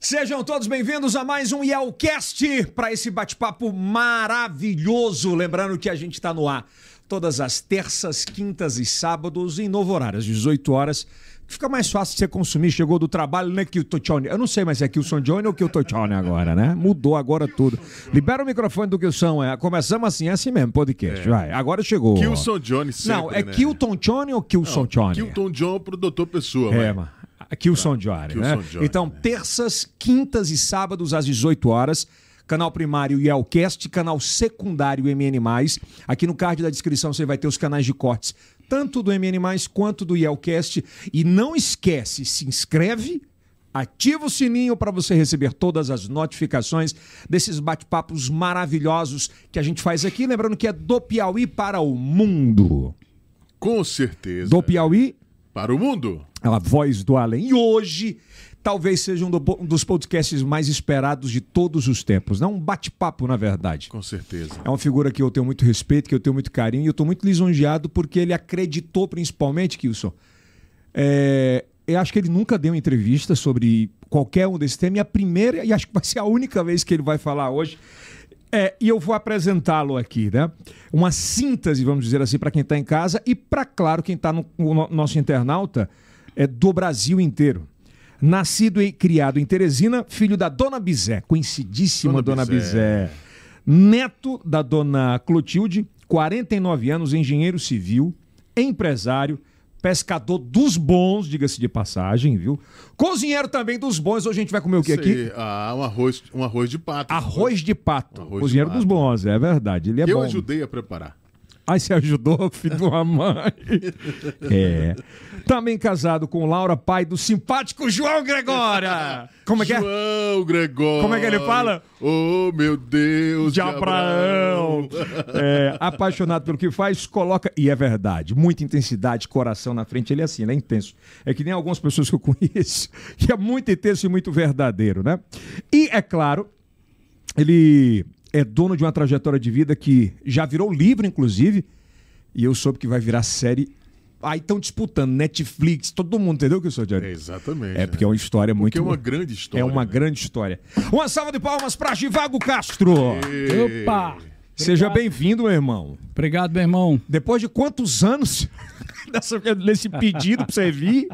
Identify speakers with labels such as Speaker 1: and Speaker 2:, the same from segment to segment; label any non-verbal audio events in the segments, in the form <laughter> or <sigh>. Speaker 1: Sejam todos bem-vindos a mais um Yelcast para esse bate-papo maravilhoso. Lembrando que a gente está no ar todas as terças, quintas e sábados em novo horário, às 18 horas. Fica mais fácil você consumir. Chegou do trabalho, né, Kilton Johnny? Eu não sei mais se é Kilson Johnny ou Kilton Johnny agora, né? Mudou agora tudo. Libera o microfone do Kilson. É. Começamos assim, é assim mesmo, podcast. Vai, agora chegou.
Speaker 2: Kilson Johnny sempre,
Speaker 1: Não, é
Speaker 2: né?
Speaker 1: Kilton Johnny ou Kilson
Speaker 2: Não,
Speaker 1: Johnny?
Speaker 2: Kilton John pro Doutor Pessoa,
Speaker 1: É,
Speaker 2: mano.
Speaker 1: mano. Aqui o Som Diário, né?
Speaker 2: Tá. Aqui o Som Diário,
Speaker 1: então,
Speaker 2: né?
Speaker 1: terças, quintas e sábados às 18 horas. Canal primário Yelcast, canal secundário MN. Aqui no card da descrição você vai ter os canais de cortes, tanto do MN, quanto do Yelcast. E não esquece, se inscreve, ativa o sininho para você receber todas as notificações desses bate-papos maravilhosos que a gente faz aqui. Lembrando que é do Piauí para o mundo.
Speaker 2: Com certeza.
Speaker 1: Do Piauí
Speaker 2: Para o mundo.
Speaker 1: É a voz do além. E hoje, talvez seja um, do- um dos podcasts mais esperados de todos os tempos. Não um bate-papo, na verdade.
Speaker 2: Com certeza.
Speaker 1: É uma figura que eu tenho muito respeito, que eu tenho muito carinho, e eu estou muito lisonjeado porque ele acreditou, principalmente, Kilson. É, eu acho que ele nunca deu entrevista sobre qualquer um desse tema, e a primeira, e acho que vai ser a única vez que ele vai falar hoje. É, e eu vou apresentá-lo aqui, né? Uma síntese, vamos dizer assim, para quem está em casa e para, claro, quem está no, no nosso internauta é do Brasil inteiro. Nascido e criado em Teresina, filho da Dona Bizé, conhecidíssima Dona,
Speaker 2: Dona
Speaker 1: Bizé. É. Neto da Dona Clotilde, 49 anos, engenheiro civil, empresário, pescador dos bons, diga-se de passagem, viu? Cozinheiro também dos bons. Hoje a gente vai comer o que
Speaker 2: Isso
Speaker 1: aqui?
Speaker 2: aí, Ah, um arroz, um arroz de pato.
Speaker 1: Arroz de pato.
Speaker 2: Arroz de
Speaker 1: Cozinheiro
Speaker 2: pato.
Speaker 1: dos bons, é verdade. Ele é
Speaker 2: Que eu
Speaker 1: bom.
Speaker 2: ajudei a preparar.
Speaker 1: Aí você ajudou, <laughs> filho de uma mãe.
Speaker 2: <laughs>
Speaker 1: É. Também casado com Laura, pai do simpático João
Speaker 2: <laughs>
Speaker 1: Gregória. Como é que é?
Speaker 2: João Gregório.
Speaker 1: Como é que ele fala?
Speaker 2: Oh, meu Deus
Speaker 1: de Abraão. É, apaixonado pelo que faz, coloca. E é verdade, muita intensidade, coração na frente. Ele é assim, né? Intenso. É que nem algumas pessoas que eu <laughs> conheço, que é muito intenso e muito verdadeiro, né? E, é claro, ele é dono de uma trajetória de vida que já virou livro, inclusive, e eu soube que vai virar série. Aí estão disputando Netflix, todo mundo, entendeu o que eu sou,
Speaker 2: É,
Speaker 1: Diário?
Speaker 2: exatamente.
Speaker 1: É, porque é uma história muito.
Speaker 2: é uma grande história.
Speaker 1: É uma
Speaker 2: né?
Speaker 1: grande história. Uma salva de palmas para Givago Castro.
Speaker 2: E-
Speaker 3: Opa!
Speaker 1: Seja bem-vindo, meu irmão.
Speaker 3: Obrigado, meu irmão.
Speaker 1: Depois de quantos anos <laughs> dessa, desse pedido pra você vir?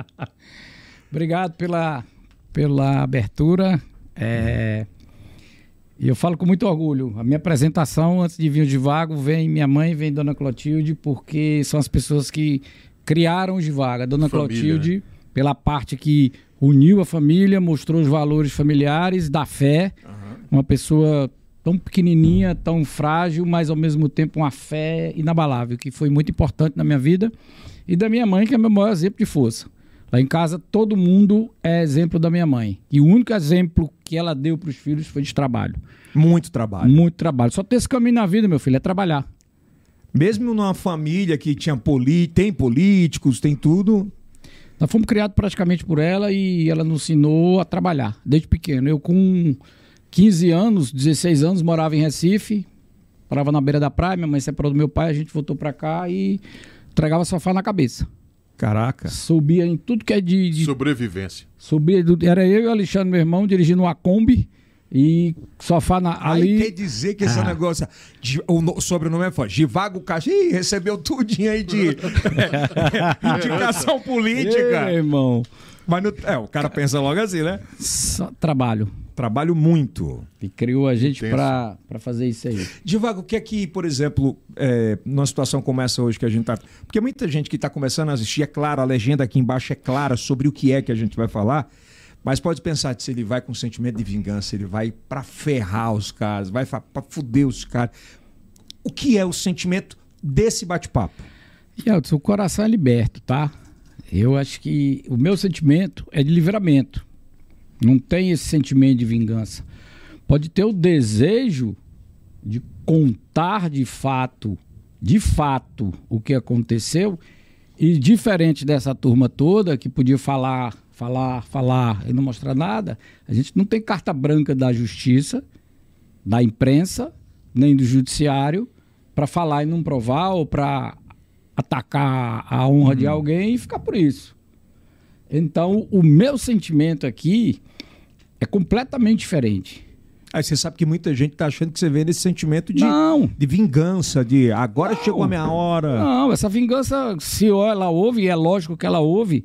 Speaker 3: Obrigado pela, pela abertura. É, E eu falo com muito orgulho. A minha apresentação, antes de vir o Divago, vem minha mãe, vem Dona Clotilde, porque são as pessoas que criaram o Divago. A Dona
Speaker 2: Família,
Speaker 3: Clotilde, pela parte que uniu a família, mostrou os valores familiares, da fé. Uma pessoa tão pequenininha, tão frágil, mas ao mesmo tempo uma fé inabalável, que foi muito importante na minha vida. E da minha mãe, que é meu maior exemplo de força. Lá em casa, todo mundo é exemplo da minha mãe. E o único exemplo que ela deu para os filhos foi de trabalho.
Speaker 1: Muito trabalho.
Speaker 3: Muito trabalho. Só tem esse caminho na vida, meu filho, é trabalhar.
Speaker 1: Mesmo numa família que tinha poli... tem políticos, tem tudo.
Speaker 3: Nós fomos criados praticamente por ela e ela nos ensinou a trabalhar desde pequeno. Eu, com 15 anos, 16 anos, morava em Recife, morava na beira da praia, minha mãe separou do meu pai, a gente voltou para cá e entregava sofá na cabeça.
Speaker 1: Caraca.
Speaker 3: Subia em tudo que é de, de
Speaker 2: Sobrevivência.
Speaker 3: Subia, do- era eu e o Alexandre, meu irmão, dirigindo uma Kombi e sofá na, ali. Ah.
Speaker 1: Aí quer dizer que esse negócio. Gi- O no- sobrenome é foda. Givago Caixa. Ih, recebeu tudinho aí
Speaker 3: <laughs>
Speaker 1: de indicação
Speaker 3: Ei,
Speaker 1: política.
Speaker 3: irmão.
Speaker 1: Mas no- é, o cara pensa logo assim, né?
Speaker 3: Só trabalho.
Speaker 1: Trabalho muito.
Speaker 3: E criou a gente
Speaker 2: Intenso.
Speaker 3: pra, pra fazer isso aí.
Speaker 1: Divago, o que é que, por exemplo, é, numa situação como essa hoje que a gente tá. Porque muita gente que está começando a assistir, é claro, a legenda aqui embaixo é clara sobre o que é que a gente vai falar, mas pode pensar se ele vai com sentimento de vingança, ele vai para ferrar os caras, vai fa- pra fuder os caras. O que é o sentimento desse bate-papo?
Speaker 3: E Elton, o coração é liberto, tá? Eu acho que o meu sentimento é de livramento. Não tem esse sentimento de vingança. Pode ter o desejo de contar de fato, de fato, o que aconteceu. E diferente dessa turma toda que podia falar, falar, falar e não mostrar nada, a gente não tem carta branca da justiça, da imprensa, nem do judiciário, para falar e não provar ou para atacar a honra de alguém e ficar por isso. Então, o meu sentimento aqui É completamente diferente.
Speaker 1: Aí você sabe que muita gente tá achando que você vem nesse sentimento de,
Speaker 3: Não.
Speaker 1: de vingança, de agora chegou a minha hora.
Speaker 3: Não, essa vingança, se ela ouve, e é lógico que ela ouve,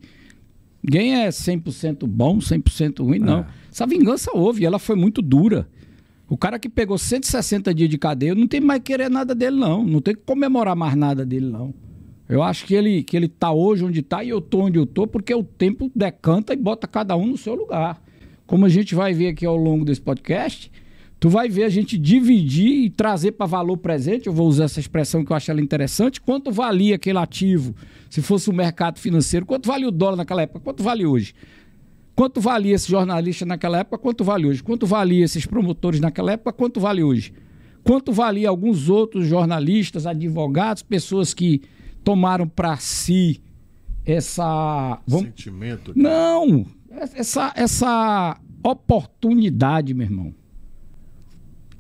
Speaker 3: ninguém é 100% bom, 100% ruim, não. Essa vingança houve, ela foi muito dura. O cara que pegou 160 dias de cadeia, não tem mais que querer nada dele, não. Não tem que comemorar mais nada dele, não. Eu acho que ele, que ele tá hoje onde tá e eu tô onde eu tô, porque o tempo decanta e bota cada um no seu lugar. Como a gente vai ver aqui ao longo desse podcast, tu vai ver a gente dividir e trazer para valor presente, eu vou usar essa expressão que eu acho ela interessante, quanto valia aquele ativo, se fosse o mercado financeiro, quanto valia o dólar naquela época, quanto vale hoje? Quanto valia esse jornalista naquela época? Quanto vale hoje? Quanto valia esses promotores naquela época? Quanto vale hoje? Quanto valia alguns outros jornalistas, advogados, pessoas que tomaram para si essa. vamos-
Speaker 2: Sentimento.
Speaker 3: Não! Essa, essa oportunidade, meu irmão.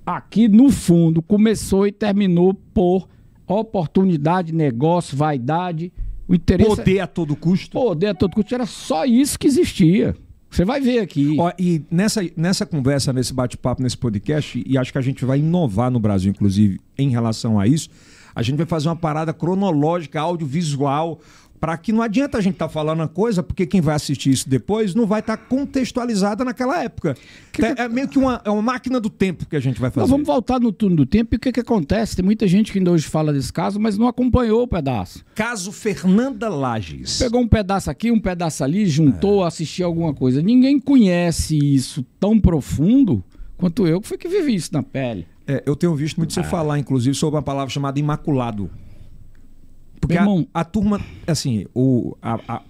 Speaker 3: Aqui no fundo começou e terminou por oportunidade, negócio, vaidade, o interesse.
Speaker 1: Poder a todo custo.
Speaker 3: Poder a todo custo. Era só isso que existia. Você vai ver aqui.
Speaker 1: Ó, e nessa, nessa conversa, nesse bate-papo, nesse podcast, e acho que a gente vai inovar no Brasil, inclusive, em relação a isso, a gente vai fazer uma parada cronológica, audiovisual, para que não adianta a gente estar falando uma coisa, porque quem vai assistir isso depois não vai estar contextualizada naquela época. é, é meio que uma, é uma máquina do tempo que a gente vai fazer.
Speaker 3: Nós vamos voltar no turno do tempo e o que, que acontece? Tem muita gente que ainda hoje fala desse caso, mas não acompanhou o pedaço.
Speaker 1: Caso Fernanda Lages.
Speaker 3: Pegou um pedaço aqui, um pedaço ali, juntou, assistiu alguma coisa. Ninguém conhece isso tão profundo quanto eu, que foi que vivi isso na pele.
Speaker 1: É, eu tenho visto muito você
Speaker 3: Ah.
Speaker 1: falar, inclusive, sobre uma palavra chamada imaculado. Porque
Speaker 3: Meu
Speaker 1: a,
Speaker 3: irmão-
Speaker 1: a turma, assim, o, a- a-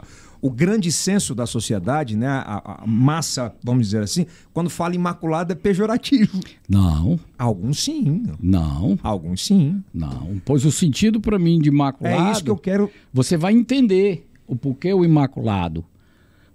Speaker 1: o grande senso da sociedade, né, a, a massa, vamos dizer assim, quando fala imaculado é
Speaker 3: <laughs>
Speaker 1: pejorativo.
Speaker 3: Não,
Speaker 1: Alguns sim,
Speaker 3: não,
Speaker 1: alguns sim.
Speaker 3: não. Pois o sentido para mim de imaculado...
Speaker 1: É isso que eu quero.
Speaker 3: Você vai entender o porquê o imaculado.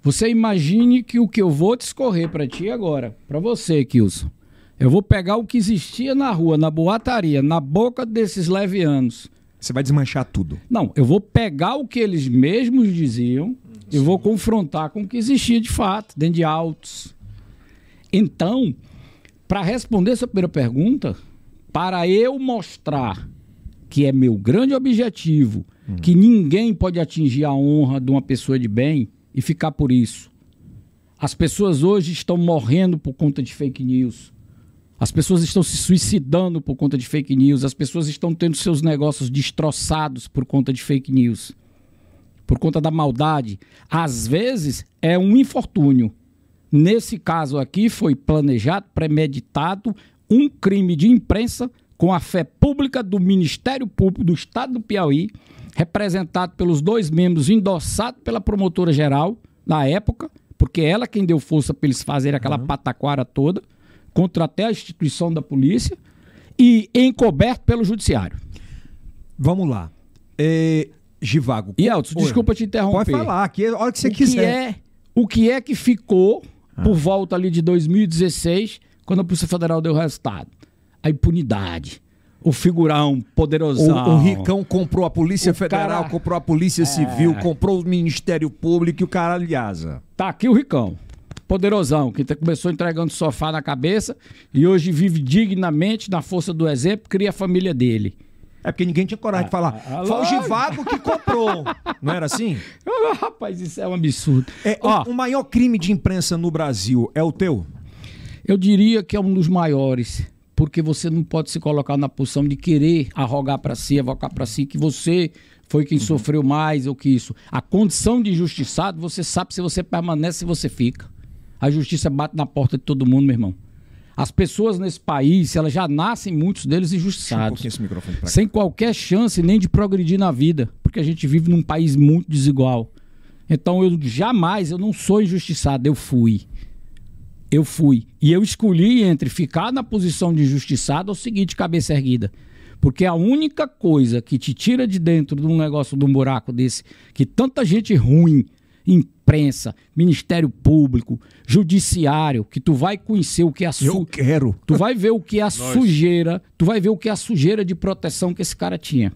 Speaker 3: Você imagine que o que eu vou discorrer para ti agora, para você, Kilson. Eu vou pegar o que existia na rua, na boataria, na boca desses levianos.
Speaker 1: Você vai desmanchar tudo.
Speaker 3: Não, eu vou pegar o que eles mesmos diziam e vou confrontar com o que existia de fato, dentro de autos. Então, para responder essa primeira pergunta, para eu mostrar que é meu grande objetivo, que ninguém pode atingir a honra de uma pessoa de bem e ficar por isso. As pessoas hoje estão morrendo por conta de fake news. As pessoas estão se suicidando por conta de fake news. As pessoas estão tendo seus negócios destroçados por conta de fake news. Por conta da maldade. Às vezes é um infortúnio. Nesse caso aqui foi planejado, premeditado um crime de imprensa com a fé pública do Ministério Público do Estado do Piauí, representado pelos dois membros, endossado pela promotora geral na época, porque ela quem deu força para eles fazerem aquela
Speaker 1: Uhum.
Speaker 3: pataquara toda contra até a instituição da polícia e encoberto pelo judiciário.
Speaker 1: Vamos lá. É, Givago.
Speaker 3: E Elton,
Speaker 1: Oi.
Speaker 3: desculpa te interromper.
Speaker 1: Pode falar, aqui, a hora que você
Speaker 3: o
Speaker 1: quiser.
Speaker 3: Que é, o que é que ficou por volta ali de 2016, quando a Polícia Federal deu o resultado? A impunidade. O figurão
Speaker 1: O,
Speaker 3: poderosão.
Speaker 1: o Ricão comprou a Polícia
Speaker 3: O
Speaker 1: Federal,
Speaker 3: cara- É.
Speaker 1: comprou a Polícia Civil, comprou o Ministério Público e o caralho aliasa.
Speaker 3: Tá aqui o Ricão. Poderosão, que te- começou entregando sofá na cabeça e hoje vive dignamente na força do exemplo, cria a família dele. <laughs>
Speaker 1: É porque ninguém tinha coragem de falar.
Speaker 3: ah,
Speaker 1: Foi o
Speaker 3: lógico.
Speaker 1: Givago que comprou. Não era assim?
Speaker 3: Ah, rapaz, isso é um absurdo.
Speaker 1: É, o-
Speaker 3: Ó,
Speaker 1: o, maior crime de imprensa no Brasil é o teu?
Speaker 3: Eu diria que é um dos maiores, porque você não pode se colocar na posição de querer arrogar para si, evocar para si que você foi quem sofreu mais ou que isso. A condição de injustiçado, você sabe se você permanece, se você fica. A justiça bate na porta de todo mundo, meu irmão. As pessoas nesse país, elas já nascem, muitos deles,
Speaker 1: Um
Speaker 3: injustiçados
Speaker 1: pouquinho esse microfone pra cá.
Speaker 3: sem qualquer chance nem de progredir na vida, porque a gente vive num país muito desigual. Então eu jamais, eu não sou injustiçado, eu fui. Eu fui. E eu escolhi entre ficar na posição de injustiçado ou seguir de cabeça erguida. Porque a única coisa que te tira de dentro de um negócio, de um buraco desse, que tanta gente ruim, imprensa, Ministério Público, Judiciário, que tu vai conhecer o que é a
Speaker 1: Eu
Speaker 3: sua.
Speaker 1: quero.
Speaker 3: Tu vai ver o que é a
Speaker 2: Nós.
Speaker 3: sujeira, tu vai ver o que é a sujeira de proteção que esse cara tinha.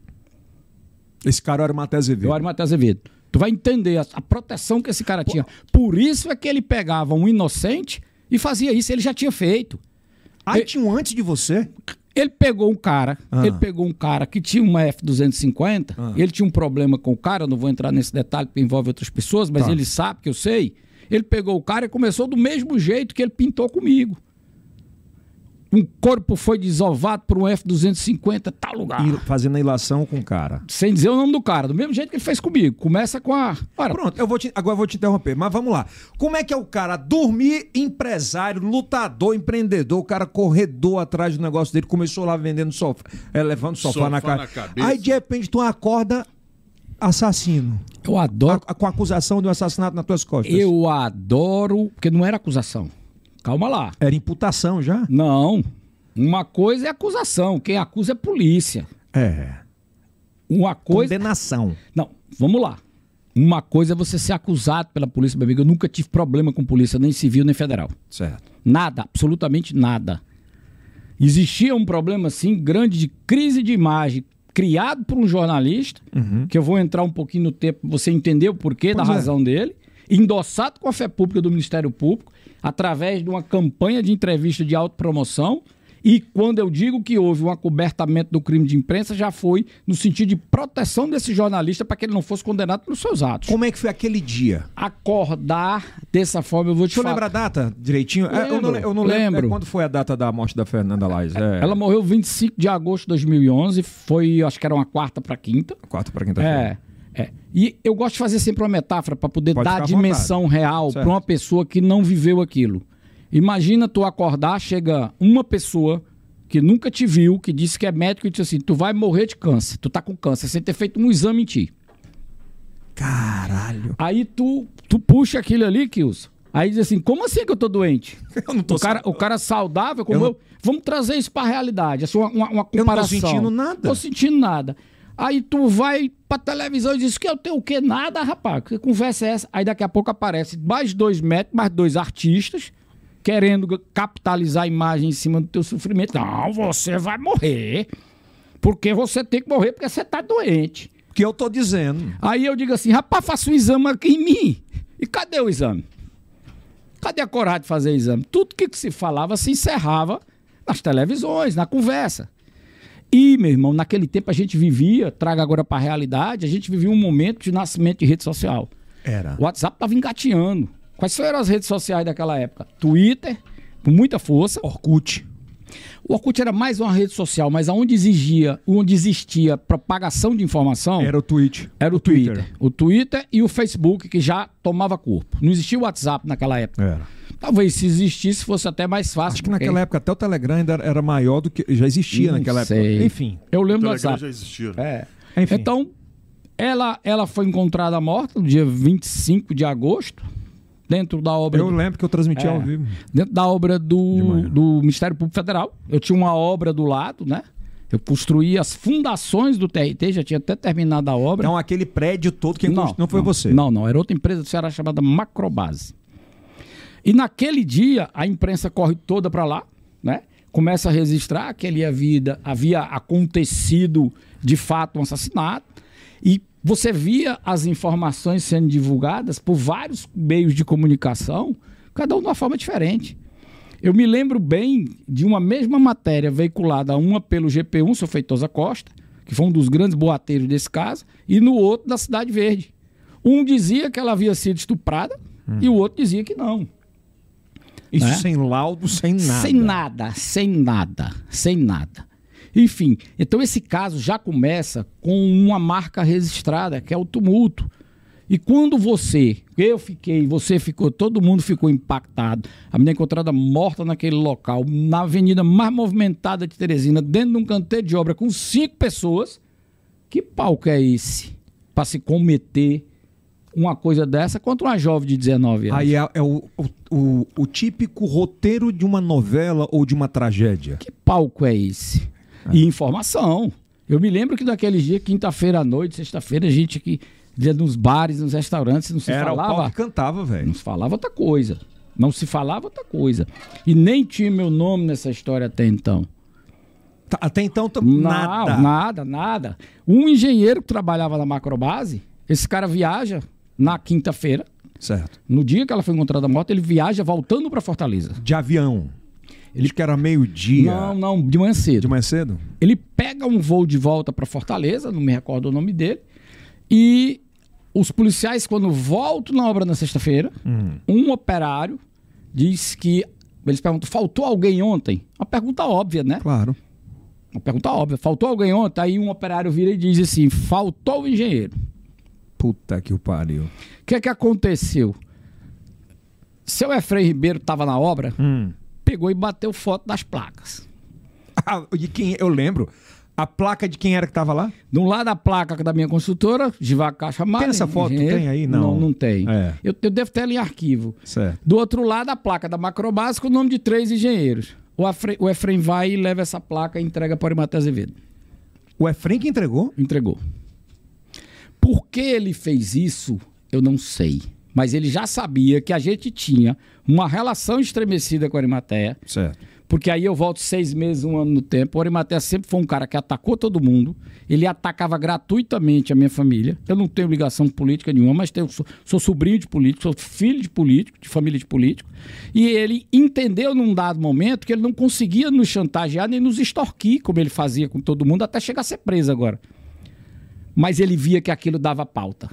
Speaker 1: Esse cara era o Matheus Azevedo.
Speaker 3: Eu era Matheus Azevedo. Tu vai entender a, a proteção que esse cara tinha. Por isso é que ele pegava um inocente E fazia isso, ele já tinha feito.
Speaker 1: Ah, tinha um antes de você?
Speaker 3: Ele pegou um cara,
Speaker 1: Ah.
Speaker 3: ele pegou um cara que tinha uma F250,
Speaker 1: Ah.
Speaker 3: ele tinha um problema com o cara, eu não vou entrar nesse detalhe porque envolve outras pessoas, mas
Speaker 1: Tá.
Speaker 3: ele sabe que eu sei. Ele pegou o cara e começou do mesmo jeito que ele pintou comigo. Um corpo foi desovado por um F250 tal lugar.
Speaker 1: Ir- fazendo a ilação com o cara.
Speaker 3: Sem dizer o nome do cara, do mesmo jeito que ele fez comigo. Começa com a. Ora,
Speaker 1: Pronto, eu vou te- agora eu vou te interromper, mas vamos lá. Como é que é o cara dormir, empresário, lutador, empreendedor, o cara corredor atrás do negócio dele, começou lá vendendo sofá, é, levando sofá,
Speaker 2: Sofá
Speaker 1: na, cara.
Speaker 2: na cabeça.
Speaker 1: Aí de repente tu acorda assassino,
Speaker 3: eu adoro.
Speaker 1: a- a- com acusação de um assassinato nas tuas costas.
Speaker 3: Eu adoro. Porque não era acusação. Calma lá.
Speaker 1: Era imputação já?
Speaker 3: Não. Uma coisa é acusação. Quem acusa é polícia.
Speaker 1: É.
Speaker 3: Uma coisa.
Speaker 1: Condenação.
Speaker 3: Não, vamos lá. Uma coisa é você ser acusado pela polícia, meu amigo. Eu nunca tive problema com polícia, nem civil, nem federal.
Speaker 1: Certo.
Speaker 3: Nada, absolutamente nada. Existia um problema, assim, grande de crise de imagem, criado por um jornalista, que eu vou entrar um pouquinho no tempo, pra você entender o porquê
Speaker 1: Uhum. Pois
Speaker 3: da
Speaker 1: é.
Speaker 3: razão dele, endossado com a fé pública do Ministério Público, através de uma campanha de entrevista de autopromoção, e quando eu digo que houve um acobertamento do crime de imprensa, já foi no sentido de proteção desse jornalista para que ele não fosse condenado pelos seus atos.
Speaker 1: Como é que foi aquele dia?
Speaker 3: Acordar dessa forma, eu vou te
Speaker 1: Deixa eu
Speaker 3: falar.
Speaker 1: lembrar a data direitinho. É, eu não, le-
Speaker 3: Lembro,
Speaker 1: eu não lembro.
Speaker 3: lembro.
Speaker 1: É, quando foi a data da morte da Fernanda Lages? É,
Speaker 3: Ela morreu 25 de agosto de 2011, foi, acho que era uma quarta para quinta.
Speaker 1: Quarta para quinta-feira.
Speaker 3: É, é. E eu gosto de fazer sempre uma metáfora para poder
Speaker 1: Pode
Speaker 3: dar a
Speaker 1: ficar à vontade.
Speaker 3: dimensão real
Speaker 1: Certo.
Speaker 3: para uma pessoa que não viveu aquilo. Imagina tu acordar, chega uma pessoa que nunca te viu, que disse que é médico e disse assim: "Tu vai morrer de câncer, tu tá com câncer, sem ter feito um exame em ti".
Speaker 1: Caralho. <laughs>
Speaker 3: Aí tu tu puxa aquilo ali, Kilson. Aí diz assim: "Como assim que eu tô doente?"
Speaker 1: Eu não tô
Speaker 3: O cara, o cara saudável, como
Speaker 1: Eu
Speaker 3: eu,
Speaker 1: não-
Speaker 3: Vamos trazer isso para a realidade. Assim, uma, uma, uma
Speaker 1: Eu não tô
Speaker 3: comparação.
Speaker 1: sentindo nada.
Speaker 3: Tô sentindo nada. Aí tu vai pra televisão e diz que eu tenho o quê? Nada, rapaz. Que conversa é essa? Aí daqui a pouco aparece mais dois médicos, mais dois artistas, querendo g- capitalizar a imagem em cima do teu sofrimento. Não, você vai morrer. Porque você tem que morrer porque você tá doente.
Speaker 1: que eu tô dizendo.
Speaker 3: Aí eu digo assim, rapaz, faça um exame aqui em mim. E cadê o exame? Cadê a coragem de fazer exame? Tudo que se falava se encerrava nas televisões, na conversa. E, meu irmão, naquele tempo a gente vivia, traga agora para a realidade, a gente vivia um momento de nascimento de rede social.
Speaker 1: Era.
Speaker 3: O WhatsApp estava engateando. Quais eram as redes sociais daquela época? Twitter, com muita força.
Speaker 1: Orkut.
Speaker 3: O Orkut era mais uma rede social, mas aonde exigia, onde existia propagação de informação...
Speaker 1: Era o tweet.
Speaker 3: Era o Twitter. O Twitter e o Facebook, que já tomava corpo. Não existia o WhatsApp naquela época.
Speaker 1: Era.
Speaker 3: Talvez se existisse fosse até mais fácil.
Speaker 1: É. Acho que naquela época até o Telegram ainda era maior do que. Já existia naquela época. Enfim.
Speaker 3: Eu lembro do
Speaker 2: Telegram
Speaker 3: WhatsApp.
Speaker 2: já existia.
Speaker 3: É.
Speaker 1: Enfim.
Speaker 3: Então, ela, ela foi encontrada morta no dia 25 de agosto, dentro da obra
Speaker 1: Eu
Speaker 3: do-
Speaker 1: lembro que eu
Speaker 3: É.
Speaker 1: transmiti ao vivo.
Speaker 3: dentro da obra do, do Ministério Público Federal. Eu tinha uma obra do lado, né? Eu construí as fundações do TRT, já tinha até terminado a obra.
Speaker 1: Então aquele prédio todo que não, não foi você.
Speaker 3: Não, não. Era outra empresa do Ceará chamada Macrobase. E naquele dia, a imprensa corre toda para lá, né? Começa a registrar que ali havia, havia acontecido, de fato, um assassinato. E você via as informações sendo divulgadas por vários meios de comunicação, cada um de uma forma diferente. Eu me lembro bem de uma mesma matéria veiculada, uma pelo GP1, seu Feitosa Costa, que foi um dos grandes boateiros desse caso, e no outro da Cidade Verde. Um dizia que ela havia sido estuprada e o outro dizia que não.
Speaker 1: Isso
Speaker 3: né?
Speaker 1: sem laudo, sem nada.
Speaker 3: Sem nada, sem nada, sem nada. Enfim, então esse caso já começa com uma marca registrada, que é o tumulto. E quando você, eu fiquei, você ficou, todo mundo ficou impactado. A menina encontrada morta naquele local, na avenida mais movimentada de Teresina, dentro de um canteiro de obra com cinco pessoas. Que palco é esse para se cometer uma coisa dessa contra uma jovem de 19 anos?
Speaker 1: Aí é, é o, o, o- o típico roteiro de uma novela ou de uma tragédia.
Speaker 3: que palco é esse? E informação. Eu me lembro que naquele dia, quinta-feira à noite, sexta-feira, a gente aqui ia nos bares, nos restaurantes, não se
Speaker 1: Era o pau
Speaker 3: falava.
Speaker 1: que cantava, velho.
Speaker 3: Não se falava outra coisa. Não se falava outra coisa. E nem tinha meu nome nessa história até então.
Speaker 1: Tá, Até então, tam-
Speaker 3: Não,
Speaker 1: nada.
Speaker 3: Nada, nada. Um engenheiro que trabalhava na macrobase, esse cara viaja na quinta-feira,
Speaker 1: Certo.
Speaker 3: No dia que ela foi encontrada morta, ele viaja voltando para Fortaleza.
Speaker 1: De avião. Ele que era meio-dia.
Speaker 3: Não, não, de manhã cedo.
Speaker 1: De manhã cedo?
Speaker 3: Ele pega um voo de volta para Fortaleza, não me recordo o nome dele, e os policiais, quando voltam na obra na sexta-feira, um operário diz que. Eles perguntam: faltou alguém ontem? Uma pergunta óbvia, né?
Speaker 1: Claro.
Speaker 3: Uma pergunta óbvia. Faltou alguém ontem? Aí um operário vira e diz assim: faltou o engenheiro.
Speaker 1: Puta que o pariu.
Speaker 3: O que é que aconteceu? Seu Efraim Ribeiro estava na obra,
Speaker 1: Hum.
Speaker 3: pegou e bateu foto das placas.
Speaker 1: Ah, de quem eu lembro. A placa de quem era que tava lá?
Speaker 3: De um lado a placa da minha consultora, Givacar chamada.
Speaker 1: Tem essa foto? Tem aí? Não.
Speaker 3: Não, tem.
Speaker 1: É.
Speaker 3: Eu, eu devo ter ela em arquivo.
Speaker 1: Certo.
Speaker 3: Do outro lado, a placa da Macrobase com o nome de três engenheiros. O, Afre, o Efraim vai e leva essa placa e entrega para o Arimaté Azevedo.
Speaker 1: O Efraim que entregou?
Speaker 3: Entregou. Por que ele fez isso, eu não sei. Mas ele já sabia que a gente tinha uma relação estremecida com a Arimatea.
Speaker 1: Certo.
Speaker 3: Porque aí eu volto seis meses, um ano no tempo. O Arimatea sempre foi um cara que atacou todo mundo. Ele atacava gratuitamente a minha família. Eu não tenho ligação política nenhuma, mas tenho, sou, sou sobrinho de político, sou filho de político, de família de político. E ele entendeu num dado momento que ele não conseguia nos chantagear nem nos extorquir, como ele fazia com todo mundo, até chegar a ser preso agora. Mas ele via que aquilo dava pauta.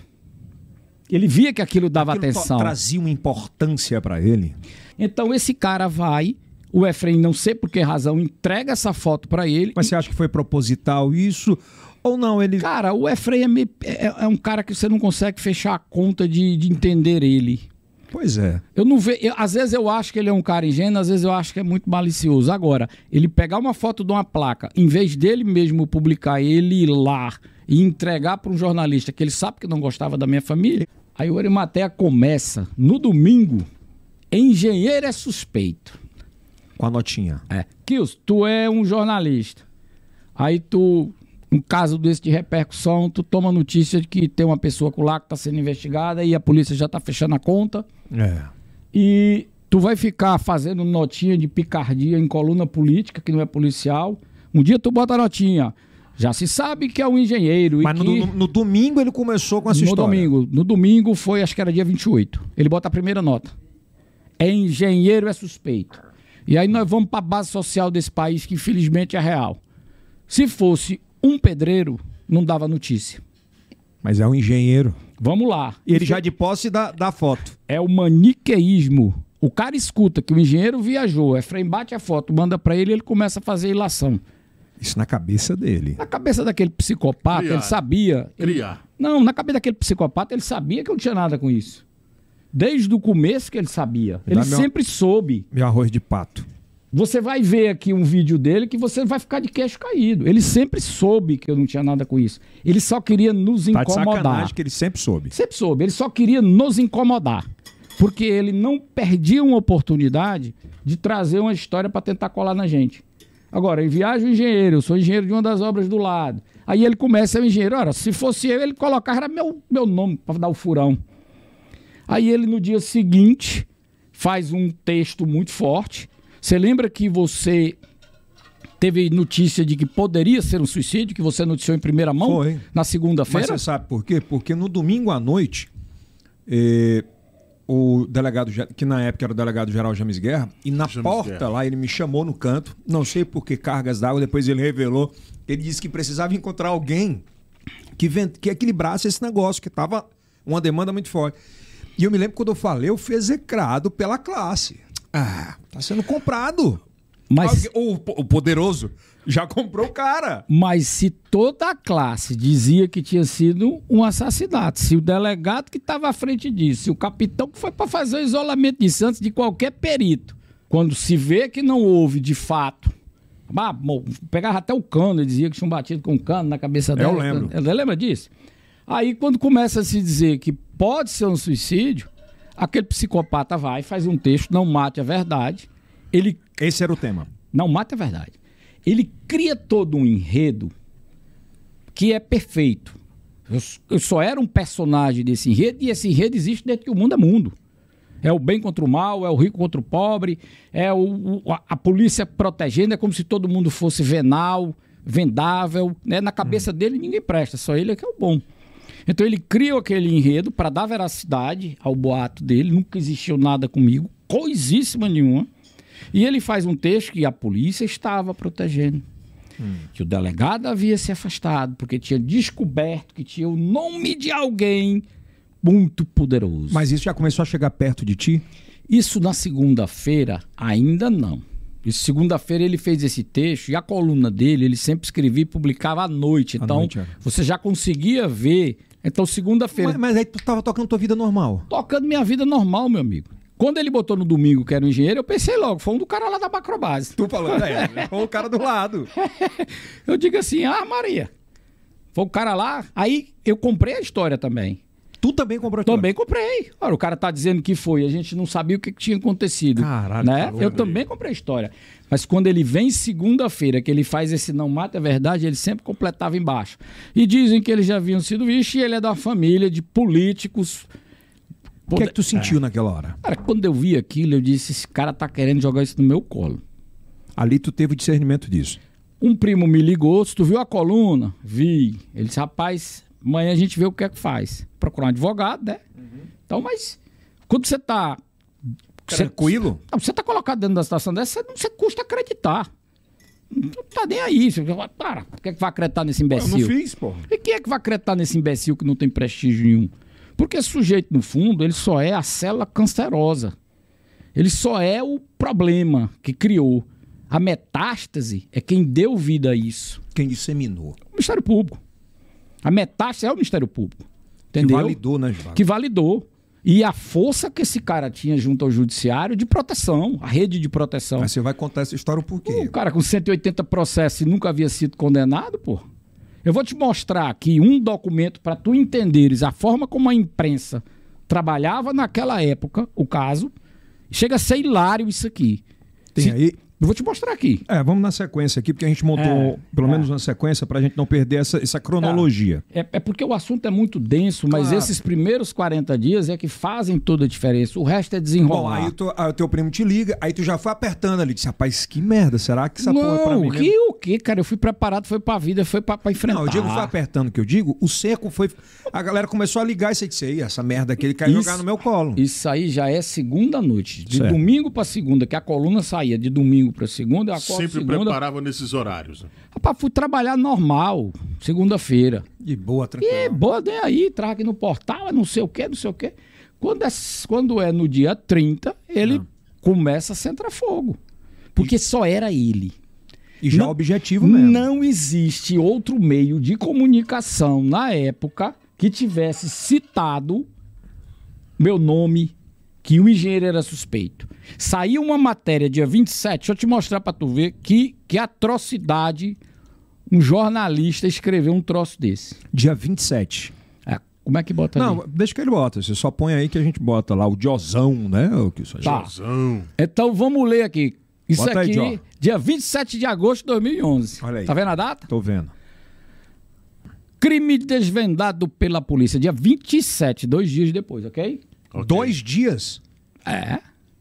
Speaker 3: Ele via que aquilo dava
Speaker 1: Aquilo to-
Speaker 3: atenção.
Speaker 1: Trazia uma importância pra ele.
Speaker 3: Então esse cara vai, o Efraim, não sei por que razão, entrega essa foto pra ele.
Speaker 1: Mas você acha que foi proposital isso? Ou não, ele.
Speaker 3: Cara, o Efraim é, meio- é- é um cara que você não consegue fechar a conta de, de entender ele.
Speaker 1: Pois é.
Speaker 3: Eu não vejo. eu- às vezes eu acho que ele é um cara ingênuo, às vezes eu acho que é muito malicioso. Agora, ele pegar uma foto de uma placa, em vez dele mesmo publicar, ele ir lá e entregar para um jornalista que ele sabe que não gostava da minha família, aí o Arimatea começa no domingo. Engenheiro é suspeito.
Speaker 1: Com a notinha.
Speaker 3: É. Kilson, tu é um jornalista. Aí tu, um caso desse de repercussão, tu toma notícia de que tem uma pessoa com lá que tá sendo investigada e a polícia já tá fechando a conta.
Speaker 1: É.
Speaker 3: E tu vai ficar fazendo notinha de picardia em coluna política, que não é policial. Um dia tu bota a notinha. Já se sabe que é um engenheiro.
Speaker 1: Mas
Speaker 3: e
Speaker 1: no,
Speaker 3: que...
Speaker 1: no- no domingo ele começou com essa
Speaker 3: No
Speaker 1: história.
Speaker 3: domingo. No domingo foi, acho que era dia 28. Ele bota a primeira nota. É engenheiro, é suspeito. E aí nós vamos para a base social desse país, que infelizmente é real. Se fosse um pedreiro, não dava notícia.
Speaker 1: Mas é um engenheiro.
Speaker 3: Vamos lá.
Speaker 1: E ele já de posse da, da foto.
Speaker 3: É o maniqueísmo. O cara escuta que o engenheiro viajou, é frame, bate a foto, manda para ele, ele começa a fazer ilação.
Speaker 1: Isso na cabeça dele.
Speaker 3: Na cabeça daquele psicopata,
Speaker 2: Criado.
Speaker 3: ele sabia,
Speaker 2: Criar.
Speaker 3: Não, na cabeça daquele psicopata, ele sabia que eu não tinha nada com isso. Desde o começo que ele sabia.
Speaker 1: Me dá
Speaker 3: Ele
Speaker 1: meu-
Speaker 3: sempre soube.
Speaker 1: Meu arroz de pato.
Speaker 3: Você vai ver aqui um vídeo dele que você vai ficar de queixo caído. Ele sempre soube que eu não tinha nada com isso. Ele só queria nos
Speaker 1: Tá de
Speaker 3: incomodar.
Speaker 1: sacanagem que ele sempre soube.
Speaker 3: Sempre soube. Ele só queria nos incomodar. Porque ele não perdia uma oportunidade de trazer uma história para tentar colar na gente. Agora, ele viaja o engenheiro, eu sou engenheiro de uma das obras do lado. Aí ele começa, é o engenheiro. Ora, se fosse eu, ele colocava meu, meu nome para dar o furão. Aí ele, no dia seguinte, faz um texto muito forte. Você lembra que você teve notícia de que poderia ser um suicídio, que você noticiou em primeira mão?
Speaker 1: Foi.
Speaker 3: Na
Speaker 1: Mas
Speaker 3: segunda-feira?
Speaker 1: você sabe por quê? Porque no domingo à noite, eh, o delegado, ge- que na época era o delegado-geral James Guerra, e na
Speaker 2: James
Speaker 1: porta
Speaker 2: Guerra.
Speaker 1: lá ele me chamou no canto, não sei por que cargas d'água, depois ele revelou, ele disse que precisava encontrar alguém que, ven- que equilibrasse esse negócio, que estava uma demanda muito forte. E eu me lembro quando eu falei, eu fui execrado pela classe. Ah, tá sendo comprado.
Speaker 3: Mas-
Speaker 1: Alguém- O, po- o poderoso já comprou o cara.
Speaker 3: Mas se toda a classe dizia que tinha sido um assassinato, se o delegado que estava à frente disso, se o capitão que foi para fazer o isolamento disso antes de qualquer perito, quando se vê que não houve de fato. Ah, mo- pegava até o cano, ele dizia que tinha um batido com um cano na cabeça dela.
Speaker 1: lembro.
Speaker 3: Ela lembra disso? Aí quando começa a se dizer que pode ser um suicídio, aquele psicopata vai, faz um texto, não mate a verdade, ele
Speaker 1: Esse era o tema.
Speaker 3: não mata é verdade. Ele cria todo um enredo que é perfeito. Eu, s- eu só era um personagem desse enredo e esse enredo existe desde que o mundo é mundo. É o bem contra o mal, é o rico contra o pobre, é o, o- a, a polícia protegendo, é como se todo mundo fosse venal, vendável. Né? Na cabeça dele ninguém presta, só ele é que é o bom. Então ele criou aquele enredo para dar veracidade ao boato dele, nunca existiu nada comigo, coisíssima nenhuma. E ele faz um texto que a polícia estava protegendo. Que o delegado havia se afastado, porque tinha descoberto que tinha o nome de alguém muito poderoso.
Speaker 1: Mas isso já começou a chegar perto de ti?
Speaker 3: Isso na segunda-feira ainda não. Isso segunda-feira ele fez esse texto e a coluna dele ele sempre escrevia e publicava à noite.
Speaker 1: À
Speaker 3: Então
Speaker 1: noite, é.
Speaker 3: você já conseguia ver. Então segunda-feira
Speaker 1: Mas, mas aí tu tava tocando tua vida normal.
Speaker 3: tocando minha vida normal, meu amigo. Quando ele botou no domingo que era um engenheiro, eu pensei logo, foi um do cara lá da Macrobase.
Speaker 1: Tu falando, é, com o cara do lado.
Speaker 3: Eu digo assim, ah, Maria, foi o cara lá. Aí eu comprei a história também.
Speaker 1: Tu também comprou história.
Speaker 3: Também comprei. Ora, o cara tá dizendo que foi, a gente não sabia o que, que tinha acontecido.
Speaker 1: Caralho,
Speaker 3: né?
Speaker 1: que louco,
Speaker 3: Eu também comprei a história. Mas quando ele vem segunda-feira, que ele faz esse Não Mata é Verdade, ele sempre completava embaixo. E dizem que eles já haviam sido vistos e ele é da família de políticos.
Speaker 1: O que é que tu sentiu naquela hora?
Speaker 3: Cara, quando eu vi aquilo, eu disse: esse cara tá querendo jogar isso no meu colo.
Speaker 1: Ali tu teve o discernimento disso.
Speaker 3: Um primo me ligou, se tu viu a coluna? Vi. Ele disse, rapaz, amanhã a gente vê o que é que faz. Procurar um advogado, né?
Speaker 2: Uhum.
Speaker 3: Então, mas quando você tá... Você,
Speaker 1: Tranquilo?
Speaker 3: não, você tá colocado dentro da situação dessa, você, não- você custa acreditar. Não tá nem aí. Você fala, Para, o que é que vai acreditar nesse
Speaker 2: Eu não
Speaker 3: imbecil?
Speaker 2: fiz, porra.
Speaker 3: E quem é que vai acreditar nesse imbecil que não tem prestígio nenhum? Porque esse sujeito, no fundo, ele só é a célula cancerosa. Ele só é o problema que criou. A metástase é quem deu vida a isso. É
Speaker 1: Quem disseminou.
Speaker 3: O Ministério Público. A metástase é o Ministério Público. Entendeu?
Speaker 1: Que validou, né, João?
Speaker 3: que validou. E a força que esse cara tinha junto ao judiciário de proteção, a rede de proteção.
Speaker 1: Mas você vai contar essa história um por
Speaker 3: Pô,
Speaker 1: quê?
Speaker 3: O Um cara com 180 processos e nunca havia sido condenado, pô. Eu vou te mostrar aqui um documento para tu entenderes a forma como a imprensa trabalhava naquela época, o caso. Chega a ser hilário isso aqui.
Speaker 1: Tem
Speaker 3: Se-
Speaker 1: aí.
Speaker 3: Eu vou te mostrar aqui.
Speaker 1: É, vamos na sequência aqui, porque a gente montou
Speaker 3: É,
Speaker 1: pelo
Speaker 3: é.
Speaker 1: menos uma sequência pra gente não perder essa, essa cronologia.
Speaker 3: É, é porque o assunto é muito denso, mas
Speaker 1: Claro.
Speaker 3: esses primeiros 40 dias é que fazem toda a diferença. O resto é
Speaker 1: Bom,
Speaker 3: desenrolar.
Speaker 1: aí o teu, aí o teu primo te liga, aí tu já foi apertando ali. Disse, rapaz, que merda, será que essa porra é pra
Speaker 3: Não,
Speaker 1: mim?
Speaker 3: que
Speaker 1: mesmo?"
Speaker 3: o que, cara? Eu fui preparado, foi pra vida, foi pra, pra enfrentar.
Speaker 1: Não, eu digo foi apertando o que eu digo, o seco foi. A galera começou a ligar e você disse, "Ei, essa merda aqui ele caiu
Speaker 3: Isso-
Speaker 1: jogar no meu colo.
Speaker 3: Isso aí já é segunda noite. De
Speaker 1: Certo.
Speaker 3: domingo pra segunda, que a coluna saía de domingo
Speaker 1: Tá,
Speaker 3: pra segunda, eu acordo
Speaker 2: Sempre
Speaker 3: segunda.
Speaker 2: preparava nesses horários. né?
Speaker 3: Rapaz, fui trabalhar normal, segunda-feira.
Speaker 1: De boa, tranquilo.
Speaker 3: E é boa, nem aí, traga aqui no portal, é não sei o quê, não sei o quê. Quando é, quando é no dia 30, ele começa a centrar fogo. Porque só era ele.
Speaker 1: E já
Speaker 3: Não-
Speaker 1: objetivo mesmo.
Speaker 3: Não existe outro meio de comunicação na época que tivesse citado meu nome, que o engenheiro era suspeito. Saiu uma matéria dia 27, deixa eu te mostrar pra tu ver que, que atrocidade um jornalista escreveu um troço desse.
Speaker 1: Dia 27.
Speaker 3: É, como é que bota ali?
Speaker 1: Não, deixa que ele bota. Você só põe aí que a gente bota lá o Diozão, né? O que isso aí.
Speaker 3: Tá.
Speaker 2: Zão.
Speaker 3: Então vamos ler aqui. Isso
Speaker 1: Bota aí,
Speaker 3: aqui,
Speaker 1: Jó.
Speaker 3: dia 27 de agosto de 2011.
Speaker 1: Olha aí.
Speaker 3: Tá vendo a data?
Speaker 1: Tô vendo.
Speaker 3: Crime desvendado pela polícia, dia 27, dois dias depois, ok?
Speaker 2: Ok.
Speaker 1: Dois dias?
Speaker 3: É.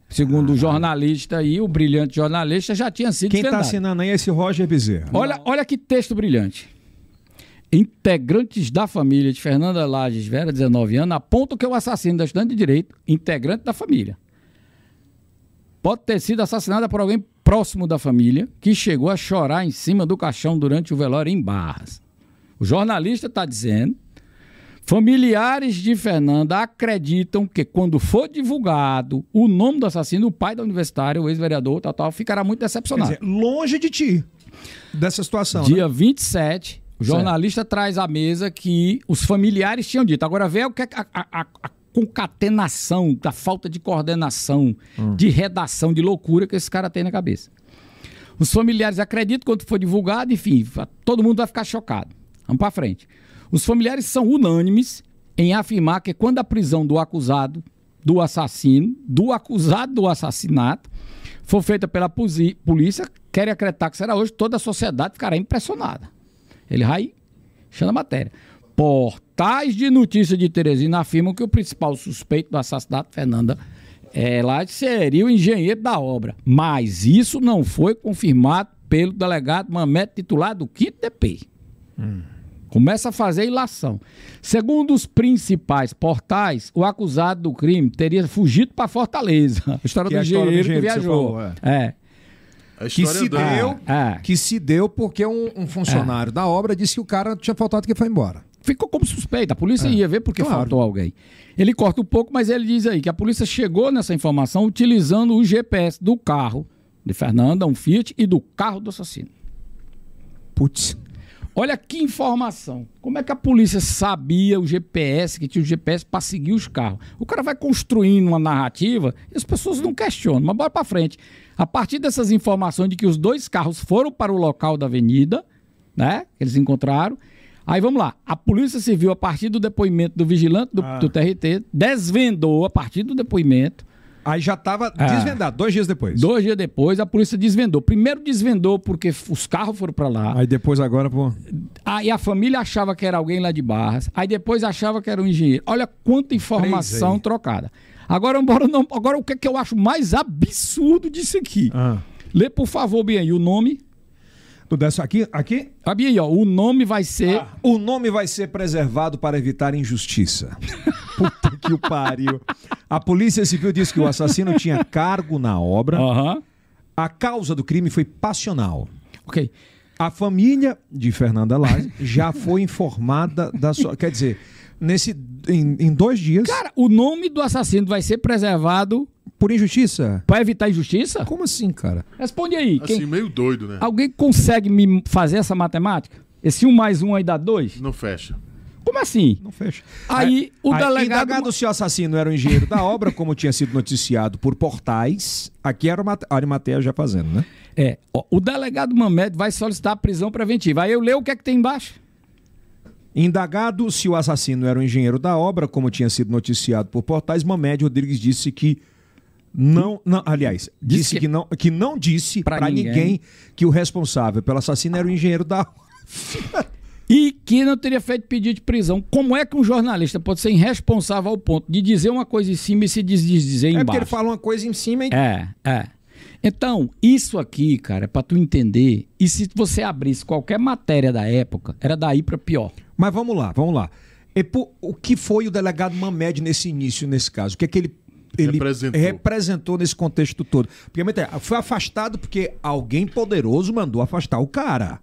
Speaker 3: Segundo o jornalista aí, o brilhante jornalista já tinha sido
Speaker 1: Ah. Quem tá
Speaker 3: desvendado.
Speaker 1: assinando aí é esse Roger Bezerra.
Speaker 3: Olha, olha que texto brilhante. Integrantes da família de Fernanda Lages Vera, 19 anos, apontam que é o assassino da estudante de direito, integrante da família, pode ter sido assassinada por alguém próximo da família que chegou a chorar em cima do caixão durante o velório em Barras. O jornalista está dizendo. Familiares de Fernanda acreditam que quando for divulgado o nome do assassino, o pai da universitária, o ex-vereador, tal, tal, ficará muito
Speaker 1: Quer
Speaker 3: decepcionado.
Speaker 1: dizer, longe de ti, dessa situação. né?
Speaker 3: Dia 27, o jornalista traz à mesa que os familiares tinham dito. Agora vê o que é a, a- a- a concatenação da falta de coordenação, de redação, de loucura que esse cara tem na cabeça. Os familiares acreditam quando for divulgado, enfim, fa- todo mundo vai ficar chocado. Vamos para frente. Os familiares são unânimes em afirmar que quando a prisão do acusado, do assassino, do acusado do assassinato, for feita pela posi- polícia, querem acreditar que será hoje, toda a sociedade ficará impressionada. Ele vai chama a matéria. Portais de notícia de Teresina afirmam que o principal suspeito do assassinato de Fernanda é, lá seria o engenheiro da obra. Mas isso não foi confirmado pelo delegado Mamet, titular do 5 DP. Começa a fazer ilação. Segundo os principais portais, o acusado do crime teria fugido para Fortaleza. <laughs> A história
Speaker 1: Que
Speaker 3: do
Speaker 1: é a história do
Speaker 3: engenheiro que
Speaker 1: engenheiro que você
Speaker 3: viajou.
Speaker 1: falou, é.
Speaker 3: é.
Speaker 2: A
Speaker 1: Que
Speaker 2: história é
Speaker 1: se
Speaker 2: andando.
Speaker 1: deu,
Speaker 3: Ah, ah.
Speaker 1: que se deu porque um, um
Speaker 3: É.
Speaker 1: funcionário da obra disse que o cara tinha faltado que foi embora.
Speaker 3: ficou como suspeito. A polícia ia ver porque
Speaker 1: claro.
Speaker 3: faltou alguém. Ele corta um pouco, mas ele diz aí que a polícia chegou nessa informação utilizando o GPS do carro de Fernanda, um Fiat, e do carro do assassino.
Speaker 1: Putz.
Speaker 3: Olha que informação. Como é que a polícia sabia o GPS, que tinha o GPS para seguir os carros? O cara vai construindo uma narrativa e as pessoas não questionam, mas bora para frente. A partir dessas informações de que os dois carros foram para o local da avenida, né? que Eles encontraram. Aí vamos lá. A Polícia Civil, a partir do depoimento do vigilante do, do TRT, desvendou a partir do depoimento
Speaker 1: Aí já estava
Speaker 3: Ah.
Speaker 1: desvendado, dois dias depois.
Speaker 3: Dois dias depois, a polícia desvendou. Primeiro desvendou porque f- os carros foram para lá.
Speaker 1: Aí depois agora, pô.
Speaker 3: Aí Ah, a família achava que era alguém lá de Barras. Aí depois achava que era um engenheiro. Olha quanta informação
Speaker 1: aí.
Speaker 3: trocada. Agora, embora não, agora o que, é que eu acho mais absurdo disso aqui?
Speaker 1: Ah.
Speaker 3: Lê, por favor, bem aí o nome.
Speaker 1: Tu desce aqui, aqui.
Speaker 3: Ah, bem aí, ó. O nome vai ser.
Speaker 1: O nome vai ser preservado para evitar
Speaker 3: <laughs>
Speaker 1: injustiça. Puta que o pariu. A Polícia Civil disse que o assassino tinha cargo na obra.
Speaker 3: Aham.
Speaker 1: A causa do crime foi passional.
Speaker 3: Ok.
Speaker 1: A família de Fernanda Lage já foi informada da sua. Quer dizer, nesse, em, em dois dias,
Speaker 3: Cara, o nome do assassino vai ser preservado
Speaker 1: por injustiça.
Speaker 3: para evitar injustiça?
Speaker 1: Como assim, cara?
Speaker 3: Responde aí.
Speaker 2: Assim,
Speaker 3: Quem...
Speaker 2: meio doido, né?
Speaker 3: Alguém consegue me fazer essa matemática? Esse um mais um aí dá dois?
Speaker 2: Não fecha.
Speaker 3: Como assim?
Speaker 1: Não fecha.
Speaker 3: Aí, o delegado-
Speaker 1: Indagado se o assassino era o engenheiro da obra, como tinha sido noticiado por portais, aqui era o Mate- Arimatea já fazendo, né?
Speaker 3: É, ó, o delegado Mamed vai solicitar a prisão preventiva. Aí eu leio o que é que tem embaixo.
Speaker 1: Indagado se o assassino era o engenheiro da obra, como tinha sido noticiado por portais, Mamed Rodrigues disse que não, não aliás, disse,
Speaker 3: Disse que-
Speaker 1: que, não, que não disse
Speaker 3: Pra
Speaker 1: pra ninguém.
Speaker 3: ninguém
Speaker 1: que o responsável pelo assassino era o engenheiro da obra.
Speaker 3: E que não teria feito pedido de prisão. Como é que um jornalista pode ser irresponsável ao ponto de dizer uma coisa em cima e se desdizer
Speaker 1: É porque
Speaker 3: embaixo?
Speaker 1: ele fala uma coisa em cima e
Speaker 3: É, é. Então, isso aqui, cara, é pra tu entender. E se você abrisse qualquer matéria da época, era daí pra pior.
Speaker 1: Mas vamos lá, vamos lá. E po- o que foi o delegado Mamed nesse início, nesse caso? O que é que ele, ele
Speaker 2: Representou.
Speaker 1: representou nesse contexto todo? Porque muita- foi afastado porque alguém poderoso mandou afastar o cara.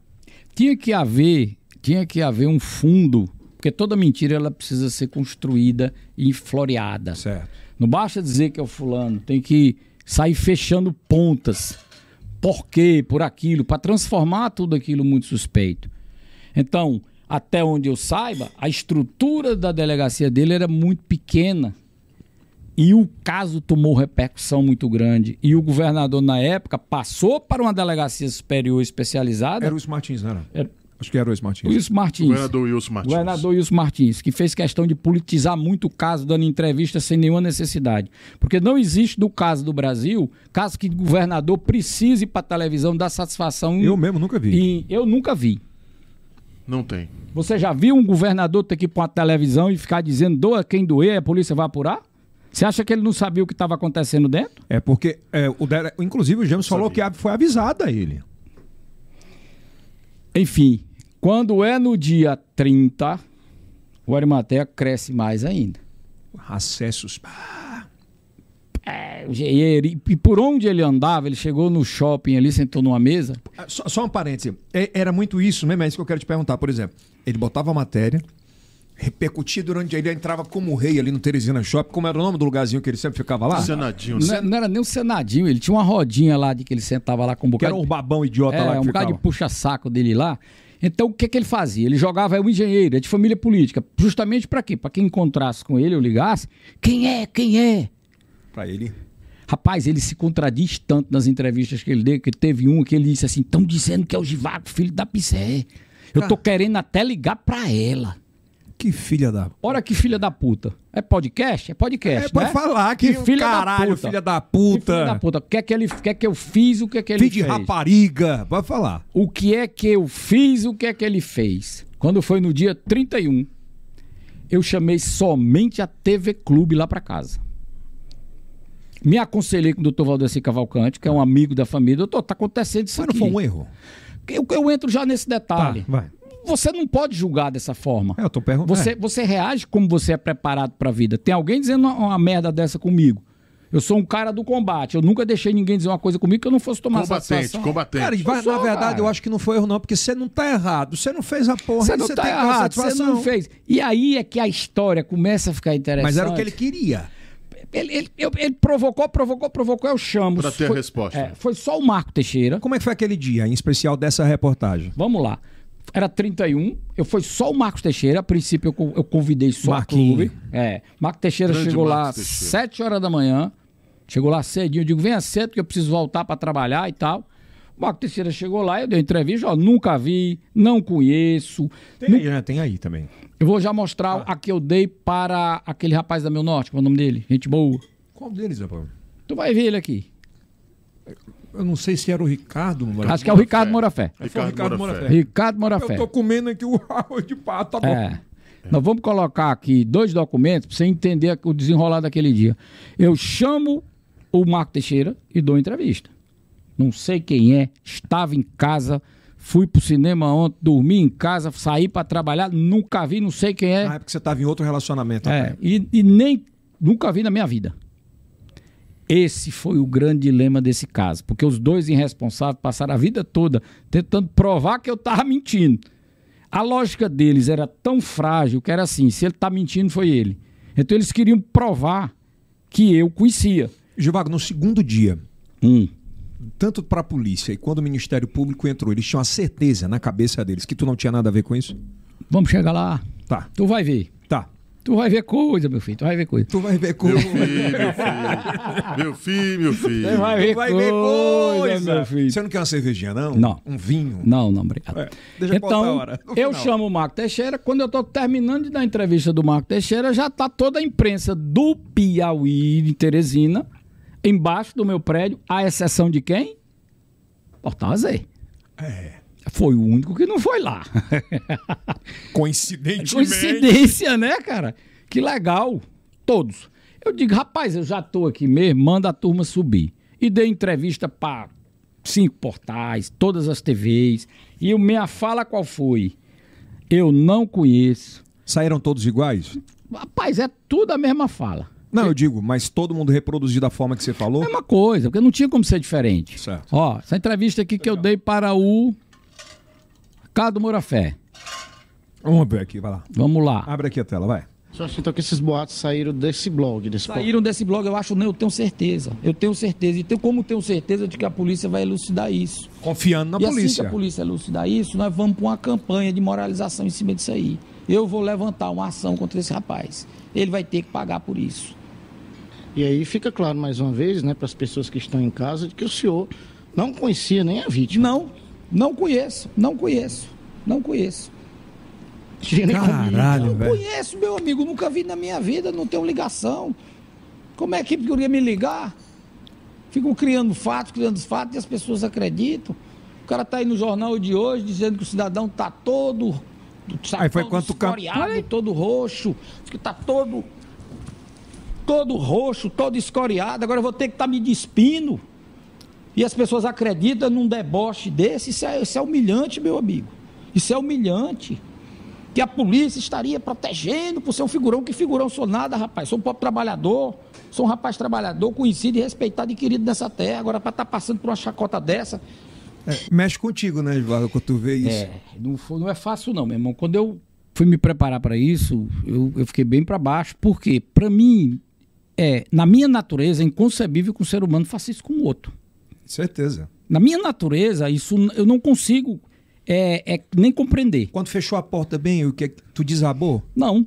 Speaker 3: Tinha que haver, tinha que haver um fundo, porque toda mentira ela precisa ser construída e floreada.
Speaker 1: Certo.
Speaker 3: Não basta dizer que é o fulano, tem que sair fechando pontas. Por quê? Por aquilo, para transformar tudo aquilo muito suspeito. Então, até onde eu saiba, a estrutura da delegacia dele era muito pequena. E o caso tomou repercussão muito grande. E o governador, na época, passou para uma delegacia superior especializada.
Speaker 1: Era o Wilson Martins, não era?
Speaker 3: Era-
Speaker 1: Acho que era o Wilson Martins.
Speaker 3: Wilson Martins.
Speaker 2: Governador Wilson Martins.
Speaker 3: Governador Wilson Martins, que fez questão de politizar muito o caso, dando entrevista sem nenhuma necessidade. Porque não existe no caso do Brasil, caso que governador precise para televisão dar satisfação. em-
Speaker 1: Eu mesmo nunca vi.
Speaker 3: em- eu nunca vi.
Speaker 2: Não tem.
Speaker 3: Você já viu um governador ter que ir para uma televisão e ficar dizendo doa quem doer, a polícia vai apurar? Você acha que ele não sabia o que estava acontecendo dentro?
Speaker 1: É porque, é, o dele- inclusive, o James falou que a- foi avisado a ele.
Speaker 3: Enfim, quando é no dia 30, o Arimatea cresce mais ainda.
Speaker 1: Acessos.
Speaker 3: É, o engenheiro, e- e por onde ele andava, ele chegou no shopping ali, sentou numa mesa.
Speaker 1: Ah, Só, só um parêntese. É- Era muito isso mesmo, é isso que eu quero te perguntar. Por exemplo, ele botava a matéria, repercutia durante. Ele entrava como rei ali no Teresina Shopping. Como era o nome do lugarzinho que ele sempre ficava lá?
Speaker 2: Senadinho.
Speaker 3: Não, é- não era nem um senadinho, ele tinha uma rodinha lá de que ele sentava lá com um
Speaker 1: Que era
Speaker 3: bocado.
Speaker 1: o babão idiota
Speaker 3: é,
Speaker 1: lá que
Speaker 3: um bocado de
Speaker 1: ficava.
Speaker 3: puxa-saco dele lá. Então, o que, que ele fazia? Ele jogava é um engenheiro, é de família política. Justamente pra quê? Pra quem encontrasse com ele ou ligasse, quem é, quem é?
Speaker 1: Pra ele.
Speaker 3: Rapaz, ele se contradiz tanto nas entrevistas que ele deu, que teve um que ele disse assim: estão dizendo que é o Givago, filho da Pissé. Eu
Speaker 1: Ah.
Speaker 3: tô querendo até ligar pra ela.
Speaker 1: Que filha da.
Speaker 3: Olha que filha da puta. É podcast? É podcast.
Speaker 1: É, pode
Speaker 3: né?
Speaker 1: falar que,
Speaker 3: filha da
Speaker 1: caralho,
Speaker 3: puta.
Speaker 1: filha da
Speaker 3: Que filha da
Speaker 1: puta.
Speaker 3: puta. O que é que ele quer que eu fiz? O que é que ele
Speaker 1: Filho de
Speaker 3: fez?
Speaker 1: rapariga. Pode falar.
Speaker 3: O que é que eu fiz? O que é que ele fez? Quando foi no dia 31, eu chamei somente a TV Clube lá pra casa. Me aconselhei com o Dr. Valdeci Cavalcante, que é um amigo da família. Doutor, tá acontecendo isso
Speaker 1: Mas não
Speaker 3: aqui.
Speaker 1: foi um erro.
Speaker 3: Eu, eu entro já nesse detalhe.
Speaker 1: vai.
Speaker 3: você não pode julgar dessa forma.
Speaker 1: É, eu tô perguntando.
Speaker 3: Você, você reage como você é preparado para a vida. Tem alguém dizendo uma, uma merda dessa comigo. Eu sou um cara do combate. Eu nunca deixei ninguém dizer uma coisa comigo que eu não fosse tomar
Speaker 2: Combatente,
Speaker 3: satisfação.
Speaker 2: combatente.
Speaker 1: É. Cara, e vai-
Speaker 3: Eu sou,
Speaker 1: na verdade,
Speaker 3: cara.
Speaker 1: eu acho que não foi erro, não, porque você não tá errado. Você não fez a porra,
Speaker 3: Você não tá
Speaker 1: tem que dar
Speaker 3: errado, você
Speaker 1: satisfação.
Speaker 3: não fez. E aí é que a história começa a ficar interessante.
Speaker 1: Mas era o que ele queria.
Speaker 3: Ele, ele- eu- ele provocou, provocou, provocou, eu chamo.
Speaker 2: Pra ter a
Speaker 3: Foi-
Speaker 2: resposta.
Speaker 3: é, foi só o Marco Teixeira.
Speaker 1: Como é que foi aquele dia, em especial dessa reportagem?
Speaker 3: Vamos lá. Era 31, eu fui só o Marcos Teixeira. A princípio eu, co- eu convidei só
Speaker 1: Marquinho.
Speaker 3: o clube. É. Marco Teixeira
Speaker 2: Grande
Speaker 3: chegou lá às
Speaker 2: Marcos Teixeira.
Speaker 3: 7 horas da manhã. Chegou lá cedinho. Eu digo, venha cedo, porque eu preciso voltar para trabalhar e tal. O Marco Teixeira chegou lá, eu dei uma entrevista, ó, nunca vi, não conheço.
Speaker 1: Tem aí, né? Tem aí também.
Speaker 3: Eu vou já mostrar
Speaker 2: Ah.
Speaker 3: a que eu dei para aquele rapaz da Meu Norte, qual é o nome dele? Gente boa.
Speaker 1: Qual deles, rapaz?
Speaker 3: Tu vai ver ele aqui.
Speaker 1: Eu não sei se era o Ricardo, mano.
Speaker 3: Acho que é o Ricardo Morafé.
Speaker 1: Foi o Ricardo
Speaker 2: Ricardo Morafé.
Speaker 1: Morafé.
Speaker 3: Ricardo Morafé.
Speaker 1: Eu tô comendo aqui o <laughs> arroz de pato, tá bom?
Speaker 3: É. Nós vamos colocar aqui dois documentos para você entender o desenrolar daquele dia. Eu chamo o Marco Teixeira e dou entrevista. Não sei quem é, estava em casa, fui pro cinema ontem, dormi em casa, saí para trabalhar, nunca vi, não sei quem é.
Speaker 1: Na época você tava em outro relacionamento.
Speaker 3: É,
Speaker 1: rapaz.
Speaker 3: e, e nem nunca vi na minha vida. Esse foi o grande dilema desse caso, porque os dois irresponsáveis passaram a vida toda tentando provar que eu estava mentindo. A lógica deles era tão frágil que era assim: se ele está mentindo, foi ele. Então eles queriam provar que eu conhecia.
Speaker 1: Givago, no segundo dia,
Speaker 3: Hum.
Speaker 1: tanto pra polícia e quando o Ministério Público entrou, eles tinham a certeza na cabeça deles que tu não tinha nada a ver com isso?
Speaker 3: Vamos chegar lá.
Speaker 1: Tá,
Speaker 3: Tu vai ver.
Speaker 1: tá.
Speaker 3: Tu vai ver coisa, meu filho. Tu vai ver coisa.
Speaker 1: Tu vai ver como.
Speaker 2: Meu filho, meu filho. Meu filho, meu filho.
Speaker 3: Tu vai ver,
Speaker 1: <laughs> Tu É, vai ver coisa,
Speaker 3: meu filho.
Speaker 1: Você não quer uma cervejinha, não?
Speaker 3: Não.
Speaker 1: Um vinho?
Speaker 3: Não, não, obrigado.
Speaker 1: É, deixa pra outra
Speaker 3: então,
Speaker 1: hora, no
Speaker 3: eu
Speaker 1: final.
Speaker 3: chamo o Marco Teixeira. Quando eu estou terminando de dar a entrevista do Marco Teixeira, já está toda a imprensa do Piauí, de Teresina, embaixo do meu prédio, à exceção de quem? Portal Z.
Speaker 1: É.
Speaker 3: Foi o único que não
Speaker 1: <laughs>
Speaker 3: foi lá.
Speaker 1: Coincidentemente.
Speaker 3: Coincidência, né, cara? Que legal. Todos. Eu digo, rapaz, eu já tô aqui mesmo, manda a turma subir. E dei entrevista para cinco portais, todas as TVs. E o minha fala qual foi? Eu não conheço.
Speaker 1: Saíram todos iguais?
Speaker 3: Rapaz, é tudo a mesma fala.
Speaker 1: Não, eu digo, mas todo mundo reproduziu da forma que você falou?
Speaker 3: Mesma coisa, porque não tinha como ser diferente.
Speaker 1: Certo.
Speaker 3: Ó, essa entrevista aqui que eu dei para o Ricardo Morafé.
Speaker 1: Vamos ver aqui, vai lá.
Speaker 3: Vamos lá.
Speaker 1: Abre aqui a tela, vai.
Speaker 4: Você acha então que esses boatos saíram desse blog, desse portal?
Speaker 3: Saíram desse blog, eu acho, não, eu tenho certeza. Eu tenho certeza. E tenho, como tenho certeza de que a polícia vai elucidar isso.
Speaker 1: Confiando na
Speaker 3: e assim que
Speaker 1: polícia.
Speaker 3: a polícia elucidar isso, nós vamos para uma campanha de moralização em cima disso aí. Eu vou levantar uma ação contra esse rapaz. Ele vai ter que pagar por isso.
Speaker 4: E aí fica claro mais uma vez, né, para as pessoas que estão em casa, de que o senhor não conhecia nem a vítima.
Speaker 3: Não, não conheço, não conheço, não conheço.
Speaker 4: Não tinha nem como ligar.
Speaker 1: Caralho,
Speaker 3: Não
Speaker 1: velho.
Speaker 3: conheço, meu amigo, nunca vi na minha vida, não tenho ligação. Como é que eu queria me ligar? Ficam criando fatos, criando fatos e as pessoas acreditam. O cara tá aí no jornal de hoje dizendo que o cidadão tá todo. Tá
Speaker 1: Aí foi
Speaker 3: todo
Speaker 1: quanto o cara-
Speaker 3: escoriado, todo roxo, diz que tá todo. Todo roxo, todo escoriado. Agora eu vou ter que estar me despindo. E as pessoas acreditam num deboche desse. Isso é, isso é humilhante, meu amigo. Isso é humilhante que a polícia estaria protegendo por ser um figurão. Que figurão sou nada, rapaz. Sou um pobre trabalhador. Sou um rapaz trabalhador, conhecido e respeitado e querido nessa terra. Agora, para estar passando por uma chacota dessa.
Speaker 1: É, mexe contigo, né, Eduardo, quando tu vê isso.
Speaker 3: É, não, foi- não é fácil, não, meu irmão. Quando eu fui me preparar para isso, eu, eu fiquei bem para baixo. Porque, para mim, é, na minha natureza, é inconcebível que um ser humano faça isso com o outro.
Speaker 1: Certeza.
Speaker 3: Na minha natureza, isso n- eu não consigo é, é, nem compreender.
Speaker 1: Quando fechou a porta bem, o que é que- tu desabou?
Speaker 3: Não,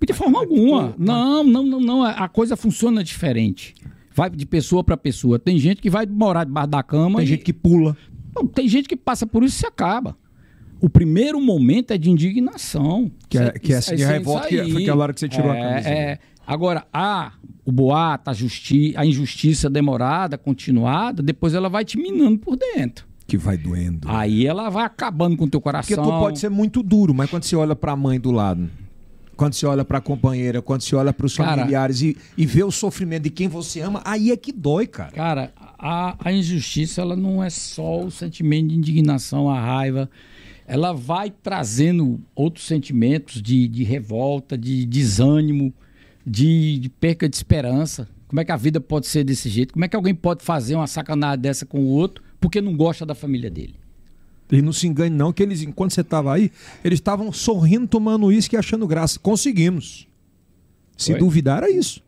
Speaker 3: é de forma alguma. Não, não, não, não. A- A coisa funciona diferente. Vai de pessoa para pessoa. Tem gente que vai morar debaixo da cama.
Speaker 1: Tem
Speaker 3: e-
Speaker 1: gente que pula.
Speaker 3: Não, tem gente que passa por isso e se acaba. O primeiro momento é de indignação.
Speaker 1: Que é-
Speaker 3: Isso-
Speaker 1: que é
Speaker 3: isso-
Speaker 1: assim, de
Speaker 3: isso-
Speaker 1: revolta,
Speaker 3: isso aí.
Speaker 1: que foi aquela hora que você tirou a
Speaker 3: É,
Speaker 1: camisa. né?
Speaker 3: é. Agora, a, o boato, a, justi a injustiça demorada, continuada, depois ela vai te minando por dentro.
Speaker 1: Que vai doendo.
Speaker 3: Aí ela vai acabando com o teu
Speaker 1: Porque
Speaker 3: coração.
Speaker 1: tu pode ser muito duro, mas quando você olha pra mãe do lado, quando você olha pra companheira, quando você olha pros
Speaker 3: Cara.
Speaker 1: familiares e, e vê o sofrimento de quem você ama, aí é que dói, cara.
Speaker 3: Cara, a, a injustiça ela não é só o sentimento de indignação, a raiva.
Speaker 5: ela vai trazendo outros sentimentos de, de revolta, de desânimo, de, de perca de esperança. Como é que a vida pode ser desse jeito? Como é que alguém pode fazer uma sacanagem dessa com o outro porque não gosta da família dele?
Speaker 1: E não se engane, não, que eles, enquanto você estava aí, eles estavam sorrindo, tomando uísque e achando graça. Conseguimos. Se
Speaker 5: Foi.
Speaker 1: duvidar, era isso.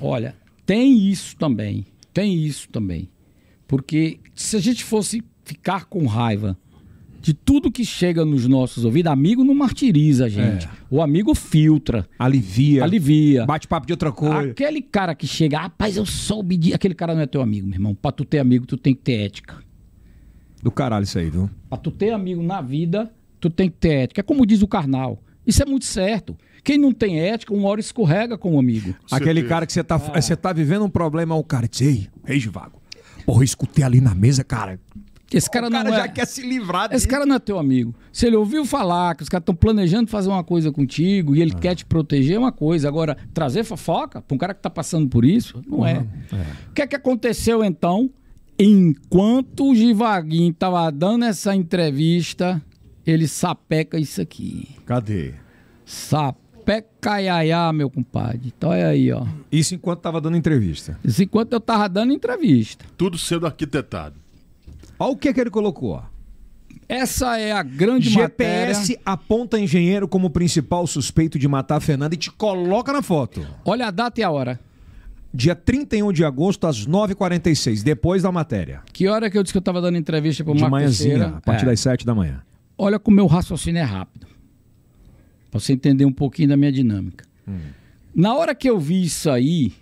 Speaker 5: Olha, tem isso também. Tem isso também. Porque se a gente fosse ficar com raiva de tudo que chega nos nossos ouvidos, amigo não martiriza a gente. O amigo filtra,
Speaker 1: Alivia.
Speaker 5: alivia.
Speaker 1: Bate papo de outra coisa.
Speaker 5: Aquele cara que chega, rapaz, eu soube de. Aquele cara não é teu amigo, meu irmão. Pra tu ter amigo, tu tem que ter ética. Ah.
Speaker 1: Do caralho isso aí, viu?
Speaker 5: Pra tu ter amigo na vida, tu tem que ter ética. É como diz o carnal. Isso é muito certo. Quem não tem ética, uma hora escorrega com o amigo.
Speaker 1: Aquele
Speaker 2: certeza.
Speaker 1: cara que você tá,
Speaker 5: Ah.
Speaker 1: você tá vivendo um problema, o cara diz, ei, rei de vago. Porra, eu escutei ali na mesa, cara.
Speaker 5: Esse cara,
Speaker 1: o cara
Speaker 5: não é...
Speaker 1: já quer se livrar
Speaker 5: Esse cara não é teu amigo. Se ele ouviu falar que os caras estão planejando fazer uma coisa contigo e ele
Speaker 1: Ah.
Speaker 5: quer te proteger, é uma coisa. Agora, trazer fofoca para um cara que está passando por isso, não é. O que é que aconteceu então? Enquanto o Givaguinho estava dando essa entrevista, ele sapeca isso aqui.
Speaker 1: Cadê?
Speaker 5: Sapeca iaiá, meu compadre. Então olha aí, ó.
Speaker 1: Isso enquanto tava dando entrevista.
Speaker 5: Isso enquanto eu tava dando entrevista.
Speaker 2: Tudo sendo arquitetado.
Speaker 1: Olha o que, que ele colocou, ó.
Speaker 5: Essa é a grande matéria.
Speaker 1: GPS aponta engenheiro como principal suspeito de matar a Fernanda e te coloca na foto.
Speaker 5: Olha a data e a hora.
Speaker 1: Dia 31 de agosto, às 9h46, depois da matéria.
Speaker 5: Que hora que eu disse que eu estava dando entrevista para o
Speaker 1: De
Speaker 5: Marco
Speaker 1: manhãzinha,
Speaker 5: Teixeira?
Speaker 1: a partir
Speaker 5: É.
Speaker 1: das 7 da manhã.
Speaker 5: Olha como meu raciocínio é rápido. Para você entender um pouquinho da minha dinâmica. Na hora que eu vi isso aí,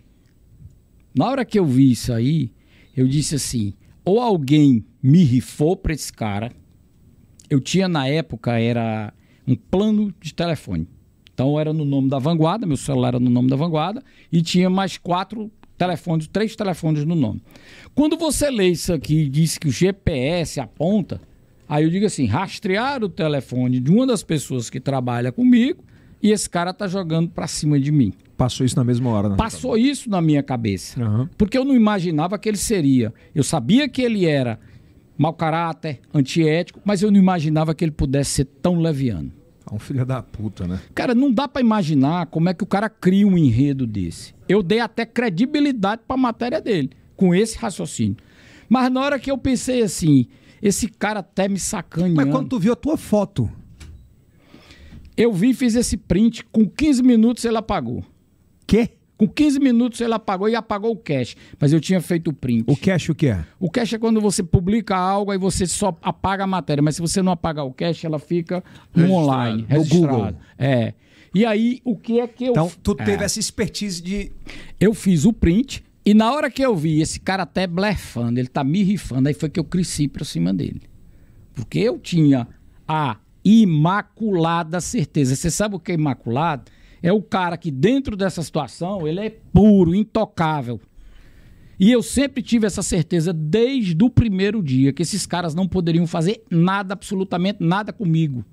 Speaker 5: na hora que eu vi isso aí, eu disse assim: ou alguém me rifou para esse cara. Eu tinha na época era um plano de telefone. Então era no nome da Vanguarda, meu celular era no nome da Vanguarda e tinha mais quatro telefones, três telefones no nome. Quando você lê isso aqui e diz que o GPS aponta, aí eu digo assim, rastrear o telefone de uma das pessoas que trabalha comigo e esse cara tá jogando para cima de mim.
Speaker 1: Passou isso na mesma hora, né?
Speaker 5: Passou isso na minha cabeça.
Speaker 1: Aham.
Speaker 5: Porque eu não imaginava que ele seria. Eu sabia que ele era mau caráter, antiético, mas eu não imaginava que ele pudesse ser tão leviano.
Speaker 1: É um filho da puta, né?
Speaker 5: Cara, não dá pra imaginar como é que o cara cria um enredo desse. Eu dei até credibilidade pra matéria dele, com esse raciocínio. Mas na hora que eu pensei assim, esse cara até me sacaneando.
Speaker 1: Mas quando tu viu a tua foto,
Speaker 5: Eu vi e fiz esse print, com 15 minutos ele apagou.
Speaker 1: quê?
Speaker 5: Com 15 minutos ele apagou e apagou o cache. Mas eu tinha feito o print.
Speaker 1: O cash o que é?
Speaker 5: O cache é quando você publica algo e você só apaga a matéria, mas se você não apagar o cache, ela fica no
Speaker 2: Registrado,
Speaker 5: online,
Speaker 1: no
Speaker 5: registrado.
Speaker 1: Google.
Speaker 5: É. E aí, o que é que eu
Speaker 1: Então,
Speaker 5: f-
Speaker 1: tu
Speaker 5: É.
Speaker 1: teve essa expertise de.
Speaker 5: Eu fiz o print e na hora que eu vi esse cara até blefando, ele tá me rifando, aí foi que eu cresci pra cima dele. Porque eu tinha a imaculada certeza. Você sabe o que é imaculado? É o cara que dentro dessa situação, ele é puro, intocável. E eu sempre tive essa certeza desde o primeiro dia que esses caras não poderiam fazer nada, absolutamente nada comigo.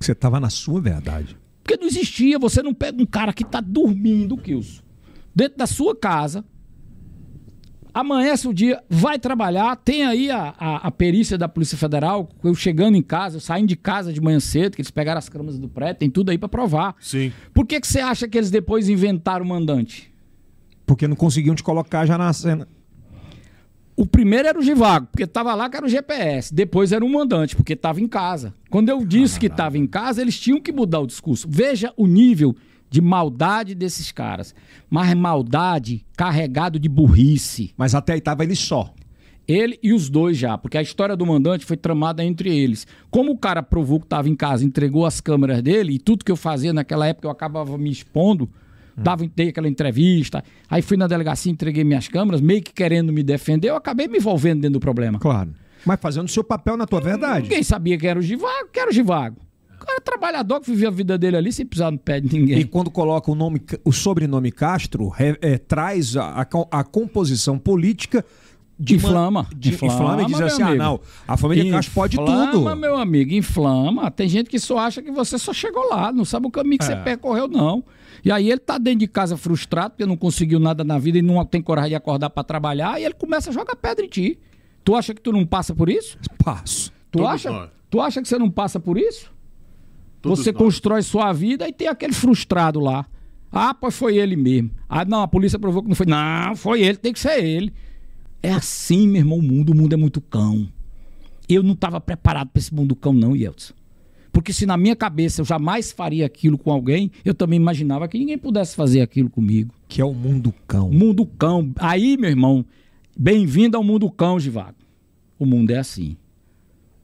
Speaker 1: Você tava na sua verdade.
Speaker 5: Porque não existia, você não pega um cara que tá dormindo, Kilson, dentro da sua casa, amanhece o dia, vai trabalhar, tem aí a, a- a perícia da Polícia Federal, eu chegando em casa, eu saindo de casa de manhã cedo, que eles pegaram as câmeras do prédio, tem tudo aí pra provar.
Speaker 2: Sim.
Speaker 5: Por que, que você acha que eles depois inventaram o mandante?
Speaker 1: Porque não conseguiam te colocar já na cena.
Speaker 5: O primeiro era o Givago, porque tava lá que era o GPS. Depois era o mandante, porque tava em casa. Quando eu disse que tava em casa, eles tinham que mudar o discurso. Veja o nível de maldade desses caras. Mas maldade carregado de burrice.
Speaker 1: Mas até aí tava ele só.
Speaker 5: Ele e os dois já, tá? porque a história do mandante foi tramada entre eles. Como o cara provou que estava em casa, entregou as câmeras dele e tudo que eu fazia naquela época eu acabava me expondo, dava dei aquela entrevista, aí fui na delegacia, entreguei minhas câmeras, meio que querendo me defender, eu acabei me envolvendo dentro do problema.
Speaker 1: Claro. Mas fazendo o seu papel na tua verdade.
Speaker 5: Ninguém sabia que era o Givago, que era o Givago. O cara é trabalhador que vivia a vida dele ali sem pisar no pé de ninguém.
Speaker 1: E quando coloca o, nome, o sobrenome Castro, re- é, traz a, a co- a composição política de man-
Speaker 5: Inflama,
Speaker 1: de, inflama,
Speaker 5: inflama,
Speaker 1: e diz
Speaker 5: meu
Speaker 1: assim: ah,
Speaker 5: amigo.
Speaker 1: não, a família Castro pode tudo.
Speaker 5: Inflama, meu amigo, inflama. Tem gente que só acha que você só chegou lá, não sabe o caminho que você percorreu, não. E aí ele tá dentro de casa frustrado, porque não conseguiu nada na vida e não tem coragem de acordar pra trabalhar, e ele começa a jogar pedra em ti. Tu acha que tu não passa por isso?
Speaker 1: Passo.
Speaker 5: Tu
Speaker 2: Todos
Speaker 5: acha?
Speaker 2: nós.
Speaker 5: Tu acha que você não passa por isso?
Speaker 2: Todos
Speaker 5: você
Speaker 2: nós.
Speaker 5: constrói sua vida e tem aquele frustrado lá. Ah, pois foi ele mesmo. Ah, não, a polícia provou que não foi. Não, foi ele, tem que ser ele. É assim, meu irmão, o mundo. O mundo é muito cão. Eu não estava preparado para esse mundo cão, não, Yeltsin. Porque se na minha cabeça eu jamais faria aquilo com alguém, eu também imaginava que ninguém pudesse fazer aquilo comigo.
Speaker 1: Que é o mundo cão.
Speaker 5: Mundo cão. Aí, meu irmão, bem-vindo ao mundo cão, Givago. O mundo é assim.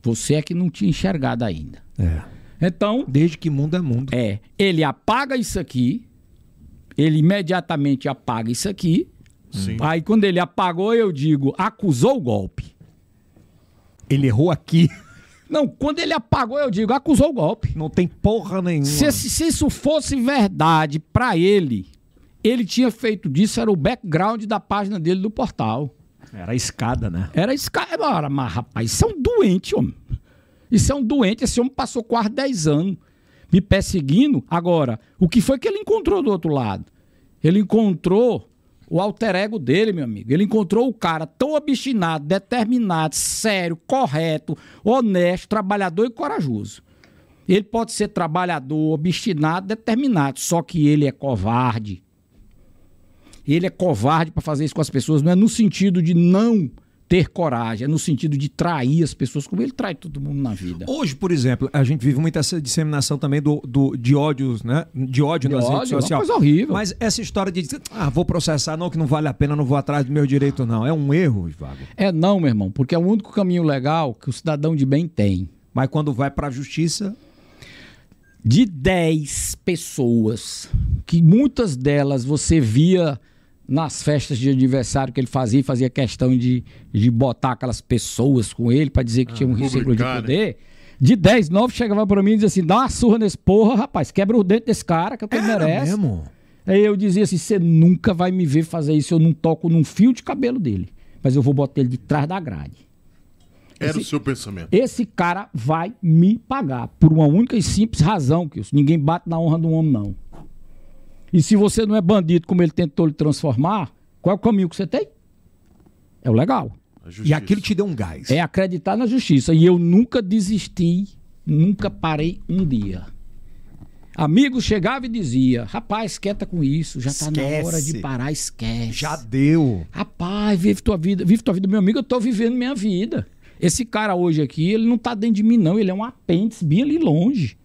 Speaker 5: Você é que não tinha enxergado ainda.
Speaker 1: É.
Speaker 5: Então,
Speaker 1: Desde que mundo é mundo.
Speaker 5: é, ele apaga isso aqui, ele imediatamente apaga isso aqui.
Speaker 2: Sim.
Speaker 5: Aí quando ele apagou, eu digo, acusou o golpe.
Speaker 1: Ele errou aqui. <laughs>
Speaker 5: Não, quando ele apagou, eu digo, acusou o golpe.
Speaker 1: Não tem porra nenhuma.
Speaker 5: Se, esse- se isso fosse verdade pra ele, ele tinha feito disso, era o background da página dele do portal.
Speaker 1: Era a escada, né?
Speaker 5: Era esse cara. Ora, mas rapaz, isso é um doente, homem. Isso é um doente. Esse homem passou quase 10 anos me perseguindo. Agora, o que foi que ele encontrou do outro lado? Ele encontrou o alter ego dele, meu amigo. Ele encontrou o cara tão obstinado, determinado, sério, correto, honesto, trabalhador e corajoso. Ele pode ser trabalhador, obstinado, determinado, só que ele é covarde. Ele é covarde para fazer isso com as pessoas, não é no sentido de não ter coragem, é no sentido de trair as pessoas, como ele trai todo mundo na vida.
Speaker 1: Hoje, por exemplo, a gente vive muita essa disseminação também do, do- de ódios, né? De ódio
Speaker 5: De
Speaker 1: nas
Speaker 5: ódio,
Speaker 1: redes
Speaker 5: é uma
Speaker 1: sociais.
Speaker 5: coisa horrível.
Speaker 1: assim, Mas essa história de dizer, ah, vou processar, não, que não vale a pena, não vou atrás do meu direito, não. É um erro, Vago.
Speaker 5: É não, meu irmão, porque é o único caminho legal que o cidadão de bem tem.
Speaker 1: Mas quando vai pra justiça,
Speaker 5: de 10 pessoas, que muitas delas você via nas festas de aniversário que ele fazia, e fazia questão de, de botar aquelas pessoas com ele pra dizer que tinha
Speaker 1: Ah.
Speaker 5: um círculo de
Speaker 2: publicar, né?
Speaker 5: poder. De 10, 9 chegava pra mim e dizia assim: dá uma surra nesse porra, rapaz, quebra o dente desse cara que eu tenho
Speaker 1: era
Speaker 5: merece.
Speaker 1: mesmo.
Speaker 5: Aí eu dizia assim: você nunca vai me ver fazer isso, eu não toco num fio de cabelo dele, mas eu vou botar ele de trás da grade.
Speaker 2: Era o seu pensamento.
Speaker 5: Esse cara vai me pagar por uma única e simples razão, que ninguém bate na honra do homem não. E se você não é bandido como ele tentou lhe transformar, qual é o caminho que você tem? É o legal.
Speaker 2: A
Speaker 1: E
Speaker 2: justiça.
Speaker 1: aquilo te deu um gás.
Speaker 5: É acreditar na justiça. E eu nunca desisti, nunca parei um dia. Amigo chegava e dizia: "Rapaz, quieta com isso, já tá na hora de
Speaker 1: Esquece.
Speaker 5: parar, esquece".
Speaker 1: Já deu.
Speaker 5: Rapaz, vive tua vida, vive tua vida, meu amigo, eu tô vivendo minha vida. Esse cara hoje aqui, ele não tá dentro de mim, não. Ele é um apêndice bem ali longe.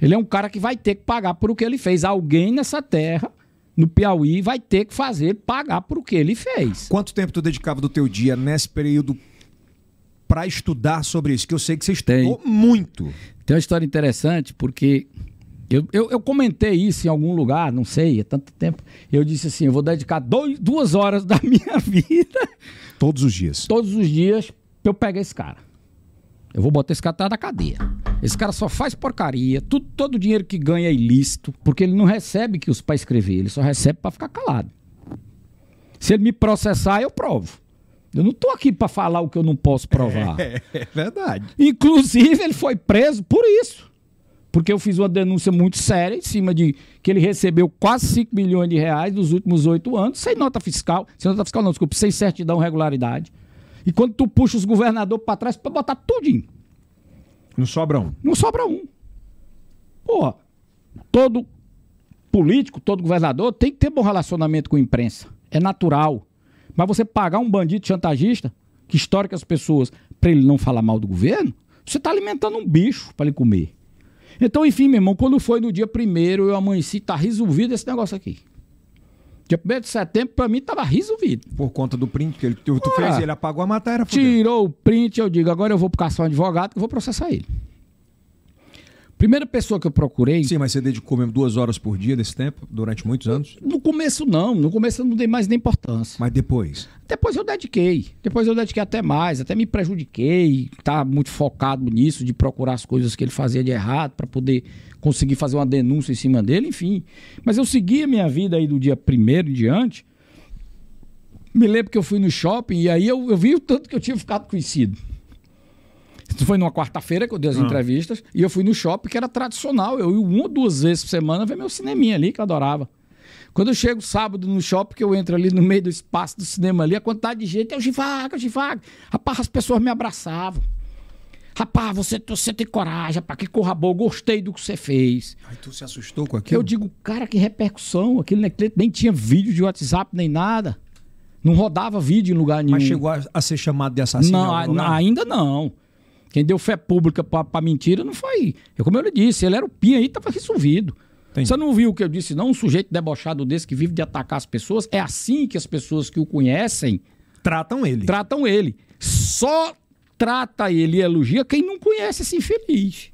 Speaker 5: Ele é um cara que vai ter que pagar por o que ele fez. Alguém nessa terra, no Piauí, vai ter que fazer pagar por o que ele fez.
Speaker 1: Quanto tempo tu dedicava do teu dia nesse período pra estudar sobre isso? Que eu sei que você estudou muito.
Speaker 5: Tem uma história interessante, porque eu, eu, eu comentei isso em algum lugar, não sei, há tanto tempo. Eu disse assim: eu vou dedicar dois, duas horas da <laughs> minha vida
Speaker 1: Todos os dias.
Speaker 5: todos os dias pra eu pegar esse cara. Eu vou botar esse cara atrás da cadeia. Esse cara só faz porcaria, tudo, todo o dinheiro que ganha é ilícito, porque ele não recebe que os para escrever, ele só recebe pra ficar calado. Se ele me processar, eu provo. Eu não tô aqui pra falar o que eu não posso provar.
Speaker 1: É verdade.
Speaker 5: Inclusive, ele foi preso por isso. Porque eu fiz uma denúncia muito séria em cima de que ele recebeu quase 5 milhões de reais nos últimos oito anos, sem nota fiscal, sem nota fiscal não, desculpa, sem certidão regularidade. E quando tu puxa os governadores pra trás, pra botar tudinho,
Speaker 1: Não sobra um.
Speaker 5: não sobra um. Porra, todo político, todo governador tem que ter bom relacionamento com a imprensa. É natural. Mas você pagar um bandido chantagista, que história que as pessoas, para ele não falar mal do governo, você está alimentando um bicho para ele comer. Então, enfim, meu irmão, quando foi no dia primeiro, eu amanheci, tá resolvido esse negócio aqui. Dia 1 de setembro, para mim, estava resolvido.
Speaker 1: Por conta do print que ele, tu, tu
Speaker 5: Ora.
Speaker 1: fez, ele apagou a matéria. fudeu.
Speaker 5: Tirou o print, eu digo, agora eu vou caçar um advogado que eu vou processar ele. Primeira pessoa que eu procurei,
Speaker 1: Sim, mas você dedicou mesmo duas horas por dia desse tempo, durante muitos anos.
Speaker 5: no começo não, no começo eu não dei mais nem importância.
Speaker 1: Mas depois.
Speaker 5: Depois eu dediquei. Depois eu dediquei até mais, até me prejudiquei, tá muito focado nisso, de procurar as coisas que ele fazia de errado para poder conseguir fazer uma denúncia em cima dele, enfim. Mas eu segui a minha vida aí do dia primeiro em diante. Me lembro que eu fui no shopping e aí eu, eu vi o tanto que eu tinha ficado conhecido. Isso foi numa quarta-feira que eu dei as entrevistas e eu fui no shopping, que era tradicional. Eu ia uma ou duas vezes por semana ver meu cineminha ali, que eu adorava. Quando eu chego sábado no shopping, que eu entro ali no meio do espaço é do cinema ali, a quantidade de gente é o Givago, o Givago. Rapaz, as pessoas me abraçavam. Rapaz, você, você tem coragem, rapaz, que corrabou, gostei do que você fez.
Speaker 1: Aí tu se assustou com
Speaker 5: Eu digo, cara, que repercussão. Aquele netlete nem tinha vídeo de WhatsApp, nem nada. Não rodava vídeo em lugar nenhum.
Speaker 1: Mas chegou a, a ser chamado de assassino? em
Speaker 5: Assim não,
Speaker 1: algum
Speaker 5: a-
Speaker 1: lugar?
Speaker 5: ainda não. Quem deu fé pública pra, pra mentira não foi. Eu, como eu lhe disse, ele era o Pinha aí, tava resolvido.
Speaker 1: Entendi.
Speaker 5: Você não viu o que eu disse, não? Um sujeito debochado desse que vive de atacar as pessoas. É assim que as pessoas que o conhecem
Speaker 1: Tratam ele.
Speaker 5: tratam ele. Só trata ele e elogia quem não conhece esse infeliz.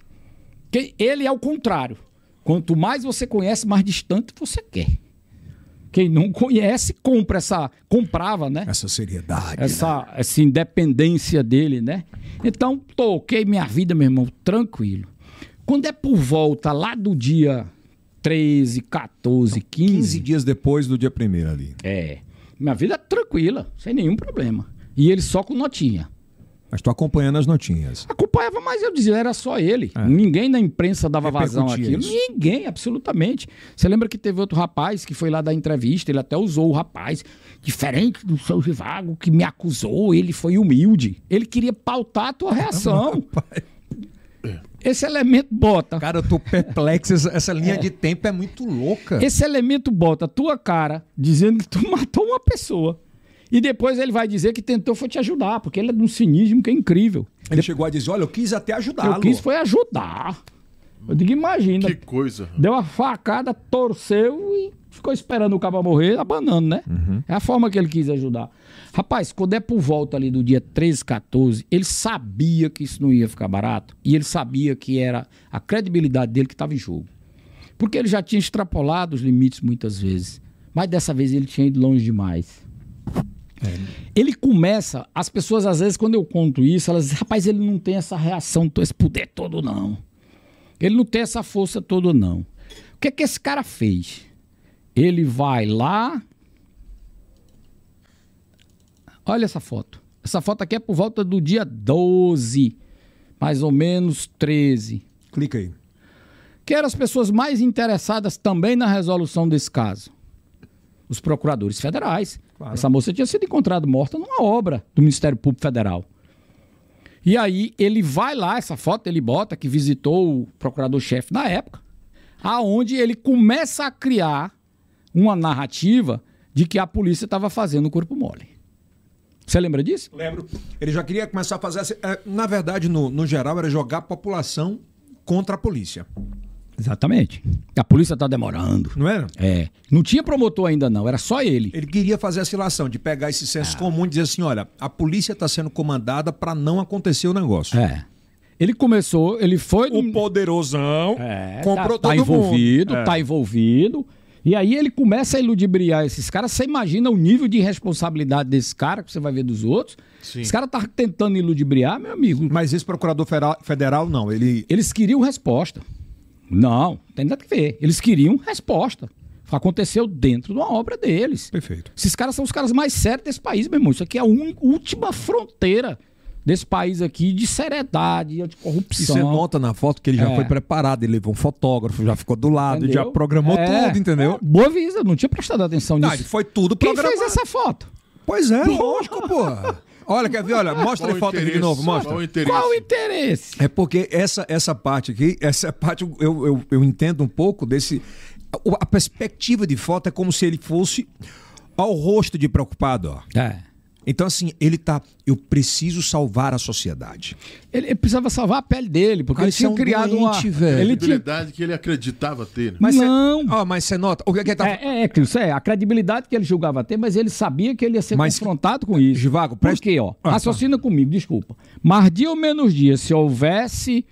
Speaker 5: Quem, ele é o contrário. Quanto mais você conhece, mais distante você quer. Quem não conhece, compra essa. Comprava, né?
Speaker 1: Essa seriedade.
Speaker 5: Essa, essa independência assim, dele, né? Então, toquei minha vida, meu irmão, tranquilo. Quando é por volta lá do dia 13, 14, 15
Speaker 1: 15 dias depois do dia primeiro ali.
Speaker 5: é. Minha vida é tranquila, sem nenhum problema. E ele só com notinha.
Speaker 1: Mas tô acompanhando as notinhas.
Speaker 5: Acompanhava, mas eu dizia, era só ele. Ninguém na imprensa dava vazão
Speaker 1: É. Repercutia
Speaker 5: àquilo.
Speaker 1: isso.
Speaker 5: Ninguém, absolutamente. Você lembra que teve outro rapaz que foi lá dar entrevista, ele até usou o rapaz, diferente do seu Givago, que me acusou, ele foi humilde. Ele queria pautar
Speaker 1: <laughs>
Speaker 5: a tua reação. Esse elemento bota.
Speaker 1: Cara, eu tô perplexo. Essa, essa linha de tempo é muito louca.
Speaker 5: Esse elemento bota a tua cara dizendo que tu <laughs> matou uma pessoa. E depois ele vai dizer que tentou foi te ajudar, porque ele é de um cinismo que é incrível.
Speaker 1: Ele chegou a dizer: olha, eu quis até ajudá-lo.
Speaker 5: Eu quis foi ajudar. Eu digo, imagina.
Speaker 2: Que coisa.
Speaker 5: Deu uma facada, torceu e ficou esperando o cabo morrer, abanando, né? É a forma que ele quis ajudar. Rapaz, quando é por volta ali do dia 13, 14, ele sabia que isso não ia ficar barato e ele sabia que era a credibilidade dele que estava em jogo. Porque ele já tinha extrapolado os limites muitas vezes, mas dessa vez ele tinha ido longe demais. Ele começa, as pessoas às vezes quando eu conto isso, elas dizem, rapaz, ele não tem essa reação, esse poder todo não. Ele não tem essa força toda, não. O que é que esse cara fez? Ele vai lá. Olha essa foto. Essa foto aqui é por volta do dia 12, mais ou menos 13.
Speaker 1: Clica aí.
Speaker 5: Quem eram as pessoas mais interessadas também na resolução desse caso? Os procuradores federais.
Speaker 1: Claro.
Speaker 5: Essa moça tinha sido encontrada morta numa obra do Ministério Público Federal. E aí ele vai lá, essa foto ele bota que visitou o procurador-chefe na época, aonde ele começa a criar uma narrativa de que a polícia estava fazendo o corpo mole. Você lembra disso?
Speaker 1: Lembro. Ele já queria começar a fazer. essa- é, Na verdade, no, no geral, era jogar a população contra a polícia.
Speaker 5: Exatamente. A polícia está demorando.
Speaker 1: Não era?
Speaker 5: É. Não tinha promotor ainda não, era só ele.
Speaker 1: Ele queria fazer a cilação, de pegar esse senso comum e dizer assim: olha, a polícia está sendo comandada para não acontecer o negócio.
Speaker 5: É. Ele começou, ele foi.
Speaker 1: O poderosão comprou
Speaker 5: tá,
Speaker 1: todo
Speaker 5: tá envolvido,
Speaker 1: mundo. É.
Speaker 5: tá envolvido. E aí ele começa a iludibriar esses caras. Você imagina o nível de responsabilidade desse cara que você vai ver dos outros.
Speaker 2: Sim.
Speaker 5: Esse cara tá tentando iludibriar, meu amigo.
Speaker 1: Mas esse procurador federal, federal não, ele.
Speaker 5: Eles queriam resposta. Não, tem nada a ver. Eles queriam resposta. Aconteceu dentro de uma obra deles.
Speaker 1: Perfeito.
Speaker 5: Esses caras são os caras mais sérios desse país, meu irmão. Isso aqui é a un- última fronteira desse país aqui de seriedade, de
Speaker 1: E
Speaker 5: corrupção.
Speaker 1: você nota na foto que ele já
Speaker 5: É.
Speaker 1: foi preparado, ele levou um fotógrafo, já ficou do lado, ele já
Speaker 5: Entendeu?
Speaker 1: programou
Speaker 5: É.
Speaker 1: tudo, entendeu?
Speaker 5: É, boa visa, eu não tinha prestado atenção
Speaker 1: Não,
Speaker 5: nisso.
Speaker 1: ele foi tudo
Speaker 5: Quem
Speaker 1: programado.
Speaker 5: fez essa foto?
Speaker 1: Pois é, lógico, pô. Olha, quer ver? Olha, mostra
Speaker 2: Qual
Speaker 1: a
Speaker 2: o
Speaker 1: foto aqui de
Speaker 2: interesse?
Speaker 1: novo, mostra.
Speaker 2: Qual o interesse?
Speaker 5: Qual o interesse?
Speaker 1: É porque essa, essa parte aqui, essa parte eu, eu, eu entendo um pouco desse. o- A perspectiva de foto é como se ele fosse ao rosto de preocupado, ó.
Speaker 5: É.
Speaker 1: Então, assim, ele tá. Eu preciso salvar a sociedade.
Speaker 5: Ele, ele precisava salvar a pele dele, porque
Speaker 1: Cara,
Speaker 5: ele
Speaker 1: isso
Speaker 5: tinha
Speaker 1: é um
Speaker 5: criado
Speaker 1: doente,
Speaker 5: uma...
Speaker 1: velho.
Speaker 5: Ele tinha...
Speaker 2: Credibilidade que ele acreditava ter. né?
Speaker 1: Mas cê-
Speaker 5: Não.
Speaker 1: Ó, mas você nota. O que é que ele tá
Speaker 5: Hum. É, é, é, Clício, é, a credibilidade que ele julgava ter, mas ele sabia que ele ia ser
Speaker 1: Mas-
Speaker 5: confrontado com isso.
Speaker 1: Givago, presta-
Speaker 5: Por quê, ó?
Speaker 1: Ah,
Speaker 5: Raciocina comigo, desculpa. Mas dia ou menos dia, se houvesse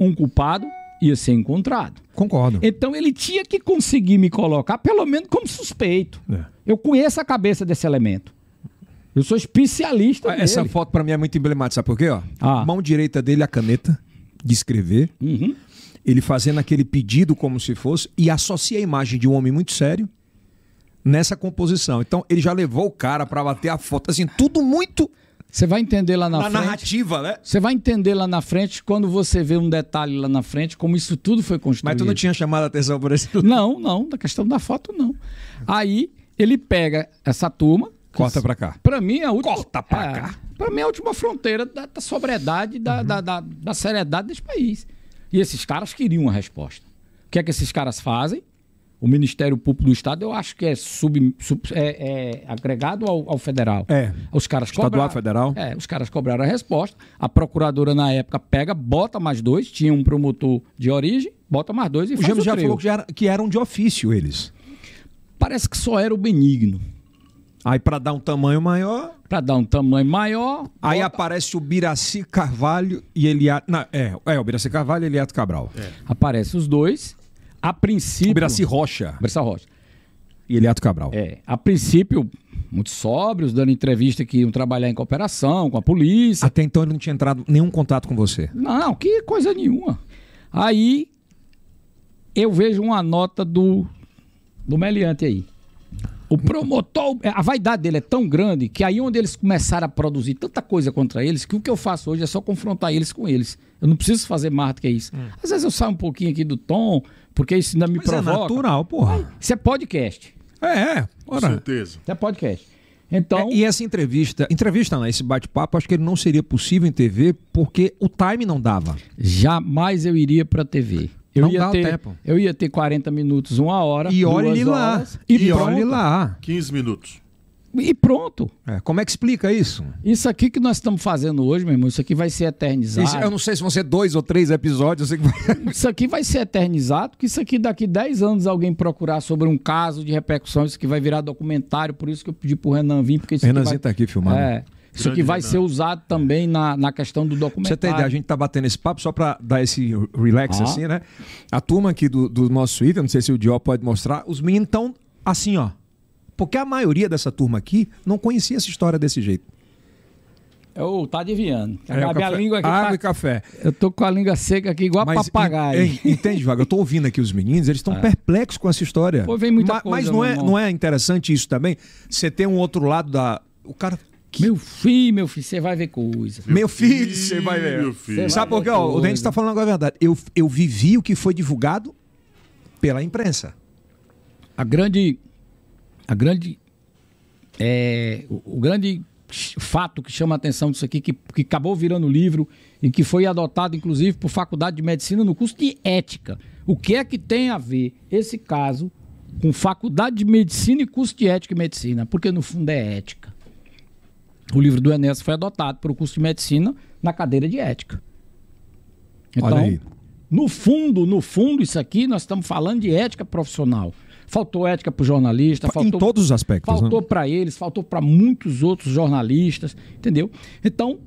Speaker 5: um culpado, ia ser encontrado.
Speaker 1: Concordo.
Speaker 5: Então ele tinha que conseguir me colocar, pelo menos como suspeito.
Speaker 1: É.
Speaker 5: Eu conheço a cabeça desse elemento. Eu sou especialista
Speaker 1: Ah, Essa
Speaker 5: nele.
Speaker 1: foto pra mim é muito emblemática, sabe por quê? Ó?
Speaker 5: Ah. Uhum.
Speaker 1: Mão direita dele, a caneta de escrever. Ele fazendo aquele pedido como se fosse e associa a imagem de um homem muito sério nessa composição. Então ele já levou o cara pra bater a foto, assim, tudo muito
Speaker 5: Você vai entender lá na,
Speaker 1: na
Speaker 5: frente.
Speaker 1: narrativa, né?
Speaker 5: Você vai entender lá na frente quando você vê um detalhe lá na frente como isso tudo foi construído.
Speaker 1: Mas tu não tinha chamado a atenção por esse.
Speaker 5: <laughs> Não, não, da questão da foto não. Aí ele pega essa turma.
Speaker 1: Corta pra cá.
Speaker 5: Pra mim, é a última.
Speaker 1: Corta pra cá. Uhum.
Speaker 5: Para mim, é a última fronteira da, da sobriedade, da, da, da, da seriedade desse país. E esses caras queriam uma resposta. O que é que esses caras fazem? O Ministério Público do Estado, eu acho que é, sub, sub- é, é agregado ao, ao federal.
Speaker 1: É.
Speaker 5: Os caras
Speaker 1: Estadual,
Speaker 5: cobraram-
Speaker 1: federal?
Speaker 5: É, os caras cobraram a resposta. A procuradora, na época, pega, bota mais dois. Tinha um promotor de origem, bota mais dois e
Speaker 1: O
Speaker 5: faz
Speaker 1: James
Speaker 5: o
Speaker 1: já
Speaker 5: trio.
Speaker 1: falou que, já era- que eram de ofício eles.
Speaker 5: Parece que só era o Benigno.
Speaker 1: Aí para dar um tamanho maior,
Speaker 5: Para dar um tamanho maior,
Speaker 1: aí aparece o Biraci Carvalho e Eliato... Não, é, é, o Biraci Carvalho e Eliato Cabral.
Speaker 5: É. aparece os dois. A princípio...
Speaker 1: O Biraci Rocha
Speaker 5: Biraci Rocha.
Speaker 1: e Eliato Cabral.
Speaker 5: É, a princípio, muito sóbrios, dando entrevista que iam trabalhar em cooperação com a polícia.
Speaker 1: Até então ele não tinha entrado nenhum contato com você.
Speaker 5: Não, que coisa nenhuma. Aí eu vejo uma nota do, do meliante aí. O promotor, a vaidade dele é tão grande que aí onde eles começaram a produzir tanta coisa contra eles, que o que eu faço hoje é só confrontar eles com eles. Eu não preciso fazer mais do que isso. Às vezes eu saio um pouquinho aqui do tom, porque isso ainda me
Speaker 1: Mas Hum. é
Speaker 5: provoca.
Speaker 1: natural, porra.
Speaker 5: isso é podcast.
Speaker 1: É, é.
Speaker 2: Com
Speaker 1: Ora,
Speaker 2: certeza.
Speaker 5: Isso é podcast. Então,
Speaker 1: É, e essa entrevista, entrevista não, esse bate-papo, acho que ele não seria possível em TV porque o time não dava.
Speaker 5: Jamais eu iria pra TV. Eu
Speaker 1: Não
Speaker 5: ia
Speaker 1: dá o
Speaker 5: ter,
Speaker 1: tempo.
Speaker 5: Eu ia ter 40 minutos, uma hora.
Speaker 1: E
Speaker 5: duas
Speaker 1: olhe lá.
Speaker 5: horas,
Speaker 1: E,
Speaker 5: E, pronto.
Speaker 1: olhe lá.
Speaker 2: 15 minutos.
Speaker 5: E pronto.
Speaker 1: É, como é que explica isso?
Speaker 5: Isso aqui que nós estamos fazendo hoje, meu irmão, isso aqui vai ser eternizado.
Speaker 1: Isso- eu não sei se vão ser dois ou três episódios. eu sei que vai-
Speaker 5: Isso aqui vai ser eternizado, que isso aqui daqui 10 anos alguém procurar sobre um caso de repercussão, isso aqui vai virar documentário, por isso que eu pedi pro Renan vir, porque isso aqui
Speaker 1: Renanzinho
Speaker 5: vai-
Speaker 1: tá aqui filmando.
Speaker 5: É, isso
Speaker 2: Grande
Speaker 5: aqui vai
Speaker 2: Renan.
Speaker 5: ser usado também na, na questão do
Speaker 1: Pra você ter ideia, a
Speaker 5: documentário.
Speaker 1: gente tá batendo esse papo só pra dar esse relax
Speaker 5: Ah.
Speaker 1: assim, né? A turma aqui do, do nosso Twitter, não sei se o Dió pode mostrar, os meninos estão assim, ó. Porque a maioria dessa turma aqui não conhecia essa história desse jeito.
Speaker 5: Ô, tá adivinhando.
Speaker 1: É, o
Speaker 5: a minha
Speaker 1: café-
Speaker 5: língua aqui
Speaker 1: Água
Speaker 5: tá-
Speaker 1: e café.
Speaker 5: Eu tô com a língua seca aqui igual
Speaker 1: Mas,
Speaker 5: papagaio.
Speaker 1: en- en- entende, Vaga? Eu tô ouvindo aqui os meninos, eles estão perplexos com essa história.
Speaker 5: Pô, vem muita coisa,
Speaker 1: mas não
Speaker 5: meu
Speaker 1: é,
Speaker 5: irmão.
Speaker 1: não é interessante isso também? Você tem um outro lado da. O cara. Que...
Speaker 5: Meu filho, meu filho, você vai ver coisa.
Speaker 1: Meu filho, você vai ver.
Speaker 2: Meu filho.
Speaker 5: Você
Speaker 1: Sabe por quê?
Speaker 5: Vai ver
Speaker 1: Ó, O
Speaker 5: coisa.
Speaker 1: Denis está falando agora a verdade. Eu, eu vivi o que foi divulgado pela imprensa.
Speaker 5: A grande. A grande. é, o, o grande ch- fato que chama a atenção disso aqui, que, que acabou virando livro e que foi adotado, inclusive, por faculdade de medicina no curso de ética. O que é que tem a ver esse caso com faculdade de medicina e curso de ética e medicina? Porque no fundo é ética. O livro do Enes foi adotado para o curso de medicina na cadeira de ética. Então,
Speaker 1: Olha aí.
Speaker 5: no fundo, no fundo, isso aqui nós estamos falando de ética profissional. Faltou ética para o jornalista,
Speaker 1: em
Speaker 5: faltou,
Speaker 1: todos os aspectos. né?
Speaker 5: faltou para eles, faltou para muitos outros jornalistas, entendeu? Então,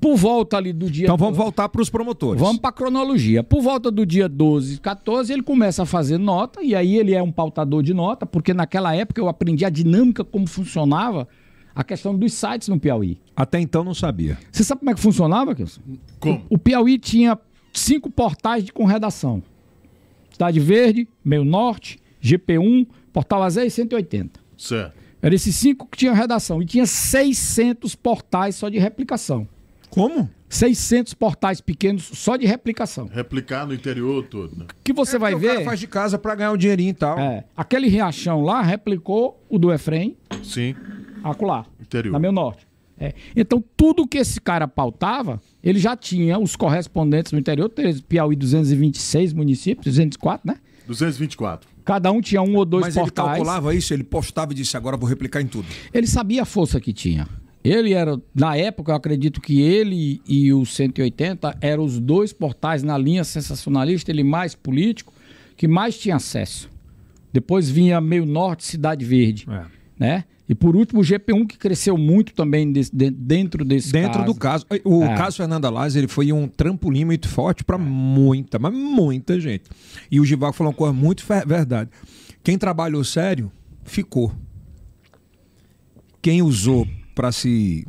Speaker 5: por volta ali do dia.
Speaker 1: Então vamos voltar para os promotores.
Speaker 5: Vamos para a cronologia. Por volta do dia 12, 14, ele começa a fazer nota, e aí ele é um pautador de nota, porque naquela época eu aprendi a dinâmica, como funcionava a questão dos sites no Piauí.
Speaker 1: Até então não sabia.
Speaker 5: Você sabe como é que funcionava, Kilson?
Speaker 2: Como?
Speaker 5: O Piauí tinha cinco portais de, com redação. Cidade Verde, Meio Norte, GP1, Portal Azé e 180.
Speaker 2: Certo.
Speaker 5: Eram esses cinco que tinham redação. E tinha 600 portais só de replicação.
Speaker 1: Como?
Speaker 5: 600 portais pequenos só de replicação.
Speaker 2: Replicar no interior todo, né?
Speaker 5: Que você vai
Speaker 1: É o
Speaker 5: ver...
Speaker 1: cara faz de casa para ganhar um dinheirinho e tal.
Speaker 5: É, aquele riachão lá replicou o do Efrem
Speaker 2: Sim.
Speaker 5: acolá,
Speaker 2: Interior.
Speaker 5: na meu norte. É, Então, tudo que esse cara pautava, ele já tinha os correspondentes no interior, teve Piauí 226 municípios, 204, né?
Speaker 2: 224.
Speaker 5: Cada um tinha um ou dois
Speaker 1: Mas ele
Speaker 5: portais.
Speaker 1: calculava isso, ele postava e disse: agora vou replicar em tudo.
Speaker 5: Ele sabia a força que tinha. Ele era, na época, eu acredito que ele e o 180 eram os dois portais na linha sensacionalista, ele mais político, que mais tinha acesso. Depois vinha Meio Norte, Cidade Verde.
Speaker 1: É.
Speaker 5: Né? E por último, o GP1, que cresceu muito também des- de- dentro É. desse
Speaker 1: Dentro do caso. O caso Fernanda Laz, ele foi um trampolim muito forte
Speaker 5: É.
Speaker 1: para muita, mas muita gente. E o Givago falou uma coisa muito fe- verdade. Quem trabalhou sério, ficou. Quem usou para se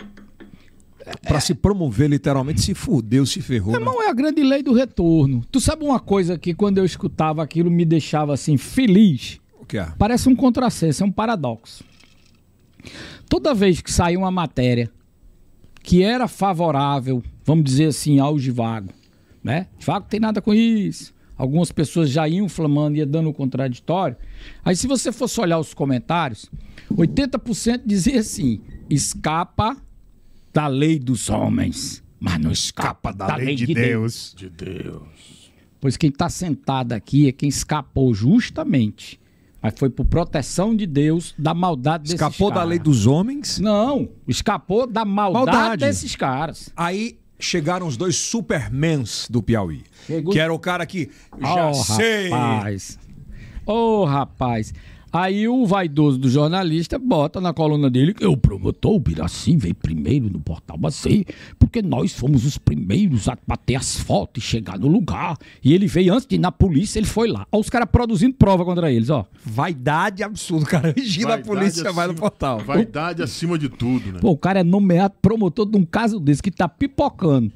Speaker 1: para se promover literalmente, se fudeu, se ferrou. né?
Speaker 5: Irmão, é a grande lei do retorno. Tu sabe uma coisa que quando eu escutava aquilo me deixava assim feliz?
Speaker 1: O que é?
Speaker 5: Parece um contrassenso, é um paradoxo. Toda vez que saiu uma matéria que era favorável, vamos dizer assim, ao Givago, né? Givago tem nada com isso. Algumas pessoas já iam flamando, ia dando o contraditório. Aí se você fosse olhar os comentários, 80% dizia assim: escapa da lei dos homens, mas não escapa da, lei, de Deus.
Speaker 2: De Deus.
Speaker 5: Pois quem está sentado aqui é quem escapou justamente. Mas foi por proteção de Deus da maldade desses
Speaker 1: Escapou da
Speaker 5: caras.
Speaker 1: lei dos homens.
Speaker 5: Não, escapou da maldade,
Speaker 1: Maldade.
Speaker 5: desses caras.
Speaker 1: Aí chegaram os dois supermans do Piauí.
Speaker 5: Chegou-
Speaker 1: Que era o cara que já
Speaker 5: Ó,
Speaker 1: sei.
Speaker 5: rapaz. Ô, rapaz. Aí o vaidoso do jornalista bota na coluna dele que o promotor Biraci veio primeiro no portal Bacê, porque nós fomos os primeiros a bater as fotos e chegar no lugar. E ele veio antes de ir na polícia, ele foi lá. Ó, os caras produzindo prova contra eles, ó.
Speaker 1: Vaidade absurda. O cara gira a
Speaker 2: Vaidade
Speaker 1: polícia
Speaker 2: acima-
Speaker 1: vai no portal.
Speaker 2: Vaidade acima de tudo, né?
Speaker 5: Pô, o cara é nomeado promotor de um caso desse que tá pipocando.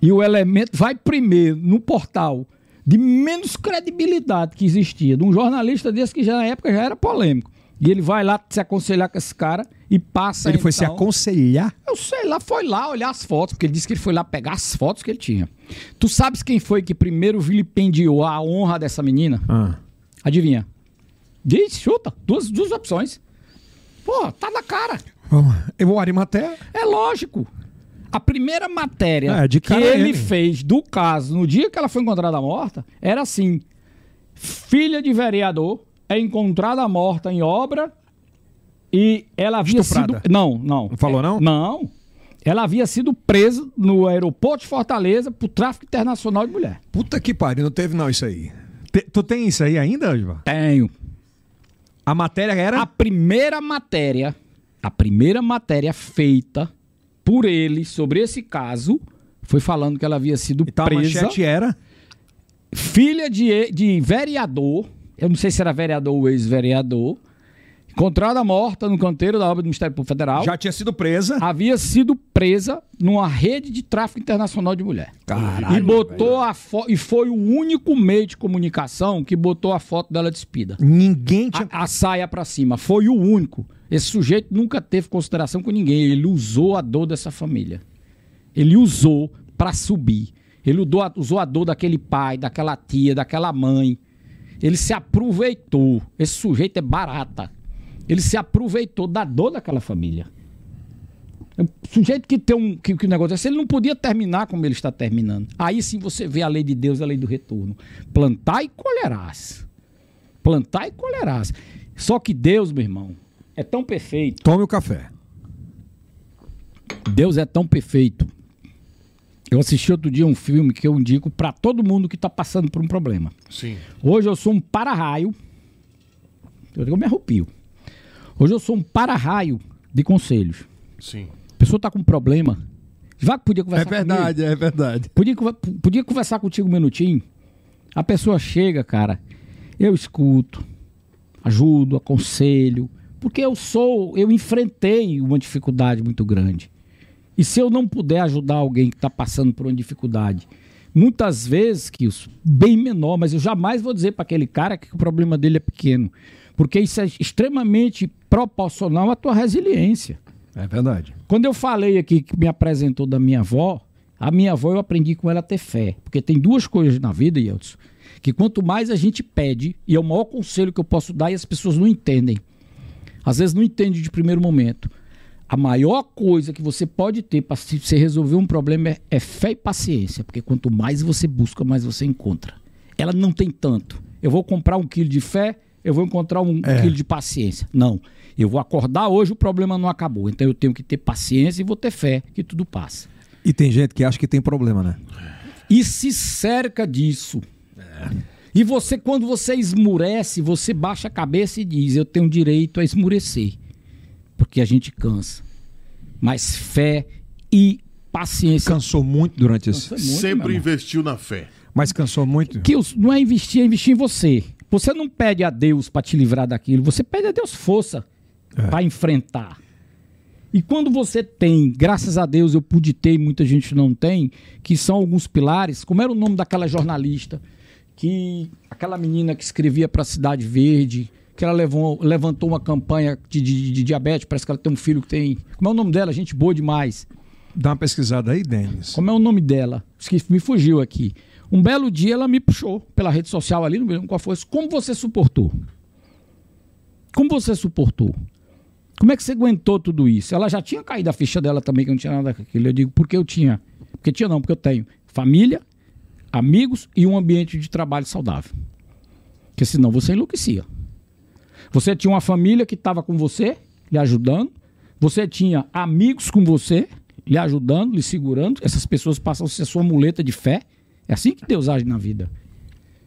Speaker 5: E o elemento vai primeiro no portal de menos credibilidade que existia, de um jornalista desse que já na época já era polêmico. E ele vai lá se aconselhar com esse cara e passa
Speaker 1: Ele foi se
Speaker 5: então-
Speaker 1: aconselhar.
Speaker 5: eu sei lá, foi lá olhar as fotos, porque ele disse que ele foi lá pegar as fotos que ele tinha. Tu sabes quem foi que primeiro vilipendiou a honra dessa menina? Adivinha? Diz, chuta, duas, duas opções. Pô, tá na cara.
Speaker 1: Vamos. Eu, o Arimaté.
Speaker 5: É lógico. A primeira matéria
Speaker 1: É, de
Speaker 5: que
Speaker 1: cara
Speaker 5: ele
Speaker 1: ele.
Speaker 5: fez do caso no dia que ela foi encontrada morta era assim: filha de vereador é encontrada morta em obra e ela havia
Speaker 1: Estuprada.
Speaker 5: sido. Não, não.
Speaker 1: Não falou,
Speaker 5: É,
Speaker 1: não?
Speaker 5: Não. Ela havia sido presa no aeroporto de Fortaleza por tráfico internacional de mulher.
Speaker 1: Puta que pariu, não teve não isso aí. Te- tu tem isso aí ainda, Osmar?
Speaker 5: Tenho.
Speaker 1: A matéria era.
Speaker 5: A primeira matéria, a primeira matéria feita por ele sobre esse caso foi falando que ela havia sido
Speaker 1: Então a
Speaker 5: presa.
Speaker 1: manchete era.
Speaker 5: filha de, de vereador, eu não sei se era vereador ou ex-vereador, encontrada morta no canteiro da obra do Ministério Público Federal,
Speaker 1: Já tinha sido presa.
Speaker 5: havia sido presa numa rede de tráfico internacional de mulher. e botou a foto, e foi o único meio de comunicação que botou a foto dela despida.
Speaker 1: Ninguém tinha.
Speaker 5: A, a saia pra cima, foi o único. Esse sujeito nunca teve consideração com ninguém, ele usou a dor dessa família. Ele usou pra subir. Ele usou a, usou a dor daquele pai, daquela tia, daquela mãe. Ele se aproveitou. Esse sujeito é barata. Ele se aproveitou da dor daquela família. É um sujeito que tem um que, que o negócio desse, ele não podia terminar como ele está terminando. Aí sim você vê a lei de Deus, a lei do retorno. Plantar e colherás. Plantar e colherás. Só que Deus, meu irmão, é tão perfeito.
Speaker 1: Tome o café.
Speaker 5: Deus é tão perfeito. Eu assisti outro dia um filme que eu indico pra todo mundo que tá passando por um problema.
Speaker 2: Sim.
Speaker 5: Hoje eu sou um para-raio. Eu digo, eu me arrepio. Hoje eu sou um para-raio de conselhos.
Speaker 2: Sim.
Speaker 5: A pessoa tá com um problema. Vá que podia conversar comigo.
Speaker 6: é verdade.
Speaker 5: Podia, conver- podia conversar contigo um minutinho. A pessoa chega, cara. Eu escuto, ajudo, aconselho. Porque eu sou, eu enfrentei uma dificuldade muito grande. E se eu não puder ajudar alguém que está passando por uma dificuldade, muitas vezes, que bem menor, mas eu jamais vou dizer para aquele cara que o problema dele é pequeno. Porque isso é extremamente proporcional à tua resiliência.
Speaker 1: É verdade.
Speaker 5: Quando eu falei aqui que me apresentou da minha avó, a minha avó eu aprendi com ela a ter fé. Porque tem duas coisas na vida, Yeltsin, que quanto mais a gente pede, e é o maior conselho que eu posso dar e as pessoas não entendem. Às vezes não entendem de primeiro momento. A maior coisa que você pode ter para você resolver um problema é, é fé e paciência. Porque quanto mais você busca, mais você encontra. Ela não tem tanto. Eu vou comprar um quilo de fé, eu vou encontrar um quilo de paciência. Não. Eu vou acordar hoje, o problema não acabou. Então eu tenho que ter paciência e vou ter fé que tudo passa.
Speaker 1: E tem gente que acha que tem problema, né?
Speaker 5: E se cerca disso. E você, quando você esmurece, você baixa a cabeça e diz: Eu tenho direito a esmurecer. Porque a gente cansa. Mas fé e paciência.
Speaker 1: Cansou muito durante esse.
Speaker 5: Muito, meu
Speaker 2: Sempre
Speaker 5: irmão.
Speaker 2: investiu na fé.
Speaker 1: Mas cansou muito.
Speaker 5: que os- não é investir, é investir em você. Você não pede a Deus para te livrar daquilo, você pede a Deus força para enfrentar. E quando você tem, graças a Deus eu pude ter, e muita gente não tem, que são alguns pilares, como era o nome daquela jornalista, que aquela menina que escrevia para a Cidade Verde, que ela levou- levantou uma campanha de, de- de diabetes, parece que ela tem um filho que tem. Como é o nome dela? Gente boa demais.
Speaker 1: Dá uma pesquisada aí, Denis.
Speaker 5: Como é o nome dela? Esque- Me fugiu aqui. Um belo dia ela me puxou pela rede social ali, não me lembro qual foi. Como você suportou? Como você suportou? Como é que você aguentou tudo isso? Ela já tinha caído a ficha dela também, que não tinha nada com aquilo. Eu digo, porque eu tinha. Porque tinha não, porque eu tenho família, amigos e um ambiente de trabalho saudável. Porque senão você enlouquecia. Você tinha uma família que estava com você, lhe ajudando. Você tinha amigos com você, lhe ajudando, lhe segurando. Essas pessoas passam a ser sua muleta de fé. É assim que Deus age na vida.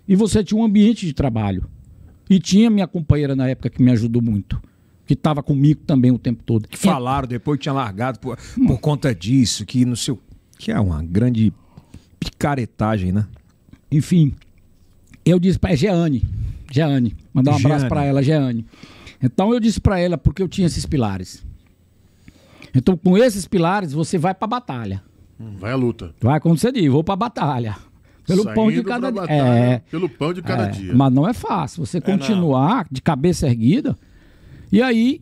Speaker 5: E você tinha um ambiente de trabalho. E tinha minha companheira na época que me ajudou muito. Que estava comigo também o tempo todo.
Speaker 1: Que falaram depois que tinha largado por, por conta disso, que no seu. Que é uma grande picaretagem, né?
Speaker 5: Enfim, eu disse para Jeane, Jeane, mandar um abraço
Speaker 1: Jeane.
Speaker 5: para ela, Jeane. Então eu disse para ela porque eu tinha esses pilares. Então com esses pilares você vai para batalha.
Speaker 2: Vai à luta.
Speaker 5: Vai como você diz, vou para batalha. Pelo pão de
Speaker 2: Saindo
Speaker 5: cada
Speaker 2: pra
Speaker 5: dia.
Speaker 2: batalha,
Speaker 5: É,
Speaker 2: Pelo pão de cada
Speaker 5: é,
Speaker 2: dia.
Speaker 5: Mas não é fácil. Você continuar de cabeça erguida. E aí,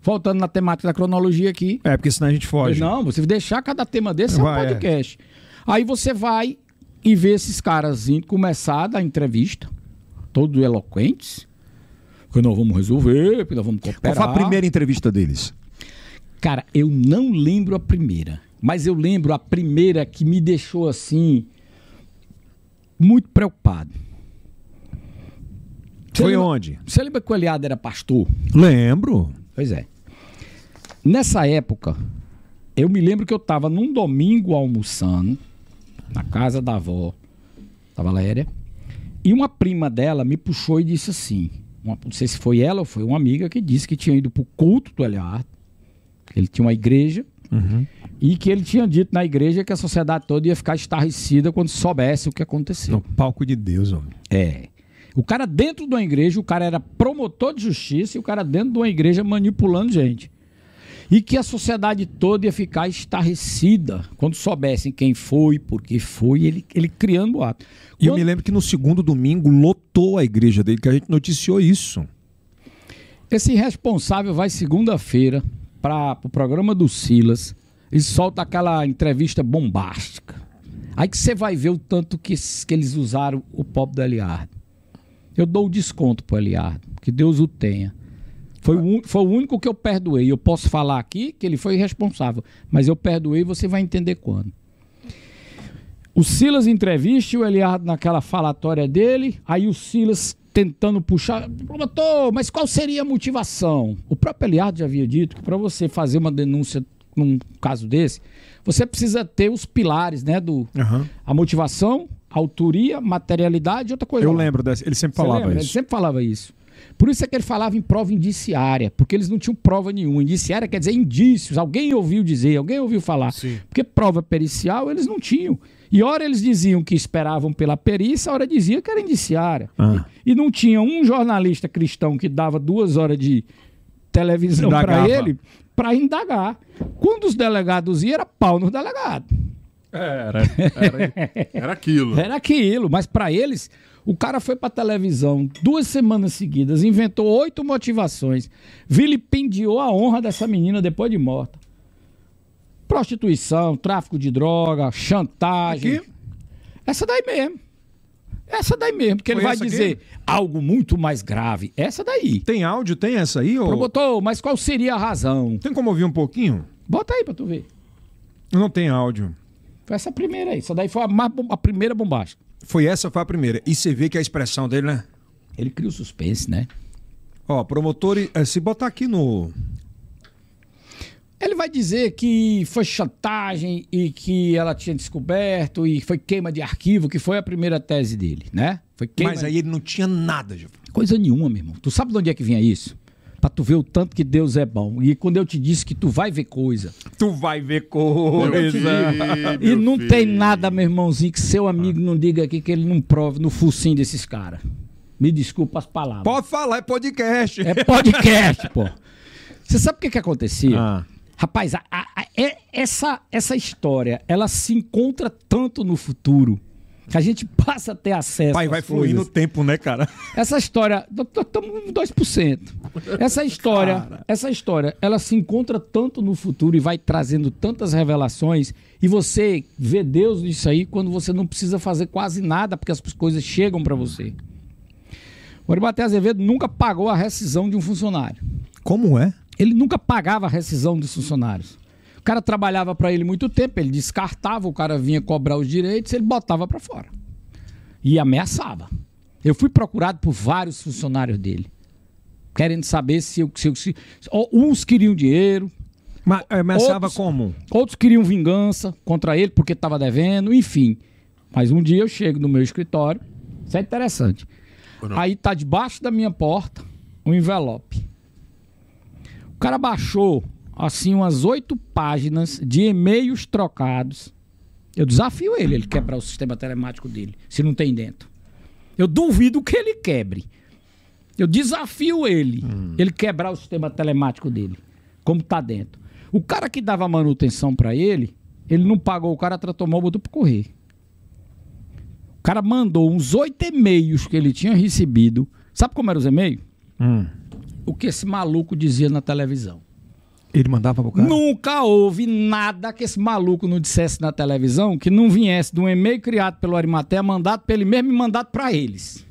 Speaker 5: voltando na temática da cronologia aqui,
Speaker 1: É, porque senão a gente foge.
Speaker 5: não, você deixar cada tema desse é um
Speaker 1: Vai, é.
Speaker 5: podcast. Aí você vai e vê esses caras indo começar da entrevista, todos eloquentes. Porque nós vamos resolver, porque nós vamos
Speaker 1: Qual
Speaker 5: cooperar.
Speaker 1: foi a primeira entrevista deles?
Speaker 5: Cara, eu não lembro a primeira. Mas eu lembro a primeira que me deixou assim. Muito preocupado. Você
Speaker 1: Foi
Speaker 5: lembra-
Speaker 1: onde?
Speaker 5: Você lembra que o Eliade era pastor?
Speaker 1: Lembro.
Speaker 5: Pois é. Nessa época, eu me lembro que eu estava num domingo almoçando na casa da avó, da Valéria, e uma prima dela me puxou e disse assim, uma- não sei se foi ela ou foi uma amiga que disse que tinha ido pro culto do Eliardo, ele tinha uma igreja, e que ele tinha dito na igreja que a sociedade toda ia ficar estarrecida quando soubesse o que aconteceu.
Speaker 1: No palco de Deus, homem.
Speaker 5: É. O cara dentro de uma igreja, o cara era promotor de justiça e o cara dentro de uma igreja manipulando gente. E que a sociedade toda ia ficar estarrecida quando soubessem quem foi, por que foi, ele, ele criando boato.
Speaker 1: E eu
Speaker 5: Quando-
Speaker 1: me lembro que no segundo domingo lotou a igreja dele, que a gente noticiou isso.
Speaker 5: Esse irresponsável vai segunda-feira para o programa do Silas e solta aquela entrevista bombástica. Aí que você vai ver o tanto que, esses- que eles usaram o pobre do Eliardo. Eu dou o desconto pro Eliardo, que Deus o tenha. Foi o, un- foi o único que eu perdoei. Eu posso falar aqui que ele foi irresponsável, mas eu perdoei você vai entender quando. O Silas entrevista e o Eliardo naquela falatória dele, aí o Silas tentando puxar, promotor, mas qual seria a motivação? O próprio Eliardo já havia dito que para você fazer uma denúncia num caso desse, você precisa ter os pilares, né, do a motivação, autoria, materialidade, e outra coisa.
Speaker 1: Eu
Speaker 5: lá.
Speaker 1: lembro dessa. Ele sempre
Speaker 5: Você
Speaker 1: falava
Speaker 5: lembra? Ele
Speaker 1: isso.
Speaker 5: sempre falava isso. Por isso é que ele falava em prova indiciária, porque eles não tinham prova nenhuma. Indiciária quer dizer indícios, alguém ouviu dizer, alguém ouviu falar.
Speaker 2: Sim.
Speaker 5: Porque prova pericial eles não tinham. E ora eles diziam que esperavam pela perícia, ora dizia que era indiciária.
Speaker 1: Ah.
Speaker 5: E não tinha um jornalista cristão que dava duas horas de televisão para
Speaker 1: Indagava.
Speaker 5: ele para indagar. Quando os delegados iam, era pau nos delegados.
Speaker 2: Era, era, era aquilo.
Speaker 5: Era aquilo, mas pra eles, o cara foi pra televisão duas semanas seguidas, inventou oito motivações, vilipendiou a honra dessa menina depois de morta. Prostituição, tráfico de droga, chantagem.
Speaker 1: Aqui?
Speaker 5: Essa daí mesmo. Essa daí mesmo, porque ele
Speaker 1: Foi
Speaker 5: vai
Speaker 1: essa aqui?
Speaker 5: dizer algo muito mais grave. Essa daí.
Speaker 1: Tem áudio? Tem essa aí? ô?
Speaker 5: Promotor, mas qual seria a razão?
Speaker 1: Tem como ouvir um pouquinho?
Speaker 5: Bota aí pra tu ver.
Speaker 1: Não tem áudio.
Speaker 5: Foi essa primeira aí. Essa daí foi a, mais bom- a primeira bombástica.
Speaker 1: Foi essa, foi a primeira. E você vê que a expressão dele, né?
Speaker 5: Ele cria o suspense, né?
Speaker 1: Ó, promotor, eh, se botar aqui no.
Speaker 5: Ele vai dizer que foi chantagem e que ela tinha descoberto e foi queima de arquivo, que foi a primeira tese dele, né? Foi queima
Speaker 1: Mas aí ele não tinha nada, Gilvan.
Speaker 5: Coisa nenhuma, meu irmão. Tu sabe de onde é que vinha isso? Pra tu ver o tanto que Deus é bom. E quando eu te disse que tu vai ver coisa.
Speaker 1: Tu vai ver
Speaker 2: Meu
Speaker 1: coisa.
Speaker 2: filho,
Speaker 5: é. E
Speaker 2: meu
Speaker 5: não
Speaker 2: filho.
Speaker 5: tem nada, meu irmãozinho, que seu amigo não diga aqui que ele não prove no focinho desses caras. Me desculpa as palavras.
Speaker 1: Pode falar, é podcast.
Speaker 5: É podcast, pô. Você sabe o que que acontecia?
Speaker 1: Ah.
Speaker 5: Rapaz, a- a- a- é- essa, essa história, ela se encontra tanto no futuro que a gente <laughs> passa a ter acesso
Speaker 1: Pai,
Speaker 5: às
Speaker 1: vai
Speaker 5: coisas.
Speaker 1: fluindo o tempo, né, cara?
Speaker 5: Essa história, um estamos 2%. Essa história, essa história, ela se encontra tanto no futuro e vai trazendo tantas revelações e você vê Deus nisso aí quando você não precisa fazer quase nada porque as coisas chegam para você. O Arimatea Azevedo nunca pagou a rescisão de um funcionário.
Speaker 1: Como é?
Speaker 5: ele nunca pagava a rescisão dos funcionários. O cara trabalhava para ele muito tempo, ele descartava, o cara vinha cobrar os direitos, ele botava para fora. E ameaçava. Eu fui procurado por vários funcionários dele, querendo saber se eu. Se eu se, uns queriam dinheiro,
Speaker 1: Ma eh, ameaçava
Speaker 5: Outros-
Speaker 1: como?
Speaker 5: Outros queriam vingança contra ele porque estava devendo, enfim. Mas um dia eu chego no meu escritório, isso é interessante. Aí tá debaixo da minha porta um envelope. O cara baixou assim umas oito páginas de e-mails trocados. Eu desafio ele, ele quebrar o sistema telemático dele, se não tem dentro. Eu duvido que ele quebre. Eu desafio ele, ele quebrar o sistema telemático dele, como tá dentro. O cara que dava manutenção para ele, ele não pagou o cara, tratomou, botou para correr. O cara mandou uns oito e-mails que ele tinha recebido. Sabe como eram os e-mails?
Speaker 1: Hum.
Speaker 5: O que esse maluco dizia na televisão.
Speaker 1: Ele mandava pro cara?
Speaker 5: Nunca houve nada que esse maluco não dissesse na televisão que não viesse de um e-mail criado pelo Arimatea, mandado pelo mesmo e mandado para eles.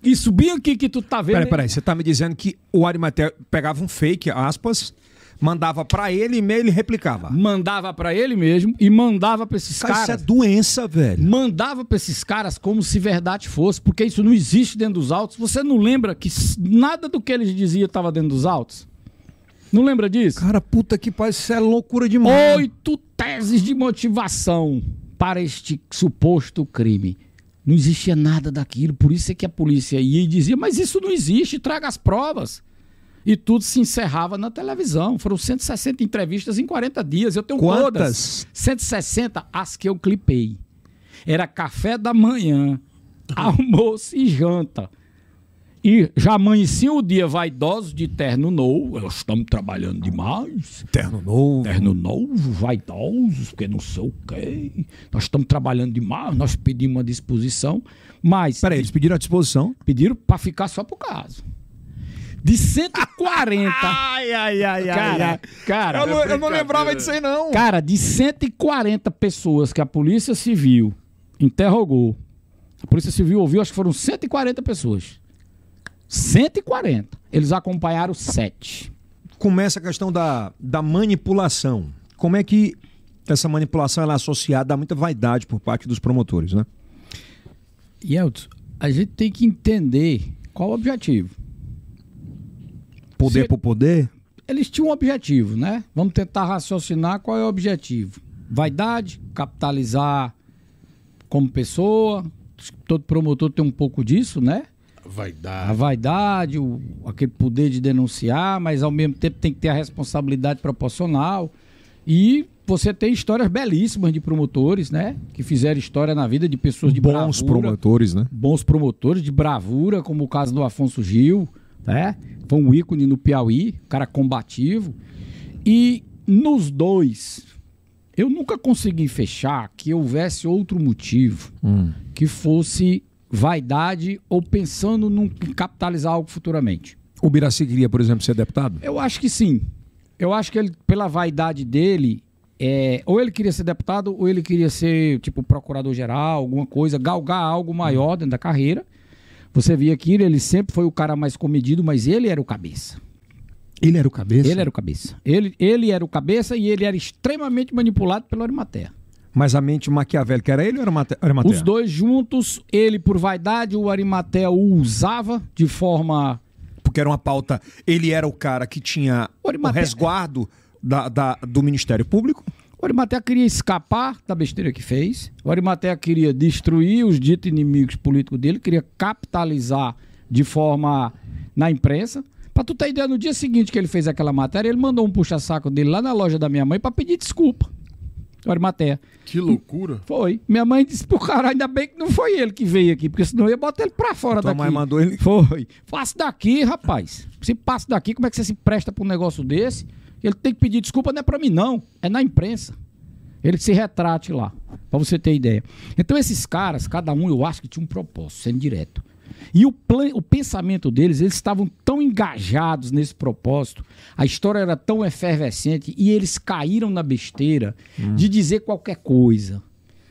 Speaker 5: Isso bem aqui que tu tá vendo.
Speaker 1: Peraí, peraí, você tá me dizendo que o Arimatea pegava um fake, aspas, mandava pra ele e-mail ele replicava.
Speaker 5: Mandava para ele mesmo e mandava para esses
Speaker 1: Cara,
Speaker 5: caras.
Speaker 1: isso é doença, velho.
Speaker 5: mandava pra esses caras como se verdade fosse, porque isso não existe dentro dos autos. Você não lembra que s- nada do que eles diziam estava dentro dos autos? Não lembra disso?
Speaker 1: Cara, puta que pariu, isso é loucura demais.
Speaker 5: Oito teses de motivação para este suposto crime. Não existia nada daquilo, por isso é que a polícia ia e dizia, mas isso não existe, traga as provas. E tudo se encerrava na televisão. Foram 160 entrevistas em 40 dias. Eu tenho
Speaker 1: Quantas?
Speaker 5: todas. 160, as que eu clipei. Era café
Speaker 1: <laughs>
Speaker 5: da manhã, almoço e janta. E já amanhecia o dia vaidosos de terno novo. Nós estamos trabalhando demais.
Speaker 1: Terno novo.
Speaker 5: Terno novo, vaidosos, porque não sei o quê. Nós estamos trabalhando demais, nós pedimos uma disposição. Mas
Speaker 1: Peraí, eles pediram a disposição.
Speaker 5: pediram para ficar só pro caso. De 140.
Speaker 1: Ai, ai, ai,
Speaker 5: cara, cara.
Speaker 1: Eu, não, eu não
Speaker 2: brincadeira.
Speaker 1: lembrava disso aí, não.
Speaker 5: Cara, de 140 pessoas que a Polícia Civil interrogou, a Polícia Civil ouviu, acho que foram 140 pessoas. 140. Eles acompanharam 7.
Speaker 1: Começa a questão da, da manipulação. Como é que essa manipulação ela é associada a muita vaidade por parte dos promotores, né?
Speaker 5: Yeltsin, a gente tem que entender qual o objetivo.
Speaker 1: Poder
Speaker 5: Se-
Speaker 1: por poder.
Speaker 5: Eles tinham um objetivo, né? Vamos tentar raciocinar qual é o objetivo. Vaidade, capitalizar como pessoa. Acho que Todo promotor tem um pouco disso, né?
Speaker 2: Vai
Speaker 5: a
Speaker 2: dar.
Speaker 5: vaidade, o- aquele poder de denunciar, mas ao mesmo tempo tem que ter a responsabilidade proporcional. E você tem histórias belíssimas de promotores, né? Que fizeram história na vida de pessoas de
Speaker 1: Bons
Speaker 5: bravura,
Speaker 1: promotores, né?
Speaker 5: bons promotores de bravura, como o caso do Afonso Gil, né? Foi um ícone no Piauí, um cara combativo. E nos dois, eu nunca consegui fechar que houvesse outro motivo
Speaker 1: Hum.
Speaker 5: que fosse vaidade ou pensando num- em capitalizar algo futuramente.
Speaker 1: O Biraci queria, por exemplo, ser deputado?
Speaker 5: Eu acho que sim. Eu acho que ele, pela vaidade dele, é, ou ele queria ser deputado, ou ele queria ser, tipo, procurador-geral, alguma coisa, galgar algo maior dentro da carreira. Você via que ele sempre foi o cara mais comedido, mas ele era o cabeça.
Speaker 1: Ele era o cabeça.
Speaker 5: Ele era o cabeça. Ele, ele era o cabeça e ele era extremamente manipulado pelo Arimatea.
Speaker 1: Mas a mente maquiavélica era ele ou era Mate- era Matea?
Speaker 5: Os dois juntos, ele por vaidade, o Arimatea o usava de forma
Speaker 1: Porque era uma pauta. Ele era o cara que tinha o
Speaker 5: Ô, Arimatea.
Speaker 1: resguardo da, da- do Ministério Público.
Speaker 5: O Arimatea queria escapar da besteira que fez. O Arimatea queria destruir os ditos inimigos políticos dele, queria capitalizar de forma na imprensa. Pra tu ter ideia, no dia seguinte que ele fez aquela matéria, ele mandou um puxa-saco dele lá na loja da minha mãe pra pedir desculpa. O Arimatea.
Speaker 2: Que loucura.
Speaker 5: Foi. Minha mãe disse pro cara, ainda bem que não foi ele que veio aqui, porque senão eu ia botar ele pra fora
Speaker 1: Tua
Speaker 5: daqui.
Speaker 1: mãe mandou ele-
Speaker 5: Foi. Passa daqui, rapaz. Se passa daqui, como é que você se presta pra um negócio desse? Ele tem que pedir desculpa, não é pra mim não, é na imprensa. Ele que se retrate lá, pra você ter ideia. Então esses caras, cada um eu acho que tinha um propósito, sendo direto. E o, plan, o pensamento deles, eles estavam tão engajados nesse propósito, a história era tão efervescente e eles caíram na besteira de dizer qualquer coisa,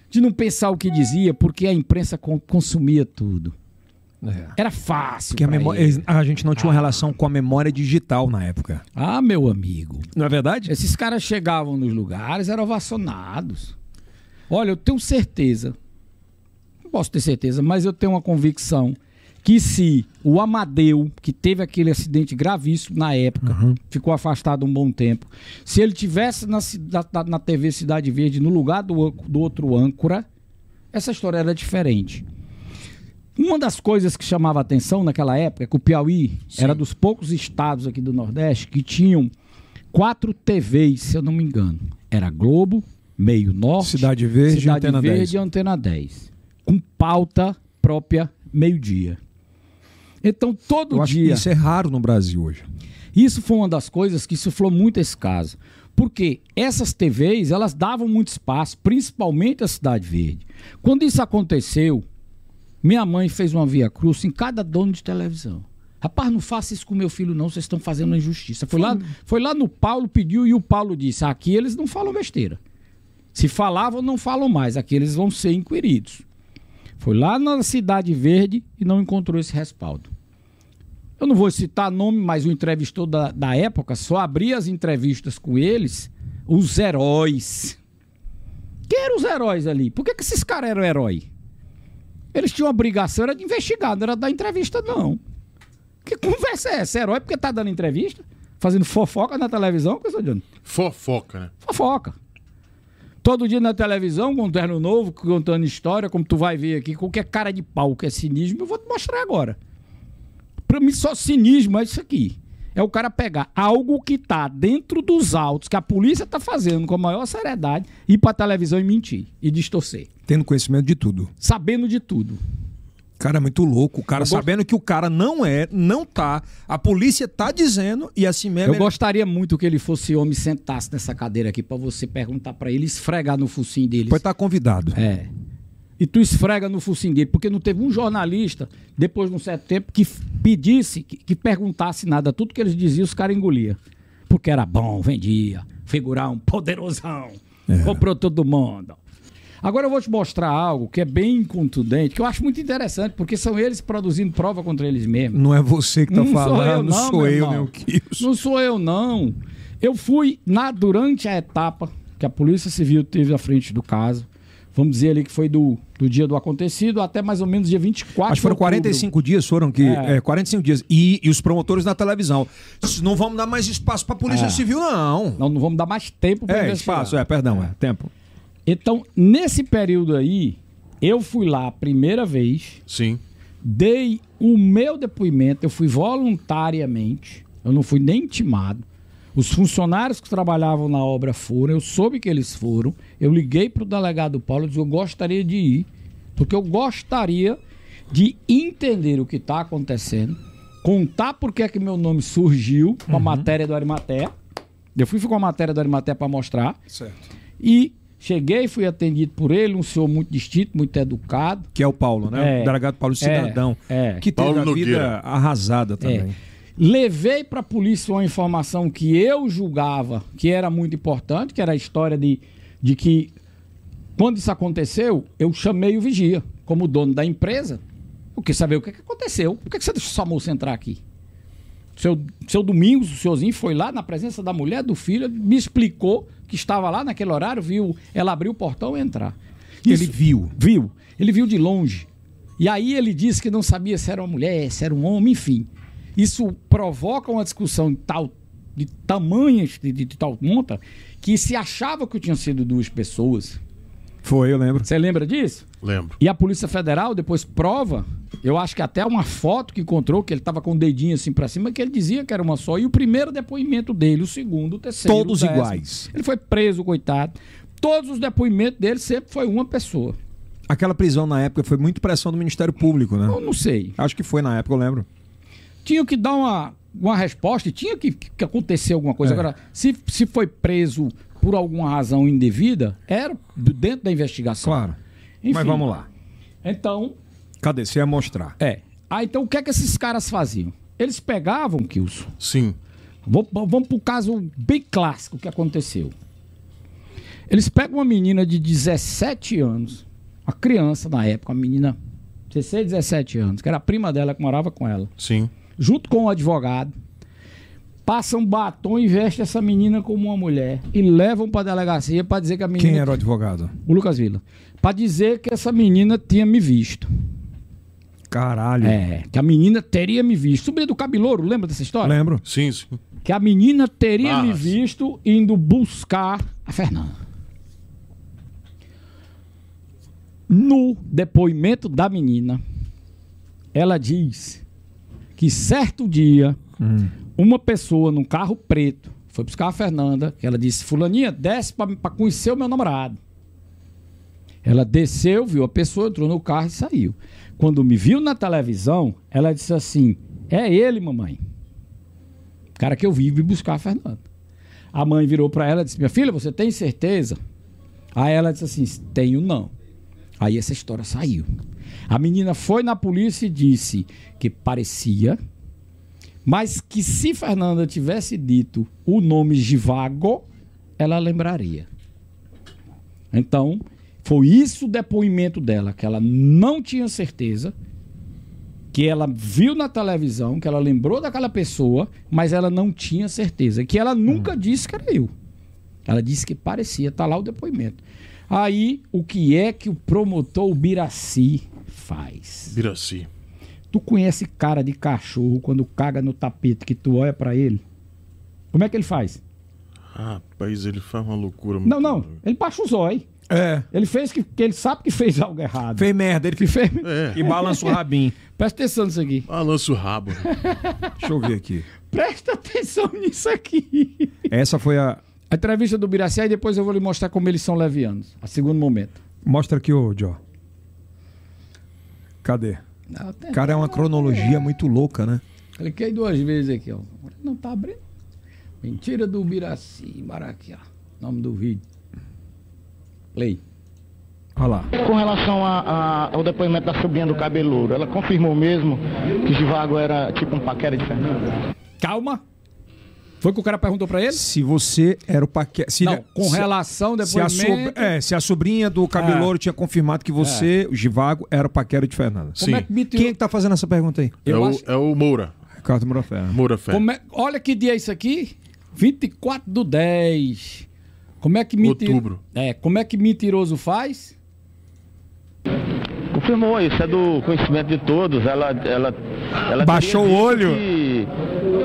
Speaker 5: de não pensar o que dizia, porque a imprensa con- consumia tudo.
Speaker 1: É.
Speaker 5: Era fácil.
Speaker 1: Porque a,
Speaker 5: pra
Speaker 1: memória-
Speaker 5: ele.
Speaker 1: eles- ah, a gente não tinha uma relação com a memória digital na época.
Speaker 5: Ah, meu amigo.
Speaker 1: Não é verdade?
Speaker 5: Esses caras chegavam nos lugares, eram ovacionados. Olha, eu tenho certeza, não posso ter certeza, mas eu tenho uma convicção que se o Amadeu, que teve aquele acidente gravíssimo na época, ficou afastado um bom tempo, se ele tivesse na, cida- na- na TV Cidade Verde, no lugar do, ân- do outro âncora, essa história era diferente. Uma das coisas que chamava atenção naquela época é que o Piauí era dos poucos estados aqui do Nordeste que tinham quatro TVs, se eu não me engano. Era Globo, Meio Norte,
Speaker 1: Cidade Verde é e
Speaker 5: Cidade
Speaker 1: Antena
Speaker 5: Verde
Speaker 1: 10.
Speaker 5: e Antena 10. Com pauta própria, meio-dia. Então, todo
Speaker 1: Eu acho
Speaker 5: dia.
Speaker 1: que isso é raro no Brasil hoje.
Speaker 5: Isso foi uma das coisas que suflou muito esse caso. Porque essas TVs, elas davam muito espaço, principalmente a Cidade Verde. Quando isso aconteceu, minha mãe fez uma via cruz em cada dono de televisão. Rapaz, não faça isso com meu filho, não, vocês estão fazendo uma injustiça. Foi lá, foi lá no Paulo, pediu e o Paulo disse: aqui eles não falam besteira. Se falavam, não falam mais, aqui eles vão ser inquiridos. Foi lá na Cidade Verde e não encontrou esse respaldo. Eu não vou citar nome, mas o entrevistou da, da época só abria as entrevistas com eles, os heróis. Quem eram os heróis ali? Por que, que esses caras eram herói? Eles tinham obrigação, era de investigar, não era dar entrevista, não. Que conversa é essa? Herói porque tá dando entrevista? Fazendo fofoca na televisão? Coisa de...
Speaker 2: Fofoca, né?
Speaker 5: Fofoca. Todo dia na televisão, com um terno novo, contando história, como tu vai ver aqui, qualquer cara de pau que é cinismo, eu vou te mostrar agora. Pra mim, só cinismo é isso aqui. É o cara pegar algo que tá dentro dos autos, que a polícia tá fazendo com a maior seriedade, ir pra televisão e mentir, e distorcer.
Speaker 1: Tendo conhecimento de tudo.
Speaker 5: Sabendo de tudo.
Speaker 1: Cara, é muito louco. O cara
Speaker 5: gosto-
Speaker 1: sabendo que o cara não é, não tá. A polícia tá dizendo e assim mesmo.
Speaker 5: Eu
Speaker 1: ele-
Speaker 5: gostaria muito que ele fosse homem e sentasse nessa cadeira aqui pra você perguntar pra ele, esfregar no focinho dele.
Speaker 1: Pode estar convidado.
Speaker 5: É. E tu esfrega no focinho dele, porque não teve um jornalista, depois de um certo tempo, que f- pedisse, que, que perguntasse nada. Tudo que eles diziam, os caras engoliam. Porque era bom, vendia, figurão, poderosão, comprou todo mundo. Agora eu vou te mostrar algo que é bem contundente, que eu acho muito interessante, porque são eles produzindo prova contra eles mesmos.
Speaker 1: Não é você que tá
Speaker 5: Não sou
Speaker 1: falando, não
Speaker 5: eu, não,
Speaker 1: sou
Speaker 5: meu
Speaker 1: eu,
Speaker 5: irmão.
Speaker 1: nem o Kilson.
Speaker 5: Não sou eu, não. Eu fui na durante a etapa que a Polícia Civil teve à frente do caso. Vamos dizer ali que foi do, do dia do acontecido até mais ou menos dia 24.
Speaker 1: Acho que foram
Speaker 5: de outubro.
Speaker 1: 45 dias, foram que.
Speaker 5: É.
Speaker 1: É. 45 dias. E, e os promotores na televisão. "S- Não vamos dar mais espaço pra Polícia
Speaker 5: É.
Speaker 1: Civil, não.
Speaker 5: Não, não vamos dar mais tempo para
Speaker 1: É, espaço, é, perdão, é. Tempo.
Speaker 5: Então, nesse período aí, eu fui lá a primeira vez,
Speaker 2: Sim.
Speaker 5: dei o meu depoimento, eu fui voluntariamente, eu não fui nem intimado. Os funcionários que trabalhavam na obra foram, eu soube que eles foram. Eu liguei para o delegado Paulo e disse: Eu gostaria de ir, porque eu gostaria de entender o que está acontecendo, contar por que é que meu nome surgiu com a matéria do Arimaté. Eu fui fui com a matéria do Arimaté para mostrar.
Speaker 1: Certo.
Speaker 5: E cheguei, fui atendido por ele, um senhor muito distinto, muito educado.
Speaker 1: Que é o Paulo, né?
Speaker 5: É.
Speaker 1: O delegado Paulo Cidadão.
Speaker 5: É, é.
Speaker 1: Que teve
Speaker 2: Paulo
Speaker 1: a vida
Speaker 2: Nogueira.
Speaker 1: arrasada também.
Speaker 5: É. Levei para a polícia uma informação que eu julgava que era muito importante, que era a história de, de que quando isso aconteceu, eu chamei o vigia como dono da empresa. Eu quis saber o que, que aconteceu. Por que, que você deixou sua moça entrar aqui? Seu, seu Domingos, o senhorzinho, foi lá na presença da mulher, do filho, me explicou que estava lá naquele horário, viu ela abrir o portão e entrar.
Speaker 1: Ele
Speaker 5: Isso-
Speaker 1: viu.
Speaker 5: Viu? Ele viu de longe. E aí ele disse que não sabia se era uma mulher, se era um homem, enfim. Isso provoca uma discussão de tal de tamanhas de, de- de tal monta que se achava que tinham sido duas pessoas.
Speaker 1: Foi, eu lembro.
Speaker 5: Você lembra disso?
Speaker 2: Lembro.
Speaker 5: E a Polícia Federal depois prova, eu acho que até uma foto que encontrou, que ele estava com o dedinho assim pra cima, que ele dizia que era uma só. E o primeiro depoimento dele, o segundo, o terceiro.
Speaker 1: Todos
Speaker 5: o décimo.
Speaker 1: iguais.
Speaker 5: Ele foi preso, coitado. Todos os depoimentos dele sempre foi uma pessoa.
Speaker 1: Aquela prisão na época foi muito pressão do Ministério Público, né?
Speaker 5: Eu não sei.
Speaker 1: Acho que foi na época, eu lembro.
Speaker 5: tinha que dar uma, uma resposta, e tinha que, que acontecer alguma coisa.
Speaker 1: É.
Speaker 5: Agora, se, se foi preso por alguma razão indevida, era do- dentro da investigação.
Speaker 1: Claro.
Speaker 5: Enfim.
Speaker 1: Mas vamos lá.
Speaker 5: Então,
Speaker 1: Cadê? Você ia mostrar.
Speaker 5: é. Ah, então o que é que esses caras faziam? Eles pegavam, Kilson.
Speaker 2: Sim.
Speaker 5: Vou- vamos para o caso bem clássico que aconteceu. Eles pegam uma menina de 17 anos, uma criança na época, uma menina 16, 17 anos, que era a prima dela que morava com ela,
Speaker 2: Sim.
Speaker 5: junto com o advogado. Passam batom e veste essa menina como uma mulher e levam pra delegacia pra dizer que a menina.
Speaker 1: Quem era o advogado?
Speaker 5: O Lucas Vila. Pra dizer que essa menina tinha me visto.
Speaker 1: Caralho.
Speaker 5: É, que a menina teria me visto. Sobrinha do cabelouro, lembra dessa história?
Speaker 1: Lembro.
Speaker 2: Sim, sim.
Speaker 5: Que a menina teria me
Speaker 2: Barras.
Speaker 5: visto indo buscar a Fernanda. No depoimento da menina, ela diz que certo dia, uma pessoa num carro preto foi buscar a Fernanda. Que ela disse: Fulaninha, desce para conhecer o meu namorado. Ela desceu, viu a pessoa, entrou no carro e saiu. Quando me viu na televisão, ela disse assim: É ele, mamãe. O cara que eu vi vir buscar a Fernanda. A mãe virou para ela e disse: Minha filha, você tem certeza? Aí ela disse assim: Tenho não. Aí essa história saiu. A menina foi na polícia e disse que parecia, mas que se Fernanda tivesse dito o nome Givago, ela lembraria. Então, foi isso o depoimento dela, que ela não tinha certeza, que ela viu na televisão, que ela lembrou daquela pessoa, mas ela não tinha certeza, que ela nunca disse que era eu. Ela disse que parecia, tá lá o depoimento. Aí, o que é que o promotor Biraci faz?
Speaker 2: Biraci.
Speaker 5: Tu conhece cara de cachorro quando caga no tapete que tu olha pra ele? Como é que ele faz?
Speaker 2: Rapaz, ele faz uma loucura.
Speaker 5: Não,
Speaker 2: muito
Speaker 5: não,
Speaker 2: louca.
Speaker 5: ele baixa o zóio.
Speaker 1: É.
Speaker 5: Ele fez que, que ele sabe que fez algo errado.
Speaker 1: Fez merda, ele
Speaker 5: Que fez...
Speaker 2: É.
Speaker 1: e balança o rabinho.
Speaker 5: Presta atenção nisso aqui.
Speaker 2: Balança o rabo. né?
Speaker 1: Deixa eu ver aqui.
Speaker 5: Presta atenção nisso aqui.
Speaker 1: Essa foi a.
Speaker 5: A entrevista do Biraci, aí depois eu vou lhe mostrar como eles são levianos. A segundo momento.
Speaker 1: Mostra aqui, ô, Jó. Cadê? Cara, é uma cronologia muito louca, né?
Speaker 5: Cliquei duas vezes aqui, ó. Não tá abrindo. Mentira do Biraci, Maraquiá. Nome do vídeo. Play.
Speaker 1: Olha lá.
Speaker 4: Com relação a- a- ao depoimento da sobrinha do cabelouro, ela confirmou mesmo que Givago era tipo um paquera de Fernanda?
Speaker 5: Calma. Foi o que o cara perguntou pra ele?
Speaker 1: Se você era o paquete. Se,
Speaker 5: Não, com
Speaker 1: Né? se-
Speaker 5: relação É.
Speaker 1: se a,
Speaker 5: depois.
Speaker 1: sobr- é, se a sobrinha do Cabelouro tinha confirmado que você, o Givago, era o paquero de Fernanda.
Speaker 2: Sim.
Speaker 5: Como é que É. me
Speaker 1: Quem é que tá fazendo essa pergunta aí?
Speaker 2: É,
Speaker 5: Eu
Speaker 2: o,
Speaker 5: acho-
Speaker 2: é o Moura.
Speaker 1: Ricardo Murafé.
Speaker 2: Moura Fé.
Speaker 5: Como é- Olha que dia é isso aqui? 24 do 10. Como é que menti-
Speaker 2: Outubro.
Speaker 5: É, como é que mentiroso faz?
Speaker 4: Confirmou, isso é do conhecimento de todos. Ela, ela, ela
Speaker 1: Baixou
Speaker 4: teria
Speaker 1: o
Speaker 4: dito
Speaker 1: olho.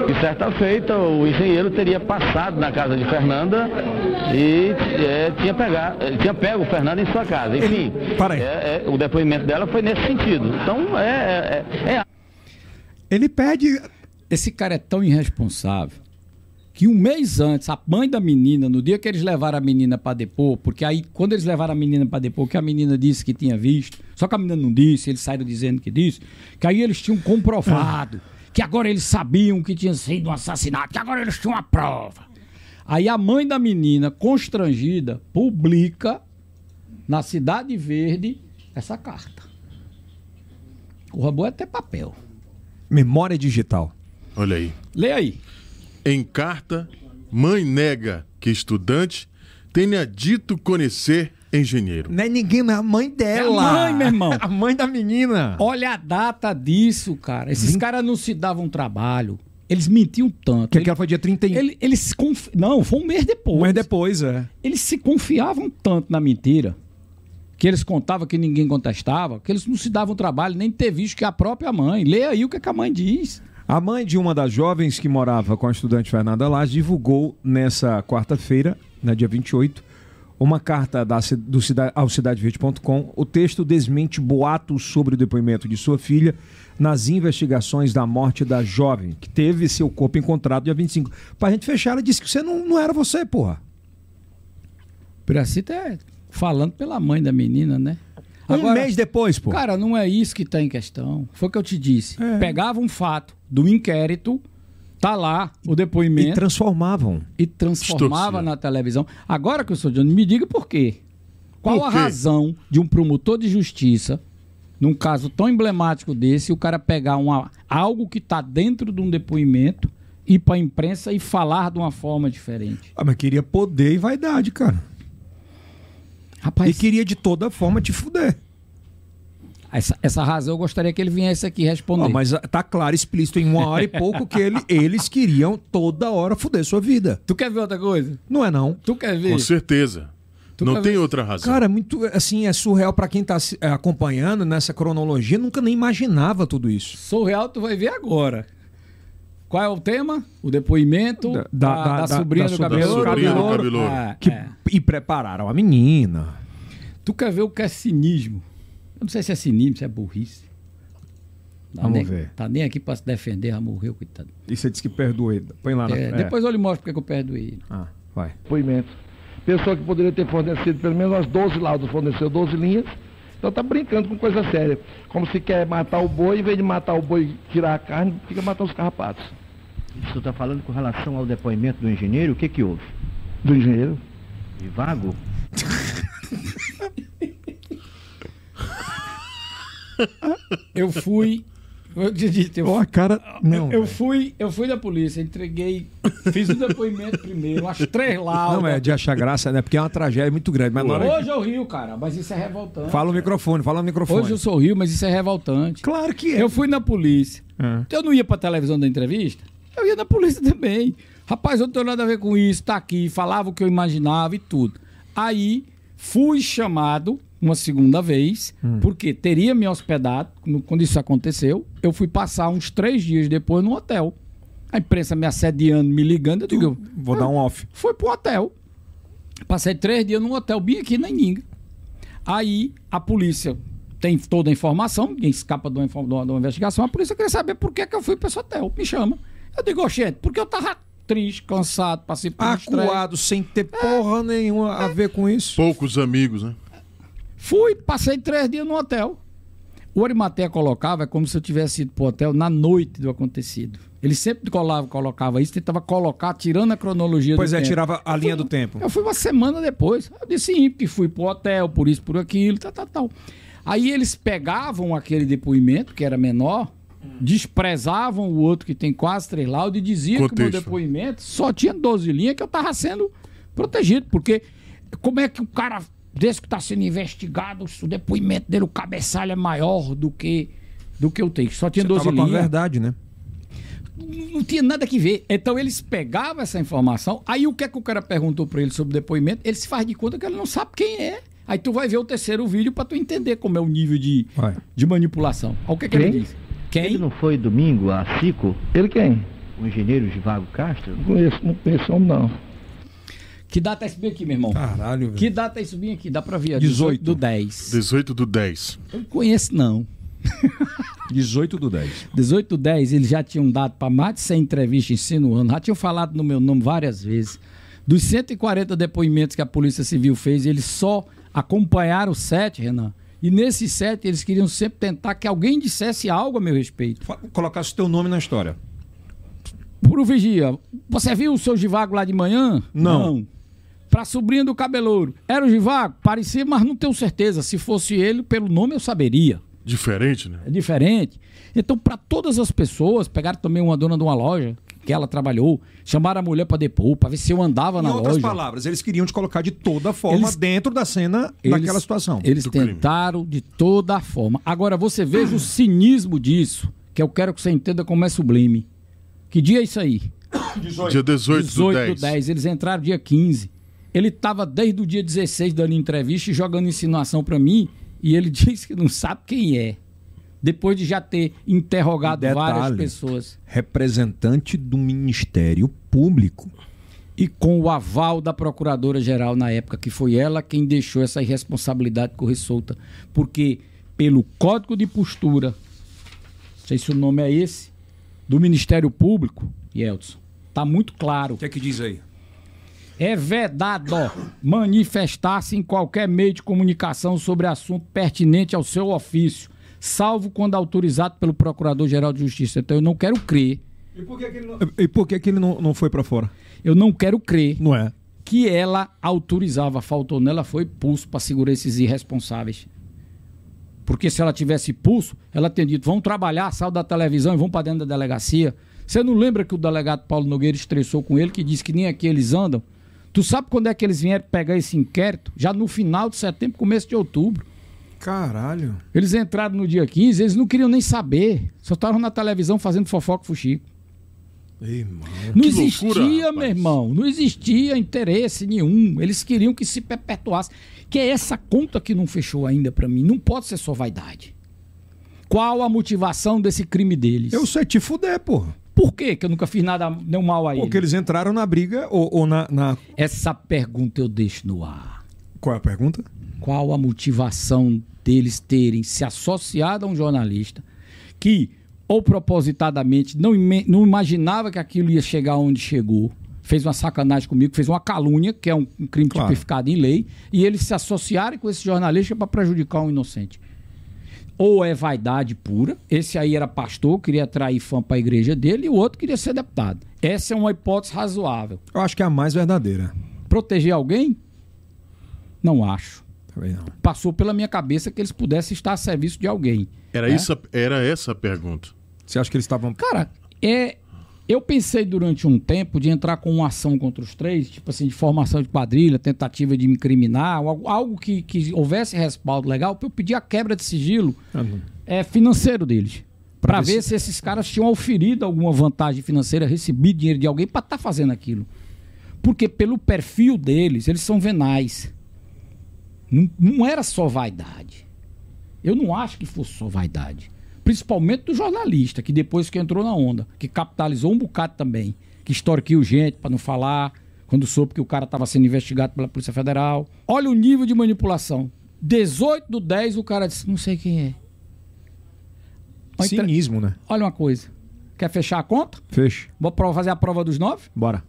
Speaker 4: Que, que certa feita o engenheiro teria passado na casa de Fernanda e é, tinha, pegar, é, tinha pego o Fernando em sua casa. Enfim,
Speaker 1: Para aí.
Speaker 4: é- é, o depoimento dela foi nesse sentido. Então é, é, é, é
Speaker 1: Ele pede.
Speaker 5: Esse cara é tão irresponsável que um mês antes, a mãe da menina, no dia que eles levaram a menina pra depor, porque aí quando eles levaram a menina pra depor, que a menina disse que tinha visto, só que a menina não disse, eles saíram dizendo que disse, que aí eles tinham comprovado, que agora eles sabiam que tinha sido um assassinato, que agora eles tinham a prova. Aí a mãe da menina, constrangida, publica na Cidade Verde essa carta. O robô é até papel.
Speaker 1: Memória digital.
Speaker 5: é-
Speaker 2: Olha aí.
Speaker 5: Lê aí.
Speaker 2: Em carta, mãe nega que estudante tenha dito conhecer engenheiro.
Speaker 1: Não é ninguém, mas a mãe dela.
Speaker 5: É a mãe, meu irmão.
Speaker 1: <laughs> A mãe da menina.
Speaker 5: Olha a data disso, cara. Esses caras não se davam um trabalho. Eles mentiam tanto.
Speaker 1: Que
Speaker 5: Ele-
Speaker 1: aquela foi dia 30 e...
Speaker 5: ele- eles se confi... Não, foi um mês depois.
Speaker 1: Um mês depois, é.
Speaker 5: Eles se confiavam tanto na mentira que eles contavam que ninguém contestava, que eles não se davam um trabalho nem de ter visto que a própria mãe. Lê aí o que, é que a mãe diz.
Speaker 1: A mãe de uma das jovens que morava com a estudante Fernanda Lage divulgou nessa quarta-feira, na dia 28, uma carta da, ci- do, cida- ao cidadeverde.com. O texto desmente boatos sobre o depoimento de sua filha nas investigações da morte da jovem, que teve seu corpo encontrado dia 25. Pra gente fechar, ela disse que você não, não era você, porra.
Speaker 5: Piracita é falando pela mãe da menina, né?
Speaker 1: Um mês depois, porra.
Speaker 5: Cara, não é isso que está em questão. Foi o que eu te disse.
Speaker 1: É.
Speaker 5: Pegava um fato do inquérito, tá lá o
Speaker 1: e
Speaker 5: depoimento.
Speaker 1: transformavam.
Speaker 5: e transformava
Speaker 2: Distorcia.
Speaker 5: na televisão. Agora que eu sou Johnny, me diga por quê. Qual
Speaker 2: Por
Speaker 5: a
Speaker 2: quê?
Speaker 5: razão de um promotor de justiça, num caso tão emblemático desse, o cara pegar uma, algo que está dentro de um depoimento, ir para a imprensa e falar de uma forma diferente?
Speaker 1: Ah, mas queria poder e vaidade, cara.
Speaker 5: Rapaz,
Speaker 1: E queria de toda forma te fuder.
Speaker 5: Essa, essa razão eu gostaria que ele viesse aqui responder.
Speaker 1: Ó, mas tá claro, explícito, em uma hora e pouco que
Speaker 5: <laughs>
Speaker 1: ele- eles queriam toda hora foder sua vida.
Speaker 5: Tu quer ver outra coisa?
Speaker 1: Não é não.
Speaker 5: Tu quer ver?
Speaker 2: Com certeza.
Speaker 5: Tu
Speaker 2: não
Speaker 5: tá
Speaker 2: tem
Speaker 5: vendo?
Speaker 2: outra razão.
Speaker 1: Cara, é muito assim, é surreal pra quem tá se- eh, acompanhando nessa cronologia, nunca nem imaginava tudo isso.
Speaker 5: Surreal tu vai ver agora. Qual é o tema? O depoimento
Speaker 1: Da-
Speaker 5: da,
Speaker 1: da-
Speaker 5: da,
Speaker 1: da-
Speaker 5: sobrinha
Speaker 1: da
Speaker 5: do É,
Speaker 1: sobrinha
Speaker 5: cabelo.
Speaker 2: do Cabelouro. Cabelouro.
Speaker 1: Que, E prepararam a menina.
Speaker 5: Tu quer ver o que é cinismo? Eu não sei se é cinismo, se é burrice. Tá
Speaker 1: Vamos
Speaker 5: nem,
Speaker 1: ver.
Speaker 5: Tá nem aqui pra se defender, já morreu, coitado.
Speaker 1: E você disse que perdoa ele. Põe lá
Speaker 5: É, Depois eu lhe mostro porque que eu perdoei ele.
Speaker 1: Ah, vai.
Speaker 4: depoimento. Pessoa que poderia ter fornecido pelo menos umas 12 laudos, forneceu 12 linhas. Então tá brincando com coisa séria. Como se quer matar o boi, em vez de matar o boi e tirar a carne, fica matando os carrapatos
Speaker 7: Isso está tá falando com relação ao depoimento do engenheiro, o que que houve?
Speaker 4: do engenheiro.
Speaker 7: De vago?
Speaker 5: Eu fui. Eu te disse, eu,
Speaker 1: Ó, a cara. Não.
Speaker 5: eu fui, eu fui da polícia, entreguei, fiz o depoimento primeiro, umas três laudas.
Speaker 1: Não, é de achar graça, né? Porque é uma tragédia muito grande. Mas na hora-
Speaker 5: tá. Hoje eu rio, cara, mas isso é revoltante.
Speaker 1: Fala o microfone, fala o microfone.
Speaker 5: Hoje eu sorrio, mas isso é revoltante.
Speaker 1: Claro que é.
Speaker 5: Eu fui na polícia.
Speaker 1: Ah.
Speaker 5: Então, Eu não ia pra televisão da entrevista? Eu ia na polícia também. Rapaz, eu não tenho nada a ver com isso, tá aqui, falava o que eu imaginava e tudo. Aí fui chamado uma segunda vez,
Speaker 1: Hum.
Speaker 5: porque teria me hospedado, no- quando isso aconteceu, eu fui passar uns três dias depois num hotel. A imprensa me assediando, me ligando, eu digo,
Speaker 1: Vou dar um off.
Speaker 5: foi pro hotel. Passei três dias num hotel bem aqui na Ininga. Aí a polícia tem toda a informação, ninguém escapa de uma, info- de uma- de uma investigação. A polícia queria saber por que, que eu fui pra esse hotel. Me chama. Eu digo, "Ô, gente, porque eu tava triste, cansado, passei por um estresse.
Speaker 1: Acuado, sem ter porra nenhuma a ver com isso.
Speaker 2: Poucos amigos, né?
Speaker 5: Fui, passei três dias no hotel. O Arimatea colocava é como se eu tivesse ido pro hotel na noite do acontecido. Ele sempre colava, colocava isso, tentava colocar, tirando a cronologia
Speaker 1: Pois
Speaker 5: do
Speaker 1: é,
Speaker 5: tempo.
Speaker 1: tirava a linha do tempo.
Speaker 5: Eu fui uma semana depois. Eu disse sim, porque fui pro hotel, por isso, por aquilo, tal, tal, tal. Aí eles pegavam aquele depoimento, que era menor,
Speaker 1: Hum.
Speaker 5: desprezavam o outro que tem quase três laudos e diziam que o meu
Speaker 2: Contexto.
Speaker 5: depoimento só tinha 12 linhas que eu tava sendo protegido. Porque como é que o cara desse que tá sendo investigado, o depoimento dele, o cabeçalho é maior do que, do que o texto? Só tinha
Speaker 1: Você
Speaker 5: 12
Speaker 1: tava com a
Speaker 5: linhas
Speaker 1: verdade, né?
Speaker 5: não tinha nada que ver. Então eles pegavam essa informação, aí o que é que o cara perguntou pra ele sobre o depoimento? Ele se faz de conta que ele não sabe quem é. Aí tu vai ver o terceiro vídeo pra tu entender como é o nível de,
Speaker 1: Vai.
Speaker 5: de manipulação. Olha o que, que ele diz.
Speaker 7: Ele
Speaker 5: Quem?
Speaker 7: não foi domingo a Cico,
Speaker 4: Ele quem?
Speaker 7: o engenheiro de Vago Castro?
Speaker 4: Não conheço, não conheço esse homem, não.
Speaker 5: Que data é isso bem aqui, meu
Speaker 7: Ah,
Speaker 5: irmão?
Speaker 1: Caralho, velho.
Speaker 5: Que data é isso bem aqui? Dá pra ver?
Speaker 1: 18.
Speaker 5: do 10.
Speaker 2: 18 do 10.
Speaker 5: Eu não conheço, não.
Speaker 1: 18 do 10.
Speaker 5: 18, 10, eles já tinham dado para mais de 100 entrevistas insinuando, já tinham falado no meu nome várias vezes. Dos 140 depoimentos que a Polícia Civil fez, eles só acompanharam sete, Renan. E nesses sete, eles queriam sempre tentar que alguém dissesse algo a meu respeito.
Speaker 1: Fa- Colocasse o teu nome na história.
Speaker 5: Pro Vigia, você viu o seu Givago lá de manhã?
Speaker 1: Não.
Speaker 5: Pra sobrinha do cabelouro. Era o Givago? Parecia, mas não tenho certeza. Se fosse ele, pelo nome eu saberia.
Speaker 2: Diferente, né?
Speaker 5: É diferente. Então, para todas as pessoas, pegaram também uma dona de uma loja que ela trabalhou, chamaram a mulher para depor, para ver se eu andava
Speaker 1: Em
Speaker 5: na
Speaker 1: outras
Speaker 5: loja.
Speaker 1: palavras, eles queriam te colocar de toda forma
Speaker 5: Eles-
Speaker 1: dentro da cena
Speaker 5: Eles-
Speaker 1: daquela situação.
Speaker 5: Eles
Speaker 2: Do crime.
Speaker 5: tentaram de toda a forma. Agora, você veja o cinismo disso, que eu quero que você entenda como é sublime. Que dia é isso aí?
Speaker 2: Dia 18, do 10.
Speaker 5: do 10. Eles entraram dia 15. Ele estava desde o dia 16 dando entrevista e jogando insinuação para mim. E ele <laughs> disse que não sabe quem é. Depois de já ter interrogado
Speaker 1: Detalhe.
Speaker 5: várias pessoas.
Speaker 1: Representante do Ministério Público.
Speaker 5: e com o aval da procuradora-geral na época, que foi ela quem deixou essa irresponsabilidade correr solta. Porque, pelo Código de Postura, não sei se o nome é esse, do Ministério Público, Yeltsin, está muito claro.
Speaker 1: O que é que diz aí?
Speaker 5: É vedado manifestar-se em qualquer meio de comunicação sobre assunto pertinente ao seu ofício, salvo quando autorizado pelo Procurador-Geral de Justiça. Então, eu não quero crer,
Speaker 1: E por que, que ele não, e por que que ele não, não foi pra fora?
Speaker 5: eu não quero crer
Speaker 1: Não é?
Speaker 5: que ela autorizava, faltou nela, foi pulso para segurar esses irresponsáveis. Porque se ela tivesse pulso, ela teria dito: vão trabalhar, saiam da televisão e vão para dentro da delegacia. Você não lembra que o delegado Paulo Nogueira estressou com ele, que disse que nem aqui eles andam? Tu sabe quando é que eles vieram pegar esse inquérito? Já no final de setembro, começo de outubro.
Speaker 1: Caralho.
Speaker 5: Eles entraram no dia 15, eles não queriam nem saber. Só estavam na televisão fazendo fofoca fuxico.
Speaker 1: Ei, mano.
Speaker 5: Não
Speaker 2: Que
Speaker 5: existia,
Speaker 2: loucura,
Speaker 5: meu
Speaker 2: rapaz.
Speaker 5: irmão. Não existia interesse nenhum. Eles queriam que se perpetuasse. Que é essa conta que não fechou ainda pra mim. Não pode ser só vaidade. Qual a motivação desse crime deles?
Speaker 1: Eu sei te fuder, pô.
Speaker 5: Por que que eu nunca fiz nada nenhum mal a
Speaker 1: Porque
Speaker 5: ele?
Speaker 1: eles entraram na briga ou, ou na, na-
Speaker 5: Essa pergunta eu deixo no ar.
Speaker 1: Qual é a pergunta?
Speaker 5: Qual a motivação deles terem se associado a um jornalista que, ou propositadamente, não, ime- não imaginava que aquilo ia chegar onde chegou, fez uma sacanagem comigo, fez uma calúnia, que é um, um crime
Speaker 1: Claro.
Speaker 5: tipificado em lei, e eles se associarem com esse jornalista para prejudicar um inocente. Ou é vaidade pura, esse aí era pastor, queria atrair fã para a igreja dele, e o outro queria ser deputado. Essa é uma hipótese razoável.
Speaker 1: Eu acho que é a mais verdadeira.
Speaker 5: Proteger alguém? Não acho.
Speaker 1: Também não.
Speaker 5: Passou pela minha cabeça que eles pudessem estar a serviço de alguém.
Speaker 2: Era,
Speaker 5: É?
Speaker 2: isso, a- era essa a pergunta.
Speaker 1: Você acha que eles estavam.
Speaker 5: Cara, é. Eu pensei durante um tempo de entrar com uma ação contra os três, tipo assim, de formação de quadrilha, tentativa de me incriminar, algo, algo que, que houvesse respaldo legal, para eu pedir a quebra de sigilo
Speaker 1: Ah, não.
Speaker 5: é, financeiro deles.
Speaker 1: Pra
Speaker 5: Para
Speaker 1: ver
Speaker 5: ver se esses caras tinham auferido alguma vantagem financeira, recebido dinheiro de alguém para estar fazendo aquilo. Porque pelo perfil deles, eles são venais. Não, não era só vaidade. Eu não acho que fosse só vaidade. Principalmente do jornalista, que depois que entrou na onda, que capitalizou um bocado também, que extorquiu gente para não falar, quando soube que o cara estava sendo investigado pela Polícia Federal. Olha o nível de manipulação. 18 do 10, o cara disse, não sei quem é. Olha, entre-
Speaker 1: Cinismo, né?
Speaker 5: Olha uma coisa. Quer fechar a conta?
Speaker 1: Fecha.
Speaker 5: Vou pro- fazer a prova dos nove?
Speaker 1: Bora.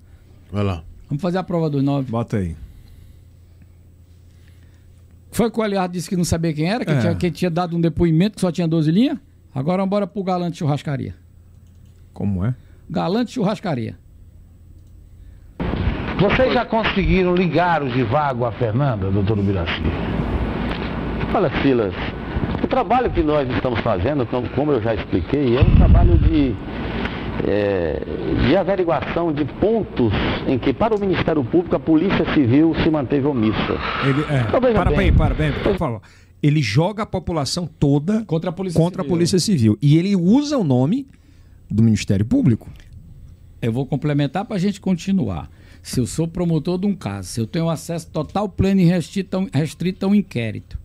Speaker 2: Vai lá.
Speaker 5: Vamos fazer a prova dos nove.
Speaker 1: Bota aí.
Speaker 5: Foi que o Eliardo disse que não sabia quem era, que,
Speaker 1: É.
Speaker 5: tinha, que tinha dado um depoimento que só tinha 12 linhas. Agora bora pro Galante Churrascaria.
Speaker 1: Como é?
Speaker 5: Galante Churrascaria.
Speaker 8: Vocês já conseguiram ligar o Givago à Fernanda, doutor Ubiraci?
Speaker 4: Olha, Silas, o trabalho que nós estamos fazendo, com- como eu já expliquei, é um trabalho de, é, de averiguação de pontos em que, para o Ministério Público, a Polícia Civil se manteve omissa.
Speaker 1: Ele, é.
Speaker 4: Então, veja
Speaker 1: Para
Speaker 4: bem.
Speaker 1: bem, para bem, por favor. Ele joga a população toda
Speaker 5: Contra a Polícia
Speaker 1: contra a
Speaker 5: Civil.
Speaker 1: Polícia Civil. E ele usa o nome do Ministério Público.
Speaker 5: Eu vou complementar para a gente continuar. Se eu sou promotor de um caso, se eu tenho acesso total, pleno e restrito a um- restrito a um inquérito,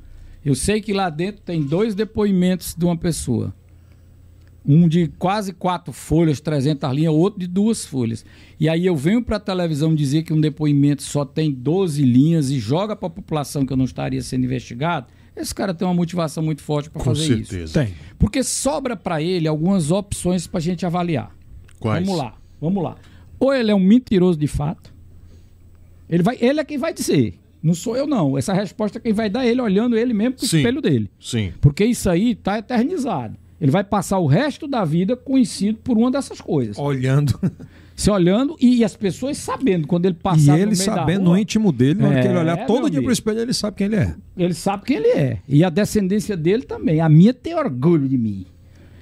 Speaker 5: eu sei que lá dentro tem dois depoimentos de uma pessoa. Um de quase quatro folhas, 300 linhas, outro de duas folhas. E aí eu venho para a televisão dizer que um depoimento só tem 12 linhas e joga para a população que eu não estaria sendo investigado. Esse cara tem uma motivação muito forte para
Speaker 2: Com
Speaker 5: fazer isso.
Speaker 2: certeza.
Speaker 1: Tem.
Speaker 5: Porque sobra para ele algumas opções para a gente avaliar.
Speaker 2: Quais?
Speaker 5: Vamos lá, vamos lá. Ou ele é um mentiroso de fato, ele, vai, ele é quem vai dizer. Não sou eu, não. Essa resposta é quem vai dar ele olhando ele mesmo pro
Speaker 2: Sim.
Speaker 5: espelho dele.
Speaker 2: Sim.
Speaker 5: Porque isso aí tá eternizado. Ele vai passar o resto da vida conhecido por uma dessas coisas.
Speaker 1: Olhando.
Speaker 5: Se olhando e, as pessoas sabendo. Quando ele
Speaker 1: E
Speaker 5: passar no
Speaker 1: ele
Speaker 5: meio da
Speaker 1: sabendo
Speaker 5: rua,
Speaker 1: no íntimo dele, na hora que ele
Speaker 5: É,
Speaker 1: olhar todo
Speaker 5: meu
Speaker 1: dia pro
Speaker 5: amigo.
Speaker 1: espelho, ele sabe quem ele é.
Speaker 5: ele sabe quem ele é. E a descendência dele também. A minha tem orgulho de mim.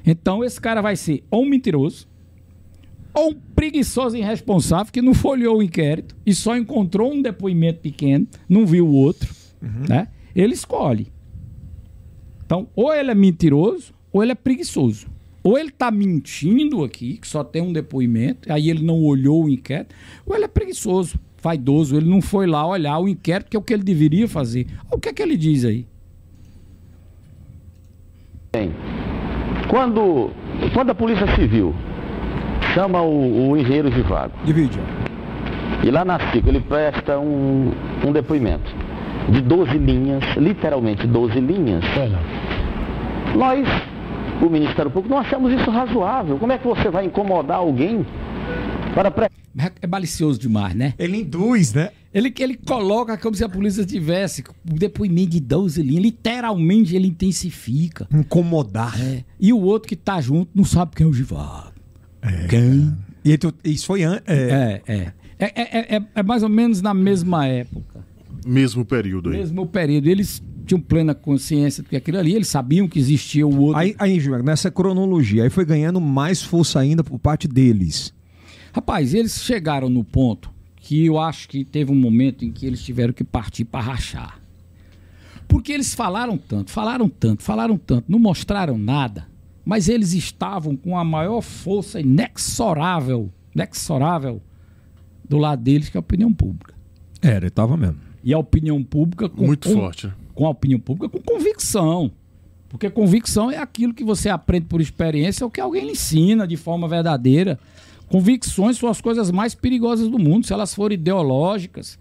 Speaker 5: Então esse cara vai ser ou um mentiroso, ou um preguiçoso irresponsável que não folheou o inquérito e só encontrou um depoimento pequeno, não viu o outro. Né? Ele escolhe. Então, ou ele é mentiroso, ou ele é preguiçoso. Ou ele está mentindo aqui, que só tem um depoimento, aí ele não olhou o inquérito, ou ele é preguiçoso, vaidoso, ele não foi lá olhar o inquérito, que é o que ele deveria fazer. O que é que ele diz aí?
Speaker 4: Bem, quando, quando a Polícia Civil chama o, o engenheiro de vago,
Speaker 1: Divide.
Speaker 4: E lá na FICO ele presta um, um depoimento de 12 linhas, literalmente 12 linhas. Nós, o Ministério Público, não achamos isso razoável. Como é que você vai incomodar alguém para pre-
Speaker 5: É malicioso demais, né?
Speaker 1: Ele induz, né?
Speaker 5: Ele, ele coloca como se a polícia tivesse o depoimento de 12 linhas. Literalmente ele intensifica.
Speaker 1: Incomodar.
Speaker 5: É. E o outro que tá junto não sabe quem é o Givago. quem?
Speaker 1: E tu- isso foi an- é,
Speaker 5: É, é. É, é, é- é mais ou menos na mesma época,
Speaker 2: Mesmo período aí.
Speaker 5: mesmo período. Eles tinham plena consciência do que aquilo ali, eles sabiam que existia o outro.
Speaker 1: Aí, aí Gilberto, nessa cronologia, aí foi ganhando mais força ainda por parte deles.
Speaker 5: Rapaz, eles chegaram no ponto que eu acho que teve um momento em que eles tiveram que partir para rachar. Porque eles falaram tanto, falaram tanto, falaram tanto, não mostraram nada, mas eles estavam com a maior força inexorável, inexorável do lado deles que é a opinião pública.
Speaker 1: Era, estava mesmo.
Speaker 5: E a opinião pública com, um.
Speaker 2: Muito
Speaker 5: com-
Speaker 2: forte. né?
Speaker 5: com a opinião pública com convicção. Porque convicção é aquilo que você aprende por experiência, é o que alguém lhe ensina de forma verdadeira. Convicções são as coisas mais perigosas do mundo. Se elas forem ideológicas,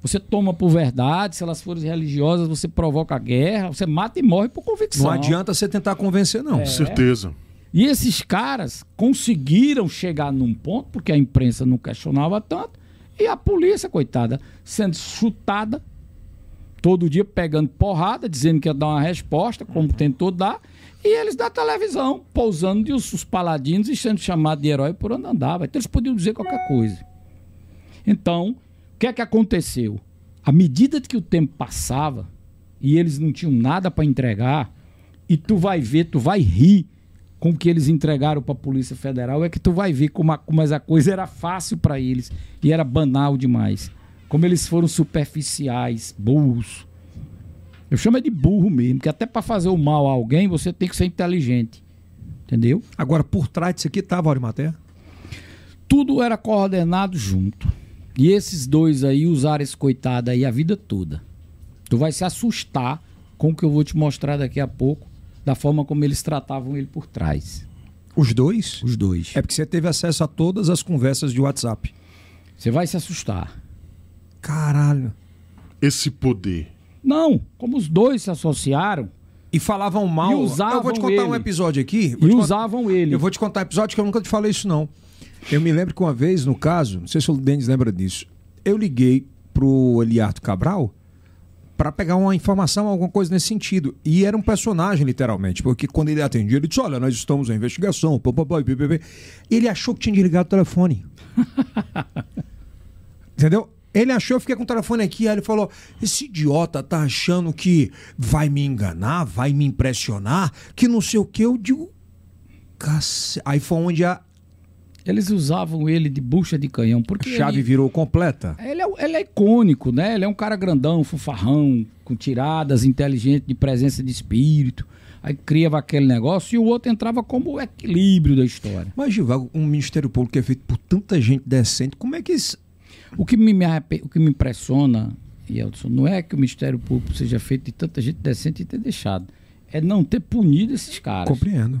Speaker 5: você toma por verdade. Se elas forem religiosas, você provoca guerra. Você mata e morre por convicção.
Speaker 1: Não adianta você tentar convencer,
Speaker 5: É.
Speaker 1: não.
Speaker 2: Certeza.
Speaker 5: E esses caras conseguiram chegar num ponto, porque a imprensa não questionava tanto, e a polícia, coitada, sendo chutada, todo dia pegando porrada, dizendo que ia dar uma resposta, como tentou dar, e eles da televisão, pousando de os, os paladinos e sendo chamados de herói por onde andava. Então eles podiam dizer qualquer coisa. Então, o que é que aconteceu? À medida que o tempo passava e eles não tinham nada para entregar, e tu vai ver, tu vai rir com o que eles entregaram para a Polícia Federal, é que tu vai ver como, a, como a coisa era fácil para eles e era banal demais. Como eles foram superficiais, burros. Eu chamo é de burro mesmo, que até para fazer o mal a alguém você tem que ser inteligente. Entendeu?
Speaker 1: Agora, por trás disso aqui estava Auri Maté?
Speaker 5: tudo era coordenado junto. E esses dois aí usaram esse coitado aí a vida toda. Tu vai se assustar com o que eu vou te mostrar daqui a pouco, da forma como eles tratavam ele por trás.
Speaker 1: Os dois?
Speaker 5: Os dois.
Speaker 1: É porque você teve acesso a todas as conversas de WhatsApp.
Speaker 5: Você vai se assustar.
Speaker 1: Caralho.
Speaker 2: Esse poder.
Speaker 5: Não, como os dois se associaram
Speaker 1: E falavam mal.
Speaker 5: E usavam
Speaker 1: eu vou te contar um
Speaker 5: ele.
Speaker 1: episódio aqui.
Speaker 5: e
Speaker 1: Vou te contar-
Speaker 5: usavam ele.
Speaker 1: Eu vou te contar um episódio que eu nunca te falei isso, não. Eu me lembro que uma vez, no caso, não sei se o Denis lembra disso, eu liguei pro Eliardo Cabral para pegar uma informação, alguma coisa nesse sentido. E era um personagem, literalmente, porque quando ele atendia, ele disse: Olha, nós estamos em investigação, pá, pá, pá, e pá, pá, pá." Ele achou que tinha desligado o telefone. Entendeu? Ele achou, eu fiquei com o telefone aqui, aí ele falou: esse idiota tá achando que vai me enganar, vai me impressionar, que não sei o que. Eu digo, Cace... Aí foi onde a
Speaker 5: Eles usavam ele de bucha de canhão. Porque
Speaker 1: chave
Speaker 5: ele-
Speaker 1: virou completa.
Speaker 5: Ele é, o- ele é icônico, né? Ele é um cara grandão, fanfarrão, com tiradas, inteligente, de presença de espírito. Aí criava aquele negócio e o outro entrava como o equilíbrio da história.
Speaker 1: Mas, Givago, um Ministério Público que é feito por tanta gente decente, como é que isso.
Speaker 5: O que me, me arrepe- o que me impressiona, Yeltsin, não é que o Ministério Público seja feito de tanta gente decente e ter deixado. É não ter punido esses caras.
Speaker 1: Compreendo.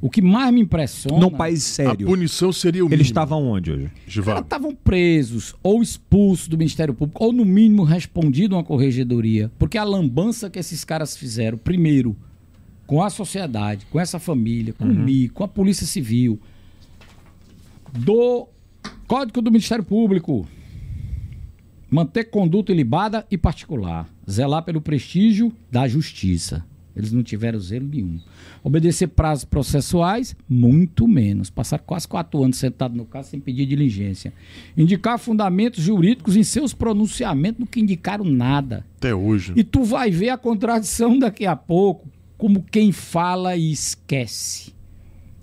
Speaker 5: O que mais me impressiona.
Speaker 1: Num país
Speaker 2: A
Speaker 1: sério.
Speaker 2: punição seria o
Speaker 1: Ele
Speaker 2: mínimo.
Speaker 1: estava onde hoje?
Speaker 5: Os caras
Speaker 2: Givago.
Speaker 5: estavam presos ou expulsos do Ministério Público, ou no mínimo respondido a uma corregedoria. Porque a lambança que esses caras fizeram, primeiro, com a sociedade, com essa família, com o MI, com a Polícia Civil, do Código do Ministério Público. Manter conduta ilibada e particular. Zelar pelo prestígio da justiça. Eles não tiveram zelo nenhum. Obedecer prazos processuais, muito menos. Passar quase quatro anos sentado no caso sem pedir diligência. Indicar fundamentos jurídicos em seus pronunciamentos, nunca indicaram nada.
Speaker 2: Até hoje.
Speaker 5: E tu vai ver a contradição daqui a pouco, como quem fala e esquece.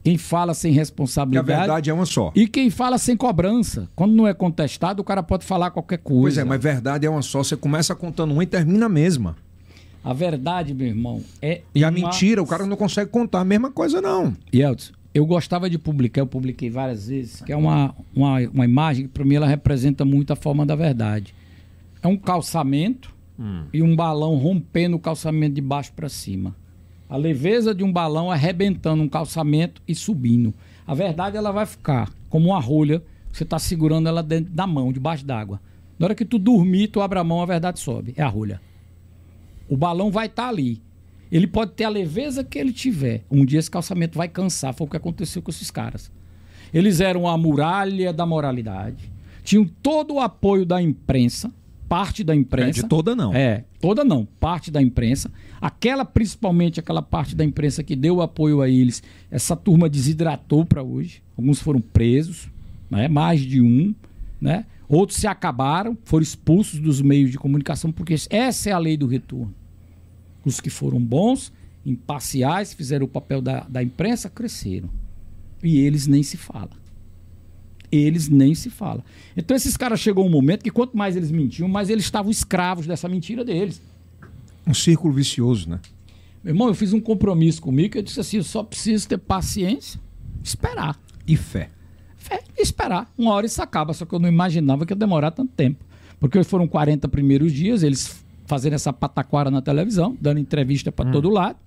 Speaker 5: Quem fala sem
Speaker 1: Que a
Speaker 5: responsabilidade.
Speaker 1: verdade é uma só.
Speaker 5: E quem fala sem cobrança. Quando não é contestado, o cara pode falar qualquer coisa.
Speaker 1: Pois é, mas verdade é uma só. Você começa contando uma e termina a mesma.
Speaker 5: A verdade, meu irmão, é.
Speaker 1: E a
Speaker 5: uma-
Speaker 1: mentira, o cara não consegue contar a mesma coisa, não.
Speaker 5: Yeltsin, eu gostava de publicar, eu publiquei várias vezes, que é uma, uma, uma imagem que, para mim, ela representa muito a forma da verdade. É um calçamento e um balão rompendo o calçamento de baixo para cima. A leveza de um balão arrebentando um calçamento e subindo. A verdade, ela vai ficar como uma rolha, você está segurando ela dentro da mão, debaixo d'água. Na hora que tu dormir, tu abre a mão, a verdade sobe. É a rolha. O balão vai estar ali. Ele pode ter a leveza que ele tiver. Um dia esse calçamento vai cansar. Foi o que aconteceu com esses caras. Eles eram a muralha da moralidade. Tinham todo o apoio da imprensa, parte da imprensa.
Speaker 1: É, de toda, não.
Speaker 5: É, toda não, parte da imprensa. Aquela, principalmente aquela parte da imprensa que deu apoio a eles, essa turma desidratou para hoje. Alguns foram presos, né? mais de um, né? Outros se acabaram, foram expulsos dos meios de comunicação, porque essa é a lei do retorno. Os que foram bons, imparciais, fizeram o papel da, da imprensa, cresceram. E eles nem se falam. Eles nem se falam. Então esses caras chegou um momento que quanto mais eles mentiam, mais eles estavam escravos dessa mentira deles.
Speaker 1: Um círculo vicioso, né?
Speaker 5: Meu irmão, eu fiz um compromisso comigo que eu disse assim: eu só preciso ter paciência, esperar.
Speaker 1: E fé.
Speaker 5: Fé, esperar. Uma hora isso acaba, só que eu não imaginava que ia demorar tanto tempo. Porque foram 40 primeiros dias, eles fazendo essa pataquara na televisão, dando entrevista
Speaker 1: Hum.
Speaker 5: para todo lado.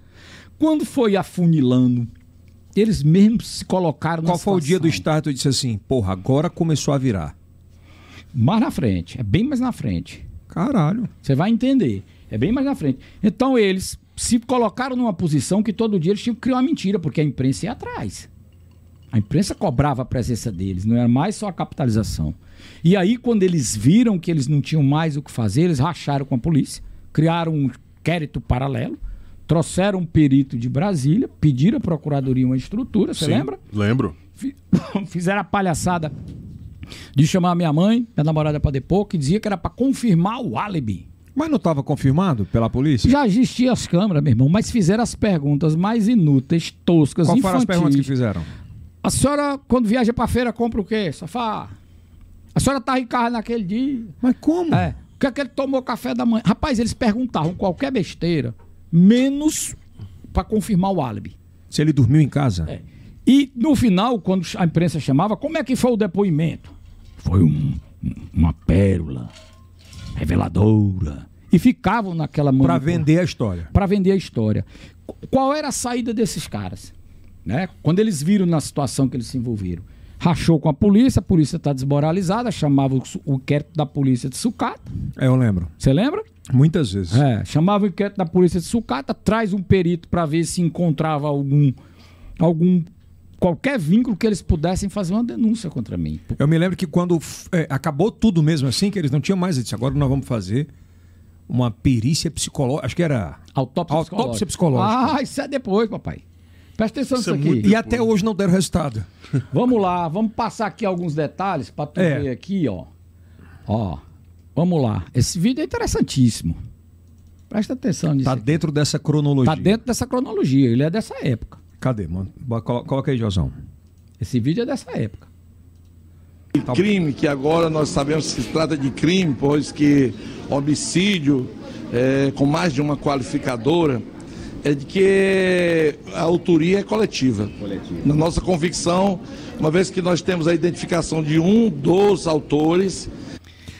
Speaker 5: Quando foi afunilando, eles mesmos se colocaram
Speaker 1: Qual
Speaker 5: na
Speaker 1: foi o dia do
Speaker 5: situação.
Speaker 1: start? Eu disse assim, porra, agora começou a virar.
Speaker 5: Mais na frente, é bem mais na frente.
Speaker 1: Caralho.
Speaker 5: Você vai entender. É bem mais na frente. Então eles se colocaram numa posição que todo dia eles tinham que criar uma mentira, porque a imprensa ia atrás. A imprensa cobrava a presença deles, não era mais só a capitalização. E aí, quando eles viram que eles não tinham mais o que fazer, eles racharam com a polícia, criaram um inquérito paralelo, trouxeram um perito de Brasília, pediram à procuradoria uma estrutura, você
Speaker 2: Sim,
Speaker 5: lembra?
Speaker 2: Lembro.
Speaker 5: Fi- <coughs> fizeram a palhaçada de chamar minha mãe, minha namorada, para depor, que dizia que era para confirmar o álibi.
Speaker 1: Mas não estava confirmado pela polícia?
Speaker 5: Já existiam as câmeras, meu irmão, mas fizeram as perguntas mais inúteis, toscas,
Speaker 1: Qual foram
Speaker 5: infantis.
Speaker 1: as perguntas que fizeram?
Speaker 5: A senhora, quando viaja pra feira, compra o quê, safá? A senhora tá em casa naquele dia.
Speaker 1: Mas como?
Speaker 5: É. O que é que ele tomou café da manhã? Rapaz, eles perguntavam qualquer besteira, menos pra confirmar o álibi.
Speaker 1: Se ele dormiu em casa?
Speaker 5: É. E no final, quando a imprensa chamava, como é que foi o depoimento? Foi um- um- uma pérola reveladora. E ficavam naquela
Speaker 1: Pra
Speaker 5: manipulação
Speaker 1: vender a história.
Speaker 5: para vender a história. Qu- Qual era a saída desses caras? Né? Quando eles viram na situação que eles se envolveram, rachou com a polícia, a polícia está desmoralizada, chamava o, su- o inquérito da polícia de sucata.
Speaker 1: É, eu lembro.
Speaker 5: Você lembra?
Speaker 1: Muitas vezes.
Speaker 5: É, chamava o inquérito da polícia de sucata, traz um perito para ver se encontrava algum, algum qualquer vínculo que eles pudessem fazer uma denúncia contra mim.
Speaker 1: Eu me lembro que quando f- é, acabou tudo mesmo assim, que eles não tinham mais, eu disse, agora nós vamos fazer uma perícia psicológica. Acho que era.
Speaker 5: Autópsia,
Speaker 1: Autópsia psicológica.
Speaker 5: Ah, isso é depois, papai. Presta atenção
Speaker 2: Isso
Speaker 5: nisso
Speaker 2: é
Speaker 5: aqui.
Speaker 2: muito
Speaker 1: E até hoje não deram resultado.
Speaker 5: Vamos lá, vamos passar aqui alguns detalhes para tu
Speaker 1: É.
Speaker 5: ver aqui, ó. Ó, vamos lá. Esse vídeo é interessantíssimo. Presta atenção nisso.
Speaker 1: Tá
Speaker 5: aqui.
Speaker 1: dentro dessa cronologia.
Speaker 5: Tá dentro dessa cronologia, ele é dessa época.
Speaker 1: Cadê, mano? Bo- colo- Coloca aí, Josão.
Speaker 5: Esse vídeo é dessa época.
Speaker 9: crime, que agora nós sabemos que se trata de crime, pois que homicídio eh, com mais de uma qualificadora, é de que a autoria é coletiva. Na nossa convicção, uma vez que nós temos a identificação de um dos autores,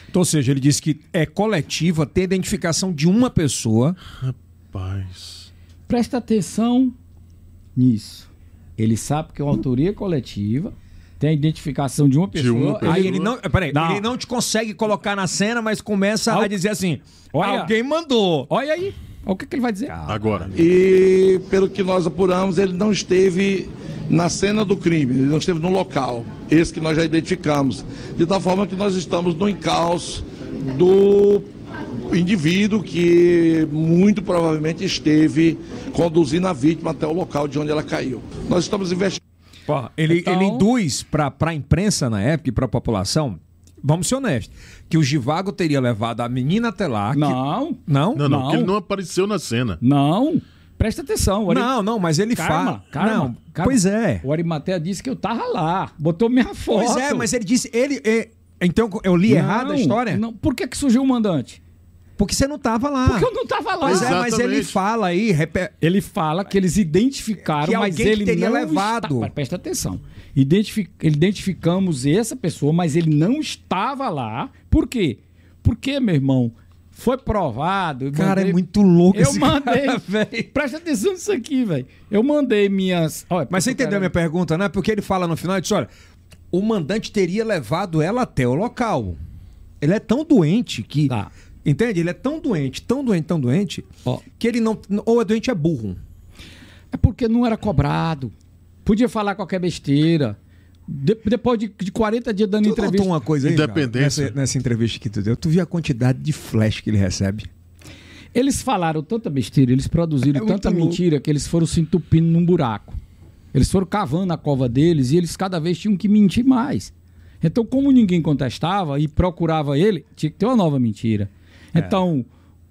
Speaker 1: Então, ou seja, ele disse que é coletiva ter identificação de uma pessoa.
Speaker 2: Paz.
Speaker 5: Presta atenção nisso. Ele sabe que é uma autoria coletiva, tem a identificação de uma pessoa.
Speaker 2: uma pessoa.
Speaker 1: Aí ele não. é, Peraí,
Speaker 5: Não.
Speaker 1: ele não te consegue colocar na cena, mas começa
Speaker 5: Al-
Speaker 1: a dizer assim:
Speaker 5: Olha.
Speaker 1: alguém mandou.
Speaker 5: Olha aí, olha o que, que ele vai dizer.
Speaker 2: Ah, Agora.
Speaker 9: e pelo que nós apuramos, ele não esteve na cena do crime, ele não esteve no local, esse que nós já identificamos. De tal forma que nós estamos no encalço do indivíduo que muito provavelmente esteve conduzindo a vítima até o local de onde ela caiu. Nós estamos investigando.
Speaker 1: Pô, ele,
Speaker 5: Então-
Speaker 1: ele induz pra a imprensa na época e pra população, vamos ser honestos, que o Givago teria levado a menina até lá. que-
Speaker 5: Não,
Speaker 1: Não?
Speaker 2: Não, não,
Speaker 5: Não.
Speaker 2: porque ele não apareceu na cena.
Speaker 5: não. Presta atenção. olha-
Speaker 1: Não, não, mas ele
Speaker 5: Calma,
Speaker 1: fala.
Speaker 5: calma,
Speaker 1: Não,
Speaker 5: calma.
Speaker 1: Pois é.
Speaker 5: O Arimatea disse que eu tava lá. Botou minha foto.
Speaker 1: Pois é, mas ele disse. Ele, é- então eu li
Speaker 5: Não,
Speaker 1: errado a história?
Speaker 5: Não. Por que, que surgiu o mandante?
Speaker 1: Porque você não tava lá.
Speaker 5: Porque eu não tava lá.
Speaker 1: Pois é, mas ele
Speaker 2: Exatamente.
Speaker 1: fala aí, repete.
Speaker 5: Ele fala que eles identificaram,
Speaker 1: Que
Speaker 5: mas
Speaker 1: alguém que
Speaker 5: ele
Speaker 1: teria
Speaker 5: não
Speaker 1: levado.
Speaker 5: estava- Mas Presta atenção. Identifi- Identificamos essa pessoa, mas ele não estava lá. Por quê? Porque, meu irmão, foi provado. eu
Speaker 1: Cara,
Speaker 5: mandei-
Speaker 1: é muito louco
Speaker 5: Eu
Speaker 1: esse
Speaker 5: mandei.
Speaker 1: cara, <laughs> velho.
Speaker 5: presta atenção nisso aqui, velho. Eu mandei minhas. Olha,
Speaker 1: Mas você
Speaker 5: porque eu
Speaker 1: entendeu a
Speaker 5: quero-
Speaker 1: minha pergunta, né? Porque ele fala no final, ele diz, olha, o mandante teria levado ela até o local. Ele é tão doente que...
Speaker 5: Tá.
Speaker 1: Entende? Ele é tão doente, tão doente, tão doente,
Speaker 5: Ó.
Speaker 1: que ele não... Ou é doente, é burro.
Speaker 5: É porque não era cobrado. Podia falar qualquer besteira. De- depois de, de 40 dias dando
Speaker 1: Tu
Speaker 5: entrevista.
Speaker 1: notou uma coisa aí,
Speaker 2: Independência.
Speaker 1: Nessa, nessa entrevista que tu deu, tu viu a quantidade de flash que ele recebe?
Speaker 5: Eles falaram tanta besteira, eles produziram
Speaker 1: É muito
Speaker 5: tanta
Speaker 1: louco.
Speaker 5: mentira que eles foram se entupindo num buraco. Eles foram cavando a cova deles e eles cada vez tinham que mentir mais. Então, como ninguém contestava e procurava ele, tinha que ter uma nova mentira.
Speaker 1: É.
Speaker 5: Então,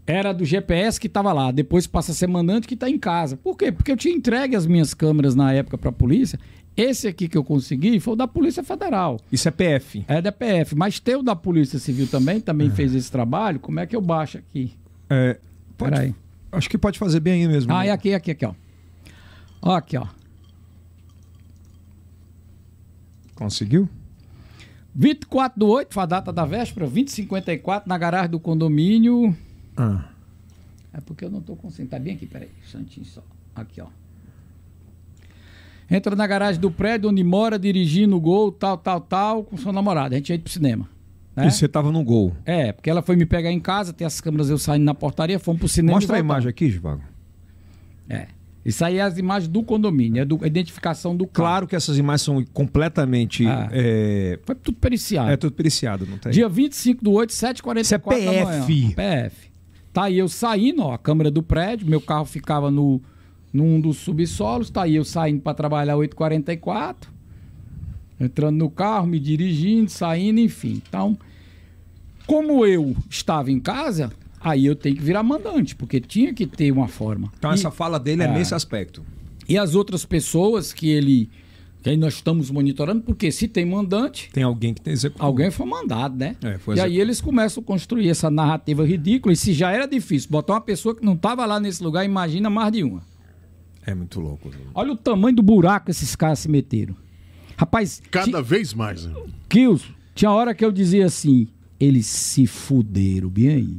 Speaker 5: era do GPS que estava lá, depois passa a ser mandante que está em casa. Por quê? Porque eu tinha entregue as minhas câmeras na época para a polícia. Esse aqui que eu consegui foi o da Polícia Federal.
Speaker 1: Isso é PF.
Speaker 5: É da PF, mas tem o é da Polícia Civil também, também fez esse trabalho. Como é que eu baixo aqui?
Speaker 1: É,
Speaker 5: Peraí.
Speaker 1: Acho que pode fazer bem aí mesmo.
Speaker 3: Ah, é aqui, aqui, aqui, ó. Ó, aqui, ó.
Speaker 1: Conseguiu?
Speaker 3: 24 do 8, foi a data da véspera, 2054, na garagem do condomínio.
Speaker 1: Ah.
Speaker 3: É porque eu não estou concentrado. Tá bem aqui, peraí. Santinho só. Aqui, ó. Entra na garagem do prédio onde mora, dirigindo o gol, tal, tal, tal, com sua namorada. A gente ia ir pro cinema. né?
Speaker 1: E você tava no gol.
Speaker 3: É, porque ela foi me pegar em casa, tem as câmeras eu saindo na portaria, fomos pro cinema. e
Speaker 1: Mostra a
Speaker 3: voltamos.
Speaker 1: imagem aqui, Givago.
Speaker 3: É. Isso aí é as imagens do condomínio, é do, a identificação do carro.
Speaker 1: Claro que essas imagens são completamente.
Speaker 3: Ah.
Speaker 1: É,
Speaker 3: Foi tudo periciado.
Speaker 1: é tudo periciado, não tem?
Speaker 3: Dia 25 do 8, 7h44
Speaker 1: Isso é
Speaker 3: da manhã.
Speaker 1: PF.
Speaker 3: PF. Tá aí eu saindo, ó, a câmera do prédio, meu carro ficava no num dos subsolos, tá aí eu saindo para trabalhar 8h44, entrando no carro, me dirigindo, saindo, enfim. Então, como eu estava em casa, aí eu tenho que virar mandante, porque tinha que ter uma forma.
Speaker 1: Então
Speaker 3: E-
Speaker 1: essa fala dele é,
Speaker 3: Ah.
Speaker 1: nesse aspecto.
Speaker 3: e as outras pessoas que ele. Que aí nós estamos monitorando, porque se tem mandante,
Speaker 1: Tem alguém que tem execução.
Speaker 3: alguém foi mandado, né?
Speaker 1: É, foi
Speaker 3: e
Speaker 1: executado.
Speaker 3: aí eles começam a construir essa narrativa ridícula. E se já era difícil botar uma pessoa que não estava lá nesse lugar, imagina mais de uma.
Speaker 1: É muito louco.
Speaker 3: Olha o tamanho do buraco esses caras se meteram. Rapaz,
Speaker 2: Cada vez mais. né?
Speaker 3: Kills, tinha hora que eu dizia assim: eles se fuderam, bem aí.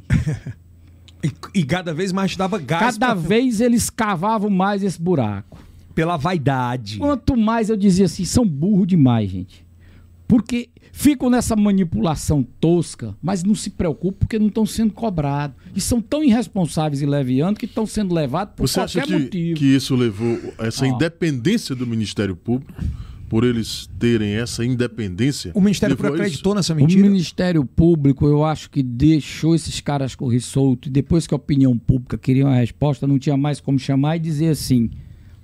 Speaker 1: E, e cada vez mais dava gás
Speaker 3: Cada
Speaker 1: pra-
Speaker 3: vez eles cavavam mais esse buraco.
Speaker 1: pela vaidade.
Speaker 3: Quanto mais eu dizia assim, são burro demais, gente. Porque ficam nessa manipulação tosca, mas não se preocupam porque não estão sendo cobrados. E são tão irresponsáveis e levianos que estão sendo levados por
Speaker 2: Você acha
Speaker 3: qualquer
Speaker 2: que,
Speaker 3: motivo. Ah.
Speaker 2: que isso levou a essa
Speaker 3: Ó.
Speaker 2: independência do Ministério Público, por eles terem essa independência?
Speaker 1: O Ministério
Speaker 2: levou
Speaker 1: Público
Speaker 2: a isso?
Speaker 1: acreditou nessa
Speaker 3: O
Speaker 1: mentira?
Speaker 3: Ministério Público, eu acho que deixou esses caras correr solto. E depois que a opinião pública queria uma resposta, não tinha mais como chamar e dizer assim: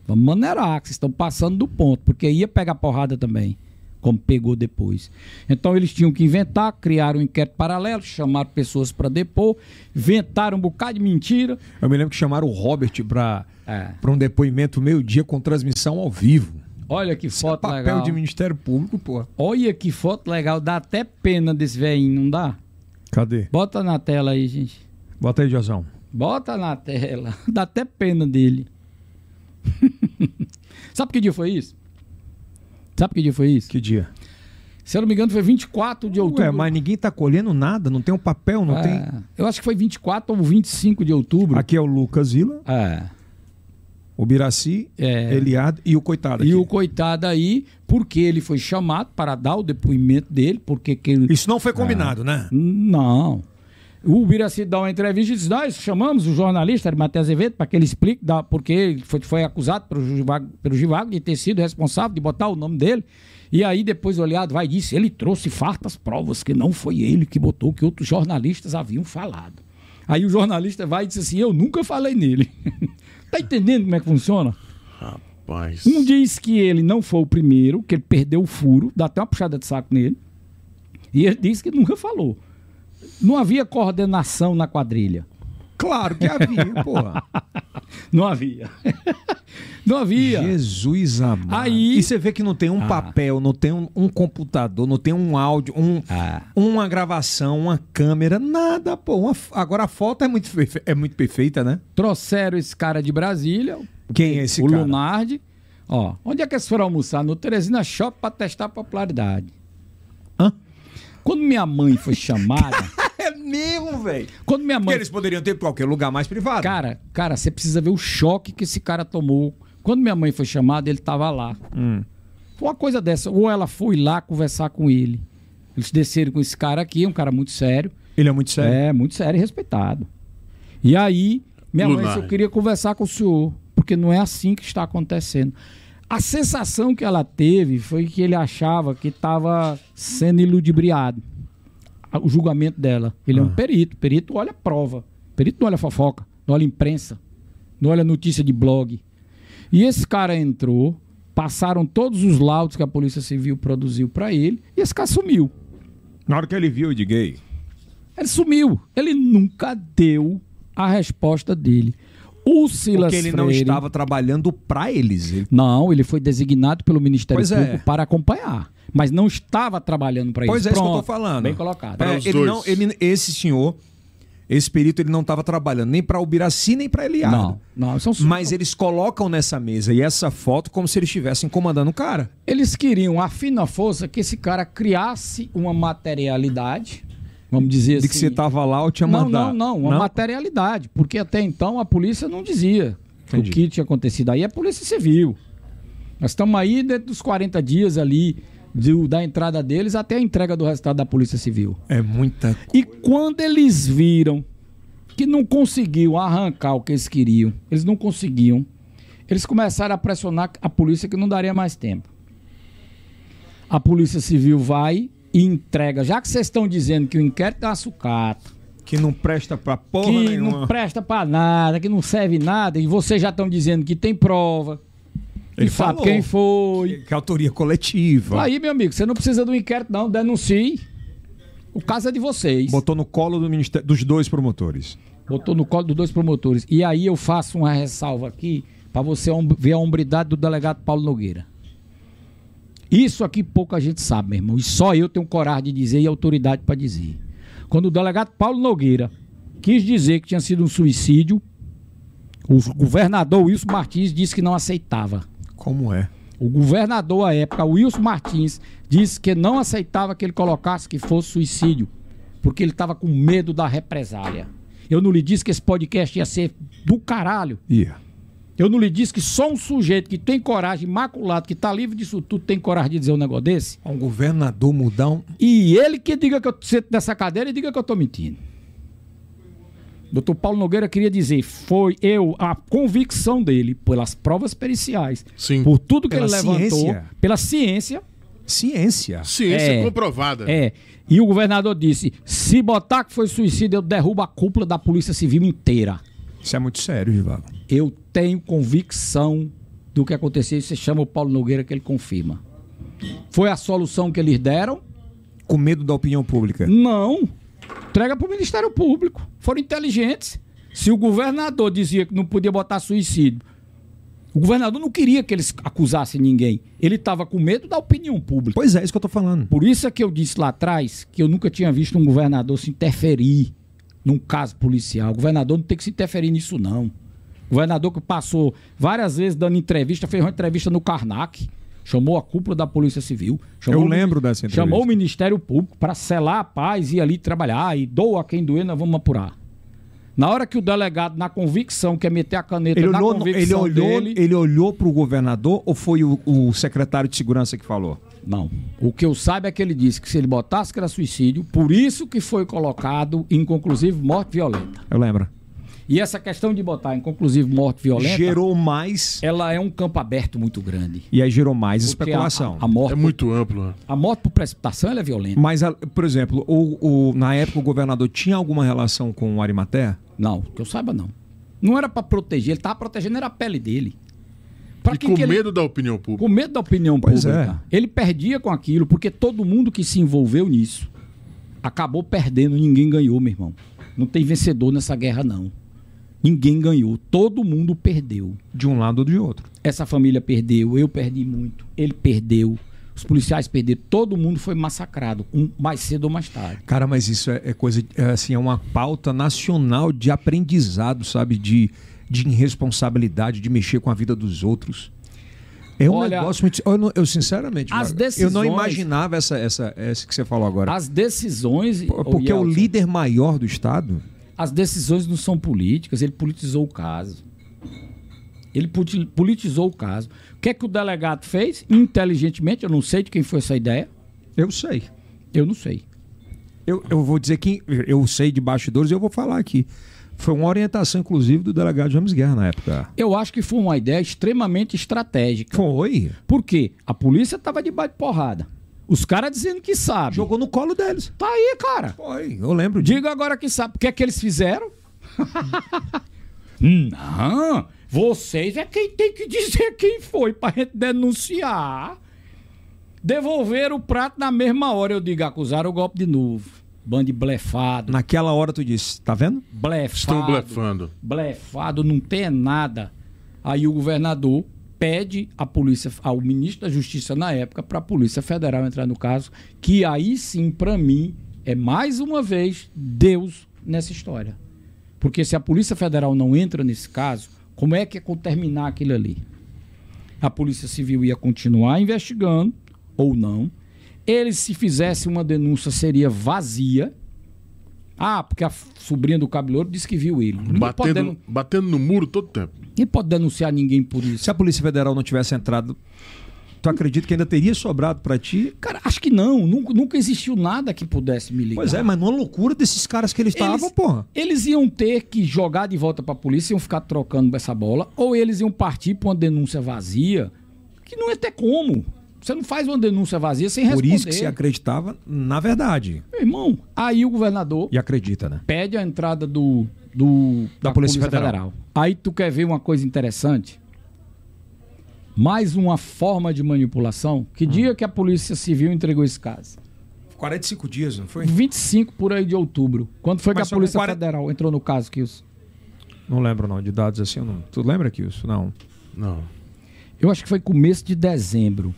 Speaker 3: vamos maneirar, que vocês estão passando do ponto, porque ia pegar porrada também, como pegou depois. Então eles tinham que inventar, criaram um inquérito paralelo, chamaram pessoas para depor, inventaram um bocado de mentira.
Speaker 1: Eu me lembro que chamaram o Robert pra,
Speaker 3: É.
Speaker 1: pra um depoimento meio-dia com transmissão ao vivo.
Speaker 3: Olha que
Speaker 1: Isso é
Speaker 3: foto
Speaker 1: papel
Speaker 3: legal.
Speaker 1: de Ministério Público, pô.
Speaker 3: Olha que foto legal, dá até pena desse velhinho, não dá?
Speaker 1: Cadê?
Speaker 3: Bota na tela aí, gente.
Speaker 1: Bota aí, Josão.
Speaker 3: Bota na tela. <laughs> Dá até pena dele. <laughs> Sabe que dia foi isso? Sabe que dia foi isso?
Speaker 1: Que dia?
Speaker 3: Se eu não me engano, foi 24 de outubro.
Speaker 1: Ué, mas ninguém tá colhendo nada, não tem um papel, não
Speaker 3: É,
Speaker 1: tem.
Speaker 3: Eu acho que foi 24 ou 25 de outubro.
Speaker 1: Aqui é o Lucas Vila,
Speaker 3: É.
Speaker 1: o Biraci,
Speaker 3: É.
Speaker 1: Eliado e o coitado.
Speaker 3: E
Speaker 1: aqui.
Speaker 3: o coitado aí, porque ele foi chamado para dar o depoimento dele, porque que ele...
Speaker 1: Isso não foi combinado, né?
Speaker 3: Não. O Biraci dá uma entrevista e diz: Nós chamamos o jornalista Arimatea Azevedo para que ele explique da, porque ele foi, foi acusado pelo Givago, pelo Givago de ter sido responsável de botar o nome dele. E aí depois o olhado vai e diz: Ele trouxe fartas provas que não foi ele que botou, que outros jornalistas haviam falado. Aí o jornalista vai e diz assim: Eu nunca falei nele. <laughs> tá entendendo como é que funciona?
Speaker 2: Rapaz.
Speaker 3: Um diz que ele não foi o primeiro, que ele perdeu o furo, dá até uma puxada de saco nele. E ele diz que nunca falou. Não havia coordenação na quadrilha.
Speaker 1: Claro que
Speaker 3: <laughs>
Speaker 1: havia, porra.
Speaker 3: Não havia. <laughs> não havia.
Speaker 1: Jesus amado.
Speaker 3: Aí- Ah.
Speaker 1: E você vê que não tem um papel, não tem um, um computador, não tem um áudio, um,
Speaker 3: Ah.
Speaker 1: uma gravação, uma câmera, nada, pô. Uma f- agora a foto é muito, perfe- é muito perfeita, né?
Speaker 3: Trouxeram esse cara de Brasília,
Speaker 1: Quem é esse
Speaker 3: o
Speaker 1: cara?
Speaker 3: Lunardi. Ó, onde é que eles foram almoçar? No Teresina Shopping para testar a popularidade.
Speaker 1: Hã?
Speaker 3: Quando minha mãe
Speaker 1: <laughs>
Speaker 3: foi chamada.
Speaker 1: É mesmo, velho.
Speaker 3: quando minha
Speaker 1: Porque
Speaker 3: mãe.
Speaker 1: eles poderiam ter pra qualquer lugar mais privado.
Speaker 3: Cara, cara, você precisa ver o choque que esse cara tomou. Quando minha mãe foi chamada, ele tava lá. Foi uma coisa dessa. Ou ela foi lá conversar com ele. Eles desceram com esse cara aqui, um cara muito sério.
Speaker 1: Ele é muito sério.
Speaker 3: É, muito sério e respeitado. E aí, minha mãe disse,
Speaker 2: Lunar.
Speaker 3: eu queria conversar com o senhor, porque não é assim que está acontecendo. A sensação que ela teve foi que ele achava que estava sendo iludibriado. A- O julgamento dela. Ele é um perito. Perito olha prova. Perito não olha fofoca, não olha imprensa, não olha notícia de blog. E esse cara entrou, passaram todos os laudos que a Polícia Civil produziu para ele, e esse cara sumiu.
Speaker 1: Na hora que ele viu, eu digo, "Ei,
Speaker 3: Ele sumiu. Ele nunca deu a resposta dele. O Silas
Speaker 1: Porque ele não
Speaker 3: Freire-
Speaker 1: estava trabalhando pra eles. Ele-
Speaker 3: Não, ele foi designado pelo Ministério
Speaker 1: Pois é.
Speaker 3: Público para acompanhar. Mas não estava trabalhado para isso.
Speaker 1: Pois é, isso que eu tô
Speaker 3: Pronto.
Speaker 1: falando.
Speaker 3: Bem colocado.
Speaker 2: Pra
Speaker 1: É,
Speaker 2: os
Speaker 1: ele
Speaker 2: dois.
Speaker 1: não, ele, esse senhor, Esse perito ele não estava trabalhando nem para Ubiraci nem para Eliada.
Speaker 3: Não, não, são
Speaker 1: Mas eles colocam nessa mesa e essa foto como se eles estivessem comandando o cara.
Speaker 3: Eles queriam a fina força que esse cara criasse uma materialidade, vamos dizer
Speaker 1: De
Speaker 3: assim.
Speaker 1: que você tá estava lá, eu tinha
Speaker 3: Não,
Speaker 1: mandado.
Speaker 3: não, não, uma materialidade, porque até então a polícia não dizia
Speaker 1: Entendi.
Speaker 3: o que tinha acontecido. Aí é a Polícia Civil. Nós estamos aí dentro dos 40 dias ali do- da entrada deles até a entrega do resultado da Polícia Civil.
Speaker 1: É muita.
Speaker 3: E quando eles viram que não conseguiam arrancar o que eles queriam, eles não conseguiam, eles começaram a pressionar a polícia que não daria mais tempo. A polícia civil vai e entrega. Já que vocês estão dizendo que o inquérito é uma sucata,
Speaker 1: Que não presta pra porra
Speaker 3: que
Speaker 1: nenhuma.
Speaker 3: não presta pra nada, que não serve nada, e vocês já estão dizendo que tem prova,
Speaker 1: Ele
Speaker 3: que sabe
Speaker 1: falou.
Speaker 3: quem foi.
Speaker 1: Que é autoria coletiva.
Speaker 3: Aí, meu amigo, você não precisa do inquérito, não, denuncie. O caso é de vocês.
Speaker 1: Botou no colo do ministério, dos dois promotores.
Speaker 3: Botou no colo dos dois promotores. E aí eu faço uma ressalva aqui para você hom- ver a hombridade do delegado Paulo Nogueira. Isso aqui pouca gente sabe, meu irmão. E só eu tenho coragem de dizer e autoridade para dizer. Quando o delegado Paulo Nogueira quis dizer que tinha sido um suicídio, o governador Wilson Martins disse que não aceitava.
Speaker 1: Como é?
Speaker 3: O governador à época, Wilson Martins, disse que não aceitava que ele colocasse que fosse suicídio, porque ele estava com medo da represália. Eu não lhe disse que esse podcast ia ser do caralho.
Speaker 1: Ia.
Speaker 3: Eu não lhe disse que só um sujeito que tem coragem, imaculado, que está livre disso tudo, tem coragem de dizer um negócio desse.
Speaker 1: Um governador mudar um.
Speaker 3: E ele que diga que eu sento nessa cadeira e diga que eu estou mentindo. Dr. Paulo Nogueira queria dizer, foi eu, a convicção dele, pelas provas periciais,
Speaker 2: Sim.
Speaker 3: por tudo que
Speaker 1: Pela
Speaker 3: ele levantou,
Speaker 1: ciência.
Speaker 3: pela ciência,
Speaker 1: Ciência.
Speaker 2: Ciência
Speaker 3: É.
Speaker 2: comprovada.
Speaker 3: É. E o governador disse: se botar que foi suicídio, eu derrubo a cúpula da Polícia Civil inteira.
Speaker 1: Isso é muito sério, Givaldo.
Speaker 3: Eu tenho convicção do que aconteceu. Você chama o Paulo Nogueira que ele confirma. Foi a solução que eles deram?
Speaker 1: Com medo da opinião pública.
Speaker 3: Não. Entrega para o Ministério Público. Foram inteligentes. Se o governador dizia que não podia botar suicídio, o governador não queria que eles acusassem ninguém. Ele estava com medo da opinião pública.
Speaker 1: Pois é, isso que eu tô falando.
Speaker 3: Por isso é que eu disse lá atrás que eu nunca tinha visto um governador se interferir num caso policial. O governador não tem que se interferir nisso, não. O governador que passou várias vezes dando entrevista, fez uma entrevista no Karnak, chamou a cúpula da Polícia Civil. Chamou
Speaker 1: Eu
Speaker 3: o-
Speaker 1: lembro dessa entrevista.
Speaker 3: Chamou o Ministério Público para selar a paz e ir ali trabalhar. E doa quem doer, nós vamos apurar. Na hora que o delegado, na convicção, quer meter a caneta
Speaker 1: Ele
Speaker 3: na
Speaker 1: olhou, no- ele
Speaker 3: tá convicção
Speaker 1: olhou,
Speaker 3: dele...
Speaker 1: ele olhou pro governador ou foi o, o secretário de segurança que falou?
Speaker 3: Não. O que eu saiba é que ele disse que se ele botasse que era suicídio, por isso que foi colocado inconclusive morte violenta.
Speaker 1: Eu lembro.
Speaker 3: E essa questão de botar inconclusive morte violenta,
Speaker 1: Gerou mais.
Speaker 3: ela é um campo aberto muito grande.
Speaker 1: E aí gerou mais
Speaker 3: Porque
Speaker 1: especulação.
Speaker 3: A, a, morte,
Speaker 2: É muito amplo. né?
Speaker 3: a morte por precipitação ela é violenta.
Speaker 1: Mas, a- por exemplo, o, o- na época o governador tinha alguma relação com o Arimaté?
Speaker 3: Não, que eu saiba não. Não era pra proteger, ele tava protegendo era a pele dele. Pra
Speaker 2: E
Speaker 3: que
Speaker 2: com
Speaker 3: que ele-
Speaker 2: medo da opinião pública.
Speaker 3: Com medo da opinião
Speaker 1: Pois é.
Speaker 3: pública. Ele perdia com aquilo, porque todo mundo que se envolveu nisso acabou perdendo, ninguém ganhou, meu irmão. Não tem vencedor nessa guerra, não. Ninguém ganhou, todo mundo perdeu.
Speaker 1: De um lado ou de outro.
Speaker 3: Essa família perdeu, eu perdi muito, ele perdeu, os policiais perderam, todo mundo foi massacrado, um mais cedo ou mais tarde.
Speaker 1: Cara, mas isso é, é coisa, é, assim, é uma pauta nacional de aprendizado, sabe? De, de irresponsabilidade, de mexer com a vida dos outros. É um
Speaker 3: Olha-
Speaker 1: negócio muito. Eu, não- eu, sinceramente, Mauro,
Speaker 3: As
Speaker 1: eu não
Speaker 3: decisões-
Speaker 1: imaginava essa, essa, essa que você falou agora.
Speaker 3: As decisões.
Speaker 1: P- Porque
Speaker 3: ô,
Speaker 1: o
Speaker 3: Yeltsin,
Speaker 1: líder maior do Estado.
Speaker 3: As decisões não são políticas, ele politizou o caso. Ele politi- politizou o caso. O que é que o delegado fez? Inteligentemente, eu não sei de quem foi essa ideia,
Speaker 1: Eu sei.
Speaker 3: eu não sei.
Speaker 1: Eu, eu vou dizer que eu sei de bastidores e eu vou falar aqui. Foi uma orientação, inclusive, do delegado James Guerra na época.
Speaker 3: Eu acho que foi uma ideia extremamente estratégica.
Speaker 1: Foi.
Speaker 3: Por quê? A polícia estava debaixo de porrada. Os caras dizendo que sabem.
Speaker 1: Jogou no colo deles.
Speaker 3: Tá aí, cara.
Speaker 1: Foi. Eu lembro disso.
Speaker 3: Diga agora que sabe. O que é que eles fizeram? <laughs> Não. Vocês é quem tem que dizer quem foi pra gente denunciar. Devolver o prato na mesma hora. Eu digo, acusaram o golpe de novo. Bande blefado.
Speaker 1: Naquela hora tu disse, tá vendo?
Speaker 3: Blefado.
Speaker 2: Estão blefando.
Speaker 3: Blefado, não tem nada. Aí o governador pede a polícia, ao ministro da Justiça na época, para a Polícia Federal entrar no caso, que aí sim, para mim, é mais uma vez Deus nessa história. Porque se a Polícia Federal não entra nesse caso, como é que é terminar aquilo ali? A Polícia Civil ia continuar investigando, ou não. Eles, se fizesse uma denúncia, seria vazia. Ah, porque a sobrinha do cabelouro disse que viu ele. Ninguém pode
Speaker 2: Batendo,
Speaker 3: denu-
Speaker 2: batendo no muro todo tempo.
Speaker 3: ninguém pode denunciar ninguém por isso.
Speaker 1: Se a Polícia Federal não tivesse entrado, tu acredita que ainda teria sobrado pra ti?
Speaker 3: Cara, acho que não. Nunca, nunca existiu nada que pudesse me ligar.
Speaker 1: Pois é, mas numa loucura desses caras que eles estavam, porra.
Speaker 3: Eles iam ter que jogar de volta pra polícia, iam ficar trocando essa bola, ou eles iam partir pra uma denúncia vazia, que não ia ter como. Você não faz uma denúncia vazia sem
Speaker 1: Por
Speaker 3: responder.
Speaker 1: isso que se acreditava na verdade.
Speaker 3: Meu irmão, aí o governador
Speaker 1: E acredita, né?
Speaker 3: pede a entrada do, do-
Speaker 1: Da Polícia Federal.
Speaker 3: Aí tu quer ver uma coisa interessante? Mais uma forma de manipulação.
Speaker 1: Hum.
Speaker 3: Que dia que a Polícia Civil entregou esse caso?
Speaker 1: 45 dias, não foi?
Speaker 3: 25 por aí de outubro. Quando foi
Speaker 1: Mas
Speaker 3: que a
Speaker 1: são
Speaker 3: Polícia
Speaker 1: 40
Speaker 3: Federal entrou no caso, Kilson?
Speaker 1: Não lembro, não, de dados assim, eu não. Tu lembra, Kilson? Não.
Speaker 2: Não.
Speaker 3: Eu acho que foi começo de dezembro.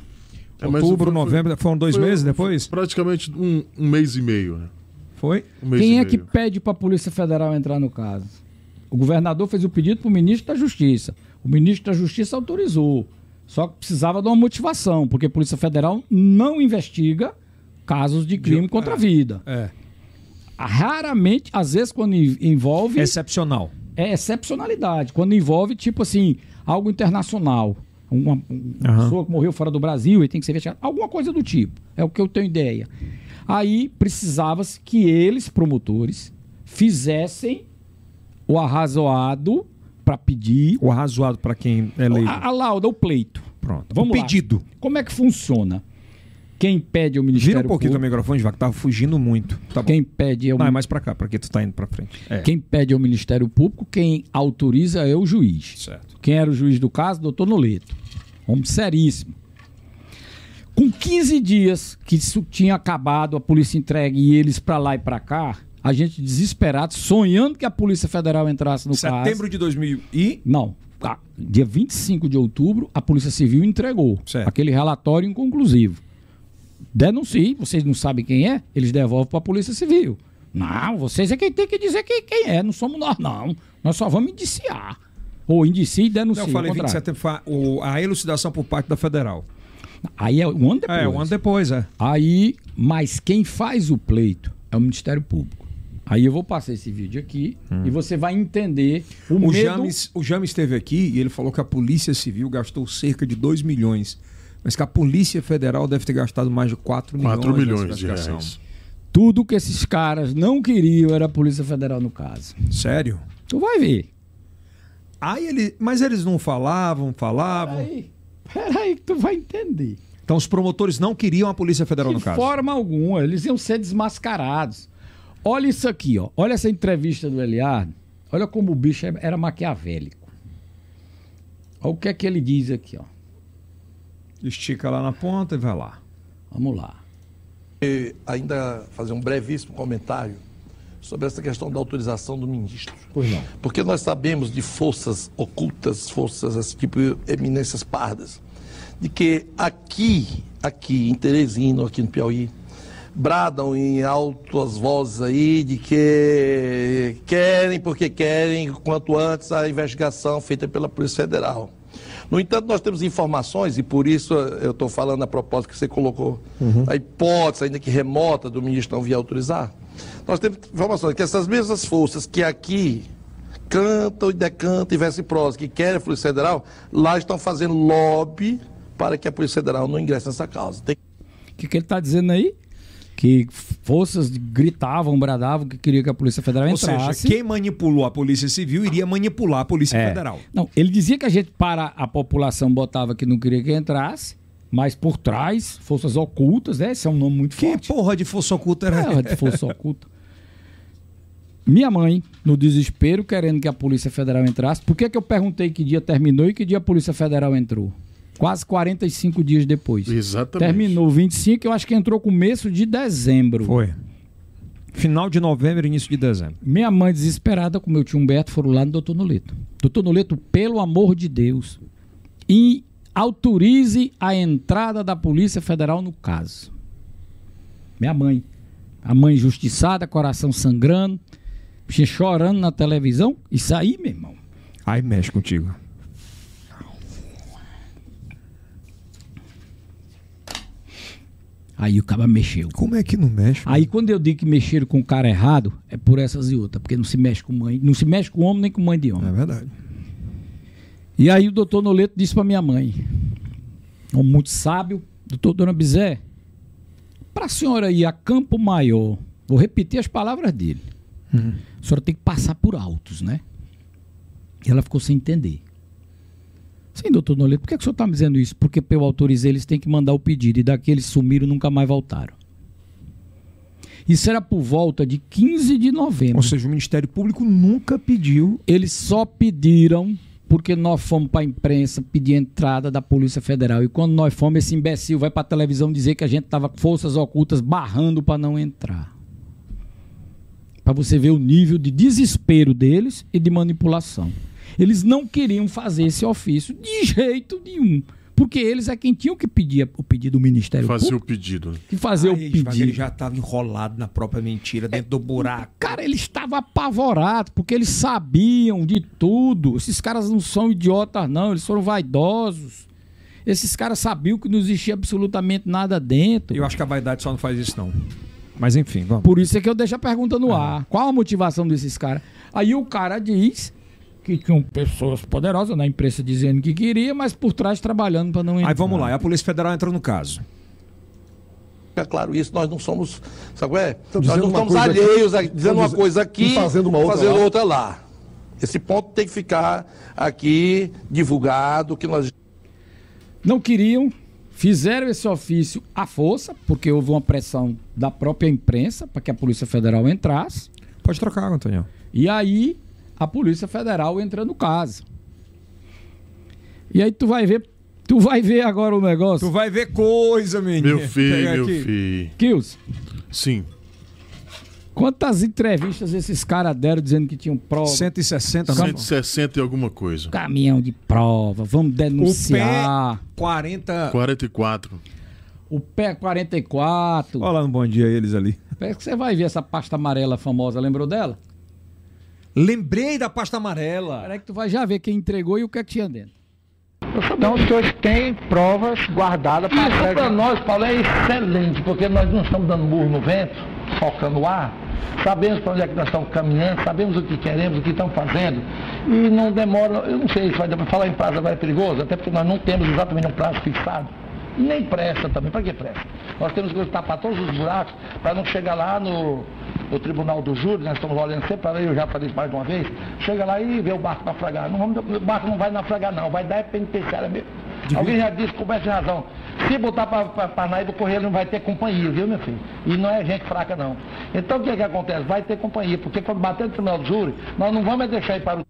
Speaker 2: É, mas
Speaker 1: Outubro,
Speaker 2: foi-
Speaker 1: novembro, foram dois
Speaker 2: foi-
Speaker 1: meses
Speaker 2: foi
Speaker 1: depois?
Speaker 2: Praticamente um, um mês e meio, né?
Speaker 1: Foi?
Speaker 2: Um mês
Speaker 3: Quem
Speaker 2: e
Speaker 3: é que
Speaker 2: meio.
Speaker 3: pede para a Polícia Federal entrar no caso? O governador fez o pedido para o ministro da Justiça. O ministro da Justiça autorizou. Só que precisava de uma motivação, porque a Polícia Federal não investiga casos de crime contra a vida.
Speaker 1: É.
Speaker 3: Raramente, às vezes, quando en- envolve.
Speaker 1: Excepcional.
Speaker 3: É excepcionalidade. Quando envolve, tipo assim, algo internacional. Uma, uma
Speaker 1: Aham.
Speaker 3: pessoa que morreu fora do Brasil e tem que ser investigada. Alguma coisa do tipo. É o que eu tenho ideia. Aí precisava-se que eles, promotores, fizessem o arrazoado para pedir
Speaker 1: O arrazoado pra quem é leigo.
Speaker 2: Ah,
Speaker 3: a, a lauda, o pleito.
Speaker 1: Pronto.
Speaker 3: Vamos
Speaker 1: o
Speaker 3: lá.
Speaker 1: pedido.
Speaker 3: Como é que funciona? Quem pede é o Ministério
Speaker 1: Gira um pouquinho do
Speaker 3: Público.
Speaker 1: microfone, já que tava fugindo muito. Tá bom.
Speaker 3: Quem pede é o
Speaker 1: Não, é mais pra cá, pra que tu tá indo pra frente. É.
Speaker 3: Quem pede é o Ministério Público, quem autoriza é o juiz.
Speaker 1: Certo.
Speaker 3: Quem era o juiz do caso? Doutor Noleto. Homem seríssimo. Com 15 dias que isso tinha acabado, a polícia entregue e eles pra lá e pra cá, a gente desesperado, sonhando que a Polícia Federal entrasse no caso.
Speaker 1: Setembro de 2000 e...
Speaker 3: Não. tá. Dia 25 de outubro, a Polícia Civil entregou
Speaker 1: Certo.
Speaker 3: aquele relatório inconclusivo. Denuncie, vocês não sabem quem é, eles devolvem para a Polícia Civil. Não, vocês é quem tem que dizer quem, quem é, não somos nós, não. Nós só vamos indiciar. Ou indicie e denuncie.
Speaker 1: Não, eu
Speaker 3: o
Speaker 1: falei 20 de
Speaker 3: contrário.
Speaker 1: setembro, fa- o- a elucidação por parte da Federal.
Speaker 3: Aí é um ano depois.
Speaker 1: É, um ano depois, é.
Speaker 3: Aí, mas quem faz o pleito é o Ministério Público. Aí eu vou passar esse vídeo aqui e você vai entender o,
Speaker 1: Hum. O
Speaker 3: medo...
Speaker 1: James, o James esteve aqui e ele falou que a Polícia Civil gastou cerca de 2 milhões, mas que a Polícia Federal deve ter gastado mais de 4 milhões.
Speaker 2: 4 milhões
Speaker 3: né?
Speaker 1: nessa
Speaker 2: de
Speaker 1: investigação.
Speaker 2: reais.
Speaker 3: Tudo que esses caras não queriam era a Polícia Federal no caso.
Speaker 1: Sério?
Speaker 3: Tu vai ver.
Speaker 1: Aí ele, mas eles não falavam, falavam.
Speaker 3: Peraí, peraí que tu vai entender.
Speaker 1: Então os promotores não queriam a Polícia Federal no
Speaker 3: De
Speaker 1: caso.
Speaker 3: forma alguma, eles iam ser desmascarados. Olha isso aqui, ó. Olha essa entrevista do Eliardo. Olha como o bicho é- era maquiavélico. Olha o que é que ele diz aqui, ó.
Speaker 1: Estica lá na ponta e vai lá.
Speaker 3: Vamos lá.
Speaker 9: E ainda fazer um brevíssimo comentário sobre essa questão da autorização do ministro.
Speaker 3: Pois não.
Speaker 9: Porque nós sabemos de forças ocultas, forças assim, tipo eminências pardas, de que aqui, aqui em Teresina, aqui no Piauí, bradam em altas vozes aí de que querem porque querem quanto antes a investigação feita pela Polícia Federal. No entanto, nós temos informações, e por isso eh, eu estou falando a propósito que você colocou
Speaker 10: Uhum.
Speaker 9: a hipótese, ainda que remota, do ministro não vir autorizar. Nós temos informações que essas mesmas forças que aqui cantam e decantam e vice-prosa, que querem a Polícia Federal, lá estão fazendo lobby para que a Polícia Federal não ingresse nessa causa. Tem
Speaker 3: O que, que ele tá dizendo aí? Que forças gritavam, bradavam que queria que a Polícia Federal
Speaker 1: Ou
Speaker 3: entrasse.
Speaker 1: seja, quem manipulou a Polícia Civil iria manipular a Polícia
Speaker 3: É.
Speaker 1: Federal.
Speaker 3: Não, ele dizia que a gente, para a população, botava que não queria que entrasse, mas por trás, forças ocultas, né? Esse é um nome muito
Speaker 1: Que
Speaker 3: forte.
Speaker 1: porra de força oculta era?
Speaker 3: É, de força oculta. Minha mãe, no desespero, querendo que a Polícia Federal entrasse. Por que, que eu perguntei que dia terminou e que dia a Polícia Federal entrou? Quase 45 dias depois.
Speaker 2: Exatamente.
Speaker 3: Terminou 25, eu acho que entrou começo de dezembro.
Speaker 1: Foi. Final de novembro, início de dezembro.
Speaker 3: Minha mãe, desesperada, com meu tio Humberto, foram lá no doutor Noleto. Doutor Noleto, pelo amor de Deus, e autorize a entrada da Polícia Federal no caso. Minha mãe. A mãe injustiçada, coração sangrando. chorando na televisão. Isso aí, meu irmão.
Speaker 11: Aí mexe contigo.
Speaker 3: Aí o cara mexeu.
Speaker 11: Como é que não mexe?
Speaker 3: Aí quando eu digo que mexeram com o cara errado, é por essas e outras, porque não se mexe com mãe, não se mexe com homem nem com mãe de homem.
Speaker 11: É verdade.
Speaker 3: E aí o doutor Noleto disse para minha mãe, um muito sábio, doutor Dona Bizé, para a senhora ir a Campo Maior, vou repetir as palavras dele, a senhora tem que passar por altos, né? E ela ficou sem entender. Sim, doutor Noleto, por que, que o senhor está me dizendo isso? Porque eu autorizei, eles têm que mandar o pedido, e daqui eles sumiram e nunca mais voltaram. Isso era por volta de 15 de novembro.
Speaker 11: Ou seja, o Ministério Público nunca pediu.
Speaker 3: Eles só pediram porque nós fomos para a imprensa pedir entrada da Polícia Federal. E quando nós fomos, esse imbecil vai para a televisão dizer que a gente estava com forças ocultas barrando para não entrar. Para você ver o nível de desespero deles e de manipulação. Eles não queriam fazer esse ofício de jeito nenhum. Porque eles é quem tinham que pedir o pedido do Ministério
Speaker 2: Fazer o
Speaker 3: Público.
Speaker 2: pedido. né?
Speaker 3: Que fazer o pedido.
Speaker 1: Ele já estava enrolado na própria mentira, dentro do buraco.
Speaker 3: Cara, ele estava apavorado, porque eles sabiam de tudo. Esses caras não são idiotas, não. Eles foram vaidosos. Esses caras sabiam que não existia absolutamente nada dentro.
Speaker 1: Eu acho que a vaidade só não faz isso, não. Mas enfim, vamos.
Speaker 3: Por isso é que eu deixo a pergunta no
Speaker 1: Ah.
Speaker 3: ar. Qual a motivação desses caras? Aí o cara diz que tinham pessoas poderosas na imprensa dizendo que queria, mas por trás trabalhando para não entrar.
Speaker 1: Aí vamos lá, e a Polícia Federal entra no caso.
Speaker 9: Fica claro isso, nós não somos, sabe qual é? Nós
Speaker 10: dizendo uma
Speaker 9: não estamos
Speaker 10: coisa aqui,
Speaker 9: alheios, a, dizendo uma
Speaker 10: diz-
Speaker 9: coisa aqui
Speaker 10: e fazendo uma outra
Speaker 9: fazendo
Speaker 10: lá.
Speaker 9: outra lá. Esse ponto tem que ficar aqui divulgado, que nós
Speaker 3: Não queriam, fizeram esse ofício à força, porque houve uma pressão da própria imprensa para que a Polícia Federal entrasse.
Speaker 1: Pode trocar, Antônio.
Speaker 3: E aí a Polícia Federal entra no caso. E aí tu vai ver, tu vai ver agora o negócio.
Speaker 1: Tu vai ver coisa, menino.
Speaker 2: Meu filho,
Speaker 1: Pega
Speaker 2: meu
Speaker 1: aqui.
Speaker 2: filho.
Speaker 3: Kills,
Speaker 2: Sim.
Speaker 3: quantas entrevistas esses caras deram dizendo que tinham prova?
Speaker 1: 160, não?
Speaker 2: 160 e alguma coisa.
Speaker 3: Caminhão de prova, vamos denunciar.
Speaker 1: 40.
Speaker 2: 44.
Speaker 3: O pé é 44.
Speaker 1: Olha lá um bom dia eles ali.
Speaker 3: Parece É que Você vai ver essa pasta amarela famosa, lembrou dela?
Speaker 1: Lembrei da pasta amarela.
Speaker 3: Parece que tu vai já ver quem entregou e o que é que tinha dentro.
Speaker 12: Então os senhores têm provas guardadas para
Speaker 4: Isso
Speaker 12: entrega.
Speaker 4: para nós, Paulo, é excelente, porque nós não estamos dando burro no vento, focando o ar. Sabemos para onde é que nós estamos caminhando, sabemos o que queremos, o que estamos fazendo. E não demora, eu não sei se vai demorar. Falar em prazo agora é perigoso, até porque nós não temos exatamente um prazo fixado. Nem pressa também, para que pressa? Nós temos que tapar todos os buracos para não chegar lá no, no tribunal do júri, nós estamos olhando sempre para eu já falei isso mais de uma vez, chega lá e vê o barco naufragar. Não, vamos- o barco não vai naufragar não, vai dar é penitenciária mesmo. Alguém já disse, começa de razão. Se botar para Naí do Correio, ele não vai ter companhia, viu, meu filho? E não é gente fraca, não. Então, o que, é que acontece? Vai ter companhia, porque quando bater no tribunal do júri, nós não vamos é deixar ir para o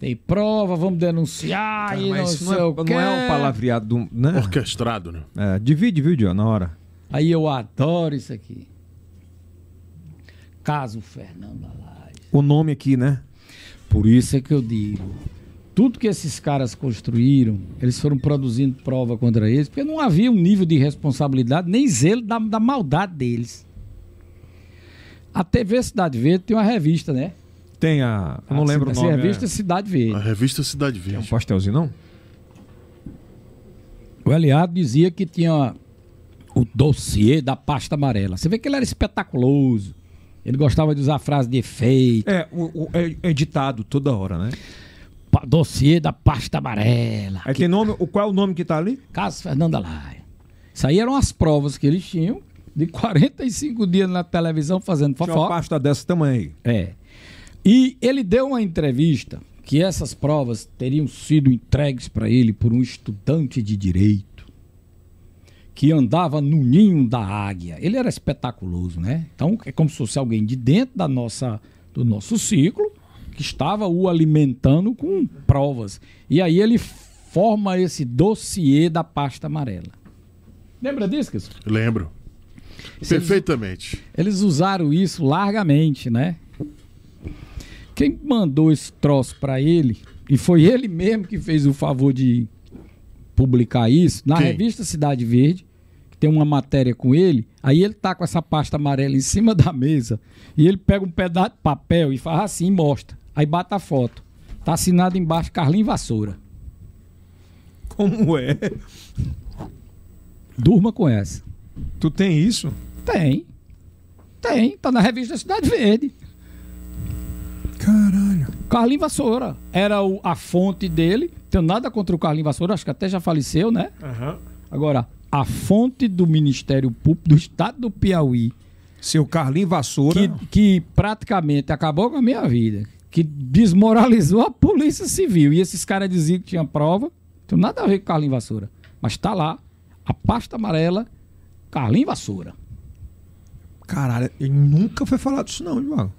Speaker 3: Tem prova, vamos denunciar e não
Speaker 1: Mas
Speaker 3: sei
Speaker 1: não, é,
Speaker 3: o
Speaker 1: não
Speaker 3: quê.
Speaker 1: é um palavreado, do- né?
Speaker 2: Orquestrado, né?
Speaker 1: É, divide, viu, Diogo, na hora.
Speaker 3: Aí eu adoro isso aqui. Caso Fernando Alares.
Speaker 1: O nome aqui, né?
Speaker 3: Por isso é que eu digo. Tudo que esses caras construíram, eles foram produzindo prova contra eles, porque não havia um nível de responsabilidade, nem zelo da, da maldade deles. A TV Cidade Verde tem uma revista, né?
Speaker 1: Tem a. eu não
Speaker 3: A-
Speaker 1: lembro o
Speaker 3: essa
Speaker 1: nome.
Speaker 3: revista
Speaker 1: é...
Speaker 3: Cidade
Speaker 2: A
Speaker 3: Verde.
Speaker 2: revista Cidade
Speaker 1: é um
Speaker 2: Verde.
Speaker 1: pastelzinho, não?
Speaker 3: O Eliado dizia que tinha o dossiê da pasta amarela. Você vê que ele era espetaculoso. Ele gostava de usar frase de efeito.
Speaker 1: É, o, o- é, é ditado toda hora, né?
Speaker 3: pa- dossiê da pasta amarela.
Speaker 1: Aí tem nome. O, qual é o nome que tá ali?
Speaker 3: Caso Fernanda Laia. Isso aí eram as provas que eles tinham de 45 dias na televisão fazendo
Speaker 1: Tinha uma
Speaker 3: fofoca.
Speaker 1: pasta dessa também.
Speaker 3: É. E ele deu uma entrevista que essas provas teriam sido entregues para ele por um estudante de direito que andava no ninho da águia. Ele era espetaculoso, né? Então é como se fosse alguém de dentro da nossa do nosso ciclo que estava o alimentando com provas. E aí ele forma esse dossiê da pasta amarela. Lembra disso, Cristo?
Speaker 2: Lembro. Perfeitamente.
Speaker 3: Eles usaram isso largamente, né? Quem mandou esse troço pra ele, e foi ele mesmo que fez o favor de publicar isso, na
Speaker 2: Quem?
Speaker 3: revista Cidade Verde, que tem uma matéria com ele, aí ele tá com essa pasta amarela em cima <laughs> da mesa e ele pega um pedaço de papel e faz assim e mostra. Aí bata a foto. Tá assinado embaixo Carlinhos Vassoura.
Speaker 1: Como é?
Speaker 3: Durma com essa.
Speaker 1: Tu tem isso?
Speaker 3: Tem. Tem, tá na revista Cidade Verde.
Speaker 1: Caralho.
Speaker 3: Carlinhos Vassoura era o- a fonte dele. Tenho nada contra o Carlinhos Vassoura, acho que até já faleceu, né? Agora, a fonte do Ministério Público do Estado do Piauí,
Speaker 1: Seu Carlinho Vassoura.
Speaker 3: que, que praticamente acabou com a minha vida, que desmoralizou a Polícia Civil. E esses caras diziam que tinha prova. Tenho nada a ver com Carlinhos Vassoura. Mas tá lá, a pasta amarela, Carlinhos Vassoura.
Speaker 1: Caralho, ele nunca foi falado disso, não, Ivan.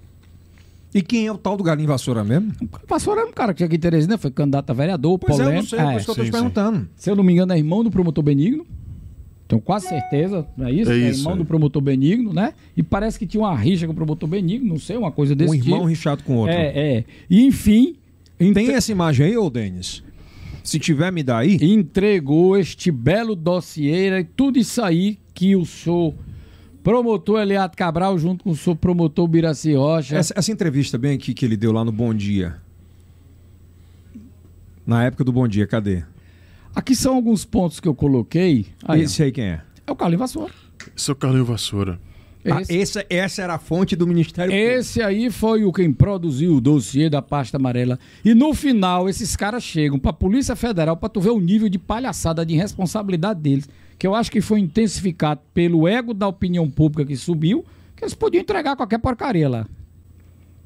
Speaker 1: E quem é o tal do Galinho Vassoura mesmo?
Speaker 3: Vassoura era um cara que aqui em Teresina foi candidato a vereador,
Speaker 1: Pois é, eu não
Speaker 3: polêmico.
Speaker 1: sei, por isso que eu tô
Speaker 2: sim,
Speaker 1: te
Speaker 2: sim.
Speaker 1: perguntando.
Speaker 3: Se eu não me engano, é irmão do promotor Benigno. Tenho quase certeza, não é isso?
Speaker 2: É isso,
Speaker 3: irmão
Speaker 2: é.
Speaker 3: do promotor Benigno, né? E parece que tinha uma rixa com o promotor Benigno, não sei, uma coisa desse
Speaker 1: Um irmão
Speaker 3: tipo.
Speaker 1: rixado com o outro.
Speaker 3: É, é. E, enfim, entre-
Speaker 1: Tem essa imagem aí, ô Denis? Se tiver, me dá aí.
Speaker 3: entregou este belo dossiê e tudo isso aí que o senhor promotor Eliado Cabral junto com o senhor promotor Biraci Rocha.
Speaker 1: Essa, essa entrevista bem aqui que ele deu lá no Bom Dia. Na época do Bom Dia, cadê?
Speaker 3: Aqui são alguns pontos que eu coloquei. Aí,
Speaker 1: Esse aí quem é?
Speaker 3: ó. É o Carlinhos Vassoura.
Speaker 2: Esse é o Carlinho Vassoura.
Speaker 1: Ah,
Speaker 3: Esse-
Speaker 1: essa, essa era a fonte do Ministério
Speaker 3: Esse aí foi o quem produziu o dossiê da pasta amarela. E no final, esses caras chegam pra Polícia Federal pra tu ver o nível de palhaçada, de irresponsabilidade deles. Que eu acho que foi intensificado pelo ego da opinião pública que subiu, que eles podiam entregar qualquer porcaria lá.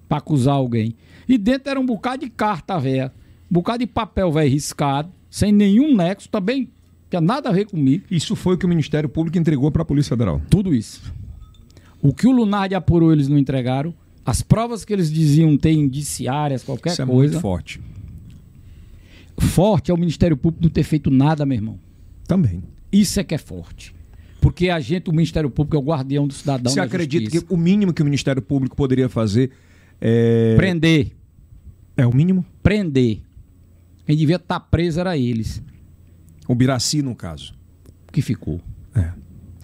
Speaker 3: Pra acusar alguém. E dentro era um bocado de carta, velha. Um bocado de papel, velho, riscado. Sem nenhum nexo, também tinha nada a ver comigo.
Speaker 1: Público. Isso foi o que o Ministério Público entregou para a Polícia Federal.
Speaker 3: Tudo isso. O que o Lunardi apurou, eles não entregaram. As provas que eles diziam ter indiciárias, qualquer
Speaker 1: Isso é
Speaker 3: coisa.
Speaker 1: muito forte.
Speaker 3: forte é o Ministério Público não ter feito nada, meu irmão.
Speaker 1: Também.
Speaker 3: Isso é que é forte. Porque a gente, o Ministério Público, é o guardião do cidadão.
Speaker 1: Você
Speaker 3: da
Speaker 1: acredita
Speaker 3: justiça.
Speaker 1: que o mínimo que o Ministério Público poderia fazer é.
Speaker 3: Prender.
Speaker 1: É o mínimo?
Speaker 3: Prender. Quem devia estar preso era eles.
Speaker 1: O Biraci, no caso.
Speaker 3: que ficou.
Speaker 1: É.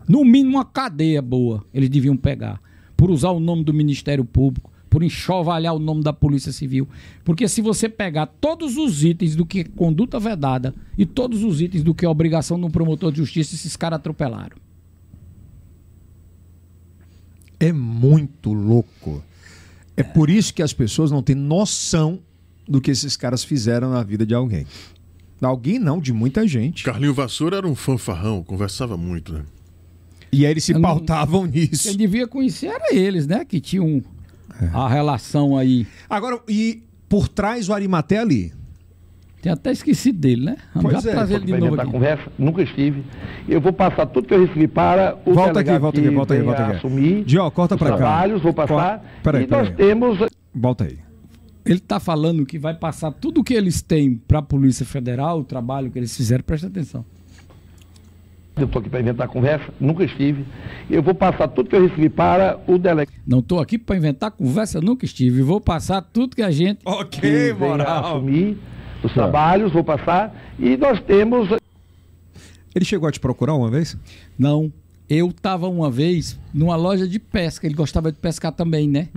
Speaker 3: No mínimo uma cadeia boa eles deviam pegar por usar o nome do Ministério Público, por enxovalhar o nome da Polícia Civil. Porque se você pegar todos os itens do que é conduta vedada e todos os itens do que é obrigação de um promotor de justiça, esses caras atropelaram.
Speaker 1: É muito louco. É por isso que as pessoas não têm noção do que esses caras fizeram na vida de alguém. De Alguém não, de muita gente.
Speaker 2: Carlinho Vassoura era um fanfarrão, conversava muito, né?
Speaker 1: E aí eles se
Speaker 3: Eu não-
Speaker 1: <laughs> pautavam
Speaker 3: Quem
Speaker 1: nisso.
Speaker 3: devia conhecer era eles, né? Que tinham
Speaker 1: É.
Speaker 3: a relação aí.
Speaker 1: Agora, e por trás o Arimaté ali?
Speaker 3: Tem até esquecido dele, né? Vamos
Speaker 1: Pois
Speaker 3: já
Speaker 1: é,
Speaker 3: trazer ele de novo
Speaker 13: da
Speaker 3: aqui.
Speaker 13: conversa, nunca estive. Eu vou passar tudo que eu recebi para o
Speaker 1: Volta
Speaker 13: delegado
Speaker 1: aqui, volta aqui,
Speaker 13: que
Speaker 1: volta aqui,
Speaker 13: venha
Speaker 1: volta aqui.
Speaker 13: assumir
Speaker 1: Dió, corta
Speaker 13: os
Speaker 1: pra cá.
Speaker 13: trabalhos, vou passar.
Speaker 1: Cor- peraí,
Speaker 13: e nós
Speaker 1: peraí.
Speaker 4: eh,
Speaker 13: temos
Speaker 1: Volta aí.
Speaker 3: Ele está falando que vai passar tudo o que eles têm para a Polícia Federal, o trabalho que eles fizeram, presta atenção.
Speaker 13: Eu estou aqui para inventar conversa, nunca estive. Eu vou passar tudo que eu recebi para o delegado
Speaker 3: Não estou aqui para inventar conversa, nunca estive. Vou passar tudo que a gente.
Speaker 1: Ok,
Speaker 13: venha assumir os trabalhos, vou passar. E nós temos
Speaker 1: Ele chegou a te procurar uma vez?
Speaker 3: Não. Eu estava uma vez numa loja de pesca, ele gostava de pescar também, né?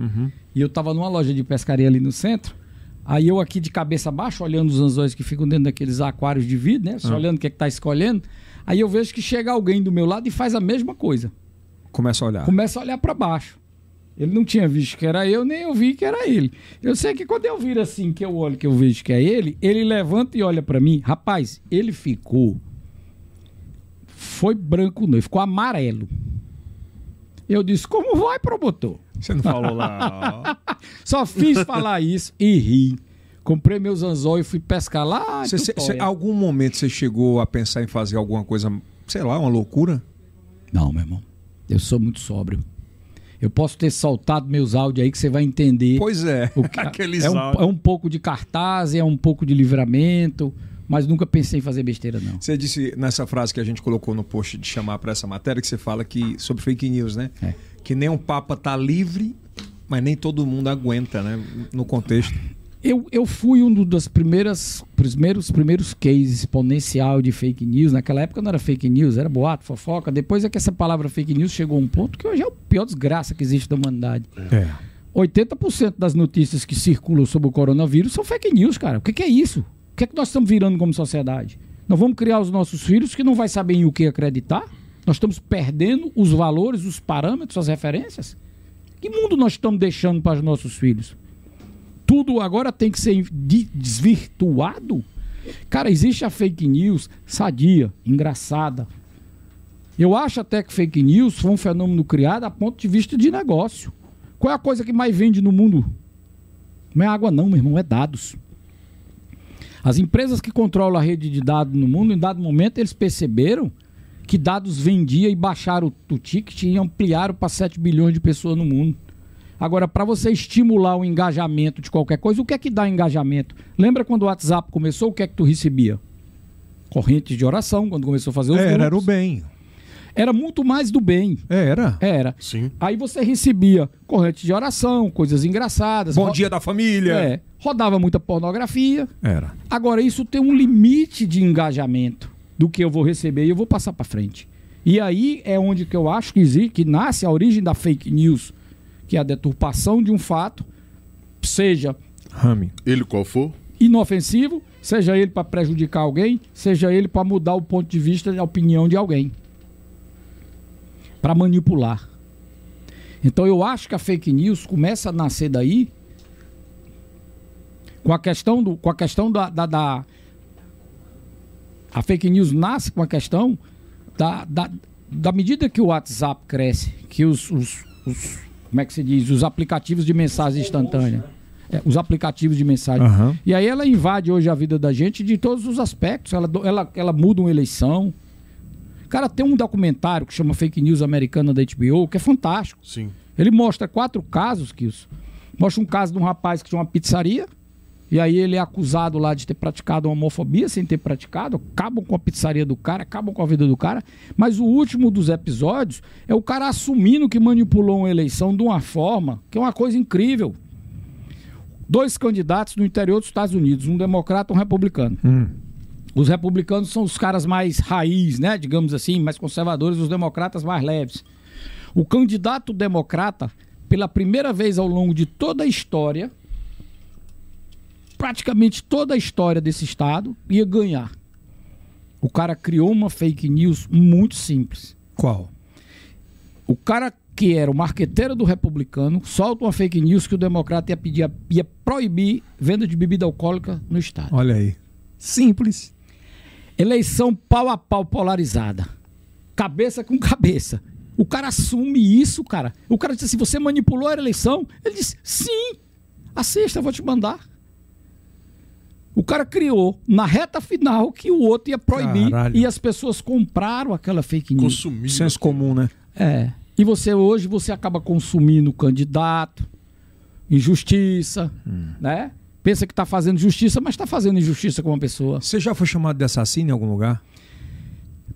Speaker 3: E eu estava numa loja de pescaria ali no centro. Aí eu aqui de cabeça baixa, olhando os anzóis que ficam dentro daqueles aquários de vidro, né? Só olhando o que é que tá escolhendo. Aí eu vejo que chega alguém do meu lado e faz a mesma coisa.
Speaker 1: Começa a olhar.
Speaker 3: Ah. começa a olhar para baixo. Ele não tinha visto que era eu, nem eu vi que era ele. Eu sei que quando eu viro assim, que eu olho, que eu vejo que é ele, ele levanta e olha para mim. Rapaz, ele ficou. Foi branco, não, ele ficou amarelo. Eu disse: Como vai, promotor?
Speaker 1: Você não falou lá.
Speaker 3: Só fiz falar isso e ri. Comprei meus anzol e fui pescar lá. em
Speaker 1: Você- você-
Speaker 3: Tutóia.
Speaker 1: você- algum momento você chegou a pensar em fazer alguma coisa, sei lá, uma loucura?
Speaker 3: Não, meu irmão. Eu sou muito sóbrio. Eu posso ter soltado meus áudios aí que você vai entender.
Speaker 1: Pois é. <laughs>
Speaker 3: O que- é, um, é um pouco de cartaz, é um pouco de livramento, mas nunca pensei em fazer besteira, não.
Speaker 1: Você disse nessa frase que a gente colocou no post de chamar para essa matéria que você fala que sobre fake news, né?
Speaker 3: É.
Speaker 1: Que nem um papa tá livre, mas nem todo mundo aguenta, né? No contexto.
Speaker 3: eu, eu fui um do- dos primeiras, primeiros, primeiros cases exponencial de fake news. Naquela época não era fake news, era boato, fofoca. Depois é que essa palavra fake news chegou a um ponto que hoje é a pior desgraça que existe da humanidade.
Speaker 1: É.
Speaker 3: 80% das notícias que circulam sobre o coronavírus são fake news, cara. O que, que é isso? O que é que nós estamos virando como sociedade? Nós vamos criar os nossos filhos que não vai saber em o que acreditar? Nós estamos perdendo os valores, os parâmetros, as referências? Que mundo nós estamos deixando para os nossos filhos? Tudo agora tem que ser de- desvirtuado? Cara, existe a fake news sadia, engraçada. Eu acho até que fake news foi um fenômeno criado a ponto de vista de negócio. Qual é a coisa que mais vende no mundo? Não é água, não, meu irmão, é dados. As empresas que controlam a rede de dados no mundo, em dado momento, eles perceberam que dados vendia e baixaram o ticket e ampliaram para 7 bilhões de pessoas no mundo. Agora, para você estimular o engajamento de qualquer coisa, o que é que dá engajamento? Lembra quando o WhatsApp começou, o que é que tu recebia? Correntes de oração, quando começou a fazer os
Speaker 1: É, Era, era o
Speaker 3: grupos.
Speaker 1: bem. É,
Speaker 3: Era muito mais do bem.
Speaker 1: Era.
Speaker 3: Era.
Speaker 2: Sim.
Speaker 3: Aí você recebia corrente de oração, coisas engraçadas.
Speaker 1: Bom
Speaker 3: ro-
Speaker 1: dia da família.
Speaker 3: É, rodava muita pornografia.
Speaker 1: Era.
Speaker 3: Agora, isso tem um limite de engajamento do que eu vou receber e eu vou passar para frente. E aí é onde que eu acho que, exi- que nasce a origem da fake news, que é a deturpação de um fato, seja
Speaker 1: Rami.
Speaker 2: Ele qual for?
Speaker 3: inofensivo, seja ele para prejudicar alguém, seja ele para mudar o ponto de vista e a opinião de alguém. Para manipular. Então eu acho que a fake news começa a nascer daí com a questão do com a questão da, da, da- a fake news nasce com a questão da, da, da medida que o WhatsApp cresce, que os, os- os- como é que se diz, os aplicativos de mensagem instantânea. É, os aplicativos de mensagem.
Speaker 1: Aham.
Speaker 3: E aí ela invade hoje a vida da gente de todos os aspectos. Ela, do- ela, ela muda uma eleição. Cara, tem um documentário que chama Fake News Americana da HBO, que é fantástico.
Speaker 2: Sim.
Speaker 3: Ele mostra quatro casos, Kilson. Mostra um caso de um rapaz que tinha uma pizzaria, e aí ele é acusado lá de ter praticado uma homofobia sem ter praticado, acabam com a pizzaria do cara, acabam com a vida do cara. Mas o último dos episódios é o cara assumindo que manipulou uma eleição de uma forma que é uma coisa incrível. Dois candidatos no interior dos Estados Unidos, um democrata e um republicano. Os republicanos são os caras mais raiz, né? Digamos assim, mais conservadores, os democratas mais leves. O candidato democrata, pela primeira vez ao longo de toda a história, praticamente toda a história desse estado, ia ganhar. O cara criou uma fake news muito simples.
Speaker 1: Qual?
Speaker 3: O cara que era o marqueteiro do republicano solta uma fake news que o democrata ia pedir, ia proibir venda de bebida alcoólica no estado.
Speaker 1: Olha aí. Simples.
Speaker 3: Eleição pau a pau polarizada. Cabeça com cabeça. O cara assume isso, cara. O cara disse assim: você manipulou a eleição? Ele disse: sim, assista, eu vou te mandar. O cara criou na reta final que o outro ia proibir
Speaker 1: Caralho.
Speaker 3: e as pessoas compraram aquela fake news.
Speaker 2: Consumir.
Speaker 1: Senso comum, né?
Speaker 3: É. E você hoje você acaba consumindo o candidato, injustiça, né? Pensa que está fazendo justiça, mas está fazendo injustiça com uma pessoa.
Speaker 1: Você já foi chamado de assassino em algum lugar?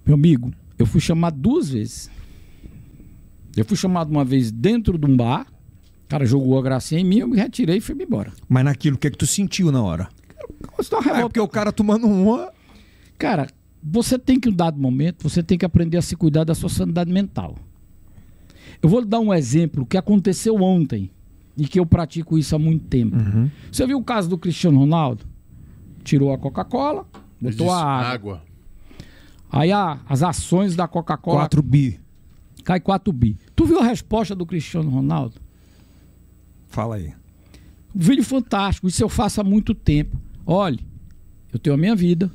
Speaker 3: Meu amigo, eu fui chamado duas vezes. Eu fui chamado uma vez dentro de um bar, o cara jogou a gracinha em mim, eu me retirei e fui embora.
Speaker 1: Mas naquilo, o que é que tu sentiu na hora?
Speaker 3: Isso dá uma
Speaker 1: É
Speaker 3: revolta.
Speaker 1: porque o cara tomando uma.
Speaker 3: Cara, você tem que, em um dado momento, você tem que aprender a se cuidar da sua sanidade mental. Eu vou lhe dar um exemplo que aconteceu ontem e que eu pratico isso há muito tempo. Você viu o caso do Cristiano Ronaldo? Tirou a Coca-Cola,
Speaker 2: Ele
Speaker 3: botou
Speaker 2: diz,
Speaker 3: a água.
Speaker 2: água.
Speaker 3: Aí a- as ações da Coca-Cola
Speaker 1: 4 bi.
Speaker 3: cai 4 bi. Tu viu a resposta do Cristiano Ronaldo?
Speaker 1: Fala aí.
Speaker 3: Um vídeo fantástico, isso eu faço há muito tempo. Olhe, eu tenho a minha vida,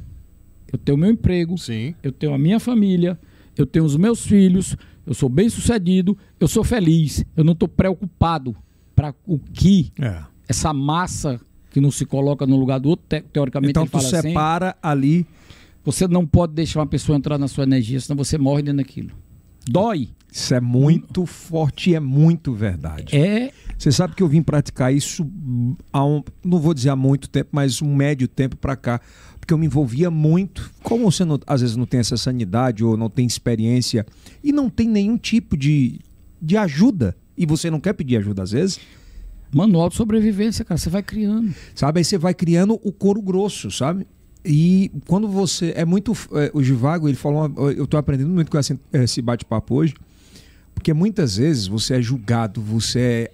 Speaker 3: eu tenho o meu emprego,
Speaker 2: Sim.
Speaker 3: eu tenho a minha família, eu tenho os meus filhos, eu sou bem sucedido, eu sou feliz, eu não estou preocupado para o que
Speaker 1: É.
Speaker 3: essa massa que não se coloca no lugar do outro, te- teoricamente
Speaker 1: Então
Speaker 3: ele
Speaker 1: tu
Speaker 3: fala assim,
Speaker 1: separa ali.
Speaker 3: você não pode deixar uma pessoa entrar na sua energia, senão você morre dentro daquilo. Dói.
Speaker 1: Isso é muito forte e é muito verdade.
Speaker 3: É
Speaker 1: Você sabe que eu vim praticar isso há um, não vou dizer há muito tempo, mas um médio tempo pra cá, porque eu me envolvia muito. Como você não- às vezes não tem essa sanidade ou não tem experiência e não tem nenhum tipo de, de ajuda e você não quer pedir ajuda às vezes,
Speaker 3: Manual de sobrevivência, cara. Você vai criando.
Speaker 1: Sabe? Aí você vai criando o couro grosso, sabe? E quando você. É muito. é, o Givago, ele falou. uma- eu tô aprendendo muito com essa- esse bate-papo hoje. Porque muitas vezes você é julgado, você é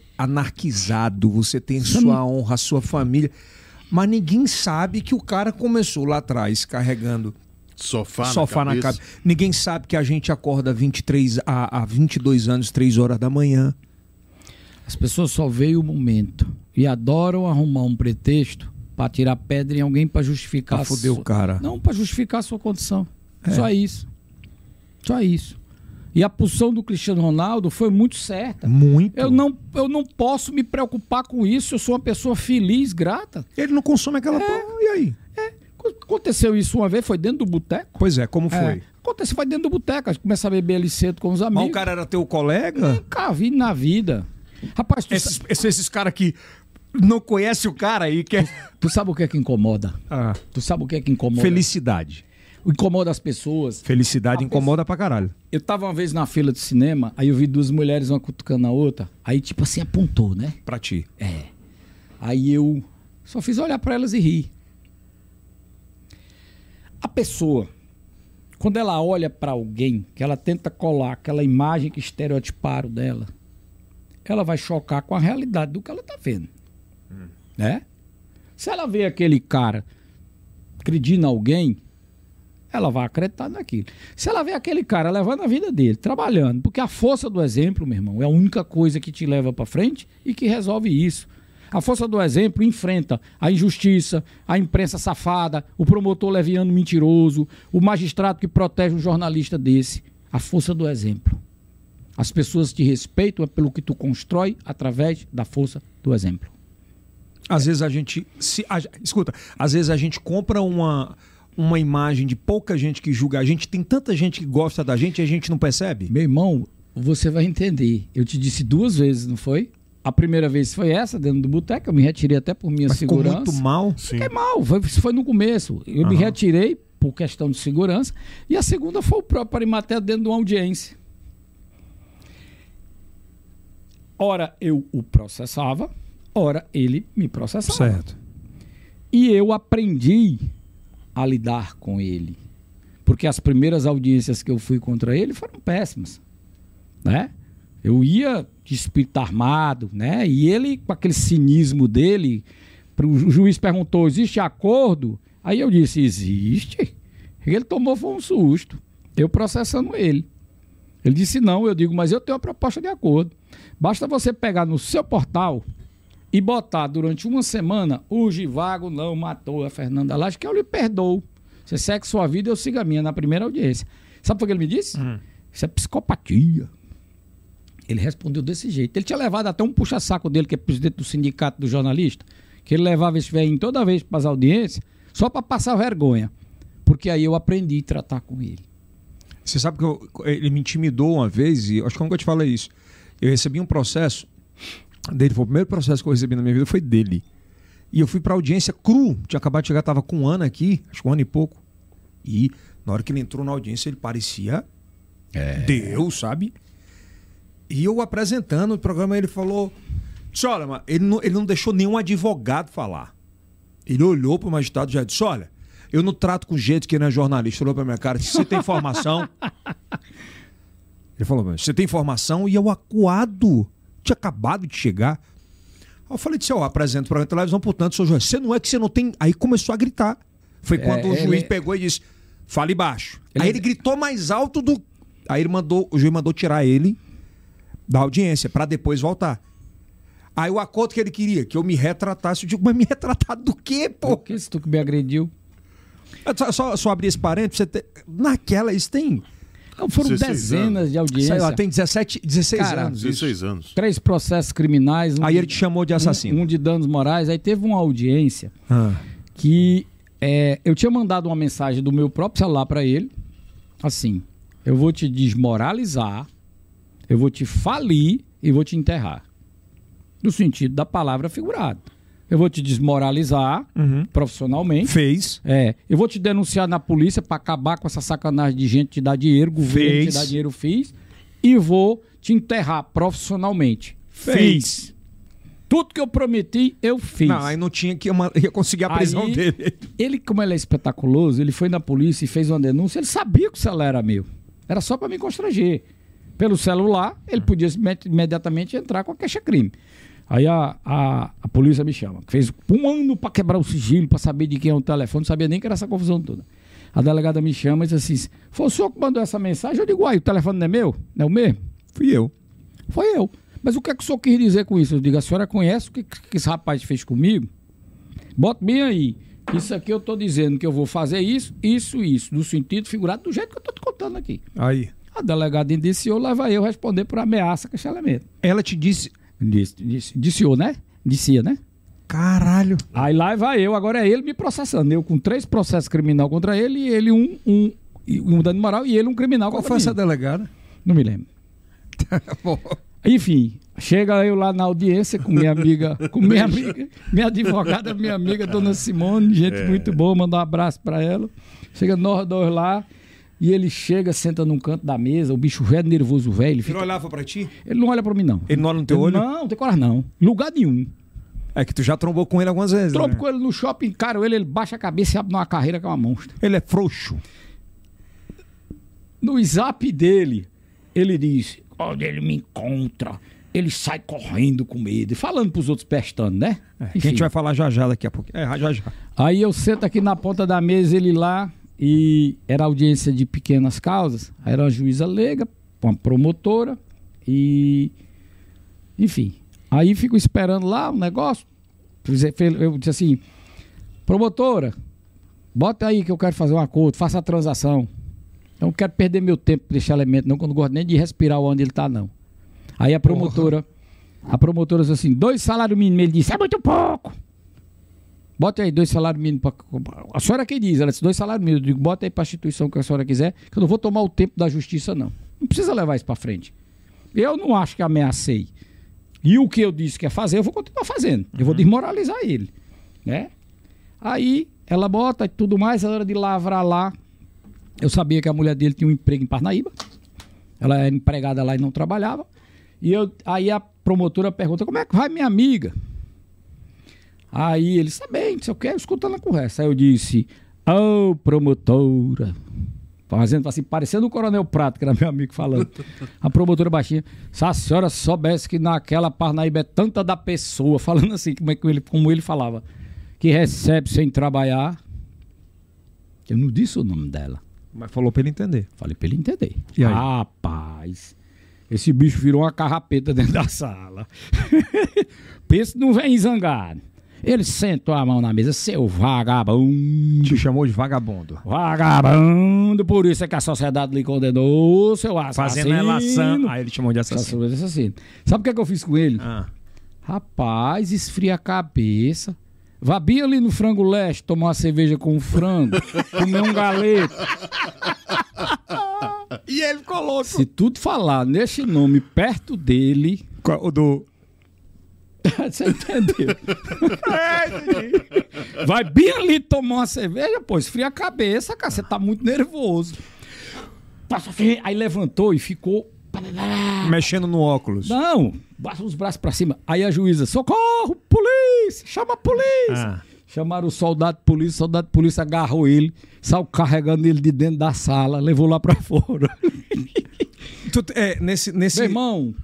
Speaker 1: anarquizado, você tem sua honra, sua família. Mas ninguém sabe que o cara começou lá atrás carregando
Speaker 2: Sofá,
Speaker 1: sofá
Speaker 2: na
Speaker 1: na
Speaker 2: cabeça.
Speaker 1: cabeça. Ninguém sabe que a gente acorda 23 a, a 22 anos, 3 horas da manhã.
Speaker 3: As pessoas só veem o momento e adoram arrumar um pretexto pra tirar pedra em alguém pra justificar
Speaker 1: Pra
Speaker 3: a
Speaker 1: foder
Speaker 3: sua-
Speaker 1: o cara. É.
Speaker 3: Não, pra justificar a sua condição. Só isso. Só isso. E a pulsão do Cristiano Ronaldo foi muito certa.
Speaker 1: Muito.
Speaker 3: Eu não, eu não posso me preocupar com isso. Eu sou uma pessoa feliz, grata.
Speaker 1: Ele não consome aquela porra. E aí?
Speaker 3: Co- Aconteceu isso uma vez, foi dentro do boteco.
Speaker 1: Pois é, como foi?
Speaker 3: É, aconteceu, foi dentro do boteco. a gente Começa a beber ali cedo com os
Speaker 1: Mas
Speaker 3: amigos.
Speaker 1: o cara era teu colega?
Speaker 3: Nunca vi na vida. Rapaz, tu, sa-
Speaker 1: Esses, esses, esses caras que não conhece o cara aí que é...
Speaker 3: tu sabe o que é que incomoda?
Speaker 1: Ah,
Speaker 3: Tu sabe o que é que incomoda?
Speaker 1: felicidade.
Speaker 3: O incomoda as pessoas.
Speaker 1: Felicidade incomoda pra caralho.
Speaker 3: Eu tava uma vez na fila de cinema, aí eu vi duas mulheres, uma cutucando a outra. Aí, tipo assim, apontou, né?
Speaker 1: Pra ti.
Speaker 3: Aí eu só fiz olhar pra elas e rir. A pessoa, quando ela olha pra alguém, que ela tenta colar aquela imagem que estereotiparam dela, ela vai chocar com a realidade do que ela tá vendo. Né? Se ela vê aquele cara agredindo alguém, ela vai acreditar naquilo. Se ela vê aquele cara levando a vida dele, trabalhando, porque a força do exemplo, meu irmão, é a única coisa que te leva para frente e que resolve isso. A força do exemplo enfrenta a injustiça, a imprensa safada, o promotor leviano mentiroso, o magistrado que protege um jornalista desse. A força do exemplo. As pessoas te respeitam é pelo que tu constrói através da força do exemplo.
Speaker 1: Às vezes a gente. Se, a- escuta, às vezes a gente compra uma, uma imagem de pouca gente que julga a gente. Tem tanta gente que gosta da gente e a gente não percebe.
Speaker 3: Meu irmão, você vai entender. Eu te disse duas vezes, não foi? A primeira vez foi essa, dentro do boteco. Eu me retirei até por minha
Speaker 1: Mas ficou muito
Speaker 3: segurança.
Speaker 1: mal.
Speaker 2: Sim.
Speaker 3: Fiquei mal, foi, isso foi no começo. Eu me retirei por questão de segurança. E a segunda foi o próprio Parimaté dentro de uma audiência. Ora, eu o processava, ora, ele me processava. E eu aprendi a lidar com ele. Porque as primeiras audiências que eu fui contra ele foram péssimas. Né? Eu ia de espírito armado, né? E ele, com aquele cinismo dele, pro- o juiz perguntou: existe acordo? Aí eu disse: existe. Ele tomou foi um susto. Eu processando ele. Ele disse: não. Eu digo: mas eu tenho uma proposta de acordo. Basta você pegar no seu portal e botar durante uma semana o Givago não matou a Fernanda Laje, que eu lhe perdoo. Você segue sua vida, eu sigo a minha na primeira audiência. Sabe o que ele me disse?
Speaker 1: Uhum.
Speaker 3: Isso é psicopatia. Ele respondeu desse jeito. Ele tinha levado até um puxa-saco dele, que é presidente do sindicato do jornalista, que ele levava esse velhinho toda vez para as audiências, só para passar vergonha. Porque aí eu aprendi a tratar com ele.
Speaker 1: Você sabe que eu- ele me intimidou uma vez, e acho que eu nunca te falei isso. Eu recebi um processo dele, foi o primeiro processo que eu recebi na minha vida foi dele. E eu fui pra audiência cru, tinha acabado de chegar, tava com um ano aqui, acho que um ano e pouco. E na hora que ele entrou na audiência, ele parecia Deus, sabe? E eu apresentando o programa, ele falou: disse, olha, mas ele não, ele não deixou nenhum advogado falar. Ele olhou pro magistrado e já disse: olha, eu não trato com jeito que ele é jornalista. Olhou pra minha cara, disse, você tem informação? ele falou: mas você tem informação? E eu acuado, tinha acabado de chegar. Aí eu falei: disse, eu apresento o programa de televisão, portanto, sou jornalista. Você não é que você não tem. Aí começou a gritar. Foi quando o
Speaker 3: ele-
Speaker 1: juiz pegou e disse: fale baixo. Aí É, ele gritou mais alto do. Aí ele mandou, o juiz mandou tirar ele da audiência pra depois voltar. Aí o acordo que ele queria, que eu me retratasse, eu digo, mas me retratar do quê, pô?
Speaker 3: Porque se tu que me agrediu.
Speaker 1: Eu Só, só, só abrir esse parênteses, você tem- naquela, isso tem,
Speaker 3: Não, foram
Speaker 2: 16
Speaker 3: dezenas
Speaker 2: anos.
Speaker 3: de
Speaker 1: sei
Speaker 3: audiências.
Speaker 1: lá, tem 17, 16
Speaker 3: Cara,
Speaker 1: anos. isso.
Speaker 2: 16 anos.
Speaker 3: Três processos criminais. um
Speaker 1: Aí
Speaker 3: de-
Speaker 1: ele te chamou de assassino.
Speaker 3: Um, um de danos morais. Aí teve uma audiência
Speaker 1: Um,
Speaker 3: que é, eu tinha mandado uma mensagem do meu próprio celular pra ele. Assim, eu vou te desmoralizar, eu vou te falir e vou te enterrar. No sentido da palavra figurada. Eu vou te desmoralizar
Speaker 1: um.
Speaker 3: profissionalmente.
Speaker 1: Fez.
Speaker 3: É, eu vou te denunciar na polícia pra acabar com essa sacanagem de gente te dar dinheiro, governo
Speaker 1: Fez.
Speaker 3: te dar dinheiro, fiz. E vou te enterrar profissionalmente.
Speaker 1: Fez.
Speaker 3: Tudo que eu prometi, eu fiz.
Speaker 1: Não, aí não tinha que uma- ia conseguir a prisão
Speaker 3: Aí,
Speaker 1: dele.
Speaker 3: Ele, como ele é espetaculoso, ele foi na polícia e fez uma denúncia. Ele sabia que o celular era meu. Era só para me constranger. Pelo celular, ele podia imed- imediatamente entrar com a queixa-crime. Aí a, a, a polícia me chama. Fez um ano para quebrar o sigilo, para saber de quem é o telefone. Não sabia nem que era essa confusão toda. A delegada me chama e diz assim: Foi o senhor que mandou essa mensagem? Eu digo: Uai, o telefone não é meu? Não é o mesmo?
Speaker 1: Fui eu.
Speaker 3: Foi eu. Mas o que é que o senhor quis dizer com isso? Eu digo, a senhora conhece o que, que esse rapaz fez comigo? Bota bem aí. Isso aqui eu estou dizendo que eu vou fazer isso, isso, isso, no sentido figurado, do jeito que eu estou te contando aqui.
Speaker 1: Aí.
Speaker 3: A delegada indiciou, lá vai eu responder por ameaça, cancelamento.
Speaker 1: Ela te disse.
Speaker 3: Disse, disse, indiciou, né? Indicia, né?
Speaker 1: Caralho.
Speaker 3: Aí lá vai eu, agora é ele me processando. Eu com três processos criminal contra ele, e ele um, um, e um dano moral e ele um criminal
Speaker 1: Qual
Speaker 3: contra
Speaker 1: foi
Speaker 3: mim.
Speaker 1: essa delegada?
Speaker 3: Não me lembro. Enfim, chega eu lá na audiência com minha amiga, com minha amiga, minha advogada, minha amiga Dona Simone, gente muito boa, mandar um abraço pra ela. Chega nós dois lá e ele chega, senta num canto da mesa, o bicho velho, nervoso velho, ele, fica-
Speaker 1: olhava pra ti?
Speaker 3: ele não olha pra mim não.
Speaker 1: Ele não olha no teu olho?
Speaker 3: Não, não tem coragem não. Lugar nenhum.
Speaker 1: É que tu já trombou com ele algumas vezes.
Speaker 3: Trompo
Speaker 1: né?
Speaker 3: com ele no shopping, caro ele, ele baixa a cabeça e abre numa carreira que é uma monstro.
Speaker 1: Ele é frouxo.
Speaker 3: No zap dele, ele diz: quando ele me encontra, ele sai correndo com medo. E Falando pros outros pestando, né?
Speaker 1: Que a
Speaker 3: Enfim.
Speaker 1: gente vai falar já já daqui a pouco. É, já já.
Speaker 3: Aí eu sento aqui na ponta da mesa, ele lá, e era audiência de pequenas causas. Aí era uma juíza leiga, uma promotora, e. Enfim. Aí fico esperando lá um negócio. Fiz- fe- Eu disse assim: promotora, bota aí que eu quero fazer um acordo, faça a transação. Eu não quero perder meu tempo nesse elemento, não, que eu não gosto nem de respirar onde ele tá, não. Aí a promotora, a promotora disse assim: dois salários mínimos. Ele disse: é muito pouco. Bota aí dois salários mínimos. Pra... A senhora que diz, ela disse dois salários mínimos. Eu digo, bota aí para a instituição que a senhora quiser, que eu não vou tomar o tempo da justiça, não. Não precisa levar isso para frente. Eu não acho que ameacei. E o que eu disse que ia fazer, eu vou continuar fazendo. Eu vou desmoralizar ele. Né? Aí ela bota e tudo mais, a hora de lavrar lá. Eu sabia que a mulher dele tinha um emprego em Parnaíba. Ela era empregada lá e não trabalhava. E eu, aí a promotora pergunta: como é que vai minha amiga? Aí ele disse, tá bem, não sei o que, escutando a conversa. Aí eu disse, ô promotora, fazendo assim, parecendo o Coronel Prato, que era meu amigo falando. A promotora baixinha, se a senhora soubesse que naquela Parnaíba é tanta da pessoa, <laughs> falando assim, como, é que ele, como ele falava, que recebe sem trabalhar. Eu não disse o nome dela.
Speaker 1: Mas falou pra ele entender.
Speaker 3: Falei pra ele entender.
Speaker 1: E aí?
Speaker 3: Rapaz, esse bicho virou uma carrapeta dentro da sala. <laughs> Pensa não vem zangado. Ele sentou a mão na mesa, seu vagabundo.
Speaker 1: Te chamou de vagabundo.
Speaker 3: Vagabundo, por isso é que a sociedade lhe condenou, seu assassino.
Speaker 1: Fazendo relação. Aí ele chamou de assassino.
Speaker 3: Assassino, assassino. Sabe o que, é que eu fiz com ele?
Speaker 1: Ah.
Speaker 3: Rapaz, esfria a cabeça. Vá bem ali no frango leste tomar uma cerveja com
Speaker 1: <laughs>
Speaker 3: um frango, comer um galeto.
Speaker 1: E ele ficou louco.
Speaker 3: Se tudo falar neste nome perto dele,
Speaker 1: O do.
Speaker 3: <laughs> Você entendeu?
Speaker 1: É,
Speaker 3: Vai bem ali tomar uma cerveja, pô, esfria a cabeça, cara, você tá muito nervoso. Passa a ferre- Aí levantou e ficou.
Speaker 1: Mexendo no óculos.
Speaker 3: Não, baixa os braços pra cima. Aí a juíza, socorro, polícia, chama a polícia.
Speaker 1: Ah.
Speaker 3: Chamaram o soldado de polícia, o soldado de polícia agarrou ele, saiu carregando ele de dentro da sala, levou lá pra <laughs> fora.
Speaker 1: Tu, é, nesse, nesse...
Speaker 3: Meu irmão,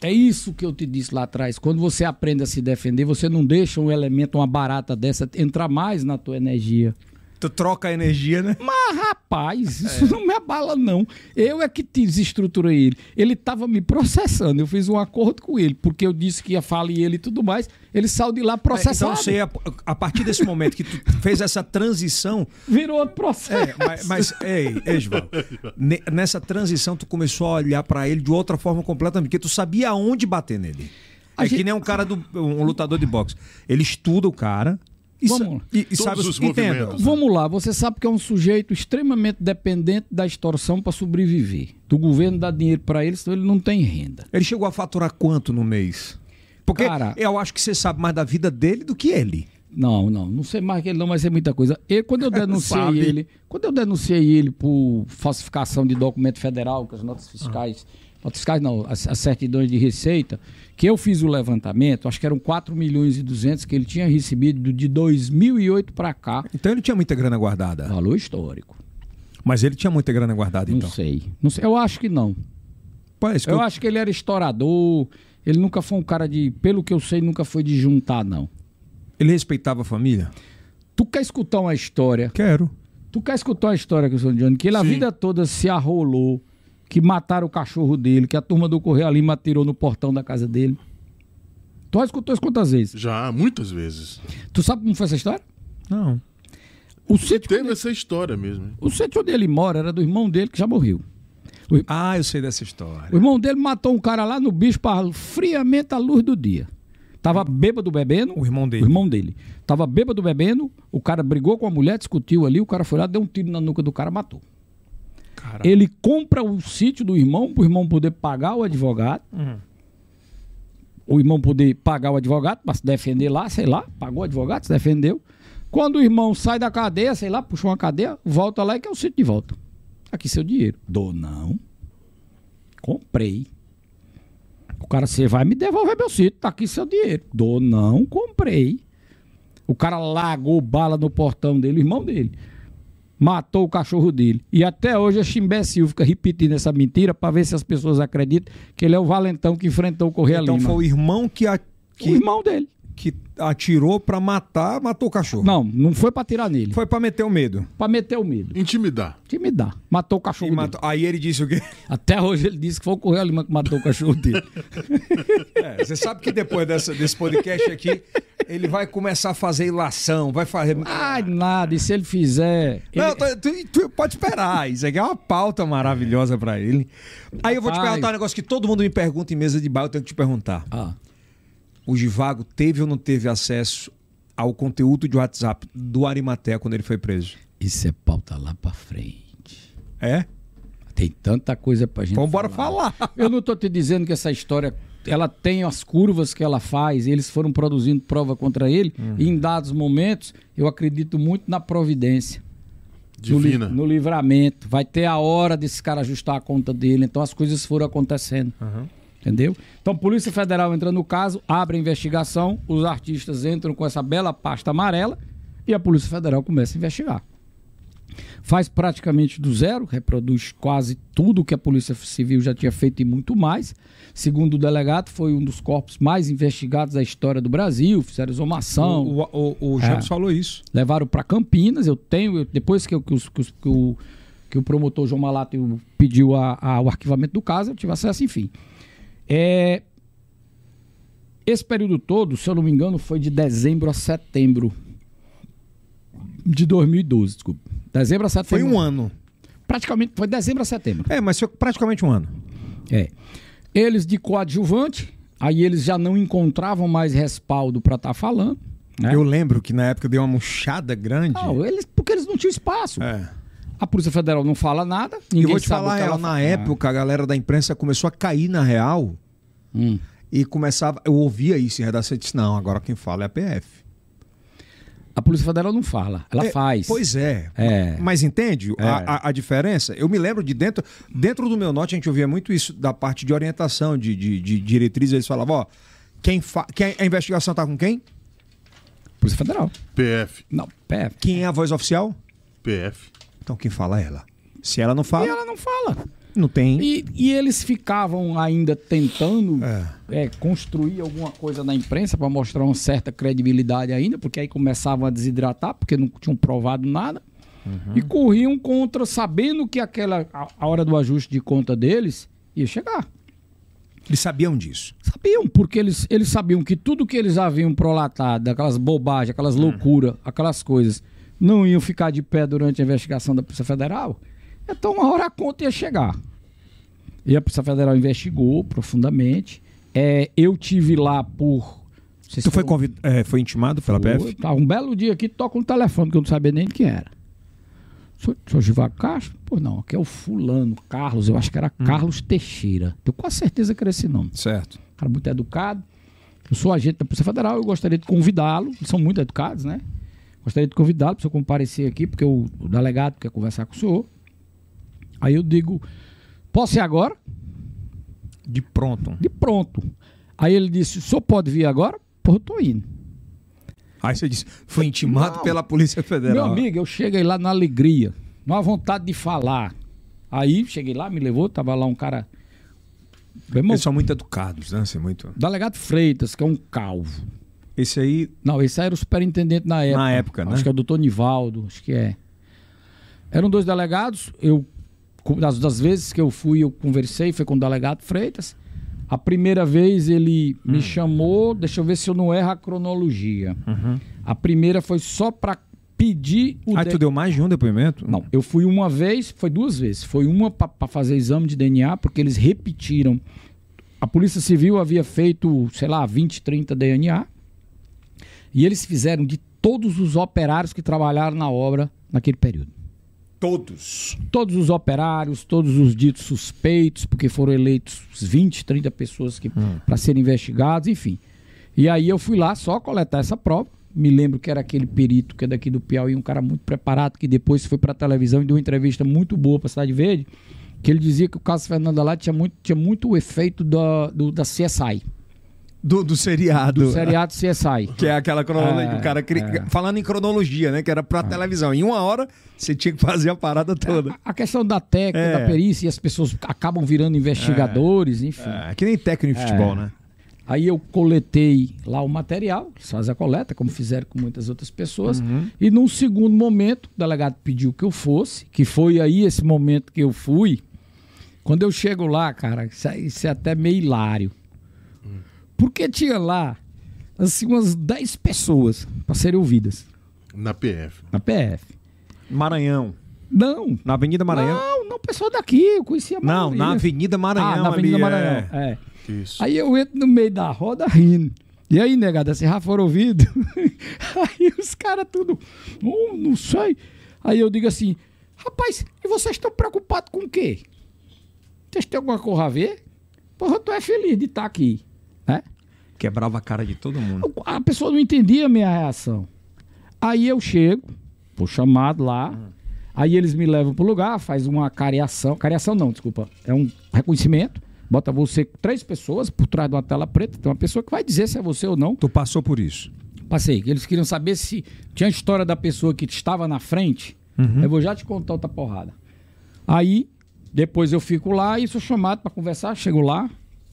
Speaker 3: é isso que eu te disse lá atrás. Quando você aprende a se defender, você não deixa um elemento, uma barata dessa, entrar mais na tua energia.
Speaker 1: tu troca a energia, né?
Speaker 3: Mas, rapaz, isso não me abala, não. Eu é que te desestruturei ele. Ele tava me processando. Eu fiz um acordo com ele, porque eu disse que ia falar e ele e tudo mais. Ele saiu de lá processado.
Speaker 1: Então sei, a, a partir desse momento que tu fez essa transição,
Speaker 3: Virou outro processo.
Speaker 1: É, mas, mas ei, Esval, ne- nessa transição tu começou a olhar pra ele de outra forma completamente, porque tu sabia aonde bater nele.
Speaker 3: A
Speaker 1: é
Speaker 3: gente-
Speaker 1: que nem um cara do um lutador de boxe. Ele estuda o cara e, sa-
Speaker 3: Vamos lá.
Speaker 1: e- e
Speaker 2: Todos
Speaker 1: sabe
Speaker 2: os
Speaker 1: entenda.
Speaker 2: movimentos.
Speaker 3: Vamos lá, você sabe que é um sujeito extremamente dependente da extorsão para sobreviver. Do governo dá dinheiro para ele, senão ele não tem renda.
Speaker 1: Ele chegou a faturar quanto no mês? Porque
Speaker 3: Cara-
Speaker 1: eu acho que você sabe mais da vida dele do que ele.
Speaker 3: Não, não, não sei mais que ele não, mas é muita coisa. E quando
Speaker 1: <laughs>
Speaker 3: eu denunciei
Speaker 1: Sabe. Ah.
Speaker 3: ele, quando eu denunciei ele por falsificação de documento federal, que as notas fiscais notas fiscais não, as, as certidões de receita, que eu fiz o levantamento, acho que eram 4 milhões e 200 que ele tinha recebido de 2008 para cá,
Speaker 1: Então ele tinha muita grana guardada.
Speaker 3: valor histórico.
Speaker 1: Mas ele tinha muita grana guardada,
Speaker 3: Não
Speaker 1: então.
Speaker 3: sei. Não sei. Eu acho que não.
Speaker 1: Parece que
Speaker 3: Eu
Speaker 1: eu-
Speaker 3: acho que ele era estourador. Ele nunca foi um cara de. Pelo que eu sei, nunca foi de juntar, não.
Speaker 1: ele respeitava a família?
Speaker 3: Tu quer escutar uma história?
Speaker 1: Quero.
Speaker 3: Tu quer escutar uma história, Cristiano Johnny? Que ele a vida toda se arrolou, que mataram o cachorro dele, que a turma do Correio Lima atirou no portão da casa dele. Tu já escutou isso quantas vezes?
Speaker 2: Já, muitas vezes.
Speaker 3: Tu sabe como foi essa história?
Speaker 1: Não.
Speaker 3: O sítio,
Speaker 2: Teve essa história mesmo. né? hein?
Speaker 3: o sítio onde ele mora era do irmão dele que já morreu. O, ir-
Speaker 1: Ah, eu sei dessa história.
Speaker 3: o irmão dele matou um cara lá no bispo à- friamente à luz do dia. Tava bêbado bebendo.
Speaker 1: O irmão dele.
Speaker 3: O irmão dele. Tava bêbado bebendo, o cara brigou com a mulher, discutiu ali, o cara foi lá, deu um tiro na nuca do cara, matou.
Speaker 1: Caralho.
Speaker 3: Ele compra o sítio do irmão para o irmão poder pagar o advogado. O irmão poder pagar o advogado para se defender lá, sei lá, pagou o advogado, se defendeu. Quando o irmão sai da cadeia, sei lá, puxou uma cadeia, volta lá e quer o sítio de volta. Aqui seu dinheiro. Dou não. Comprei. O cara, você vai me devolver meu sítio, tá aqui seu dinheiro. Dou não, comprei. O cara largou bala no portão dele, o irmão dele matou o cachorro dele. E até hoje a Chimbé Silva fica repetindo essa mentira para ver se as pessoas acreditam que ele é o valentão que enfrentou o Correia
Speaker 1: Então
Speaker 3: Lima.
Speaker 1: foi o irmão que, a-
Speaker 3: O
Speaker 1: que,
Speaker 3: irmão dele.
Speaker 1: que atirou pra matar, matou o cachorro.
Speaker 3: Não, não foi para tirar nele. Foi
Speaker 1: Foi pra meter o medo.
Speaker 3: para meter o medo.
Speaker 2: Intimidar.
Speaker 3: Intimidar. Matou o
Speaker 1: E
Speaker 3: cachorro
Speaker 1: matou- Aí ele disse o quê? <laughs>
Speaker 3: dele. Até hoje ele disse que foi o Correia Lima que matou o cachorro dele.
Speaker 1: É, Você sabe que depois dessa- desse podcast aqui, ele vai começar a fazer ilação, vai fazer.
Speaker 3: Ai, nada. E se ele fizer.
Speaker 1: Não,
Speaker 3: ele-
Speaker 1: tu, tu- tu pode esperar. Isso aqui é uma pauta maravilhosa pra ele. Aí eu vou te
Speaker 3: Rapaz.
Speaker 1: perguntar um negócio que todo mundo me pergunta em mesa de bar, eu tenho que te perguntar.
Speaker 3: Ah,
Speaker 1: O Givago teve ou não teve acesso ao conteúdo de WhatsApp do Arimatea quando ele foi preso?
Speaker 3: isso é pauta lá para frente.
Speaker 1: É?
Speaker 3: Tem tanta coisa pra gente.
Speaker 1: Então bora
Speaker 3: falar.
Speaker 1: falar.
Speaker 3: Eu não estou te dizendo que essa história ela tem as curvas que ela faz, eles foram produzindo prova contra ele, e em dados momentos, eu acredito muito na providência. No, li-
Speaker 2: Divina.
Speaker 3: no livramento. Vai ter a hora desse cara ajustar a conta dele. Então as coisas foram acontecendo. Entendeu? Então, Polícia Federal entra no caso, abre a investigação, os artistas entram com essa bela pasta amarela e a Polícia Federal começa a investigar. Faz praticamente do zero, reproduz quase tudo que a Polícia Civil já tinha feito e muito mais. Segundo o delegado, foi um dos corpos mais investigados da história do Brasil. Fizeram exumação.
Speaker 1: O, o, o, o James
Speaker 3: É.
Speaker 1: falou isso.
Speaker 3: Levaram para Campinas, eu tenho, eu- depois que, eu- que os- que os- que o, que o promotor João Malato pediu a- a- o arquivamento do caso, eu tive acesso, enfim. É, esse período todo, se eu não me engano, foi de dezembro a setembro de 2012, desculpa. Dezembro a
Speaker 1: Foi
Speaker 3: setembro.
Speaker 1: um ano.
Speaker 3: Praticamente, foi dezembro a setembro.
Speaker 1: É, mas foi praticamente um ano.
Speaker 3: É. Eles de coadjuvante, aí eles já não encontravam mais respaldo para estar falando. né?
Speaker 1: Eu lembro que na época deu uma murchada grande.
Speaker 3: Não, Ah, eles, porque eles não tinham espaço.
Speaker 1: É.
Speaker 3: A Polícia Federal não fala nada. Ninguém
Speaker 1: e vou te
Speaker 3: sabe o
Speaker 1: falar,
Speaker 3: que
Speaker 1: ela,
Speaker 3: ela
Speaker 1: na
Speaker 3: fa-
Speaker 1: época, a galera da imprensa começou a cair na real
Speaker 3: Hum.
Speaker 1: e começava. Eu ouvia isso em redação e disse: não, agora quem fala é a PF.
Speaker 3: A Polícia Federal não fala, ela
Speaker 1: É,
Speaker 3: faz.
Speaker 1: Pois é.
Speaker 3: É.
Speaker 1: Mas entende a, a- a diferença? Eu me lembro de dentro. Dentro do meu norte, a gente ouvia muito isso da parte de orientação, de, de, de diretrizes. Eles falavam: ó, quem, fa... quem a investigação tá com quem?
Speaker 3: Polícia Federal.
Speaker 2: PF.
Speaker 3: Não, PF.
Speaker 1: Quem é a voz oficial?
Speaker 2: PF.
Speaker 1: Então quem fala é ela. Se ela não
Speaker 3: E
Speaker 1: fala,
Speaker 3: ela não fala.
Speaker 1: não tem.
Speaker 3: E, e eles ficavam ainda tentando
Speaker 1: É.
Speaker 3: é, construir alguma coisa na imprensa para mostrar uma certa credibilidade ainda, porque aí começavam a desidratar, porque não tinham provado nada.
Speaker 1: Uhum.
Speaker 3: E corriam contra, sabendo que aquela a, a hora do ajuste de conta deles ia chegar.
Speaker 1: Eles sabiam disso.
Speaker 3: Sabiam, porque eles, eles sabiam que tudo que eles haviam prolatado, aquelas bobagens, aquelas loucuras, aquelas coisas, não iam ficar de pé durante a investigação da Polícia Federal. Então, uma hora a conta ia chegar. E a Polícia Federal investigou profundamente. É, eu tive lá por. não sei se
Speaker 1: Tu foi,
Speaker 3: foram-
Speaker 1: convid... é, foi intimado pela PF?
Speaker 3: Tá, um belo dia aqui, toca um telefone que eu não sabia nem de quem era. Sou, sou Givago Castro? Pô, não, aqui é o fulano, Carlos, eu acho que era Carlos Teixeira. Tenho quase certeza que era esse nome
Speaker 1: Certo.
Speaker 3: cara muito educado. Eu sou agente da Polícia Federal, eu gostaria de convidá-lo. Eles são muito educados, né? Gostaria de convidá-lo para o senhor comparecer aqui, porque o, o delegado quer conversar com o senhor. Aí eu digo, posso ir agora?
Speaker 5: De pronto.
Speaker 3: De pronto. Aí ele disse: o senhor pode vir agora? Porra, eu tô indo.
Speaker 5: Aí você disse, foi intimado pela Polícia Federal.
Speaker 3: Meu amigo, eu cheguei lá na alegria, numa vontade de falar. Aí cheguei lá, me levou, tava lá um cara. Meu irmão,
Speaker 5: Eles são muito educados, né? Assim, muito...
Speaker 3: Delegado Freitas, que é um calvo.
Speaker 5: Esse aí
Speaker 3: Não, esse aí era o superintendente na época.
Speaker 5: Na época, né?
Speaker 3: Acho que é o doutor Nivaldo, acho que é. Eram dois delegados, eu, com- das, das vezes que eu fui, eu conversei, foi com o delegado Freitas. A primeira vez ele
Speaker 5: Hum.
Speaker 3: me chamou, deixa eu ver se eu não erro a cronologia. A primeira foi só para pedir o...
Speaker 5: Ah,
Speaker 3: de-
Speaker 5: Uhum. tu deu mais de um depoimento?
Speaker 3: Não, eu fui uma vez, foi duas vezes. Foi uma para fazer exame de DNA, porque eles repetiram. A Polícia Civil havia feito, sei lá, 20, 30 DNA. E eles fizeram de todos os operários que trabalharam na obra naquele período.
Speaker 5: Todos.
Speaker 3: Todos os operários, todos os ditos suspeitos, porque foram eleitos uns 20, 30 pessoas que
Speaker 5: Hum.
Speaker 3: para serem investigados, enfim. E aí eu fui lá só coletar essa prova. Me lembro que era aquele perito que é daqui do Piauí, um cara muito preparado, que depois foi para a televisão e deu uma entrevista muito boa para a Cidade Verde, que ele dizia que o caso Fernando lá tinha muito, tinha muito o efeito da, do, da CSI,
Speaker 5: Do, do seriado.
Speaker 3: do seriado CSI.
Speaker 5: Que é aquela cronologia
Speaker 3: É,
Speaker 5: que o cara. cri- Falando em cronologia, né? Que era pra televisão. Em uma hora, você tinha que fazer a parada toda.
Speaker 3: A questão da técnica,
Speaker 5: É.
Speaker 3: da perícia, e as pessoas acabam virando investigadores, enfim.
Speaker 5: É, que nem técnico de futebol, né?
Speaker 3: Aí eu coletei lá o material, eles fazem a coleta, como fizeram com muitas outras pessoas.
Speaker 5: Uhum.
Speaker 3: E num segundo momento, o delegado pediu que eu fosse, que foi aí esse momento que eu fui. Quando eu chego lá, cara, isso é, isso é até meio hilário.
Speaker 5: Hum.
Speaker 3: Porque tinha lá, assim, umas 10 pessoas para serem ouvidas
Speaker 2: Na PF.
Speaker 3: na PF.
Speaker 5: Maranhão.
Speaker 3: Não,
Speaker 5: Na Avenida Maranhão.
Speaker 3: não, não, pessoal daqui, eu conhecia a
Speaker 5: Não,
Speaker 3: maioria.
Speaker 5: na Avenida Maranhão.
Speaker 3: Ah, na Avenida
Speaker 5: ali,
Speaker 3: Maranhão,
Speaker 5: É.
Speaker 3: é.
Speaker 2: Isso.
Speaker 3: Aí eu entro no meio da roda rindo. E aí, negada, vocês já foram ouvidos? <laughs> aí os caras tudo, "Hum, não sei. Aí eu digo assim, rapaz, e vocês estão preocupados com o quê? Vocês têm alguma coisa a ver? Porra, tu é feliz de estar aqui, né?
Speaker 5: Quebrava a cara de todo mundo.
Speaker 3: A pessoa não entendia a minha reação. Aí eu chego, fui chamado lá. Aí eles me levam pro lugar, faz uma cariação. Cariação não, desculpa. É um reconhecimento. Bota você, três pessoas, por trás de uma tela preta. Tem uma pessoa que vai dizer se é você ou não.
Speaker 5: Tu passou por isso.
Speaker 3: Passei. Eles queriam saber se tinha a história da pessoa que estava na frente. Eu vou já te contar outra porrada. Aí, depois eu fico lá e sou chamado para conversar. Chego lá,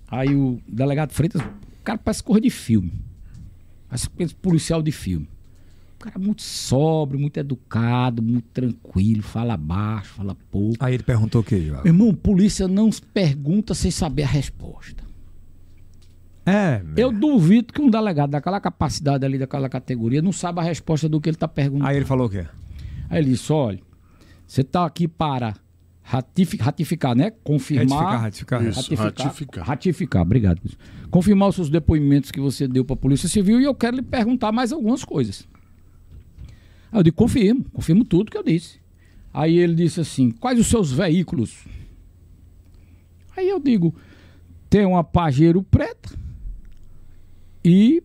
Speaker 3: aí o delegado Freitas, o cara parece cor de filme. Parece esse policial de filme. O cara é muito sóbrio, muito educado, muito tranquilo, fala baixo, fala pouco.
Speaker 5: Aí ele perguntou o quê, João?
Speaker 3: Meu irmão, polícia não pergunta sem saber a resposta.
Speaker 5: É,
Speaker 3: Eu duvido que um delegado daquela capacidade ali, daquela categoria, não saiba a resposta do que ele está perguntando.
Speaker 5: Aí ele falou o quê? É,
Speaker 3: Aí ele disse: olha, você está aqui para ratifi- ratificar, né? Confirmar.
Speaker 5: ratificar, ratificar.
Speaker 2: Isso,
Speaker 3: Ratificar,
Speaker 2: ratificar.
Speaker 3: ratificar, obrigado. Luiz. Confirmar os seus depoimentos que você deu para a Polícia Civil e eu quero lhe perguntar mais algumas coisas. Aí eu digo, confirmo, confirmo tudo que eu disse. Aí ele disse assim, quais os seus veículos? Aí eu digo, tem uma Pajero preta e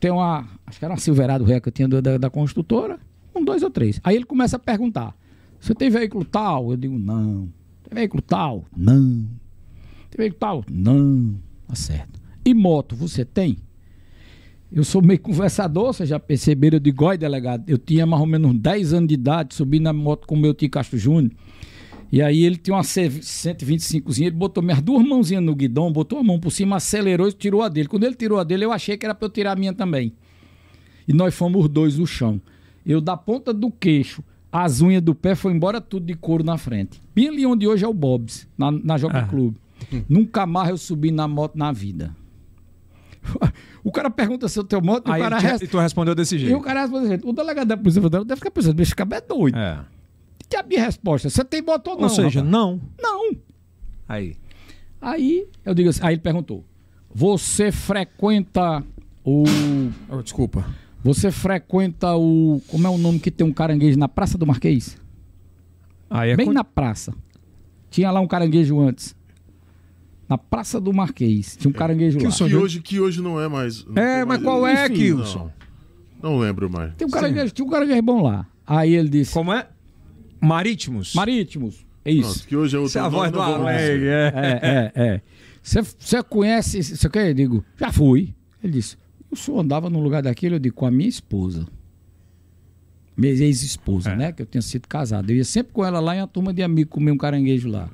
Speaker 3: tem uma, acho que era uma Silverado Ré que eu tinha da- da, da construtora, um, dois ou três. Aí ele começa a perguntar, você tem veículo tal? Eu digo, não. Tem veículo tal? Não. Tem veículo tal? Não. Tá certo. E moto, você tem? Eu sou meio conversador, vocês já perceberam, eu digo, olha, delegado, eu tinha mais ou menos 10 anos de idade, subi na moto com o meu tio Castro Júnior, e aí ele tinha uma C- 125zinha, ele botou minhas duas mãozinhas no guidão, botou a mão por cima, acelerou e tirou a dele. Quando ele tirou a dele, eu achei que era pra eu tirar a minha também. E nós fomos os dois no chão. Eu da ponta do queixo, as unhas do pé foi embora tudo de couro na frente. Bem ali onde hoje é o Bob's, na, na Jockey Club. Nunca mais eu subi na moto na vida. <laughs> O cara pergunta se eu tenho moto,
Speaker 5: Aí
Speaker 3: o cara
Speaker 5: ele te-
Speaker 3: res-
Speaker 5: tu respondeu desse
Speaker 3: e
Speaker 5: jeito.
Speaker 3: o cara responde assim, o delegado da Polícia Federal deve ficar pensando, esse cara é doido.
Speaker 5: É.
Speaker 3: Que diabo de resposta? Você tem moto ou não?
Speaker 5: Ou seja,
Speaker 3: rapaz?
Speaker 5: não.
Speaker 3: não.
Speaker 5: Aí.
Speaker 3: Aí eu digo assim, aí ele perguntou: Você frequenta o.
Speaker 5: Oh, desculpa.
Speaker 3: Você frequenta o. Como é o nome que tem um caranguejo na Praça do Marquês?
Speaker 5: Aí é
Speaker 3: Bem
Speaker 5: con-
Speaker 3: na praça. Tinha lá um caranguejo antes. Na Praça do Marquês. Tinha um caranguejo lá.
Speaker 2: Que hoje, que hoje não é mais. não
Speaker 5: É,
Speaker 2: tem
Speaker 5: mas
Speaker 2: mais-
Speaker 5: qual é,
Speaker 2: Não,
Speaker 5: Kilson?
Speaker 2: Não lembro mais.
Speaker 3: Tem um caranguejo, tinha um caranguejo bom lá. Aí ele disse:
Speaker 5: Como é? Marítimos.
Speaker 3: Marítimos. É isso.
Speaker 2: Pronto, que hoje é outro
Speaker 5: Isso é a
Speaker 2: nome,
Speaker 5: voz do
Speaker 2: não vou
Speaker 5: Alec.
Speaker 2: dizer.
Speaker 5: É.
Speaker 3: É, é, é. Você conhece, você quer? Digo, já fui. Ele disse, o senhor andava no lugar daquele? Eu digo, com a minha esposa. Minha ex-esposa,
Speaker 14: É.
Speaker 3: né? Que eu tinha sido casado. Eu ia sempre com ela lá em uma turma de amigo comer um caranguejo lá.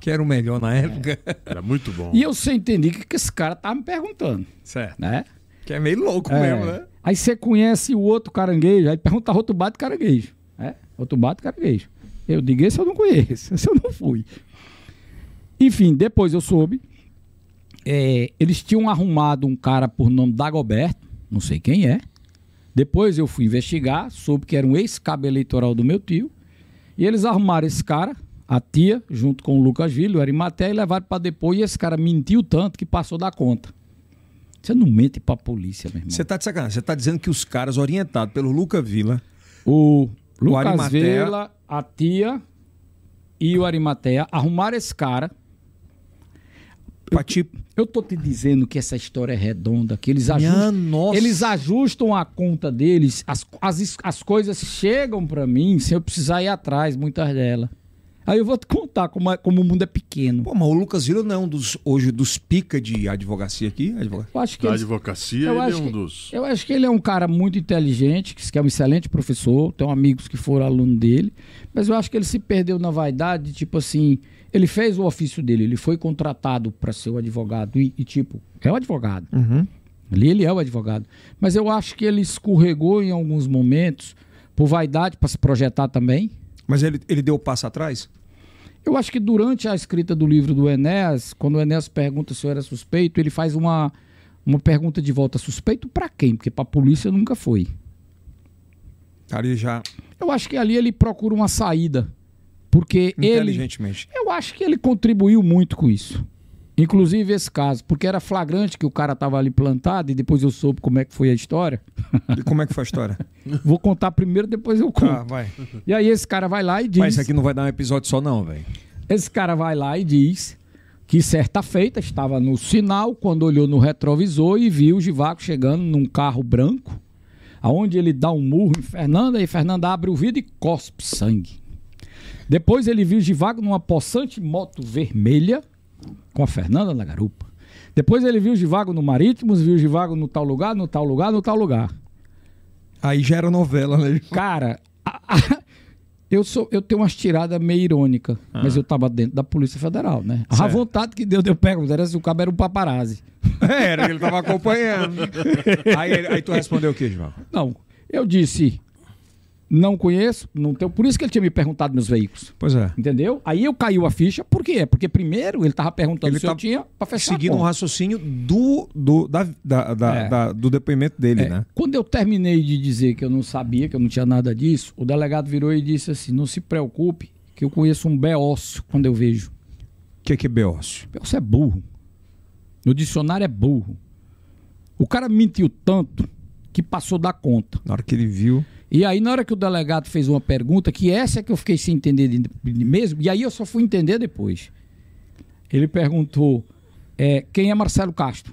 Speaker 14: Que era o melhor
Speaker 5: É.
Speaker 14: na época.
Speaker 2: Era muito bom.
Speaker 3: E eu sem entender o que, que esse cara tava me perguntando,
Speaker 14: Certo.
Speaker 3: né?
Speaker 14: Que é meio louco
Speaker 3: É.
Speaker 14: mesmo, né?
Speaker 3: Aí você conhece o outro caranguejo, aí pergunta outro bate caranguejo. É, outro bate caranguejo. Eu digo, esse eu não conheço, <laughs> esse eu não fui. Enfim, depois eu soube. é, eles tinham arrumado um cara por nome Dagoberto, não sei quem é. Depois eu fui investigar, soube que era um ex-cabo eleitoral do meu tio. E eles arrumaram esse cara, a tia, junto com o Lucas Vilho, era em Maté, e levaram para depor. E esse cara mentiu tanto que passou da conta. Você não mente para polícia, meu irmão.
Speaker 14: Você tá de sacanagem. Você tá dizendo que os caras orientados pelo Luca Vila
Speaker 3: O Lucas
Speaker 14: Arimatea.
Speaker 3: Vela, a tia e o Arimatea arrumaram esse cara.
Speaker 14: pra te
Speaker 3: Eu tô te dizendo que essa história é redonda, que eles
Speaker 14: Minha
Speaker 3: ajustam,
Speaker 14: Ah, nossa.
Speaker 3: eles ajustam a conta deles, as, as, as coisas chegam pra mim sem eu precisar ir atrás, muitas delas. Aí eu vou te contar como, é- como o mundo é pequeno.
Speaker 14: Pô, mas o Lucas Vila não é um dos, hoje, dos pica de advocacia aqui? Advoga-
Speaker 3: Eu acho que
Speaker 2: Da
Speaker 3: eles
Speaker 2: advocacia,
Speaker 3: Eu
Speaker 2: ele é
Speaker 3: acho
Speaker 2: um
Speaker 3: que-
Speaker 2: dos.
Speaker 3: Eu acho que ele é um cara muito inteligente, que que é um excelente professor, tenho amigos que foram aluno dele, mas eu acho que ele se perdeu na vaidade, tipo assim, ele fez o ofício dele, ele foi contratado para ser o advogado e, e, tipo, é o advogado.
Speaker 5: Uhum.
Speaker 3: Ali ele é o advogado. Mas eu acho que ele escorregou em alguns momentos por vaidade para se projetar também.
Speaker 14: Mas ele, ele deu o passo atrás?
Speaker 3: Eu acho que durante a escrita do livro do Enéas, quando o Enéas pergunta se eu era suspeito, ele faz uma, uma pergunta de volta: suspeito para quem? Porque para a polícia nunca foi.
Speaker 14: Cara, ele já,
Speaker 3: Eu acho que ali ele procura uma saída. Porque ele.
Speaker 14: inteligentemente.
Speaker 3: Eu acho que ele contribuiu muito com isso. Inclusive esse caso, porque era flagrante que o cara tava ali plantado e depois eu soube como é que foi
Speaker 14: <laughs>
Speaker 3: a história.
Speaker 14: E como é que foi a história?
Speaker 3: Vou contar primeiro, depois eu conto.
Speaker 14: Tá, vai.
Speaker 3: E aí esse cara vai lá e diz.
Speaker 14: Mas isso aqui não vai dar um episódio só não, velho.
Speaker 3: Esse cara vai lá e diz que certa feita estava no sinal quando olhou no retrovisor e viu o Givaco chegando num carro branco, aonde ele dá um murro em Fernanda e Fernanda abre o vidro e cospe sangue. Depois ele viu o Givaco numa possante moto vermelha com a Fernanda na garupa. Depois ele viu o Givago no Marítimos, viu o Givago no tal lugar, no tal lugar, no tal lugar.
Speaker 14: Aí já era novela, né?
Speaker 3: Cara, a- <laughs> a- eu, sou, eu tenho umas tiradas meio irônicas,
Speaker 14: Ah.
Speaker 3: mas eu tava dentro da Polícia Federal, né? A vontade que deu, deu perguntar era se o cabo era um paparazzi.
Speaker 14: <laughs> Era, ele tava acompanhando. aí, ele- aí tu respondeu o quê, João?
Speaker 3: Não, eu disse, não conheço, não tenho. Por isso que ele tinha me perguntado meus veículos.
Speaker 14: Pois é.
Speaker 3: Entendeu? Aí eu caiu a ficha, por quê? Porque primeiro ele tava perguntando
Speaker 14: Ele
Speaker 3: se eu
Speaker 14: tá
Speaker 3: tinha pra fechar a
Speaker 14: Seguindo um
Speaker 3: conta.
Speaker 14: raciocínio do, do, da, da- da-
Speaker 3: É.
Speaker 14: da- do depoimento dele,
Speaker 3: É,
Speaker 14: né?
Speaker 3: Quando eu terminei de dizer que eu não sabia, que eu não tinha nada disso, o delegado virou e disse assim: não se preocupe, que eu conheço um beócio quando eu vejo.
Speaker 14: O que, que é beócio?
Speaker 3: Você é burro. No dicionário é burro. O cara mentiu tanto que passou da conta.
Speaker 14: Na hora que ele viu...
Speaker 3: E aí, na hora que o delegado fez uma pergunta, que essa é que eu fiquei sem entender de- de mesmo, e aí eu só fui entender depois. Ele perguntou: é, quem é Marcelo Castro?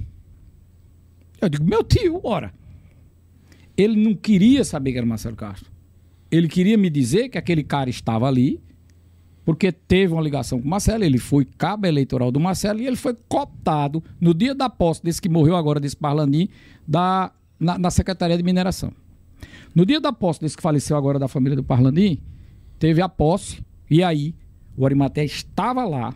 Speaker 3: Eu digo: meu tio, ora. Ele não queria saber que era Marcelo Castro. Ele queria me dizer que aquele cara estava ali, porque teve uma ligação com o Marcelo, ele foi cabo eleitoral do Marcelo e ele foi cooptado no dia da posse desse que morreu agora, desse Parlanim, da, na, na Secretaria de Mineração. No dia da posse desse que faleceu agora da família do Parlanim, teve a posse e aí o Arimaté estava lá,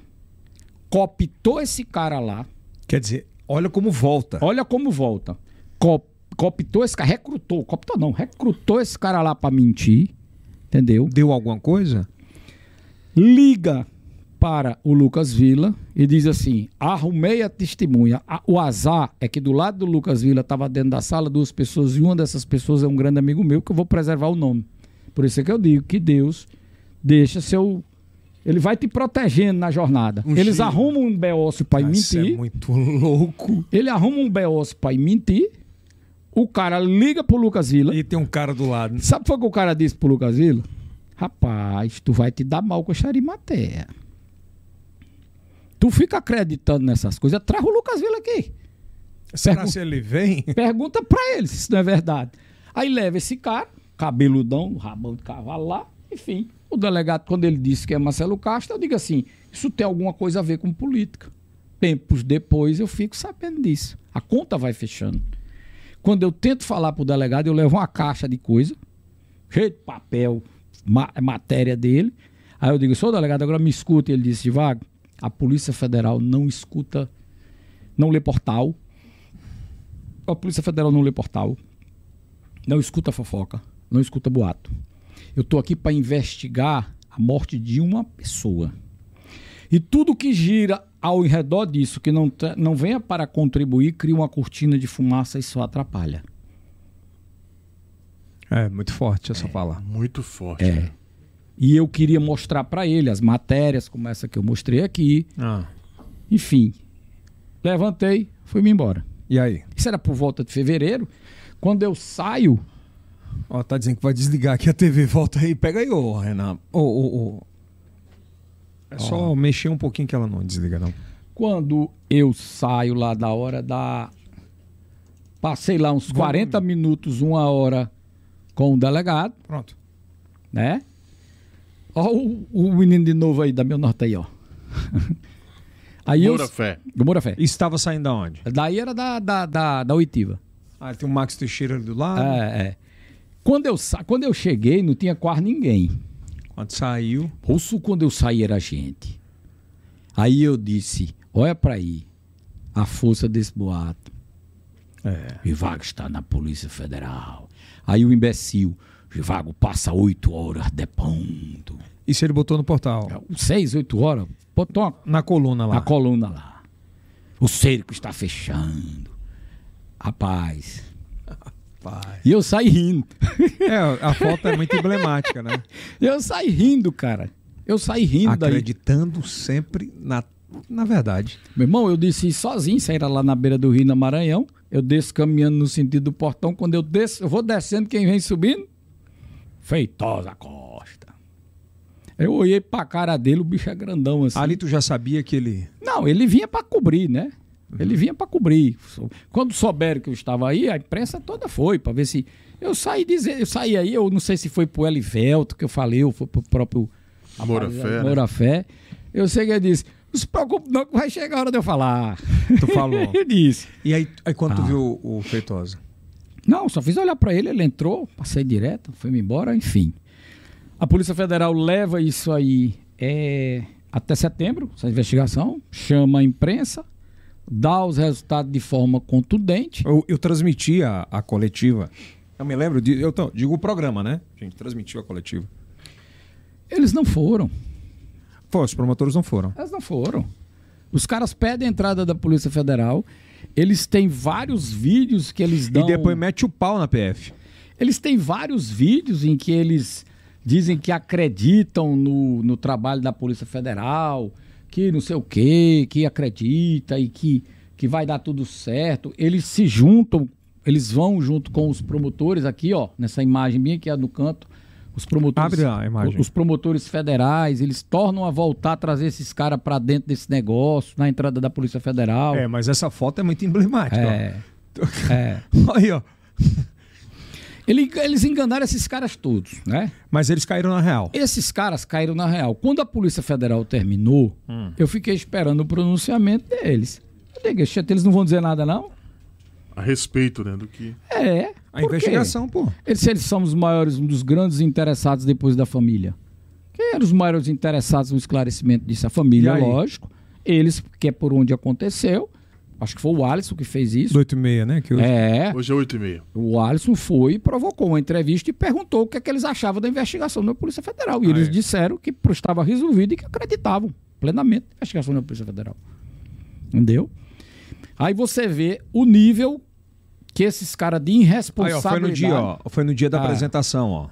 Speaker 3: cooptou esse cara lá,
Speaker 14: Quer dizer, olha como volta.
Speaker 3: olha como volta, Co- cooptou esse cara, recrutou, cooptou não, recrutou esse cara lá para mentir, entendeu?
Speaker 14: Deu alguma coisa?
Speaker 3: liga para o Lucas Vila e diz assim: arrumei a testemunha. A- O azar é que do lado do Lucas Vila estava dentro da sala duas pessoas e uma dessas pessoas é um grande amigo meu que eu vou preservar o nome. Por isso é que eu digo que Deus deixa seu. Ele vai te protegendo na jornada. Eles arrumam um beócio para
Speaker 14: Isso é
Speaker 3: mentir.
Speaker 14: muito louco.
Speaker 3: Ele arruma um beócio para mentir. O cara liga pro Lucas Vila.
Speaker 14: E tem um cara do lado.
Speaker 3: Sabe foi o que o cara disse pro Lucas Vila? Rapaz, tu vai te dar mal com a Xarimatea. Tu fica acreditando nessas coisas. Traz o Lucas Vila aqui.
Speaker 14: Será
Speaker 3: Pergun-
Speaker 14: se ele vem?
Speaker 3: Pergunta pra ele se isso não é verdade. Aí leva esse cara, cabeludão, um rabão de cavalo lá, enfim. O delegado, quando ele disse que é Marcelo Castro, eu digo assim: isso tem alguma coisa a ver com política. tempos depois eu fico sabendo disso. A conta vai fechando. Quando eu tento falar para o delegado, eu levo uma caixa de coisa, cheio de papel, ma é matéria dele. Aí eu digo, sou delegado, agora me escuta. E ele disse, Divago, a Polícia Federal não escuta, não lê portal. A Polícia Federal não lê portal. Não escuta fofoca, não escuta boato. Eu estou aqui para investigar a morte de uma pessoa. E tudo que gira ao redor disso, que não, não venha para contribuir, cria uma cortina de fumaça e só atrapalha.
Speaker 1: É, muito forte essa é, palavra.
Speaker 2: Muito forte.
Speaker 3: É. Né? E eu queria mostrar para ele as matérias, como essa que eu mostrei aqui. Ah. Enfim, levantei, fui-me embora.
Speaker 1: E aí?
Speaker 3: Isso era por volta de fevereiro. Quando eu saio.
Speaker 1: Ó, tá dizendo que vai desligar aqui a TV. Volta aí, pega aí, ô, Renan. Ô, ô, ô. É oh. só mexer um pouquinho que ela não desliga, não.
Speaker 3: Quando eu saio lá da hora da. Passei lá uns Vamos... 40 minutos, uma hora com o delegado.
Speaker 1: Pronto.
Speaker 3: Né? Ó, o, o menino de novo aí, da meu norte aí, ó. <laughs>
Speaker 2: aí Moura Fé.
Speaker 3: Do Moura Fé.
Speaker 1: Estava saindo da onde?
Speaker 3: Daí era da, da, da, da Oitiva.
Speaker 1: Ah, tem o Max Teixeira ali do lado.
Speaker 2: Ah.
Speaker 3: É, é. Quando eu, sa... quando eu cheguei, não tinha quase ninguém.
Speaker 1: Quando saiu.
Speaker 3: Russo, quando eu saí, era gente. Aí eu disse: olha para aí, a força desse boato. É. Givago está na Polícia Federal. Aí o imbecil, Givago passa oito horas depondo. É,
Speaker 1: Isso ele botou no portal?
Speaker 3: Seis, oito horas. Botou uma...
Speaker 1: É. Na coluna lá.
Speaker 3: Na coluna lá. O cerco está fechando. Rapaz. Pai. E eu saí rindo.
Speaker 1: É, a foto é muito emblemática, <laughs> né?
Speaker 3: Eu saí rindo, cara. Eu saí rindo
Speaker 1: Acreditando daí. sempre na, na verdade.
Speaker 3: Meu irmão, eu desci sozinho, saíra lá na beira do rio, na Maranhão. Eu desço caminhando no sentido do portão. Quando eu desço, eu vou descendo, quem vem subindo? Feitosa Costa. Eu olhei pra cara dele, o bicho é grandão assim.
Speaker 1: Ali tu já sabia que ele...
Speaker 3: Não, ele vinha pra cobrir, né? Ele vinha para cobrir. Quando souberam que eu estava aí, a imprensa toda foi para ver se eu saí dizer, eu saí aí, eu não sei se foi pro Elivelto que eu falei, ou foi pro próprio
Speaker 2: Morafé.
Speaker 3: Morafé. Né? Eu sei que ele disse: "Não se preocupe não que vai chegar a hora de eu falar".
Speaker 1: Tu falou.
Speaker 3: eu disse.
Speaker 1: <laughs> E aí, aí quando ah. tu viu o, o Feitosa?
Speaker 3: Não, só fiz olhar para ele, ele entrou, passei direto, foi me embora, enfim. A Polícia Federal leva isso aí é, até setembro, essa investigação, chama a imprensa, dá os resultados de forma contundente.
Speaker 1: Eu, eu transmiti a, a, coletiva. Eu me lembro, de, eu tô, digo o programa, né? A gente transmitiu a coletiva.
Speaker 3: Eles não foram.
Speaker 1: Foi, os promotores não foram.
Speaker 3: Eles não foram. Os caras pedem a entrada da Polícia Federal. Eles têm vários vídeos que eles dão.
Speaker 1: E depois mete o pau na PF.
Speaker 3: Eles têm vários vídeos em que eles dizem que acreditam no, no trabalho da Polícia Federal que não sei o que, que acredita e que, que vai dar tudo certo. Eles se juntam, eles vão junto com os promotores aqui, ó, nessa imagem minha que é do canto. Os promotores,
Speaker 1: Abre a imagem.
Speaker 3: os promotores federais, eles tornam a voltar a trazer esses caras para dentro desse negócio, na entrada da Polícia Federal.
Speaker 1: É, mas essa foto é muito emblemática.
Speaker 3: É.
Speaker 1: Ó. <laughs> é. Aí, ó.
Speaker 3: Eles enganaram esses caras todos, né?
Speaker 1: Mas eles caíram na real.
Speaker 3: Esses caras caíram na real. Quando a Polícia Federal terminou, hum. eu fiquei esperando o pronunciamento deles. Eu digo, eles não vão dizer nada, não?
Speaker 2: A respeito, né? Do que.
Speaker 3: É.
Speaker 1: A investigação, pô.
Speaker 3: Eles, eles são os maiores, um dos grandes interessados depois da família. Quem eram os maiores interessados no esclarecimento disso? A família, lógico. Eles, que é por onde aconteceu. Acho que foi o Alisson que fez isso.
Speaker 1: Do 8 e meia, né?
Speaker 3: Que hoje... É.
Speaker 2: Hoje é 8 e meia.
Speaker 3: O Alisson foi e provocou uma entrevista e perguntou o que, é que eles achavam da investigação da Polícia Federal. E ah, eles é. disseram que estava resolvido e que acreditavam plenamente na investigação da Polícia Federal. Entendeu? Aí você vê o nível que esses caras de irresponsabilidade...
Speaker 1: Aí, ó, foi no dia, ó. Foi no dia da ah. apresentação, ó.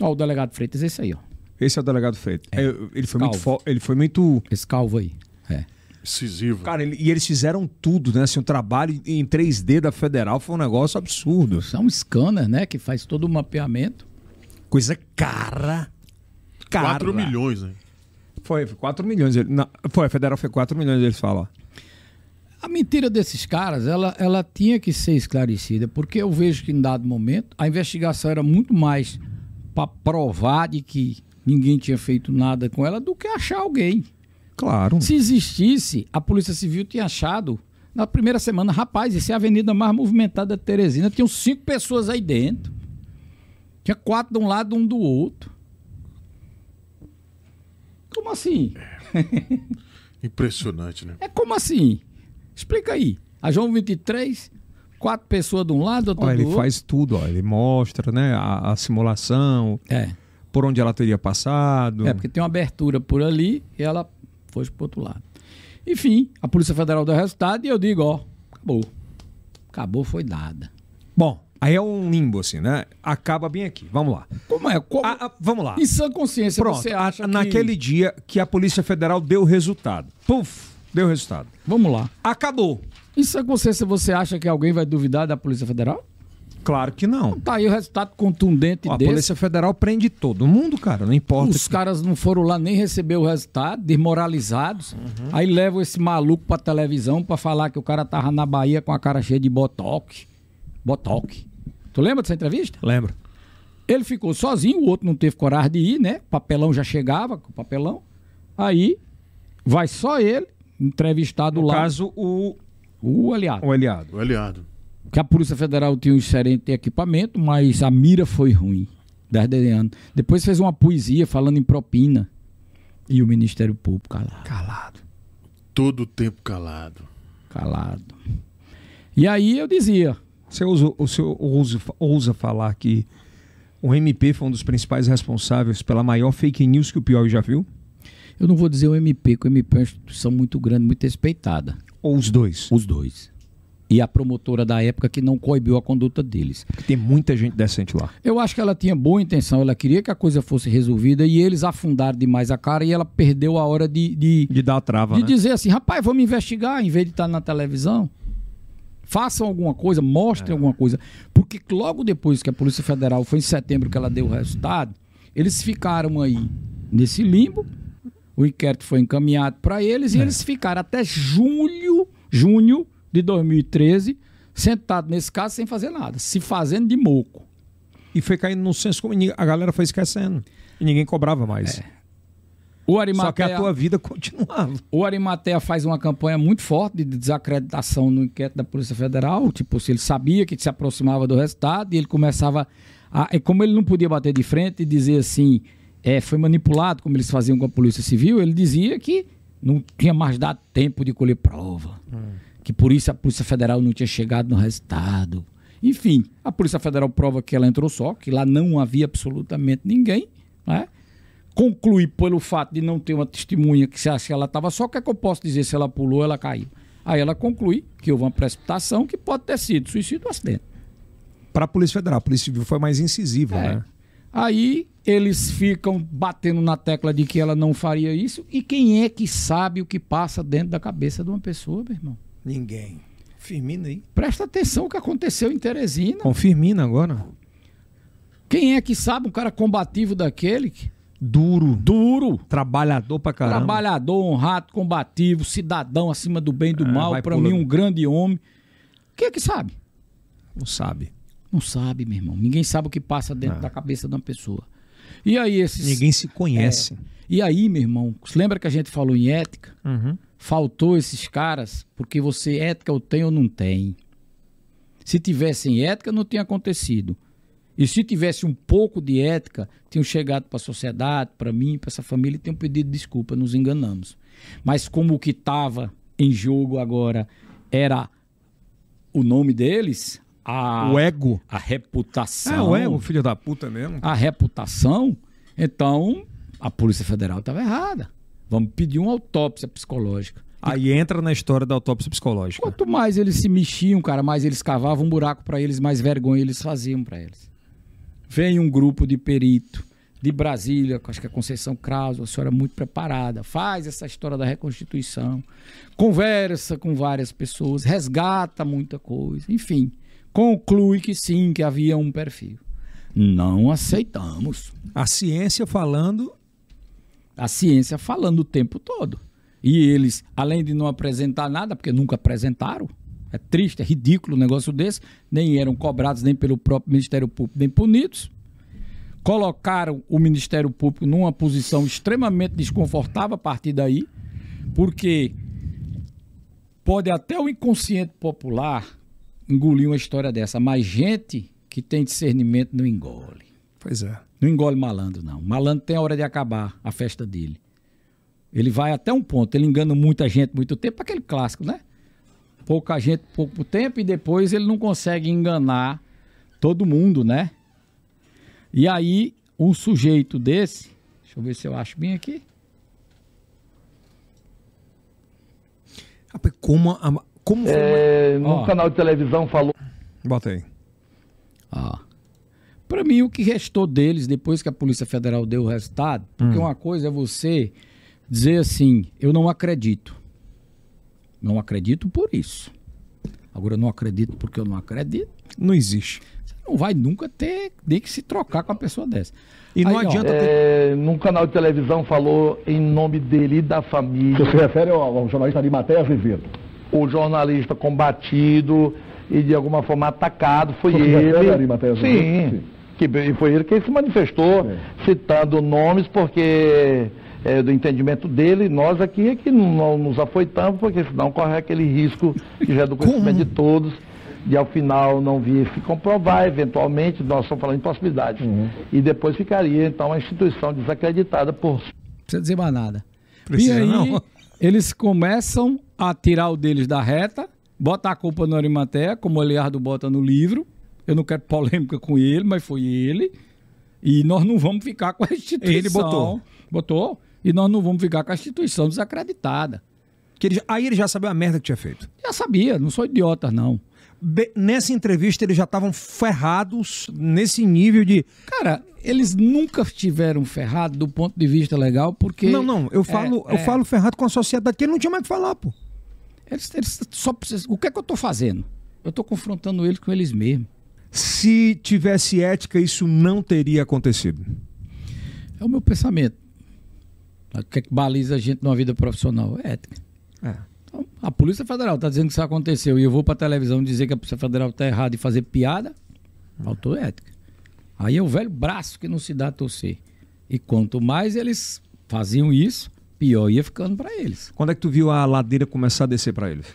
Speaker 3: Ó, o delegado Freitas, esse aí, ó.
Speaker 1: Esse é o delegado Freitas. É. Ele, foi calvo. muito fo... ele foi muito...
Speaker 3: Esse calvo aí, é.
Speaker 2: Decisivo.
Speaker 1: Cara, ele, e eles fizeram tudo, né? Assim, um trabalho em 3D da Federal foi um negócio absurdo.
Speaker 3: É um scanner, né? Que faz todo o mapeamento.
Speaker 1: Coisa cara. cara.
Speaker 2: 4 milhões, né?
Speaker 1: Foi, 4 milhões. Ele, não, foi, a Federal foi 4 milhões, eles falam.
Speaker 3: A mentira desses caras, ela, ela tinha que ser esclarecida, porque eu vejo que em dado momento a investigação era muito mais para provar de que ninguém tinha feito nada com ela do que achar alguém.
Speaker 1: Claro.
Speaker 3: Se existisse, a Polícia Civil tinha achado na primeira semana, rapaz, essa é a avenida mais movimentada de Teresina. Tinham cinco pessoas aí dentro. Tinha quatro de um lado, um do outro. Como assim?
Speaker 2: Impressionante, né?
Speaker 3: É como assim? Explica aí. A João 23, quatro pessoas de um lado, outra
Speaker 1: Ó,
Speaker 3: do
Speaker 1: ele
Speaker 3: outro.
Speaker 1: faz tudo, ó, ele mostra né, a, a simulação,
Speaker 3: É.
Speaker 1: por onde ela teria passado.
Speaker 3: É, porque tem uma abertura por ali e ela foi pro outro lado. Enfim, a Polícia Federal deu resultado e eu digo, ó, acabou. Acabou, foi dada.
Speaker 1: Bom, aí é um limbo, assim, né? Acaba bem aqui. Vamos lá.
Speaker 3: Como é? Como...
Speaker 1: Ah, ah, vamos lá.
Speaker 3: Em sã consciência,
Speaker 1: Pronto.
Speaker 3: você acha que...
Speaker 1: Naquele dia que a Polícia Federal deu resultado. Puf, deu resultado.
Speaker 3: Vamos lá.
Speaker 1: Acabou.
Speaker 3: Em sã consciência, você acha que alguém vai duvidar da Polícia Federal?
Speaker 1: Claro que não.
Speaker 3: Tá aí o resultado contundente
Speaker 1: Ó, a
Speaker 3: desse.
Speaker 1: Polícia Federal prende todo mundo, cara. Não importa.
Speaker 3: Os caras não foram lá nem receber o resultado, desmoralizados.
Speaker 1: Uhum.
Speaker 3: Aí levam esse maluco pra televisão pra falar que o cara tava na Bahia com a cara cheia de botox. Botox. Tu lembra dessa entrevista?
Speaker 1: Lembra?
Speaker 3: Ele ficou sozinho, o outro não teve coragem de ir, né? Papelão já chegava, com o papelão. Aí vai só ele, entrevistado
Speaker 1: No
Speaker 3: lá.
Speaker 1: caso, o,
Speaker 3: O aliado.
Speaker 1: o aliado.
Speaker 2: O aliado.
Speaker 3: Que a Polícia Federal tinha um excelente equipamento, mas a mira foi ruim. das DDN. Depois fez uma poesia falando em propina. E o Ministério Público calado. Calado.
Speaker 2: Todo o tempo calado.
Speaker 3: Calado. E aí eu dizia,
Speaker 1: Você ousa, o senhor ousa, ousa falar que o MP foi um dos principais responsáveis pela maior fake news que o Piauí já viu?
Speaker 3: eu não vou dizer o MP, que o MP é uma instituição muito grande, muito respeitada.
Speaker 1: Ou os dois?
Speaker 3: Os dois. E a promotora da época que não coibiu a conduta deles.
Speaker 1: Porque tem muita gente decente lá.
Speaker 3: Eu acho que ela tinha boa intenção, ela queria que a coisa fosse resolvida e eles afundaram demais a cara e ela perdeu a hora de- de,
Speaker 1: De dar a trava,
Speaker 3: de
Speaker 1: né?
Speaker 3: dizer assim, rapaz, vamos investigar em vez de estar na televisão. Façam alguma coisa,
Speaker 1: É.
Speaker 3: mostrem alguma coisa. Porque logo depois que a Polícia Federal foi em setembro que ela deu o resultado, eles ficaram aí nesse limbo. O inquérito foi encaminhado para eles
Speaker 1: É.
Speaker 3: e eles ficaram até julho, junho de 2013, sentados nesse caso sem fazer nada, se fazendo de moco.
Speaker 1: E foi caindo no senso comum. A galera foi esquecendo. E ninguém cobrava mais.
Speaker 3: É. O
Speaker 1: Só que
Speaker 3: Arimatea,
Speaker 1: a tua vida continuava.
Speaker 3: o Arimatea faz uma campanha muito forte de desacreditação no inquérito da Polícia Federal. Tipo, se ele sabia que se aproximava do resultado e ele começava a. E como ele não podia bater de frente e dizer assim, é, foi manipulado, como eles faziam com a Polícia Civil, ele dizia que não tinha mais dado tempo de colher prova. Que por isso a Polícia Federal não tinha chegado no resultado. Enfim, a Polícia Federal prova que ela entrou só, que lá não havia absolutamente ninguém, né? conclui pelo fato de não ter uma testemunha que se acha que ela estava só, o que é que eu posso dizer se ela pulou ou ela caiu? Aí ela conclui que houve uma precipitação que pode ter sido suicídio ou acidente.
Speaker 1: Para a Polícia Federal. A Polícia Civil foi mais incisiva,
Speaker 3: É.
Speaker 1: né?
Speaker 3: Aí eles ficam batendo na tecla de que ela não faria isso. E quem é que sabe o que passa dentro da cabeça de uma pessoa, meu irmão?
Speaker 1: Ninguém. Firmina aí.
Speaker 3: Presta atenção o que aconteceu em Teresina.
Speaker 1: Com Firmina agora.
Speaker 3: Quem é que sabe um cara combativo daquele? que-
Speaker 1: Duro.
Speaker 3: Duro.
Speaker 1: Trabalhador pra caramba.
Speaker 3: Trabalhador, honrado, combativo, cidadão acima do bem e do
Speaker 1: É,
Speaker 3: mal,
Speaker 1: vai
Speaker 3: pra
Speaker 1: pulando.
Speaker 3: mim um grande homem. Quem é que sabe?
Speaker 1: Não sabe.
Speaker 3: Não sabe, meu irmão. Ninguém sabe o que passa dentro da cabeça de uma pessoa. E aí esses
Speaker 1: É. Ninguém se conhece.
Speaker 3: E aí, meu irmão, se lembra que a gente falou em ética?
Speaker 1: Uhum.
Speaker 3: Faltou esses caras porque você ética ou tem ou não tem. Se tivessem ética, não tinha acontecido. E se tivesse um pouco de ética, tinham chegado para a sociedade, para mim, para essa família e tinham pedido desculpa, nos enganamos. Mas como o que estava em jogo agora era o nome deles, a,
Speaker 1: O ego.
Speaker 3: a reputação.
Speaker 1: É, o ego, filho da puta mesmo.
Speaker 3: a reputação, então a Polícia Federal estava errada. Vamos pedir uma autópsia psicológica.
Speaker 1: Ah, Aí entra na história da autópsia psicológica.
Speaker 3: Quanto mais eles se mexiam, cara, mais eles cavavam um buraco para eles, mais vergonha eles faziam para eles. Vem um grupo de perito de Brasília, que eu acho que é Conceição Krause, uma senhora é muito preparada, faz essa história da reconstituição, conversa com várias pessoas, resgata muita coisa, enfim, conclui que sim, que havia um perfil. Não aceitamos.
Speaker 1: A ciência falando.
Speaker 3: a ciência falando o tempo todo. E eles, além de não apresentar nada, porque nunca apresentaram, é triste, é ridículo um negócio desse, nem eram cobrados nem pelo próprio Ministério Público, nem punidos. Colocaram o Ministério Público numa posição extremamente desconfortável a partir daí. Porque pode até o inconsciente popular engolir uma história dessa, mas gente que tem discernimento não engole.
Speaker 1: Pois é.
Speaker 3: Não engole malandro, não. Malandro tem a hora de acabar a festa dele. Ele vai até um ponto, ele engana muita gente muito tempo, aquele clássico, né? Pouca gente, pouco tempo, e depois ele não consegue enganar todo mundo, né? E aí, um sujeito desse, deixa eu ver se eu acho bem aqui.
Speaker 1: Rapaz, como, a, como foi
Speaker 4: É, num canal de televisão falou.
Speaker 1: Bota aí.
Speaker 3: Ó. Para mim, o que restou deles depois que a Polícia Federal deu o resultado, porque
Speaker 1: Hum.
Speaker 3: uma coisa é você dizer assim, eu não acredito. Não acredito por isso. Agora eu não acredito porque eu não acredito.
Speaker 1: Não existe.
Speaker 3: Você não vai nunca ter nem que se trocar com uma pessoa dessa.
Speaker 1: E não
Speaker 3: Aí, ó,
Speaker 1: adianta ter.
Speaker 4: É, num canal de televisão falou em nome dele e da família.
Speaker 15: Você se refere ao, ao jornalista Arimaté Azevedo.
Speaker 4: O jornalista combatido e de alguma forma atacado foi
Speaker 15: Você se refere a Arimaté
Speaker 4: ele.
Speaker 15: Azevedo?
Speaker 4: Sim.
Speaker 15: né? Sim.
Speaker 4: Que e foi ele que se manifestou
Speaker 15: É.
Speaker 4: citando nomes porque é, do entendimento dele, nós aqui é que não nos afoitamos, porque senão corre aquele risco que já é do conhecimento de todos, de ao final não vir se comprovar, eventualmente, nós estamos falando de possibilidades.
Speaker 15: Uhum.
Speaker 4: E depois ficaria, então, a instituição desacreditada por
Speaker 3: Não precisa dizer mais nada.
Speaker 1: Precisa
Speaker 3: e aí,
Speaker 1: não.
Speaker 3: eles começam a tirar o deles da reta, bota a culpa no Arimaté, como o Eliardo bota no livro. Eu não quero polêmica com ele, mas foi ele. E nós não vamos ficar com a instituição.
Speaker 1: Ele botou.
Speaker 3: Botou. E nós não vamos ficar com a instituição desacreditada.
Speaker 1: Que ele, aí ele já sabia a merda que tinha feito.
Speaker 3: Já sabia, não sou idiota, não.
Speaker 1: Be- nessa entrevista eles já estavam ferrados nesse nível de.
Speaker 3: Cara, eles nunca estiveram ferrados do ponto de vista legal, porque.
Speaker 1: Não, não, eu
Speaker 3: É,
Speaker 1: falo, eu
Speaker 3: é.
Speaker 1: falo ferrado com a sociedade que ele não tinha mais o que falar, pô.
Speaker 3: Eles, eles só precisam. O que é que eu tô fazendo? Eu tô confrontando eles com eles mesmos.
Speaker 1: Se tivesse ética, isso não teria acontecido.
Speaker 3: É o meu pensamento. O que é que baliza a gente numa vida profissional? É ética.
Speaker 1: É.
Speaker 3: Então, a Polícia Federal está dizendo que isso aconteceu e eu vou para a televisão dizer que a Polícia Federal está errada e fazer piada, faltou ética. Aí é o velho braço que não se dá a torcer. E quanto mais eles faziam isso, pior ia ficando para eles.
Speaker 1: Quando é que tu viu a ladeira começar a descer pra eles?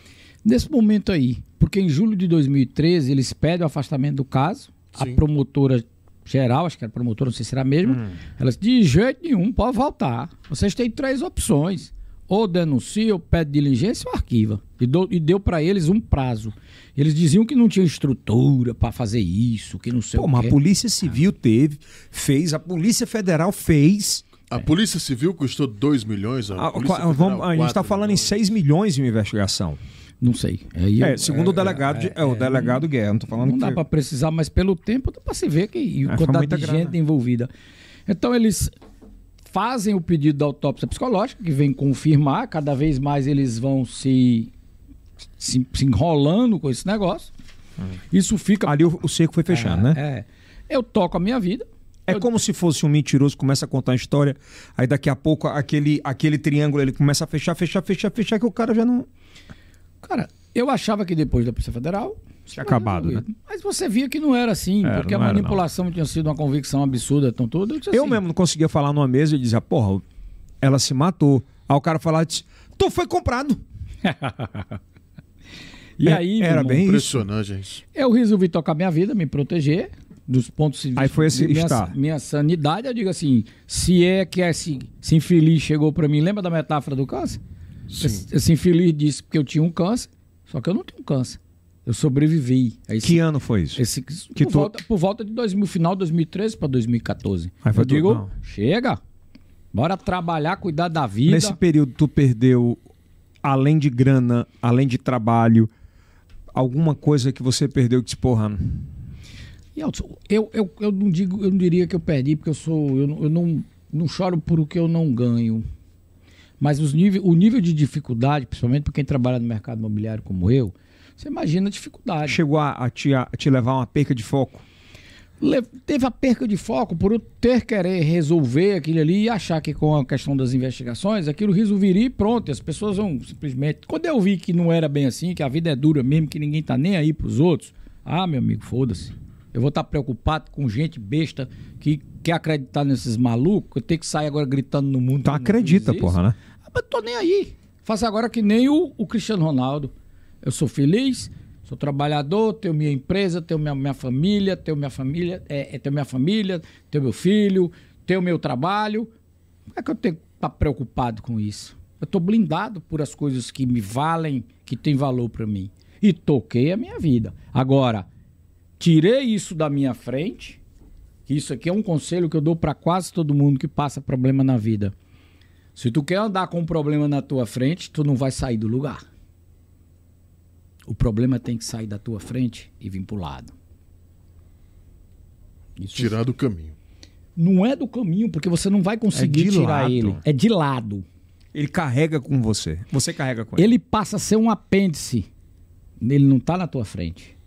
Speaker 3: Nesse momento aí, porque em julho de 2013 eles pedem o afastamento do caso, a promotora geral, acho que era promotora, não sei se era a mesma, ela disse, de jeito nenhum, pode voltar. Vocês têm três opções. Ou denuncia, ou pede diligência, ou arquiva. E, dou- e deu pra eles um prazo. Eles diziam que não tinha estrutura pra fazer isso, que não sei
Speaker 1: Pô,
Speaker 3: o
Speaker 1: mas
Speaker 3: quê. Ah.
Speaker 1: a Polícia Civil teve, fez, a Polícia Federal fez.
Speaker 2: A Polícia Civil custou 2 milhões.
Speaker 1: A,
Speaker 2: A, Polícia
Speaker 1: a- Ah, vamos-
Speaker 2: Federal,
Speaker 1: a gente está
Speaker 2: quatro
Speaker 1: falando em
Speaker 2: milhões.
Speaker 1: 6 milhões de investigação.
Speaker 3: Não sei. Aí eu-
Speaker 1: É, segundo o delegado, de- é, o delegado Guerra, não tô falando
Speaker 3: Não dá
Speaker 1: que- É,
Speaker 3: para precisar, mas pelo tempo dá para se ver que e o
Speaker 1: foi
Speaker 3: quantidade
Speaker 1: muita
Speaker 3: de
Speaker 1: grana.
Speaker 3: gente envolvida. Então eles fazem o pedido da autópsia psicológica, que vem confirmar, cada vez mais eles vão se se, se enrolando com esse negócio. Isso fica
Speaker 1: Ali o, o cerco foi fechando, Hum. né?
Speaker 3: É. Eu toco a minha vida.
Speaker 1: É, como se fosse um mentiroso, começa a contar a história, aí daqui a pouco aquele, aquele triângulo ele começa a fechar, fechar, fechar, fechar, que o cara já não.
Speaker 3: Assim. Cara, eu achava que depois da Polícia Federal. isso
Speaker 1: Tinha
Speaker 3: era
Speaker 1: acabado, né?
Speaker 3: resolvido. Mas você via que não era assim,
Speaker 1: Era,
Speaker 3: porque a
Speaker 1: não era, não.
Speaker 3: manipulação tinha sido uma convicção absurda, tão toda. disse
Speaker 1: Eu
Speaker 3: assim,
Speaker 1: mesmo não conseguia falar numa mesa e dizia, porra, ela se matou. Aí o cara falava, disse, tu foi
Speaker 3: <laughs>
Speaker 1: comprado.
Speaker 3: E
Speaker 1: É,
Speaker 3: aí, meu
Speaker 1: era
Speaker 3: irmão,
Speaker 1: bem isso.
Speaker 2: Impressionante, é gente.
Speaker 3: Eu resolvi tocar minha vida, me proteger dos pontos de vista.
Speaker 1: Aí foi esse
Speaker 3: de minha,
Speaker 1: estar.
Speaker 3: minha sanidade, eu digo assim, se é que esse, esse infeliz chegou pra mim, lembra da metáfora do câncer? Esse, esse infeliz disse porque eu tinha um câncer, só que eu não tenho câncer. Eu sobrevivi. a esse-
Speaker 1: Que ano foi isso?
Speaker 3: esse-
Speaker 1: Que
Speaker 3: por,
Speaker 1: tu-
Speaker 3: volta, por volta de 2000, final de 2013 pra 2014.
Speaker 1: Aí foi
Speaker 3: eu
Speaker 1: tu-
Speaker 3: digo,
Speaker 1: não.
Speaker 3: chega, bora trabalhar, cuidar da vida.
Speaker 1: Nesse período, tu perdeu, além de grana, além de trabalho, alguma coisa que você perdeu que te porra.
Speaker 3: E, Elton, eu, eu, eu não digo, eu não diria que eu perdi, porque eu sou. Eu, não- eu não, não choro por o que eu não ganho. Mas os nível, o nível de dificuldade, principalmente para quem trabalha no mercado imobiliário como eu, você imagina a dificuldade.
Speaker 1: Chegou a, a te, a te levar uma perca de foco.
Speaker 3: Le- teve a perca de foco por eu ter querer resolver aquilo ali e achar que com a questão das investigações aquilo resolveria e pronto, as pessoas vão simplesmente. Quando eu vi que não era bem assim, que a vida é dura mesmo, que ninguém tá nem aí pros outros, ah, meu amigo, foda-se. Eu vou estar preocupado com gente besta que quer acreditar nesses malucos, eu tenho que sair agora gritando no mundo.
Speaker 1: Então acredita, porra, né?
Speaker 3: Ah, mas tô nem aí. Faça agora que nem o, o Cristiano Ronaldo. Eu sou feliz, sou trabalhador, tenho minha empresa, tenho minha, minha família, tenho minha família, é, é, tenho minha família, tenho meu filho, tenho meu trabalho. Como é que eu tenho que estar preocupado com isso? Eu estou blindado por as coisas que me valem, que têm valor para mim. E toquei a minha vida. Agora, tirei isso da minha frente, que isso aqui é um conselho que eu dou para quase todo mundo que passa problema na vida. Se tu quer andar com um problema na tua frente, tu não vai sair do lugar. O problema tem que sair da tua frente e vir pro lado.
Speaker 2: Isso tirar do caminho.
Speaker 3: Não é do caminho, porque você não vai conseguir é tirar lado. ele. É de lado.
Speaker 1: Ele carrega com você. Você carrega com
Speaker 3: ele. Ele passa a ser um apêndice. Ele não está na tua frente.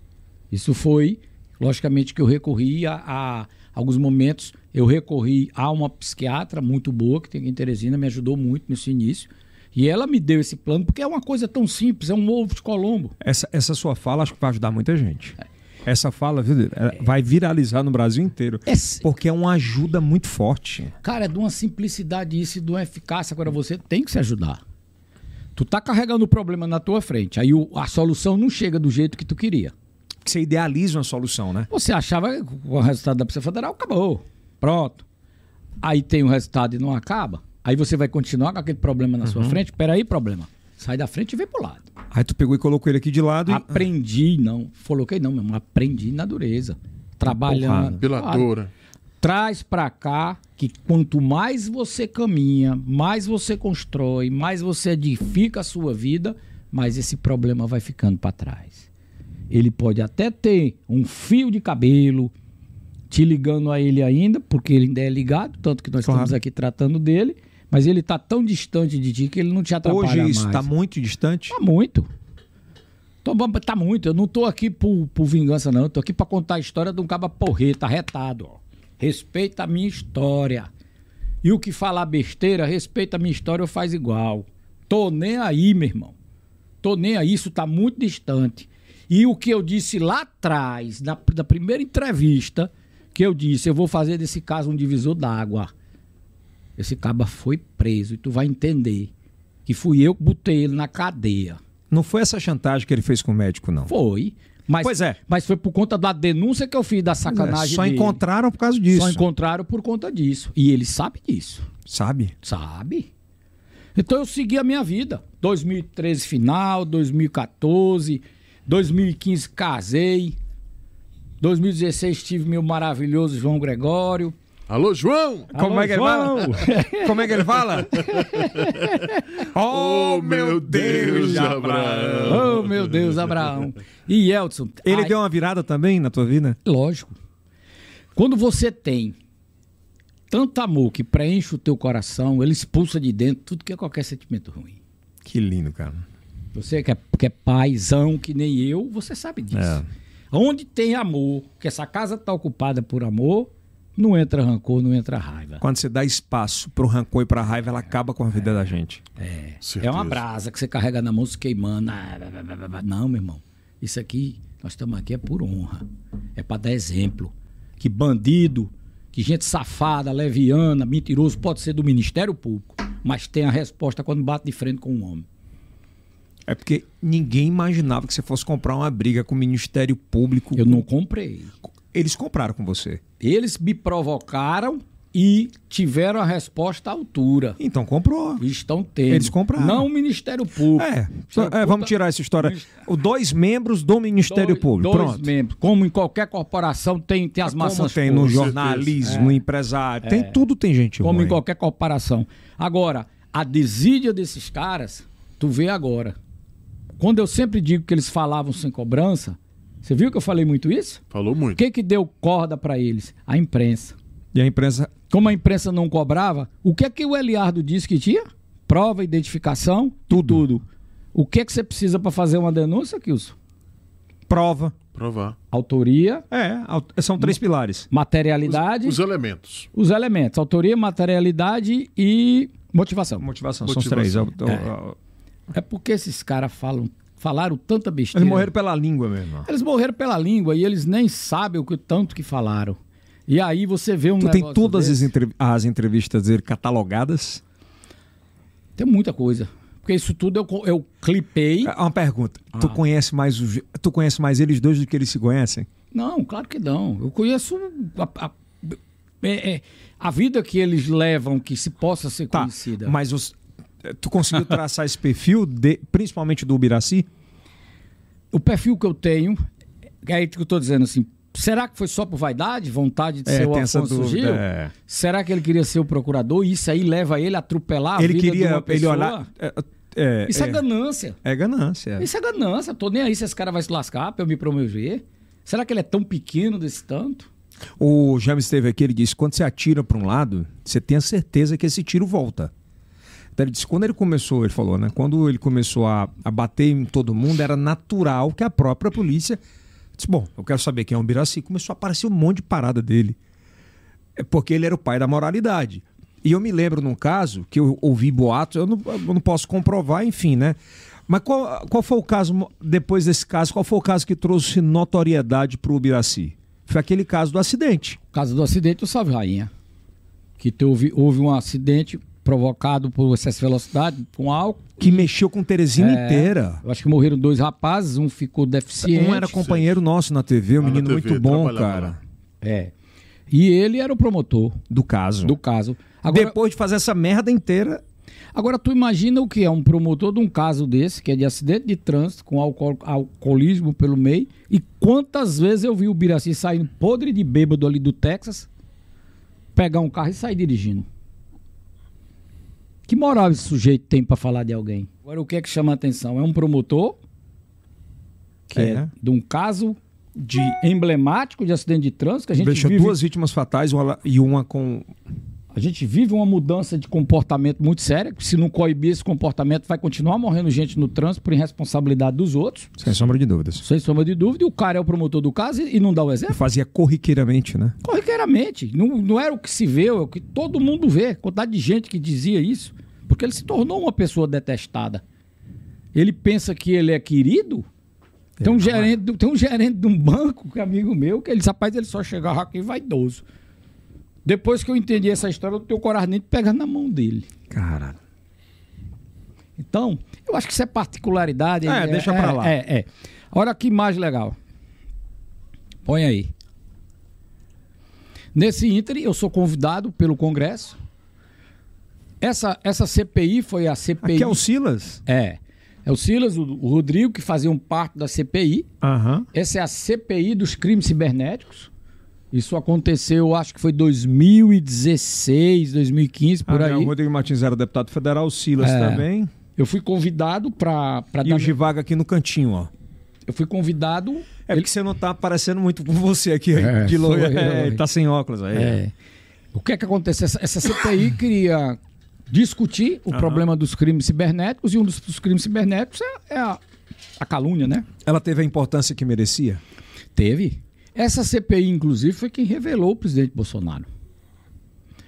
Speaker 3: Isso foi, logicamente, que eu recorri a, a, alguns momentos. Eu recorri a uma psiquiatra muito boa, que tem aqui em Teresina, me ajudou muito nesse início. E ela me deu esse plano, porque é uma coisa tão simples, é um ovo de Colombo.
Speaker 1: Essa, essa sua fala acho que vai ajudar muita gente.
Speaker 3: É.
Speaker 1: Essa fala viu, vai viralizar no Brasil inteiro. É, porque é uma ajuda muito forte.
Speaker 3: Cara, é de uma simplicidade isso e de uma eficácia. Agora você tem que se ajudar. Tu tá carregando o problema na tua frente. Aí o, a solução não chega do jeito que tu queria.
Speaker 1: Porque você idealiza uma solução, né?
Speaker 3: Você achava que o resultado da Polícia Federal acabou. Pronto. Aí tem o resultado e não acaba. Aí você vai continuar com aquele problema na uhum. sua frente. Peraí, problema. Sai da frente e vem pro lado.
Speaker 1: Aí tu pegou e colocou ele aqui de lado. E...
Speaker 3: Aprendi, não. Coloquei não, meu irmão. Aprendi na dureza. Trabalhando.
Speaker 2: Pela né? claro. dura.
Speaker 3: Traz pra cá que quanto mais você caminha, mais você constrói, mais você edifica a sua vida, mais esse problema vai ficando para trás. Ele pode até ter um fio de cabelo te ligando a ele ainda, porque ele ainda é ligado, tanto que nós claro. estamos aqui tratando dele, mas ele está tão distante de ti que ele não te atrapalha mais.
Speaker 1: Hoje isso tá está muito distante?
Speaker 3: Está Tá muito. Tô, tá muito. Eu não estou aqui por, por, vingança, não. Estou aqui para contar a história de um caba porreta, retado. Ó. Respeita a minha história. E o que falar besteira, respeita a minha história, eu faz igual. Tô nem aí, meu irmão. Tô nem aí, isso está muito distante. E o que eu disse lá atrás, na, na primeira entrevista, que eu disse, eu vou fazer desse caso um divisor d'água esse caba foi preso e tu vai entender que fui eu que botei ele na cadeia.
Speaker 1: Não foi essa chantagem que ele fez com o médico, não?
Speaker 3: Foi. Mas,
Speaker 1: pois é.
Speaker 3: Mas foi por conta da denúncia que eu fiz da sacanagem. É,
Speaker 1: só
Speaker 3: dele.
Speaker 1: encontraram por causa disso.
Speaker 3: Só encontraram por conta disso. E ele sabe disso.
Speaker 1: Sabe?
Speaker 3: Sabe. Então eu segui a minha vida. 2013 final, 2014, 2015 casei. 2016 tive meu maravilhoso João Gregório.
Speaker 2: Alô, João!
Speaker 1: Como
Speaker 2: Alô,
Speaker 1: é que João? ele fala? <laughs> Como é que ele fala?
Speaker 2: <laughs> oh, meu Deus, Abraão!
Speaker 3: Oh, meu Deus, Abraão! E Elton?
Speaker 1: Ele ai... deu uma virada também na tua vida?
Speaker 3: Lógico. Quando você tem tanto amor que preenche o teu coração, ele expulsa de dentro tudo que é qualquer sentimento ruim.
Speaker 1: Que lindo, cara.
Speaker 3: Você que é, que é paizão, que nem eu, você sabe disso. É. Onde tem amor, que essa casa está ocupada por amor, não entra rancor, não entra raiva.
Speaker 1: Quando você dá espaço pro rancor e pra raiva, ela acaba com a vida é, da gente.
Speaker 3: É. Certeza. É uma brasa que você carrega na mão se queimando. Ah, Não, meu irmão. Isso aqui, nós estamos aqui é por honra. É para dar exemplo. Que bandido, que gente safada, leviana, mentiroso, pode ser do Ministério Público, mas tem a resposta quando bate de frente com um homem.
Speaker 1: É porque ninguém imaginava que você fosse comprar uma briga com o Ministério Público.
Speaker 3: Eu não comprei.
Speaker 1: Eles compraram com você.
Speaker 3: Eles me provocaram e tiveram a resposta à altura.
Speaker 1: Então comprou.
Speaker 3: Estão tendo.
Speaker 1: Eles compraram.
Speaker 3: Não o Ministério Público.
Speaker 1: É, Ministério é vamos tirar essa história. O dois membros do Ministério
Speaker 3: dois,
Speaker 1: Público.
Speaker 3: Dois Pronto. membros. Como em qualquer corporação tem, tem as Como maçãs.
Speaker 1: Tem no jornalismo, é. no empresário, é. tem tudo, tem gente.
Speaker 3: Como
Speaker 1: ruim.
Speaker 3: em qualquer corporação. Agora, a desídia desses caras, tu vê agora. Quando eu sempre digo que eles falavam sem cobrança, você viu que eu falei muito isso?
Speaker 2: Falou muito. O
Speaker 3: que, que deu corda para eles? A imprensa.
Speaker 1: E a imprensa.
Speaker 3: Como a imprensa não cobrava, o que é que o Eliardo disse que tinha? Prova, identificação, tudo. tudo. O que é que você precisa para fazer uma denúncia, Kilson?
Speaker 1: Prova.
Speaker 2: Provar.
Speaker 3: Autoria.
Speaker 1: É, são três pilares:
Speaker 3: materialidade.
Speaker 2: Os, os elementos.
Speaker 3: Os elementos. Autoria, materialidade e motivação.
Speaker 1: Motivação, motivação. são três.
Speaker 3: É. é porque esses caras falam falaram tanta besteira.
Speaker 1: Eles morreram pela língua mesmo.
Speaker 3: Eles morreram pela língua e eles nem sabem o que tanto que falaram. E aí você vê um
Speaker 1: tu tem todas as, entrev as entrevistas dele catalogadas?
Speaker 3: Tem muita coisa. porque isso tudo eu, eu clipei.
Speaker 1: Uma pergunta. Ah. Tu, conhece mais os, tu conhece mais eles dois do que eles se conhecem?
Speaker 3: Não, claro que não. Eu conheço a, a, é, a vida que eles levam que se possa ser tá, conhecida.
Speaker 1: Mas os, tu
Speaker 3: <laughs>
Speaker 1: conseguiu traçar esse perfil, de, principalmente do Ubiraci?
Speaker 3: O perfil que eu tenho, é isso que eu estou dizendo assim, Será que foi só por vaidade, vontade de é, ser o Afonso dúvida, Gil? É. Será que ele queria ser o procurador e isso aí leva ele a atropelar a
Speaker 1: ele
Speaker 3: vida
Speaker 1: queria,
Speaker 3: de uma pessoa?
Speaker 1: Ele olhar,
Speaker 3: é, isso é, ganância.
Speaker 1: É ganância.
Speaker 3: Isso é ganância. Tô nem aí se esse cara vai se lascar pra eu me promover. Será que ele é tão pequeno desse tanto?
Speaker 1: O James esteve aqui, ele disse, quando você atira para um lado, você tem a certeza que esse tiro volta. Então ele disse, quando ele começou, ele falou, né? Quando ele começou a, a bater em todo mundo, era natural que a própria polícia disse, bom, eu quero saber quem é o Biraci. Começou a aparecer um monte de parada dele. É porque ele era o pai da moralidade. E eu me lembro num caso que eu ouvi boatos, eu não, eu não posso comprovar, enfim, né? Mas qual, qual foi o caso, depois desse caso, qual foi o caso que trouxe notoriedade para o Biraci? Foi aquele caso do acidente.
Speaker 3: O caso do acidente, o Salve Rainha. Que houve, houve um acidente provocado por excesso de velocidade, com álcool.
Speaker 1: Que mexeu com Teresina é, inteira.
Speaker 3: Eu acho que morreram dois rapazes, um ficou deficiente.
Speaker 1: Um era companheiro nosso na TV, um ah, menino TV, muito bom, cara. Lá.
Speaker 3: É. E ele era o promotor.
Speaker 1: Do caso.
Speaker 3: Do caso.
Speaker 1: Agora, Depois de fazer essa merda inteira.
Speaker 3: Agora, tu imagina o que é um promotor de um caso desse, que é de acidente de trânsito, com alcool, alcoolismo pelo meio. E quantas vezes eu vi o Biraci saindo podre de bêbado ali do Texas, pegar um carro e sair dirigindo. Que moral esse sujeito tem para falar de alguém? Agora, o que é que chama a atenção? É um promotor que é, é de um caso de emblemático de acidente de trânsito que a gente
Speaker 1: Deixa
Speaker 3: vive...
Speaker 1: duas vítimas fatais uma, e uma com...
Speaker 3: A gente vive uma mudança de comportamento muito séria, que se não coibir esse comportamento vai continuar morrendo gente no trânsito por irresponsabilidade dos outros.
Speaker 1: Sem sombra de dúvidas.
Speaker 3: Sem sombra de dúvida. E o cara é o promotor do caso e não dá o exemplo. E
Speaker 1: fazia corriqueiramente, né?
Speaker 3: Corriqueiramente. Não, não era o que se vê, é o que todo mundo vê. A quantidade de gente que dizia isso porque ele se tornou uma pessoa detestada. Ele pensa que ele é querido. Ele tem um, gerente, é. tem um gerente de um banco, que é amigo meu, que ele disse, rapaz, ele só chegava aqui vaidoso. Depois que eu entendi essa história, eu tenho coragem nem de pegar na mão dele.
Speaker 1: Caralho.
Speaker 3: Então, eu acho que isso é particularidade.
Speaker 1: É, é deixa é, pra lá.
Speaker 3: É, é. Olha que mais legal. Põe aí. Nesse íntere, eu sou convidado pelo Congresso essa, essa CPI foi a CPI.
Speaker 1: Aqui é o Silas?
Speaker 3: É. É o Silas, o, o Rodrigo, que faziam parte da CPI.
Speaker 1: Uhum.
Speaker 3: Essa é a CPI dos crimes cibernéticos. Isso aconteceu, acho que foi 2016, 2015, por ah, aí. Não, o
Speaker 1: Rodrigo Martins era deputado federal, o Silas é. também.
Speaker 3: Eu fui convidado para.
Speaker 1: E dar... o Givaga aqui no cantinho, ó.
Speaker 3: Eu fui convidado.
Speaker 1: É ele... porque você não está aparecendo muito com você aqui é, de longe.
Speaker 3: né?
Speaker 1: É, tá sem óculos aí. É.
Speaker 3: O que é que acontece? Essa, essa CPI cria, discutir o uhum. problema dos crimes cibernéticos e um dos, dos crimes cibernéticos é, é a, a, calúnia, né?
Speaker 1: Ela teve a importância que merecia?
Speaker 3: Teve. Essa CPI, inclusive, foi quem revelou o presidente Bolsonaro.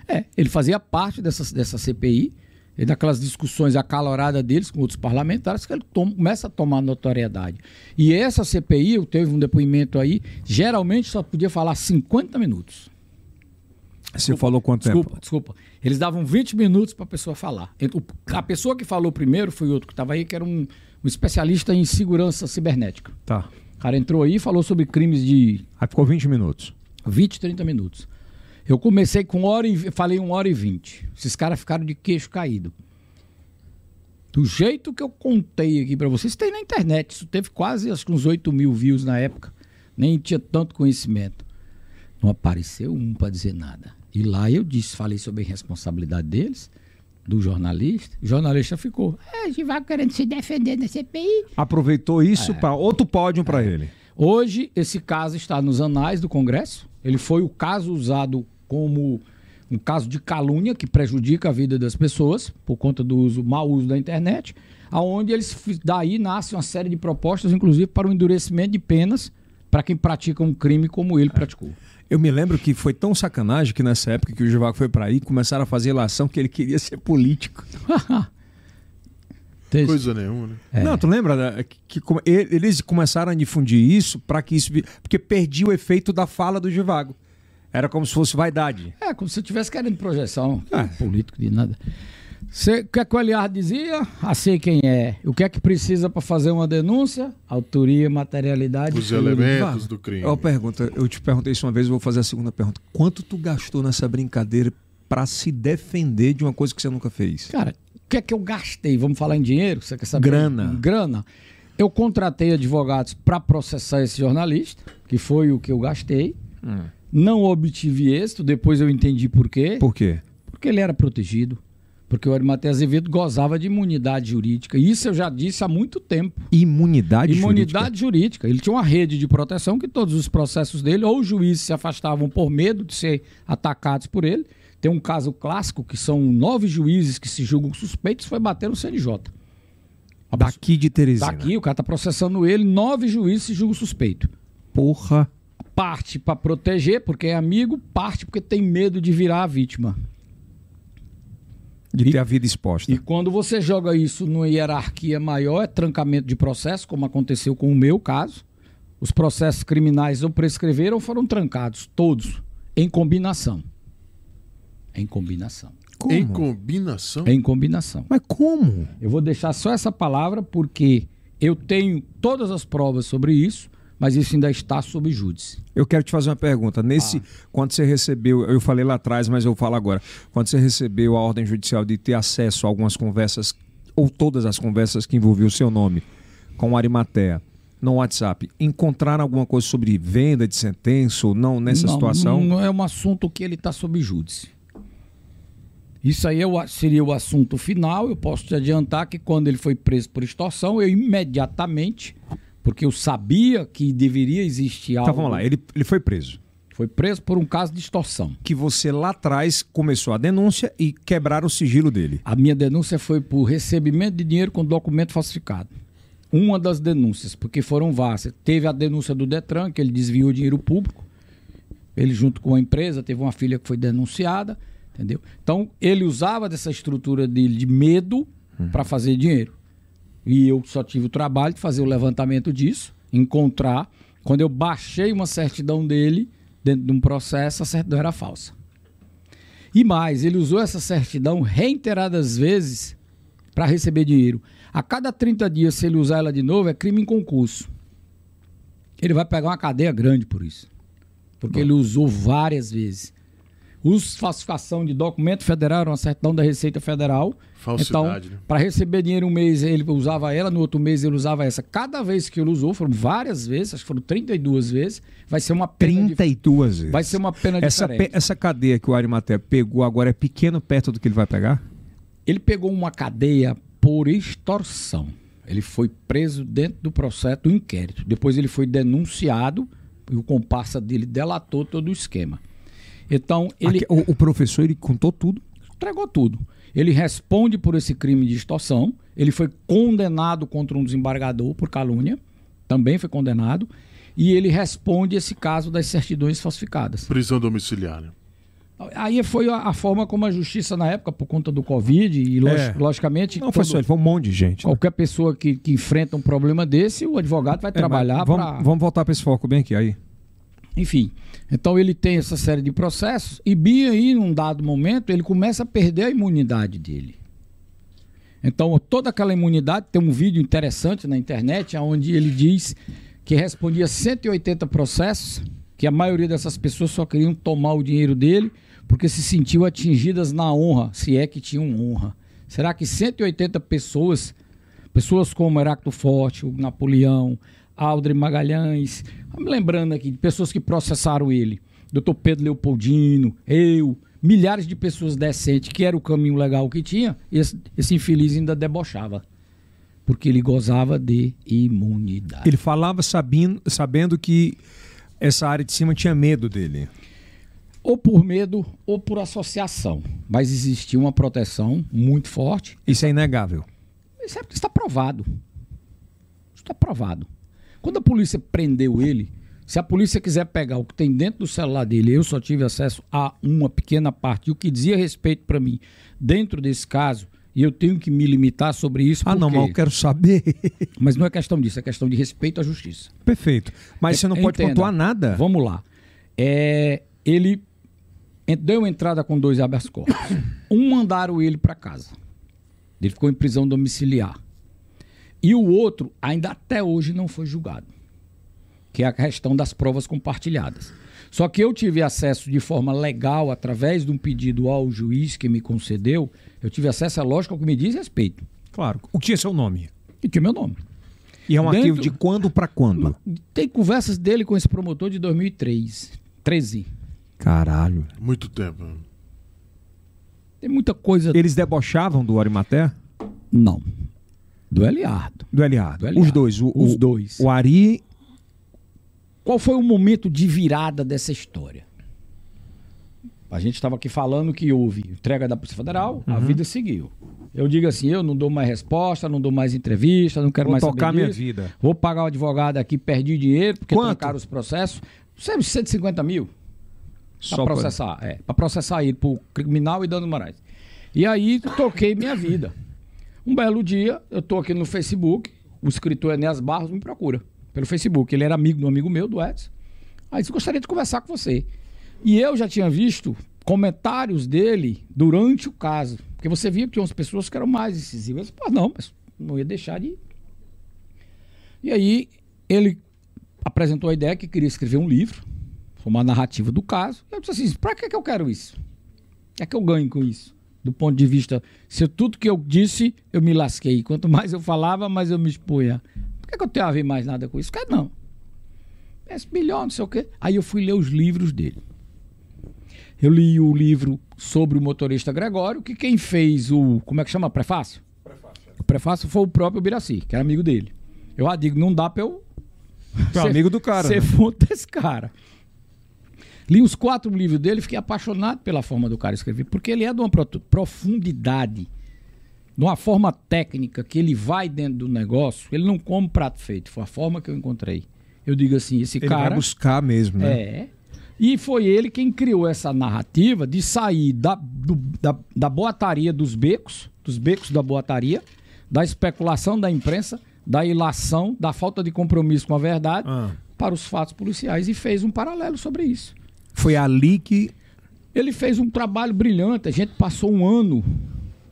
Speaker 3: É, ele fazia parte dessa, dessa CPI e daquelas discussões acaloradas deles com outros parlamentares que ele toma, começa a tomar notoriedade. E essa CPI, eu teve um depoimento aí, geralmente só podia falar 50 minutos.
Speaker 1: Você falou quanto
Speaker 3: desculpa,
Speaker 1: tempo?
Speaker 3: Desculpa, Eles davam 20 minutos para a pessoa falar. A pessoa que falou primeiro foi outro que estava aí, que era um, um, especialista em segurança cibernética.
Speaker 1: Tá.
Speaker 3: O cara entrou aí e falou sobre crimes de.
Speaker 1: Aí ficou 20 minutos.
Speaker 3: 20, 30 minutos. Eu comecei com hora e. Falei 1 hora e 20. Esses caras ficaram de queixo caído. Do jeito que eu contei aqui para vocês, tem na internet. Isso teve quase acho que uns 8 mil views na época. Nem tinha tanto conhecimento. Não apareceu um para dizer nada. E lá eu disse, falei sobre a responsabilidade deles, do jornalista. O jornalista ficou. É, o Gival querendo se defender da CPI.
Speaker 1: Aproveitou isso é. para outro pódio é. para ele.
Speaker 3: Hoje, esse caso está nos anais do Congresso. Ele foi o caso usado como um caso de calúnia que prejudica a vida das pessoas por conta do uso, mau uso da internet, aonde eles daí nasce uma série de propostas, inclusive para o endurecimento de penas para quem pratica um crime como ele é. praticou.
Speaker 1: Eu me lembro que foi tão sacanagem que nessa época que o Givaco foi para aí, começaram a fazer relação que ele queria ser político.
Speaker 2: Coisa nenhuma, né?
Speaker 1: É. Não, tu lembra que, que eles começaram a difundir isso para que isso. Porque perdia o efeito da fala do Givago. Era como se fosse vaidade.
Speaker 2: É.
Speaker 3: É, como se eu estivesse querendo projeção. Ah. Político de nada. Cê, o que é que o Eliar dizia? Assim quem é. O que é que precisa para fazer uma denúncia? Autoria, materialidade.
Speaker 2: Os elementos do crime.
Speaker 1: Eu, pergunto, eu te perguntei isso uma vez, eu vou fazer a segunda pergunta. Quanto tu gastou nessa brincadeira para se defender de uma coisa que você nunca fez?
Speaker 3: Cara, o que é que eu gastei? Vamos falar em dinheiro? Você quer saber?
Speaker 1: Grana.
Speaker 3: Grana. Eu contratei advogados para processar esse jornalista, que foi o que eu gastei. Hum. Não obtive êxito, depois eu entendi por quê.
Speaker 1: Por quê?
Speaker 3: Porque ele era protegido porque o Arimatea Azevedo gozava de imunidade jurídica. Isso eu já disse há muito tempo.
Speaker 1: Imunidade, imunidade jurídica?
Speaker 3: Imunidade jurídica. Ele tinha uma rede de proteção que todos os processos dele, ou os juízes se afastavam por medo de ser atacados por ele. Tem um caso clássico que são nove juízes que se julgam suspeitos, foi bater no CNJ.
Speaker 1: Daqui de Teresina.
Speaker 3: Daqui, Tá o cara tá processando ele, nove juízes se julgam suspeito.
Speaker 1: Porra.
Speaker 3: Parte para proteger, porque é amigo, parte porque tem medo de virar a vítima.
Speaker 1: De ter a vida exposta.
Speaker 3: E quando você joga isso numa hierarquia maior, é trancamento de processo, como aconteceu com o meu caso. Os processos criminais não prescreveram ou foram trancados, todos, em combinação. Em combinação.
Speaker 2: Como? Em combinação?
Speaker 3: Em combinação.
Speaker 1: Mas como?
Speaker 3: Eu vou deixar só essa palavra porque eu tenho todas as provas sobre isso mas isso ainda está sob júdice.
Speaker 1: Eu quero te fazer uma pergunta. Nesse, ah. quando você recebeu, eu falei lá atrás, mas eu falo agora. Quando você recebeu a ordem judicial de ter acesso a algumas conversas ou todas as conversas que envolviam o seu nome com o Arimatea no WhatsApp, encontraram alguma coisa sobre venda de sentença ou não nessa
Speaker 3: não,
Speaker 1: situação?
Speaker 3: Não é um assunto que ele está sob júdice. Isso aí seria o assunto final. Eu posso te adiantar que quando ele foi preso por extorsão, eu imediatamente porque eu sabia que deveria existir algo.
Speaker 1: Tá, vamos lá, ele, ele foi preso.
Speaker 3: Foi preso por um caso de extorsão.
Speaker 1: Que você lá atrás começou a denúncia e quebraram o sigilo dele.
Speaker 3: A minha denúncia foi por recebimento de dinheiro com documento falsificado. Uma das denúncias, porque foram várias. Teve a denúncia do Detran, que ele desviou dinheiro público. Ele, junto com a empresa, teve uma filha que foi denunciada, entendeu? Então, ele usava dessa estrutura dele de medo uhum. para fazer dinheiro e eu só tive o trabalho de fazer o levantamento disso, encontrar. Quando eu baixei uma certidão dele dentro de um processo, a certidão era falsa. E mais, ele usou essa certidão reiteradas vezes para receber dinheiro. A cada 30 dias, se ele usar ela de novo, é crime em concurso. Ele vai pegar uma cadeia grande por isso. Porque Bom. ele usou várias vezes. Os falsificação de documento federal era uma certidão da Receita Federal.
Speaker 2: Falsidade, então, né?
Speaker 3: para receber dinheiro um mês ele usava ela, no outro mês ele usava essa. Cada vez que ele usou, foram várias vezes, acho que foram 32 vezes, vai ser uma
Speaker 1: pena 32 de... vezes.
Speaker 3: Vai ser uma pena
Speaker 1: essa
Speaker 3: Tá diferente.
Speaker 1: Pe... Essa cadeia que o Arimaté pegou agora é pequeno perto do que ele vai pegar?
Speaker 3: Ele pegou uma cadeia por extorsão. Ele foi preso dentro do processo do inquérito. Depois ele foi denunciado e o comparsa dele delatou todo o esquema. Então, ele. Aqui,
Speaker 1: o, o, professor ele contou tudo?
Speaker 3: Entregou tudo. Ele responde por esse crime de extorsão. Ele foi condenado contra um desembargador por calúnia. Também foi condenado. E ele responde esse caso das certidões falsificadas.
Speaker 2: Prisão domiciliar.
Speaker 3: Aí foi a, a, forma como a justiça na época, por conta do Covid, e log, é. logicamente.
Speaker 1: Não, foi só ele, foi um monte de gente.
Speaker 3: Qualquer né? pessoa que, que, enfrenta um problema desse, o advogado vai é, trabalhar
Speaker 1: vamos,
Speaker 3: pra...
Speaker 1: vamos voltar para esse foco bem aqui, aí.
Speaker 3: Enfim, então ele tem essa série de processos e Bia aí, num dado momento, ele começa a perder a imunidade dele. Então, toda aquela imunidade, tem um vídeo interessante na internet, onde ele diz que respondia 180 processos, que a maioria dessas pessoas só queriam tomar o dinheiro dele, porque se sentiu atingidas na honra, se é que tinham honra. Será que 180 pessoas, pessoas como Heráclito Forte, o Napoleão, Aldrin Magalhães, lembrando aqui de pessoas que processaram ele, Dr. Pedro Leopoldino, eu, milhares de pessoas decentes, que era o caminho legal que tinha, esse, esse infeliz ainda debochava. Porque ele gozava de imunidade.
Speaker 1: Ele falava sabendo, sabendo que essa área de cima tinha medo dele.
Speaker 3: Ou por medo ou por associação. Mas existia uma proteção muito forte.
Speaker 1: Isso é inegável.
Speaker 3: Isso é, está provado. Está provado. Quando a polícia prendeu ele, se a polícia quiser pegar o que tem dentro do celular dele, eu só tive acesso a uma pequena parte. E o que dizia respeito para mim dentro desse caso, e eu tenho que me limitar sobre isso.
Speaker 1: Ah, não, mas eu quero saber. <laughs>
Speaker 3: mas não é questão disso, é questão de respeito à justiça.
Speaker 1: Perfeito. Mas é, você não pode entenda, pontuar nada.
Speaker 3: Vamos lá. É,
Speaker 1: <coughs>
Speaker 3: ele deu entrada com dois habeas corpus. um mandaram ele para casa. Ele ficou em prisão domiciliar. E o outro ainda até hoje não foi julgado, que é a questão das provas compartilhadas. Só que eu tive acesso de forma legal, através de um pedido ao juiz que me concedeu, eu tive acesso à lógica que me diz respeito.
Speaker 16: Claro. O que
Speaker 1: é
Speaker 16: tinha seu nome?
Speaker 3: E tinha meu nome.
Speaker 16: E é um Dentro... arquivo de quando para quando?
Speaker 3: Tem conversas dele com esse promotor de 2003, 13.
Speaker 16: Caralho.
Speaker 2: Muito tempo.
Speaker 3: Tem muita coisa.
Speaker 16: Eles debochavam do Arimaté?
Speaker 3: Não. Do Eliardo.
Speaker 16: Do Eliardo. Do Eliardo. Os dois. O,
Speaker 3: Os dois.
Speaker 16: O Ari.
Speaker 3: Qual foi o momento de virada dessa história? A gente estava aqui falando que houve entrega da Polícia Federal, uhum. a vida seguiu. Eu digo assim, eu não dou mais resposta, não dou mais entrevista, não quero
Speaker 16: Vou
Speaker 3: mais
Speaker 16: tocar
Speaker 3: saber
Speaker 16: minha
Speaker 3: disso.
Speaker 16: vida.
Speaker 3: Vou pagar o advogado aqui, perdi dinheiro, porque
Speaker 16: Quanto?
Speaker 3: trancaram os processos. é Sempre 150 mil. Pra
Speaker 16: Só pra-
Speaker 3: processar, é. Pra processar ele por criminal e dano morais. E aí toquei minha vida. Um belo dia, eu tô aqui no Facebook, o escritor Enéas Barros me procura pelo Facebook. Ele era amigo de um amigo meu, do Edson. Aí disse, gostaria de conversar com você. E eu já tinha visto comentários dele durante o caso. Porque você via que tinha umas pessoas que eram mais incisivas. Eu disse, Pô, não, mas não ia deixar de... E aí ele apresentou a ideia que queria escrever um livro foi uma narrativa do caso. Eu disse assim, pra que, que eu quero isso? O que é que eu ganho com isso? Do ponto de vista, se tudo que eu disse, eu me lasquei. Quanto mais eu falava, mais eu me expunha. Por que, que eu tenho a ver mais nada com isso? Quero não. Esse melhor, não sei o quê. Aí eu fui ler os livros dele. Eu li o livro sobre o motorista Gregório, que quem fez o. Como é que chama? Prefácio? O prefácio foi o próprio Biraci, que era amigo dele. Eu ah, digo, não dá pra eu.
Speaker 16: Tu é amigo do cara,
Speaker 3: Ser
Speaker 16: né?
Speaker 3: fonte desse cara. Li os quatro livros dele, fiquei apaixonado pela forma do cara escrever, porque ele é de uma protu- profundidade, de uma forma técnica que ele vai dentro do negócio, ele não come prato feito, foi a forma que eu encontrei. Eu digo assim, esse
Speaker 16: Ele
Speaker 3: cara
Speaker 16: vai buscar mesmo, né?
Speaker 3: é. E foi ele quem criou essa narrativa de sair da, do- da, da boataria dos becos, dos becos da boataria, da especulação da imprensa, da ilação, da falta de compromisso com a verdade,
Speaker 16: Ah.
Speaker 3: para os fatos policiais e fez um paralelo sobre isso.
Speaker 16: Foi ali que.
Speaker 3: Ele fez um trabalho brilhante. A gente passou um ano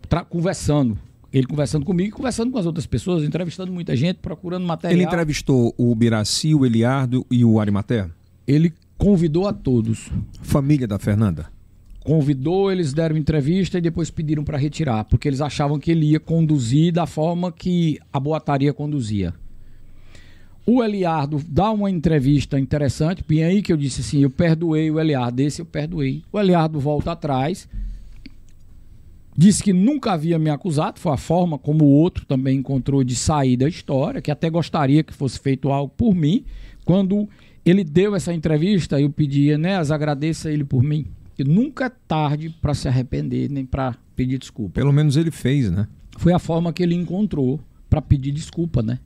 Speaker 3: tra- conversando. Ele conversando comigo e conversando com as outras pessoas, entrevistando muita gente, procurando material.
Speaker 16: Ele entrevistou o Biraci, o Eliardo e o Arimaté?
Speaker 3: Ele convidou a todos.
Speaker 16: Família da Fernanda?
Speaker 3: Convidou, eles deram entrevista e depois pediram para retirar, porque eles achavam que ele ia conduzir da forma que a boataria conduzia. O Eliardo dá uma entrevista interessante, e aí que eu disse assim: eu perdoei o Eliardo, esse eu perdoei. O Eliardo volta atrás, Disse que nunca havia me acusado, foi a forma como o outro também encontrou de sair da história, que até gostaria que fosse feito algo por mim. Quando ele deu essa entrevista, eu pedi, Enéas, agradeça ele por mim. Que nunca é tarde para se arrepender, nem para pedir desculpa.
Speaker 16: Pelo menos ele fez, né?
Speaker 3: Foi a forma que ele encontrou para pedir desculpa, né?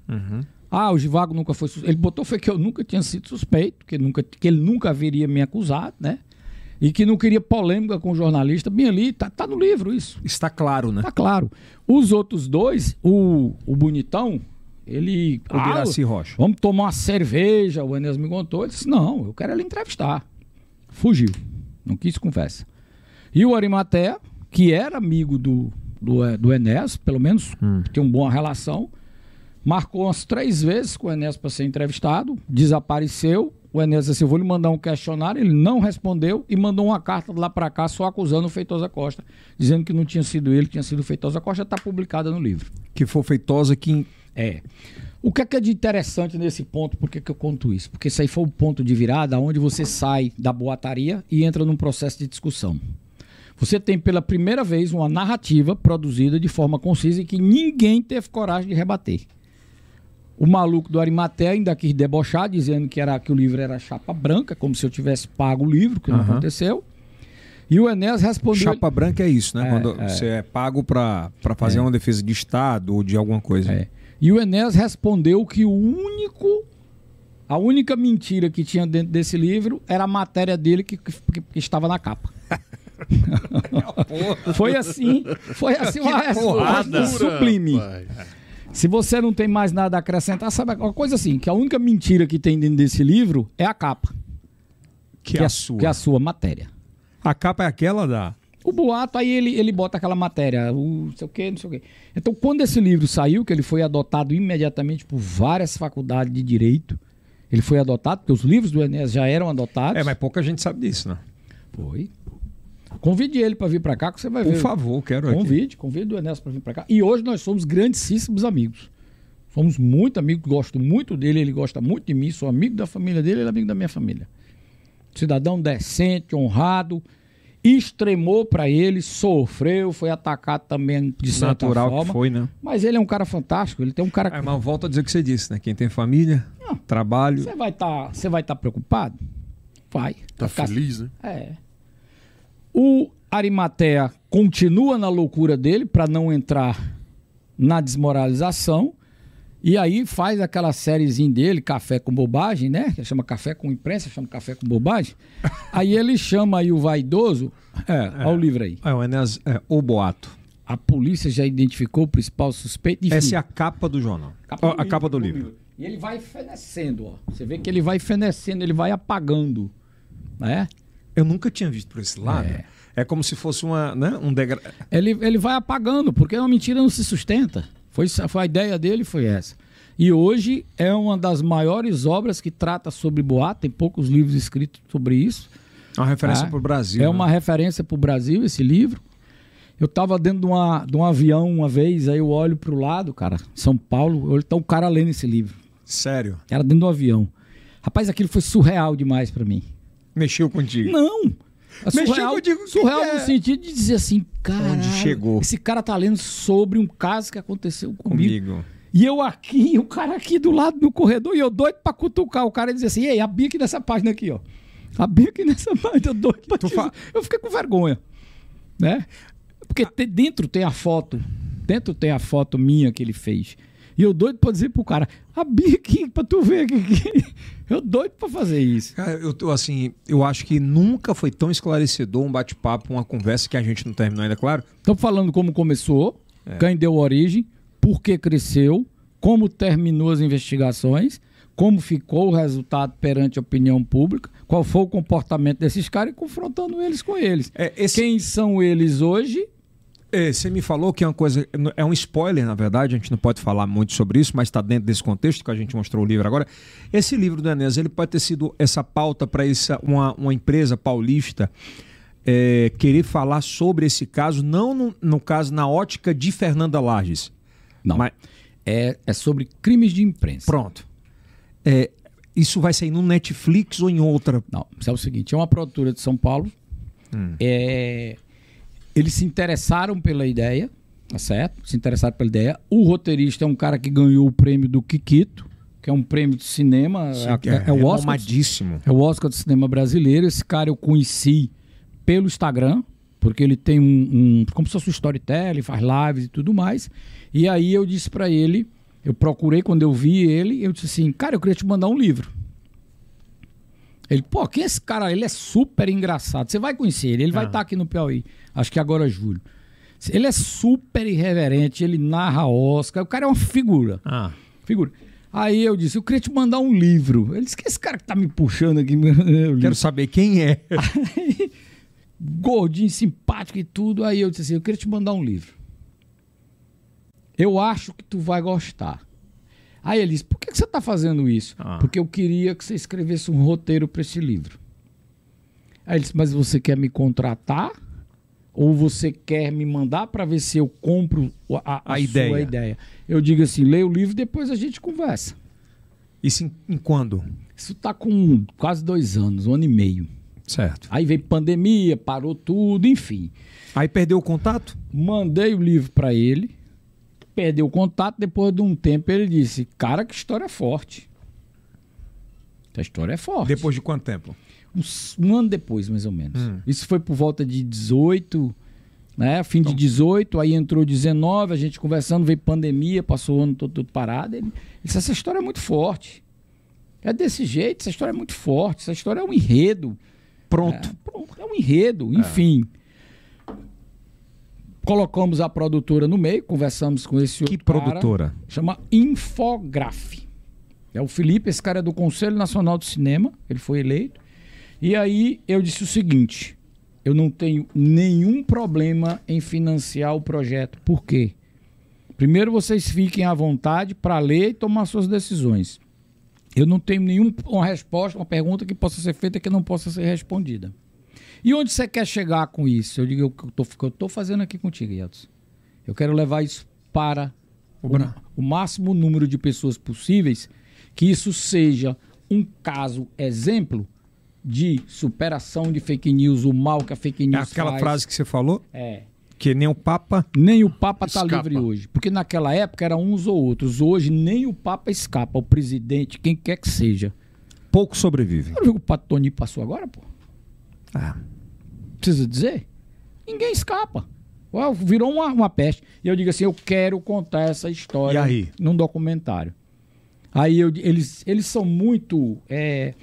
Speaker 3: Ah, o Givago nunca foi. sus- Ele botou foi que eu nunca tinha sido suspeito, que, nunca, que ele nunca haveria me acusado, né? E que não queria polêmica com o jornalista. Bem ali, tá, tá no livro isso.
Speaker 16: Está claro, né?
Speaker 3: Tá claro. Os outros dois, o, o Bonitão, ele.
Speaker 16: O Guiraci Rocha.
Speaker 3: Vamos tomar uma cerveja, o Enes me contou. Ele disse: não, eu quero ele entrevistar. Fugiu. Não quis conversa. E o Arimatea, que era amigo do, do, eh, do Enes, pelo menos tem uma boa relação, marcou umas três vezes com o Enes para ser entrevistado, desapareceu. O Enes disse: Eu vou lhe mandar um questionário. Ele não respondeu e mandou uma carta lá para cá só acusando o Feitosa Costa, dizendo que não tinha sido ele, tinha sido o Feitosa Costa. Está publicada no livro.
Speaker 16: Que foi feitosa que.
Speaker 3: É. O que é, que é de interessante nesse ponto? Por que, que eu conto isso? Porque isso aí foi o ponto de virada onde você sai da boataria e entra num processo de discussão. Você tem pela primeira vez uma narrativa produzida de forma concisa e que ninguém teve coragem de rebater. O maluco do Arimaté ainda quis debochar, dizendo que, era, que o livro era chapa branca, como se eu tivesse pago o livro, que não
Speaker 16: Aham.
Speaker 3: aconteceu. E o Enéas respondeu.
Speaker 16: Chapa branca é isso, né?
Speaker 3: É,
Speaker 16: Quando
Speaker 3: é.
Speaker 16: você é pago pra pra fazer uma defesa de Estado ou de alguma coisa. <laughs>
Speaker 3: É. E o Enéas respondeu que o único, a única mentira que tinha dentro desse livro era a matéria dele que, que- que estava na capa. foi assim, foi assim uma resposta sublime.
Speaker 2: Pai.
Speaker 3: Se você não tem mais nada a acrescentar, sabe uma coisa assim, que a única mentira que tem dentro desse livro é a capa,
Speaker 16: Que, é a sua.
Speaker 3: que é a sua matéria.
Speaker 16: A capa é aquela da.
Speaker 3: O boato, aí ele, ele bota aquela matéria, o não sei o quê, não sei o quê. Então, quando esse livro saiu, que ele foi adotado imediatamente por várias faculdades de direito, ele foi adotado, porque os livros do Enéas já eram adotados.
Speaker 1: É, mas pouca gente sabe disso, né?
Speaker 3: Foi. Convide ele para vir para cá, que você vai
Speaker 1: por
Speaker 3: ver.
Speaker 1: Por favor, quero
Speaker 3: Convide, aqui. convide o Enéas para vir para cá. E hoje nós somos grandíssimos amigos. Somos muito amigos, gosto muito dele, ele gosta muito de mim, sou amigo da família dele, ele é amigo da minha família. Cidadão decente, honrado, extremou para ele, sofreu, foi atacado também de certa
Speaker 1: Natural
Speaker 3: forma.
Speaker 1: que foi, né?
Speaker 3: Mas ele é um cara fantástico, ele tem um cara...
Speaker 1: Ah, mas volta a dizer o que você disse, né? Quem tem família, Não. trabalho...
Speaker 3: Você vai estar tá, vai tá preocupado? Vai.
Speaker 2: Tá
Speaker 3: vai
Speaker 2: feliz, ficar...
Speaker 3: né? É. O Arimatea continua na loucura dele para não entrar na desmoralização. E aí faz aquela sériezinha dele, Café com Bobagem, né? Que chama Café com Imprensa, chama Café com Bobagem. aí ele chama aí o vaidoso. É, é olha o livro aí.
Speaker 1: É, o, Enes, é, o Boato.
Speaker 3: A polícia já identificou o principal suspeito.
Speaker 1: Enfim, Essa é a capa do jornal. Capa do a livro, capa do livro. livro.
Speaker 3: E ele vai fenecendo, ó. Você vê que ele vai fenecendo, ele vai apagando, né?
Speaker 1: Eu nunca tinha visto por esse lado. É, é como se fosse uma, né, um degra...
Speaker 3: Ele, ele vai apagando, porque é uma mentira não se sustenta. Foi, foi a ideia dele, foi essa. E hoje é uma das maiores obras que trata sobre boato, tem poucos livros escritos sobre isso.
Speaker 1: É uma referência ah, para o Brasil.
Speaker 3: É né? uma referência para o Brasil esse livro. Eu estava dentro de, uma, de um avião uma vez, aí eu olho para o lado, cara, São Paulo, está um cara lendo esse livro.
Speaker 1: Sério?
Speaker 3: Era dentro do avião. Rapaz, aquilo foi surreal demais para mim.
Speaker 1: Mexeu contigo?
Speaker 3: Não! É Surreal, Mexeu contigo. Surreal é? no sentido de dizer assim, cara.
Speaker 1: Onde chegou?
Speaker 3: Esse cara tá lendo sobre um caso que aconteceu comigo. comigo. E eu aqui, <laughs> o cara aqui do lado no corredor, e eu doido pra cutucar o cara e dizer assim: ei, abri aqui nessa página aqui, ó. Abri aqui nessa <laughs> página, eu doido pra fa... Eu fiquei com vergonha. Né? Porque te, dentro tem a foto. Dentro tem a foto minha que ele fez. E eu doido pra dizer pro cara, abri aqui pra tu ver aqui. <laughs> Eu doido pra fazer isso.
Speaker 1: Cara, eu tô assim, eu acho que nunca foi tão esclarecedor um bate-papo, uma conversa que a gente não terminou ainda, claro.
Speaker 3: Estamos falando como começou, é. quem deu origem, por que cresceu, como terminou as investigações, como ficou o resultado perante a opinião pública, qual foi o comportamento desses caras e confrontando eles com eles.
Speaker 1: É, esse...
Speaker 3: Quem são eles hoje
Speaker 1: você me falou que é uma coisa. É um spoiler, na verdade, a gente não pode falar muito sobre isso, mas está dentro desse contexto que a gente mostrou o livro agora. Esse livro do Enes, ele pode ter sido essa pauta para uma, uma empresa paulista é, querer falar sobre esse caso, não no, no, caso, na ótica de Fernanda Lages.
Speaker 3: Não. Mas... É, é sobre crimes de imprensa.
Speaker 1: Pronto. É, isso vai sair no Netflix ou em outra?
Speaker 3: Não, isso é o seguinte: é uma produtora de São Paulo. Hum. É eles se interessaram pela ideia, tá certo? Se interessaram pela ideia. O roteirista é um cara que ganhou o prêmio do Kikito, que é um prêmio de cinema. Sim, é, é, é, o Oscar.
Speaker 1: É,
Speaker 3: é o Oscar do cinema brasileiro. Esse cara eu conheci pelo Instagram, porque ele tem um. um como se fosse um storytelling, faz lives e tudo mais. E aí eu disse para ele, eu procurei quando eu vi ele, eu disse assim, cara, eu queria te mandar um livro. Ele, pô, quem é esse cara? Ele é super engraçado. Você vai conhecer ele, ele ah. vai estar tá aqui no Piauí. Acho que agora é julho. Ele é super irreverente, ele narra Oscar. O cara é uma figura.
Speaker 1: Ah.
Speaker 3: Figura. Aí eu disse, eu queria te mandar um livro. Ele disse, que esse cara que tá me puxando aqui. <laughs>
Speaker 1: Quero saber quem é.
Speaker 3: Aí, gordinho, simpático e tudo. Aí eu disse assim, eu queria te mandar um livro. Eu acho que tu vai gostar. Aí ele disse: Por que, que você está fazendo isso? Ah. Porque eu queria que você escrevesse um roteiro para esse livro. Aí ele disse: Mas você quer me contratar? Ou você quer me mandar para ver se eu compro a, a, a ideia. sua ideia? Eu digo assim: leia o livro depois a gente conversa.
Speaker 1: Isso em, em quando?
Speaker 3: Isso está com quase dois anos, um ano e meio.
Speaker 1: Certo.
Speaker 3: Aí veio pandemia, parou tudo, enfim.
Speaker 1: Aí perdeu o contato?
Speaker 3: Mandei o livro para ele perdeu o contato, depois de um tempo ele disse: Cara, que história forte. A história é forte.
Speaker 1: Depois de quanto tempo?
Speaker 3: Um, um ano depois, mais ou menos. Hum. Isso foi por volta de 18, né? Fim então... de 18, aí entrou 19, a gente conversando, veio pandemia, passou o ano todo, todo parado. Ele, ele disse: Essa história é muito forte. É desse jeito, essa história é muito forte, essa história é um enredo.
Speaker 1: Pronto.
Speaker 3: É, pronto, é um enredo, enfim. É colocamos a produtora no meio, conversamos com esse
Speaker 1: que produtora?
Speaker 3: Cara, chama Infograf. É o Felipe, esse cara é do Conselho Nacional do Cinema, ele foi eleito. E aí eu disse o seguinte: eu não tenho nenhum problema em financiar o projeto. Por quê? Primeiro, vocês fiquem à vontade para ler e tomar suas decisões. Eu não tenho nenhuma resposta, uma pergunta que possa ser feita que não possa ser respondida. E onde você quer chegar com isso? Eu digo, eu estou fazendo aqui contigo, Yeltsin. Eu quero levar isso para o, o máximo número de pessoas possíveis, que isso seja um caso exemplo de superação de fake news, o mal que a fake news é
Speaker 1: aquela
Speaker 3: faz.
Speaker 1: frase que você falou?
Speaker 3: É.
Speaker 1: Que nem o Papa.
Speaker 3: Nem o Papa está livre hoje. Porque naquela época era uns ou outros. Hoje nem o Papa escapa. O presidente, quem quer que seja.
Speaker 1: Pouco sobrevive.
Speaker 3: Eu não o Pato Tony passou agora, pô.
Speaker 1: Ah.
Speaker 3: Precisa dizer? Ninguém escapa. Ué, virou uma, uma peste. E eu digo assim: eu quero contar essa
Speaker 1: e
Speaker 3: história
Speaker 1: aí?
Speaker 3: num documentário. Aí eu, eles, eles são muito. É,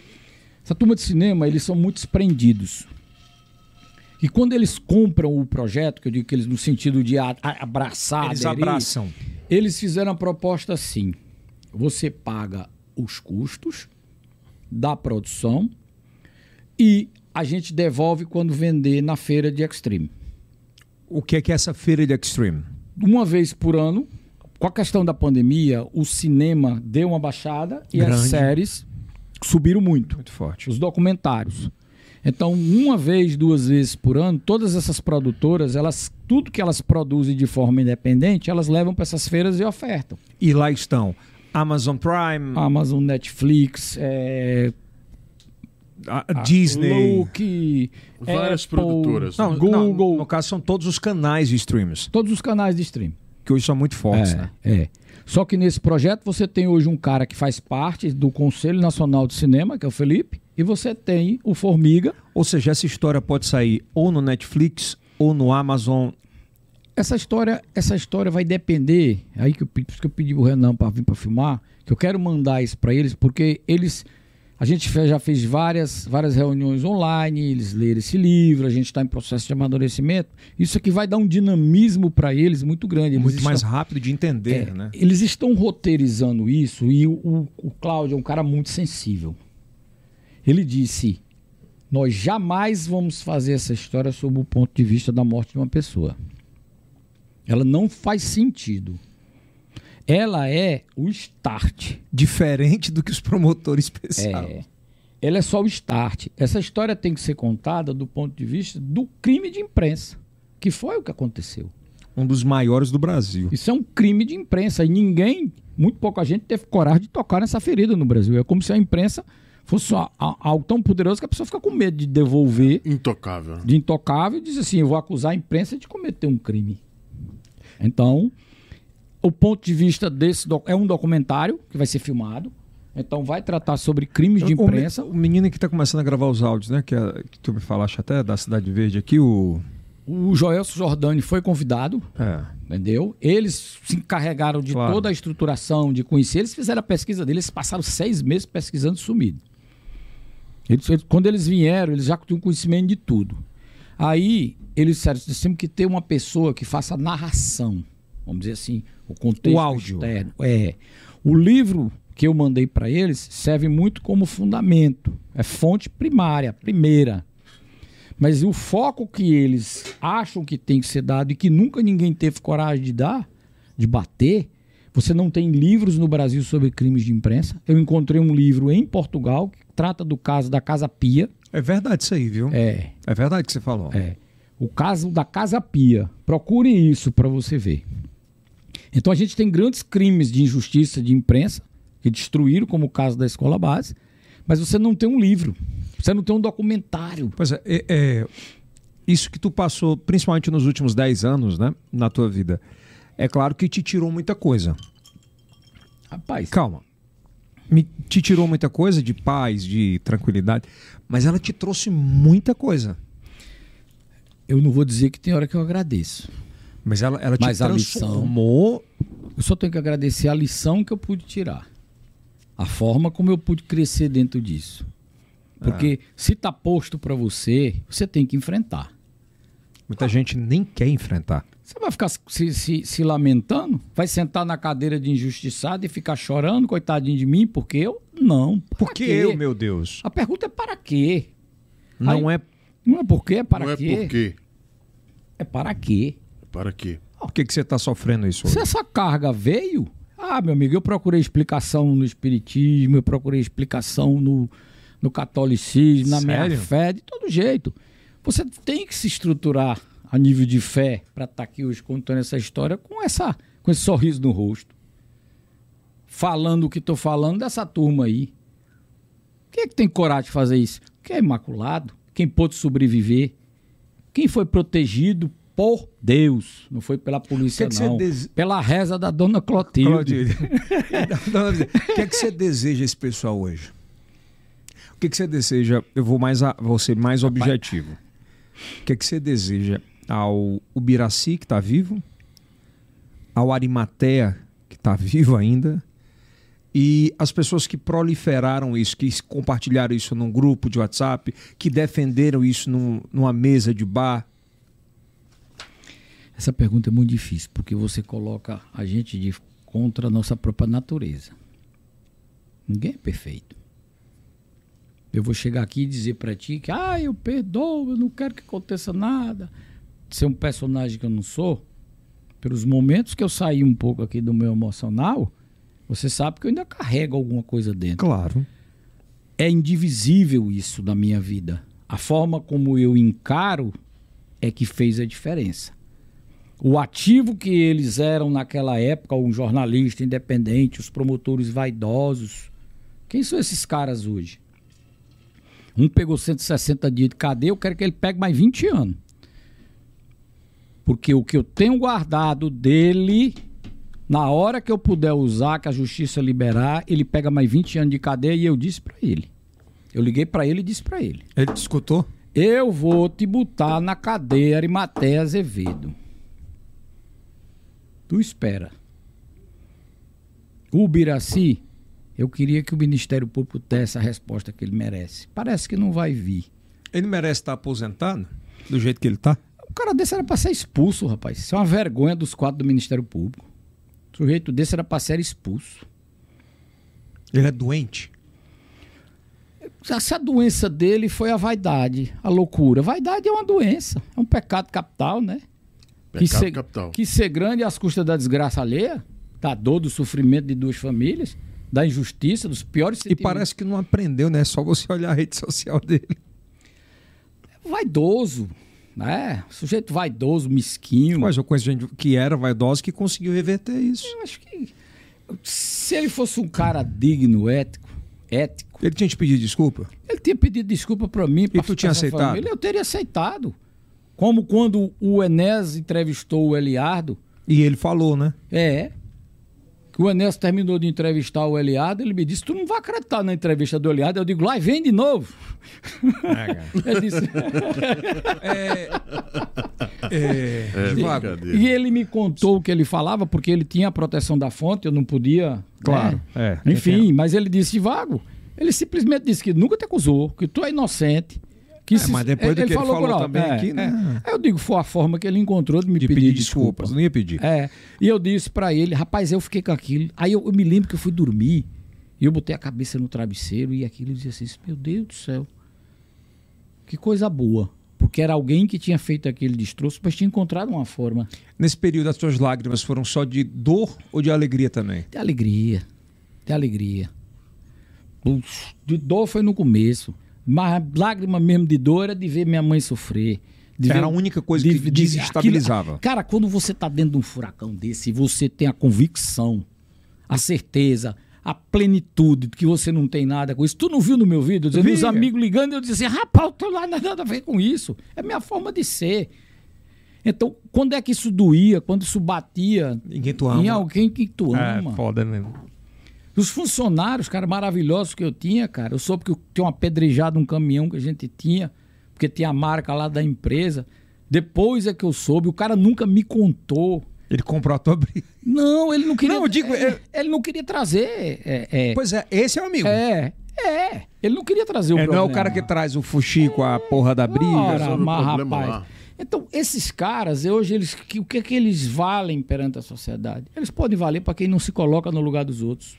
Speaker 3: essa turma de cinema, eles são muito desprendidos. E quando eles compram o projeto, que eu digo que eles no sentido de a, a, abraçar,
Speaker 1: eles
Speaker 3: aderir,
Speaker 1: abraçam.
Speaker 3: Eles fizeram a proposta assim: você paga os custos da produção e a gente devolve quando vender na feira de Extreme.
Speaker 1: O que é que é essa feira de Extreme?
Speaker 3: Uma vez por ano, com a questão da pandemia, o cinema deu uma baixada e
Speaker 1: Grande.
Speaker 3: as séries subiram muito.
Speaker 1: Muito forte.
Speaker 3: Os documentários. Então, uma vez, duas vezes por ano, todas essas produtoras, elas tudo que elas produzem de forma independente, elas levam para essas feiras e ofertam.
Speaker 1: E lá estão Amazon Prime,
Speaker 3: Amazon, Netflix, é, Ah,
Speaker 1: a- a Disney.
Speaker 3: Look,
Speaker 2: Várias
Speaker 3: é, Apple,
Speaker 2: produtoras. né?
Speaker 1: Não, Google.
Speaker 3: Google.
Speaker 1: no caso, são todos os canais de streams,
Speaker 3: Todos os canais de streaming.
Speaker 1: que hoje são muito fortes,
Speaker 3: é,
Speaker 1: né?
Speaker 3: é. Só que nesse projeto você tem hoje um cara que faz parte do Conselho Nacional de Cinema, que é o Felipe, e você tem o Formiga.
Speaker 1: Ou seja, essa história pode sair ou no Netflix ou no Amazon.
Speaker 3: Essa história, essa história vai depender. Aí que eu, pe- por isso que eu pedi o Renan para vir para filmar, que eu quero mandar isso para eles, porque eles. A gente fe- já fez várias, várias reuniões online, eles leram esse livro, a gente está em processo de amadurecimento. Isso aqui vai dar um dinamismo para eles muito grande. Eles
Speaker 1: É muito mais
Speaker 3: estão-
Speaker 1: rápido de entender, né?
Speaker 3: É, Eles estão roteirizando isso e o, o, o Cláudio é um cara muito sensível. Ele disse: Nós jamais vamos fazer essa história sob o ponto de vista da morte de uma pessoa. Ela não faz sentido. Ela é o start.
Speaker 1: Diferente do que os promotores <laughs> pensavam.
Speaker 3: É. Ela é só o start. Essa história tem que ser contada do ponto de vista do crime de imprensa, que foi o que aconteceu.
Speaker 1: Um dos maiores do Brasil.
Speaker 3: Isso é um crime de imprensa. E ninguém, muito pouca gente, teve coragem de tocar nessa ferida no Brasil. É como se a imprensa fosse a- a- algo tão poderoso que a pessoa fica com medo de devolver
Speaker 2: Intocável.
Speaker 3: de intocável e diz assim: eu vou acusar a imprensa de cometer um crime. Então, o ponto de vista desse doc- é um documentário que vai ser filmado. Então, vai tratar sobre crimes de
Speaker 1: O me-
Speaker 3: imprensa.
Speaker 1: O menino que está começando a gravar os áudios, né? Que, é- que tu me falaste até da Cidade Verde aqui, o.
Speaker 3: O Joelso Jordani foi convidado,
Speaker 1: É.
Speaker 3: entendeu? Eles se encarregaram de
Speaker 1: Claro.
Speaker 3: toda a estruturação, de conhecer. Eles fizeram a pesquisa deles, eles passaram seis meses pesquisando sumido. Eles- eles- quando eles vieram, eles já tinham conhecimento de tudo. Aí, eles disseram, nós temos que ter uma pessoa que faça a narração. Vamos dizer assim, o contexto
Speaker 1: O áudio.
Speaker 3: externo. É. O livro que eu mandei para eles serve muito como fundamento. É fonte primária, primeira. Mas o foco que eles acham que tem que ser dado e que nunca ninguém teve coragem de dar, de bater, você não tem livros no Brasil sobre crimes de imprensa. Eu encontrei um livro em Portugal que trata do caso da Casa Pia.
Speaker 1: É verdade isso aí, viu?
Speaker 3: É,
Speaker 1: É verdade que você falou.
Speaker 3: é. O caso da Casa Pia. Procure isso para você ver. Então a gente tem grandes crimes de injustiça de imprensa que destruíram, como o caso da escola base, mas você não tem um livro. Você não tem um documentário.
Speaker 1: Pois é, é, é, isso que tu passou, principalmente nos últimos 10 anos, né? Na tua vida. É claro que te tirou muita coisa.
Speaker 3: Rapaz,
Speaker 1: Calma. Me, te tirou muita coisa de paz, de tranquilidade, mas ela te trouxe muita coisa.
Speaker 3: eu não vou dizer que tem hora que eu agradeço.
Speaker 1: Mas ela, ela te
Speaker 3: Mas a lição-
Speaker 1: transformou.
Speaker 3: Eu só tenho que agradecer a lição que eu pude tirar. A forma como eu pude crescer dentro disso. Porque se tá posto para você, você tem que enfrentar.
Speaker 1: Muita gente nem quer enfrentar.
Speaker 3: Você vai ficar se, se- se lamentando? Vai sentar na cadeira de injustiçado e ficar chorando, coitadinho de mim, porque eu? Não. Para
Speaker 1: Por que
Speaker 3: quê?
Speaker 1: eu, meu Deus?
Speaker 3: A pergunta é para quê?
Speaker 1: Não é
Speaker 3: Não é porque, é para
Speaker 2: Não
Speaker 3: quê?
Speaker 2: Não é porque.
Speaker 3: É para quê?
Speaker 2: Para quê?
Speaker 1: Por que, que você está sofrendo isso?
Speaker 3: Se essa carga veio, ah, meu amigo, eu procurei explicação no Espiritismo, eu procurei explicação no, no catolicismo, na
Speaker 1: Sério?
Speaker 3: minha fé, de todo jeito. Você tem que se estruturar a nível de fé para estar aqui hoje contando essa história com, essa, com esse sorriso no rosto. Falando o que estou falando dessa turma aí. Quem é que tem coragem de fazer isso? Quem é imaculado? Quem pôde sobreviver? Quem foi protegido por Deus? Não foi pela polícia,
Speaker 1: Que que você
Speaker 3: não.
Speaker 1: dese-
Speaker 3: Pela reza da dona Clotilde.
Speaker 1: <laughs> Claudinho. Então, Dona Luzia, o que é que você deseja esse pessoal hoje? O que é que você deseja? Eu vou mais a, vou ser mais objetivo. O que é que você deseja ao Ubiraci que está vivo, ao Arimatea que está vivo ainda e as pessoas que proliferaram isso, que s- compartilharam isso num grupo de WhatsApp, que defenderam isso num- numa mesa de bar?
Speaker 3: Essa pergunta é muito difícil, porque você coloca a gente de contra a nossa própria natureza. Ninguém é perfeito. Eu vou chegar aqui e dizer pra ti que, ah, eu perdoo, eu não quero que aconteça nada. Ser um personagem que eu não sou, pelos momentos que eu saí um pouco aqui do meu emocional, você sabe que eu ainda carrego alguma coisa dentro.
Speaker 1: Claro.
Speaker 3: É indivisível isso da minha vida. A forma como eu encaro é que fez a diferença. O ativo que eles eram naquela época, um jornalista independente, os promotores vaidosos. Quem são esses caras hoje? Um pegou 160 dias de cadeia, eu quero que ele pegue mais 20 anos. Porque o que eu tenho guardado dele, na hora que eu puder usar, que a justiça liberar, ele pega mais 20 anos de cadeia e eu disse pra ele. Eu liguei pra ele e disse pra ele.
Speaker 1: Ele te escutou?
Speaker 3: Eu vou te botar na cadeia Arimatea Azevedo. Tu espera. O Ubiraci, eu queria que o Ministério Público desse a resposta que ele merece. Parece que não vai vir.
Speaker 1: Ele merece estar aposentado do jeito que ele tá? está?
Speaker 3: O cara desse era pra ser expulso, rapaz. Isso é uma vergonha dos quatro do Ministério Público. O sujeito desse era pra ser expulso.
Speaker 1: Ele é doente?
Speaker 3: Essa doença dele foi a vaidade, a loucura. Vaidade é uma doença, é um pecado capital, né?
Speaker 2: Pecado
Speaker 3: que ser,
Speaker 2: capital.
Speaker 3: Que ser grande às custas da desgraça alheia, da dor, do sofrimento de duas famílias, da injustiça, dos piores
Speaker 1: E parece que não aprendeu, né? É Só você olhar a rede social dele.
Speaker 3: Vaidoso, né? Sujeito vaidoso, mesquinho.
Speaker 1: Mas eu conheço gente que era vaidosa que conseguiu reverter isso.
Speaker 3: Eu acho que se ele fosse um cara digno, ético, ético,
Speaker 1: Ele tinha te pedido desculpa?
Speaker 3: ele tinha pedido desculpa pra mim. pra-
Speaker 1: tu
Speaker 3: pra
Speaker 1: tinha
Speaker 3: essa
Speaker 1: aceitado?
Speaker 3: família, eu teria aceitado. Como quando o Enes entrevistou o Eliardo,
Speaker 1: E ele falou, né?
Speaker 3: É. Que o Enes terminou de entrevistar o Eliado, ele me disse: Tu não vai acreditar na entrevista do Eliado? Eu digo: Lá vem de novo. <laughs> Ele disse-
Speaker 2: É,
Speaker 1: Fábio,
Speaker 2: brincadeira.
Speaker 3: e ele me contou o que ele falava, porque ele tinha a proteção da fonte, eu não podia.
Speaker 1: Claro,
Speaker 3: né?
Speaker 1: é,
Speaker 3: Enfim, mas ele disse: Vago, ele simplesmente disse que nunca te acusou, que tu é inocente. Que se-
Speaker 1: É, mas depois do que ele falou
Speaker 3: por alto,
Speaker 1: também aqui, né?
Speaker 3: Aí eu digo: Foi a forma que ele encontrou de me
Speaker 1: De
Speaker 3: pedir,
Speaker 1: pedir
Speaker 3: desculpa.
Speaker 1: desculpas. né? Não ia pedir.
Speaker 3: É. E eu disse pra ele, rapaz, eu fiquei com aquilo. Aí eu, eu me lembro que eu fui dormir e eu botei a cabeça no travesseiro e aquilo eu dizia assim: Meu Deus do céu, que coisa boa. Porque era alguém que tinha feito aquele destroço, mas tinha encontrado uma forma
Speaker 1: Nesse período, as suas lágrimas foram só de dor ou de alegria também?
Speaker 3: de alegria. De alegria. Putz, De dor foi no começo. Mas a lágrima mesmo de dor era de ver minha mãe sofrer. de
Speaker 1: Era
Speaker 3: ver-
Speaker 1: a única coisa que desestabilizava.
Speaker 3: aquilo- cara, quando você tá dentro de um furacão desse e você tem a convicção, a certeza, a plenitude de que você não tem nada com isso. Tu não viu no meu vídeo? Eu dizia,
Speaker 1: Vi.
Speaker 3: Meus amigos ligando, eu dizia, rapaz, eu tô lá, não tem nada a ver com isso. É minha forma de ser. Então, quando é que isso doía? Quando isso batia
Speaker 1: Em quem tu ama.
Speaker 3: em alguém que tu
Speaker 1: É,
Speaker 3: ama?
Speaker 1: foda mesmo.
Speaker 3: Os funcionários, cara, maravilhosos que eu tinha, cara. Eu soube que eu tinha um apedrejado um caminhão que a gente tinha, porque tinha a marca lá da empresa. Depois é que eu soube, o cara nunca me contou.
Speaker 1: Ele comprou a tua briga.
Speaker 3: Não, ele não queria.
Speaker 1: Não, eu digo,
Speaker 3: é,
Speaker 1: é-
Speaker 3: Ele não queria trazer. É, é,
Speaker 1: Pois é, esse é o amigo.
Speaker 3: é, é. Ele não queria trazer
Speaker 1: É,
Speaker 3: o
Speaker 1: não é o
Speaker 3: problema.
Speaker 1: cara que traz o fuxi com a porra da briga.
Speaker 3: Ora,
Speaker 2: resolve o
Speaker 3: mas,
Speaker 2: problema
Speaker 3: rapaz.
Speaker 2: lá.
Speaker 3: Então, esses caras, eh, hoje, eles, que- o que é que eles valem perante a sociedade? Eles podem valer para quem não se coloca no lugar dos outros.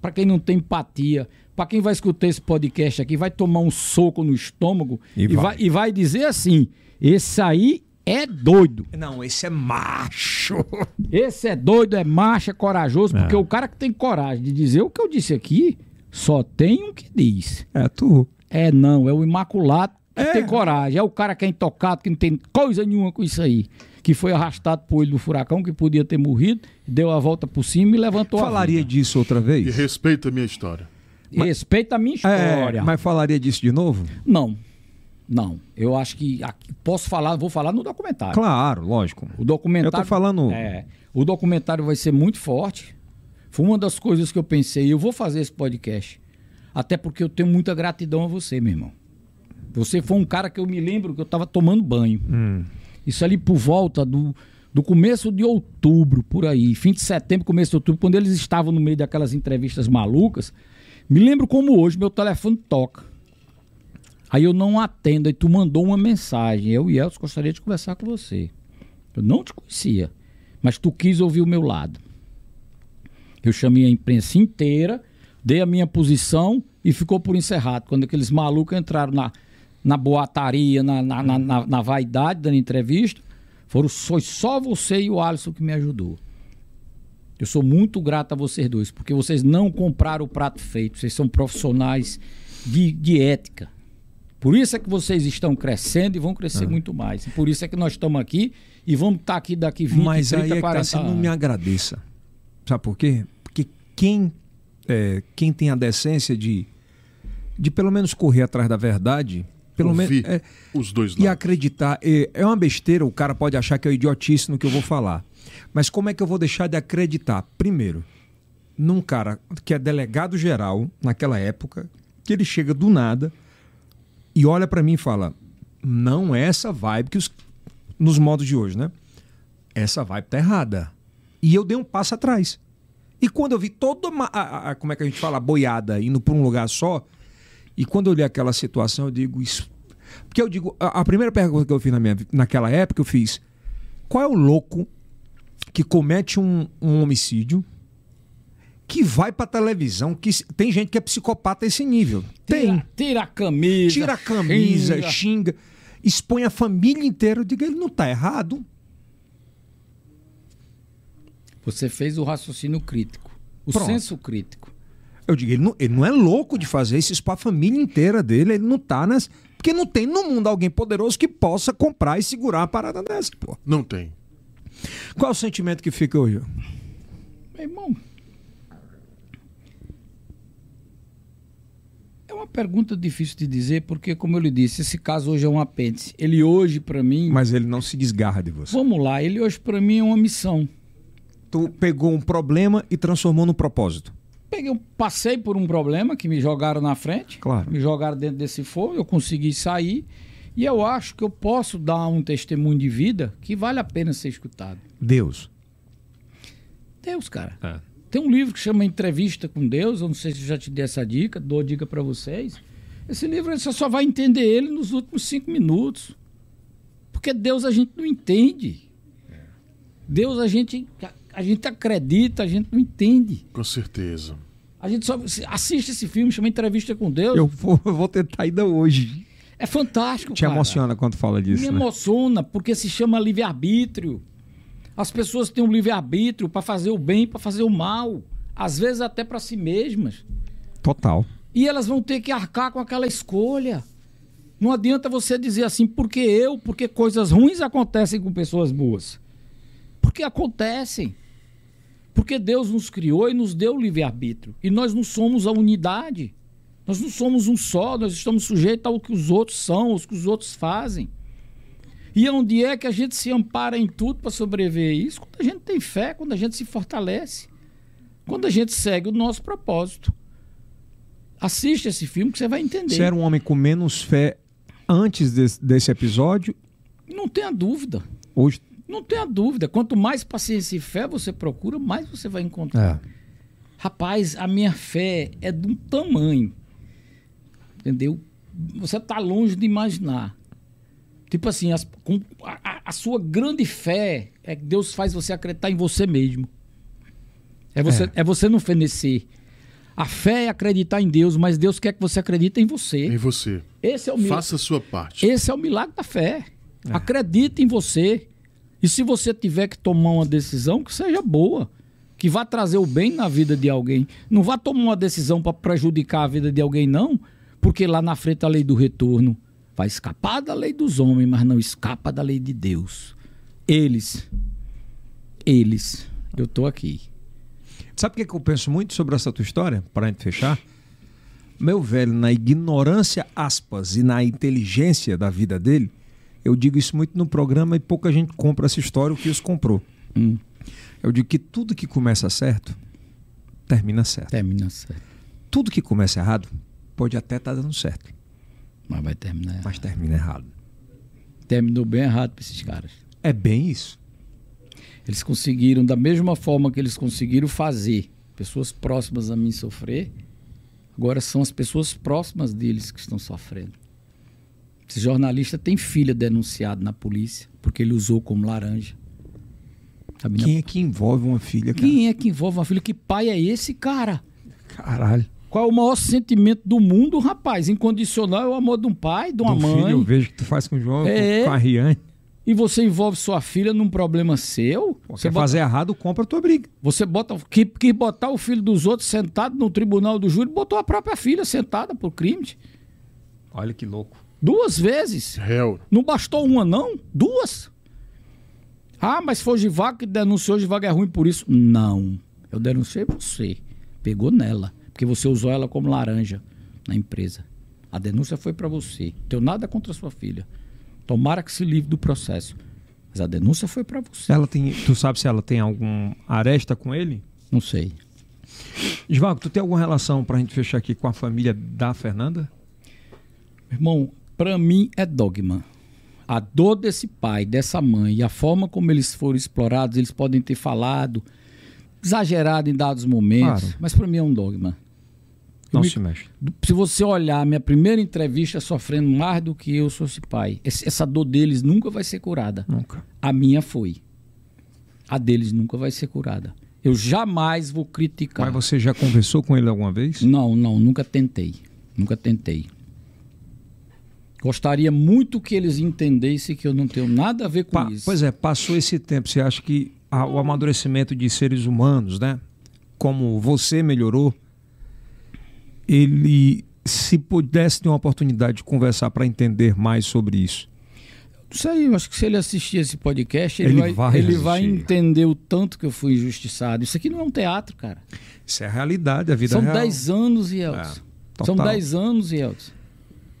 Speaker 3: para quem não tem empatia, para quem vai escutar esse podcast aqui, vai tomar um soco no estômago e, e vai. vai. e vai dizer assim: esse aí é doido.
Speaker 1: Não, esse é macho.
Speaker 3: Esse é doido, é macho, é corajoso, porque é. o cara que tem coragem de dizer o que eu disse aqui, só tem um que diz.
Speaker 1: É tu.
Speaker 3: É não, é o imaculado que é. tem coragem. É o cara que é intocado, que não tem coisa nenhuma com isso aí. Que foi arrastado por ele do furacão, que podia ter morrido, deu a volta por cima e levantou
Speaker 1: Falaria a disso outra vez?
Speaker 2: E respeita a minha história.
Speaker 3: Mas, respeita a minha história.
Speaker 1: É, mas falaria disso de novo?
Speaker 3: Não. Não, eu acho que aqui, posso falar, vou falar no documentário.
Speaker 1: Claro, lógico.
Speaker 3: O documentário.
Speaker 1: Eu tô falando.
Speaker 3: É, o documentário vai ser muito forte. Foi uma das coisas que eu pensei. Eu vou fazer esse podcast. Até porque eu tenho muita gratidão a você, meu irmão. Você foi um cara que eu me lembro que eu estava tomando banho. Hum. Isso ali por volta do, do começo de outubro, por aí. Fim de setembro, começo de outubro, quando eles estavam no meio daquelas entrevistas malucas. Me lembro como hoje meu telefone toca. Aí eu não atendo, aí tu mandou uma mensagem. Eu e Elcio gostaria de conversar com você. Eu não te conhecia, mas tu quis ouvir o meu lado. Eu chamei a imprensa inteira, dei a minha posição e ficou por encerrado. Quando aqueles malucos entraram na, na boataria, na, na, na, na vaidade da entrevista, foram, foi só você e o Alisson que me ajudou. Eu sou muito grato a vocês dois, porque vocês não compraram o prato feito, vocês são profissionais de, de ética. Por isso é que vocês estão crescendo e vão crescer ah. muito mais. Por isso é que nós estamos aqui e vamos estar aqui daqui 20,
Speaker 1: Mas
Speaker 3: 30,
Speaker 1: aí é
Speaker 3: 40 tá, anos.
Speaker 1: não me agradeça. Sabe por quê? Porque quem, é, quem tem a decência de, de pelo menos correr atrás da verdade... Pelo menos é,
Speaker 2: os dois lados.
Speaker 1: E acreditar. É, é uma besteira, o cara pode achar que é idiotice no que eu vou falar. Mas como é que eu vou deixar de acreditar? Primeiro, num cara que é delegado geral naquela época, que ele chega do nada, e olha para mim e fala: não é essa vibe que os nos modos de hoje, né? Essa vibe tá errada. E eu dei um passo atrás. E quando eu vi toda uma, a, a, como é que a gente fala, a boiada indo para um lugar só, e quando eu li aquela situação, eu digo isso. Porque eu digo, a, a, primeira pergunta que eu fiz na minha, naquela época, eu fiz: qual é o louco que comete um, um homicídio, que vai pra televisão, que tem gente que é psicopata a esse nível. Tem.
Speaker 3: Tira, tira a camisa.
Speaker 1: Tira a camisa, xinga. xinga expõe a família inteira. Diga, ele não tá errado.
Speaker 3: Você fez o raciocínio crítico, o Pronto. senso crítico.
Speaker 1: Eu digo, ele não, ele não é louco de fazer isso, isso pra família inteira dele, ele não tá nas. Porque não tem no mundo alguém poderoso que possa comprar e segurar uma parada dessa, pô.
Speaker 2: Não tem.
Speaker 1: Qual é o sentimento que fica hoje?
Speaker 3: Meu irmão, É uma pergunta difícil de dizer, porque, como eu lhe disse, esse caso hoje é um apêndice. Ele hoje, para mim.
Speaker 1: Mas ele não se desgarra de você.
Speaker 3: Vamos lá, ele hoje, para mim, é uma missão.
Speaker 1: Tu pegou um problema e transformou num propósito.
Speaker 3: Peguei, passei por um problema que me jogaram na frente.
Speaker 1: Claro.
Speaker 3: Me jogaram dentro desse fogo, eu consegui sair. E eu acho que eu posso dar um testemunho de vida que vale a pena ser escutado.
Speaker 1: Deus.
Speaker 3: Deus, cara. É. Tem um livro que chama Entrevista com Deus, eu não sei se eu já te dei essa dica, dou dica para vocês. Esse livro você só vai entender ele nos últimos cinco minutos. Porque Deus a gente não entende. Deus a gente, a gente acredita, a gente não entende.
Speaker 2: Com certeza.
Speaker 3: A gente só assiste esse filme, chama Entrevista com Deus.
Speaker 1: Eu vou, eu vou tentar ainda hoje.
Speaker 3: É fantástico.
Speaker 1: Te emociona cara. quando fala disso.
Speaker 3: Me
Speaker 1: né?
Speaker 3: emociona, porque se chama livre-arbítrio. As pessoas têm um livre-arbítrio para fazer o bem, para fazer o mal, às vezes até para si mesmas.
Speaker 1: Total.
Speaker 3: E elas vão ter que arcar com aquela escolha. Não adianta você dizer assim, porque eu, porque coisas ruins acontecem com pessoas boas. Porque acontecem. Porque Deus nos criou e nos deu o livre-arbítrio. E nós não somos a unidade. Nós não somos um só, nós estamos sujeitos ao que os outros são, ao que os outros fazem. E onde é que a gente se ampara em tudo para sobreviver isso? Quando a gente tem fé, quando a gente se fortalece, quando a gente segue o nosso propósito. Assiste esse filme que você vai entender.
Speaker 1: Você era um homem com menos fé antes desse, desse episódio?
Speaker 3: Não tenha dúvida.
Speaker 1: Hoje?
Speaker 3: Não tenha dúvida. Quanto mais paciência e fé você procura, mais você vai encontrar. É. Rapaz, a minha fé é de um tamanho. Entendeu? Você está longe de imaginar. Tipo assim, as, com, a, a, sua grande fé é que Deus faz você acreditar em você mesmo. É você, é. é você não fenecer. A fé é acreditar em Deus, mas Deus quer que você acredite em você.
Speaker 2: Em você.
Speaker 3: Esse é o milagre.
Speaker 2: Faça a sua parte.
Speaker 3: Esse é o milagre da fé. É. Acredite em você. E se você tiver que tomar uma decisão, que seja boa, que vá trazer o bem na vida de alguém. Não vá tomar uma decisão para prejudicar a vida de alguém, não, porque lá na frente a lei do retorno vai escapar da lei dos homens, mas não escapa da lei de Deus. Eles, eles, eu estou aqui.
Speaker 1: Sabe o que, é que eu penso muito sobre essa tua história, para a gente fechar? Meu velho, na ignorância, aspas, e na inteligência da vida dele, eu digo isso muito no programa e pouca gente compra essa história, o que os comprou.
Speaker 3: Hum.
Speaker 1: Eu digo que tudo que começa certo, termina certo.
Speaker 3: Termina certo.
Speaker 1: Tudo que começa errado, pode até estar tá dando certo.
Speaker 3: Mas vai terminar
Speaker 1: Mas termina errado.
Speaker 3: Terminou bem errado para esses caras.
Speaker 1: É bem isso.
Speaker 3: Eles conseguiram, da mesma forma que eles conseguiram fazer pessoas próximas a mim sofrer, agora são as pessoas próximas deles que estão sofrendo. Esse jornalista tem filha denunciada na polícia porque ele usou como laranja.
Speaker 1: Sabe, Quem na... é que envolve uma filha,
Speaker 3: cara? Quem é que envolve uma filha? Que pai é esse, cara?
Speaker 1: Caralho.
Speaker 3: Qual é o maior sentimento do mundo, rapaz? Incondicional é o amor de um pai, de uma
Speaker 1: do
Speaker 3: mãe. Filho,
Speaker 1: eu vejo que tu faz com o João, é... com a Riane
Speaker 3: e você envolve sua filha num problema seu.
Speaker 1: Pô, você quer bota... fazer errado, compra a tua briga.
Speaker 3: Você bota. Que, que botar o filho dos outros sentado no tribunal do júri, botou a própria filha sentada por crime.
Speaker 1: Olha que louco.
Speaker 3: Duas vezes.
Speaker 2: Réu.
Speaker 3: Não bastou uma, não? Duas. Ah, mas foi o Givago que denunciou, o Givago é ruim por isso. Não. Eu denunciei você. Pegou nela. Porque você usou ela como laranja na empresa. A denúncia foi para você. Teu nada contra sua filha. Tomara que se livre do processo. Mas a denúncia foi para você.
Speaker 1: Ela tem, tu sabe se ela tem algum aresta com ele?
Speaker 3: Não sei.
Speaker 1: Isvago, tu tem alguma relação para a gente fechar aqui com a família da Fernanda?
Speaker 3: Irmão, para mim é dogma. A dor desse pai, dessa mãe e a forma como eles foram explorados, eles podem ter falado, exagerado em dados momentos, claro. mas para mim é um dogma.
Speaker 1: Não me... se mexe.
Speaker 3: Se você olhar minha primeira entrevista sofrendo mais do que eu sou esse pai, essa dor deles nunca vai ser curada.
Speaker 1: Nunca.
Speaker 3: A minha foi. A deles nunca vai ser curada. Eu jamais vou criticar.
Speaker 1: Mas você já conversou com ele alguma vez?
Speaker 3: Não, não, nunca tentei. Nunca tentei. Gostaria muito que eles entendessem que eu não tenho nada a ver com pa isso.
Speaker 1: Pois é, passou esse tempo. Você acha que a, o amadurecimento de seres humanos, né? Como você melhorou, ele se pudesse ter uma oportunidade de conversar para entender mais sobre isso?
Speaker 3: Não sei, eu acho que se ele assistir esse podcast, ele, ele, vai, vai, ele vai, entender o tanto que eu fui injustiçado. Isso aqui não é um teatro, cara.
Speaker 1: Isso é a realidade, a vida
Speaker 3: São
Speaker 1: é real.
Speaker 3: 10 anos, Yeltsin. É, São 10 anos, Yeltsin.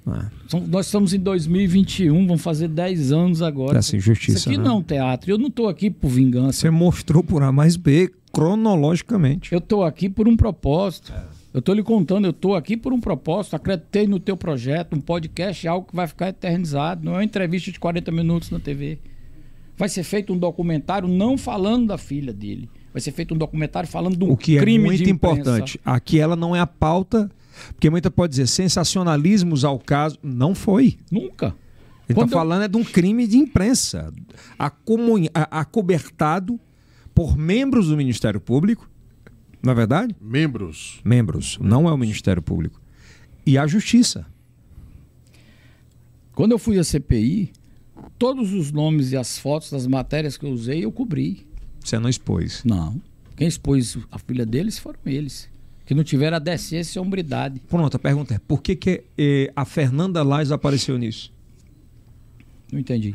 Speaker 3: É. São, nós estamos em 2021, vamos fazer 10 anos agora.
Speaker 1: Essa injustiça.
Speaker 3: Isso aqui né? não é um teatro. Eu não estou aqui por vingança.
Speaker 1: Você mostrou por A mais B, cronologicamente.
Speaker 3: Eu estou aqui por um propósito. É. Eu estou lhe contando, eu estou aqui por um propósito, acreditei no teu projeto, um podcast, algo que vai ficar eternizado, não é uma entrevista de 40 minutos na TV. Vai ser feito um documentário não falando da filha dele. Vai ser feito um documentário falando do um
Speaker 1: o que
Speaker 3: crime
Speaker 1: é muito importante. Aqui ela não é a pauta, porque muita pode dizer sensacionalismos ao caso, não foi.
Speaker 3: Nunca.
Speaker 1: Ele está eu... falando é de um crime de imprensa, acomun... acobertado por membros do Ministério Público não é verdade?
Speaker 2: Membros.
Speaker 1: Membros, não é o Ministério Público. E a Justiça.
Speaker 3: Quando eu fui à CPI, todos os nomes e as fotos das matérias que eu usei, eu cobri.
Speaker 1: Você não expôs?
Speaker 3: Não. Quem expôs a filha deles foram eles. Que não tiveram a decência e a hombridade.
Speaker 1: Pronto, a pergunta é: por que, que eh, a Fernanda Lais apareceu nisso?
Speaker 3: Não entendi.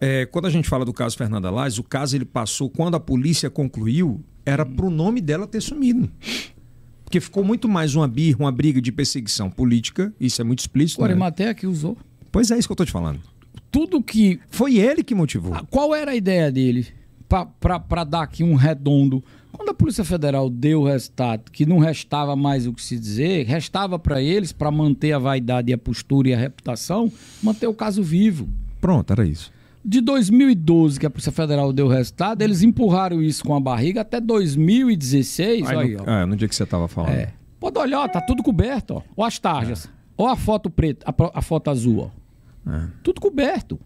Speaker 1: É, quando a gente fala do caso Fernanda Lais, o caso ele passou quando a polícia concluiu era pro nome dela ter sumido. Porque ficou muito mais uma birra, uma briga de perseguição política, isso é muito explícito.
Speaker 3: O Arimatea né? que usou.
Speaker 1: Pois é, isso que eu tô te falando.
Speaker 3: Tudo que.
Speaker 1: Foi ele que motivou.
Speaker 3: Qual era a ideia dele? Para dar aqui um redondo. Quando a Polícia Federal deu o resultado, que não restava mais o que se dizer, restava para eles, para manter a vaidade e a postura e a reputação, manter o caso vivo.
Speaker 1: Pronto, era isso
Speaker 3: de 2012 que a Polícia Federal deu o resultado, eles empurraram isso com a barriga até 2016. Aí,
Speaker 1: aí, no, ó. É, no dia que você estava falando. É.
Speaker 3: Pode olhar, ó, tá tudo coberto, ó. Ó as tarjas. É. Ó a foto preta, a, a foto azul, ó. É. Tudo coberto.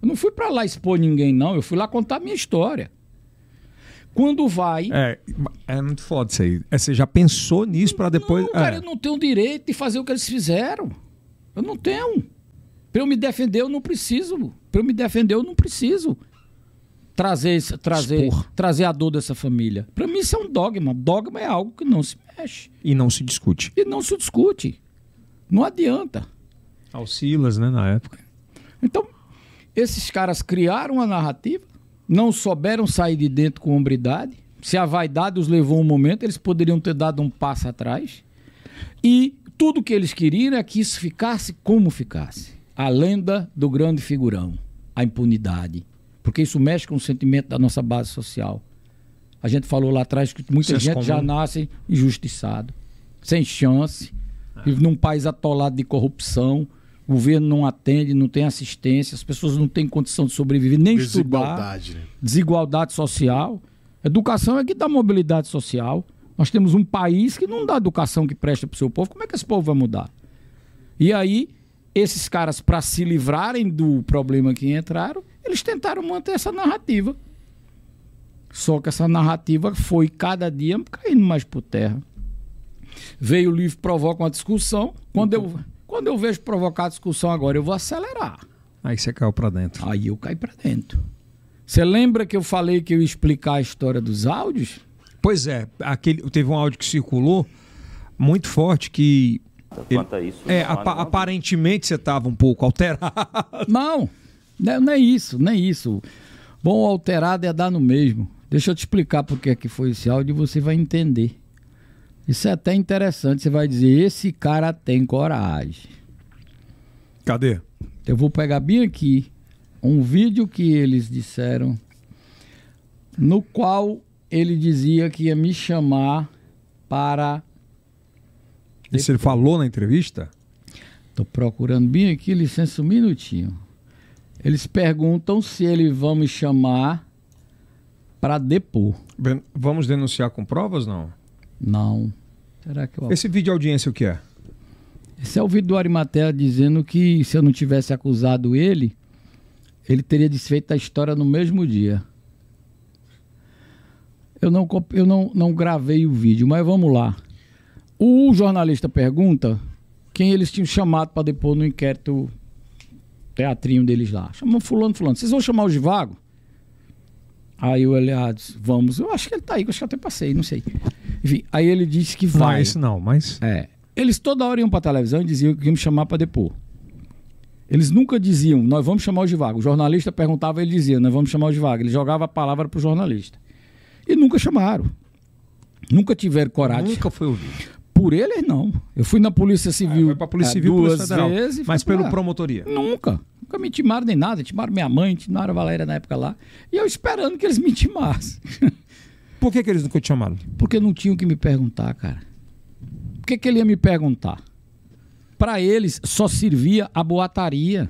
Speaker 3: Eu não fui para lá expor ninguém, não. Eu fui lá contar a minha história. Quando vai.
Speaker 16: É, é muito foda isso aí. É, você já pensou nisso para depois.
Speaker 3: Não, cara,
Speaker 16: é.
Speaker 3: eu não tenho direito de fazer o que eles fizeram. Eu não tenho. Para eu me defender, eu não preciso. Para eu me defender, eu não preciso trazer, trazer, Expor. trazer a dor dessa família. Para mim, isso é um dogma. Dogma é algo que não se mexe.
Speaker 16: E não se discute.
Speaker 3: E não se discute. Não adianta.
Speaker 16: Ao Silas, né, na época.
Speaker 3: Então, esses caras criaram a narrativa, não souberam sair de dentro com hombridade. Se a vaidade os levou um momento, eles poderiam ter dado um passo atrás. E tudo que eles queriam é que isso ficasse como ficasse. A lenda do grande figurão, a impunidade. Porque isso mexe com o sentimento da nossa base social. A gente falou lá atrás que muita Senso gente comum. já nasce injustiçado, sem chance, ah. vive num país atolado de corrupção, o governo não atende, não tem assistência, as pessoas não têm condição de sobreviver, nem
Speaker 2: Desigualdade,
Speaker 3: estudar. Né? Desigualdade social. Educação é que dá mobilidade social. Nós temos um país que não dá educação que presta para o seu povo. Como é que esse povo vai mudar? E aí, esses caras, para se livrarem do problema que entraram, eles tentaram manter essa narrativa. Só que essa narrativa foi cada dia caindo mais por terra. Veio o livro Provoca uma Discussão. Quando eu, quando eu vejo provocar discussão agora, eu vou acelerar.
Speaker 16: Aí você caiu para dentro.
Speaker 3: Aí eu caí para dentro. Você lembra que eu falei que eu ia explicar a história dos áudios?
Speaker 16: Pois é, aquele, teve um áudio que circulou muito forte que.
Speaker 17: Quanto ele, a isso.
Speaker 16: É, ap aparentemente você estava um pouco alterado.
Speaker 3: Não, não é isso, não é isso. Bom ou alterado é dar no mesmo. Deixa eu te explicar porque é que foi esse áudio e você vai entender. Isso é até interessante. Você vai dizer: esse cara tem coragem.
Speaker 16: <laughs> Cadê?
Speaker 3: Eu vou pegar bem aqui um vídeo que eles disseram, no qual ele dizia que ia me chamar para.
Speaker 16: Isso ele falou na entrevista?
Speaker 3: Estou procurando bem aqui, licença um minutinho. Eles perguntam se ele vai me chamar para depor.
Speaker 16: Ben, vamos denunciar com provas, não?
Speaker 3: Não. Será que eu...
Speaker 16: Esse vídeo de audiência o que é?
Speaker 3: Esse é o vídeo do Arimatea dizendo que se eu não tivesse acusado ele, ele teria desfeito a história no mesmo dia. Eu não, eu não, não gravei o vídeo, mas vamos lá. O jornalista pergunta quem eles tinham chamado para depor no inquérito teatrinho deles lá. Chamou fulano, fulano. Vocês vão chamar o Givago? Aí o Eliade, vamos. Eu acho que ele tá aí, eu acho que até passei, não sei. Enfim, aí ele disse que vai.
Speaker 16: Mas não, mas.
Speaker 3: É. Eles toda hora iam pra televisão e diziam que iam me chamar para depor. Eles nunca diziam, nós vamos chamar o Givago. O jornalista perguntava, ele dizia, nós vamos chamar o Givago. Ele jogava a palavra pro jornalista. E nunca chamaram. Nunca tiveram coragem.
Speaker 16: Nunca foi ouvido.
Speaker 3: Por eles, não. Eu fui na Polícia Civil. Ah, foi
Speaker 16: pra Polícia Civil duas Polícia Federal,
Speaker 3: vezes.
Speaker 16: Mas pelo lá. promotoria?
Speaker 3: Nunca. Nunca me intimaram nem nada. Intimaram minha mãe, intimaram a Valéria na época lá. E eu esperando que eles me intimassem. <laughs>
Speaker 16: Por que, que eles nunca te chamaram?
Speaker 3: Porque não tinham que me perguntar, cara. Por que, que ele ia me perguntar? Para eles só servia a boataria.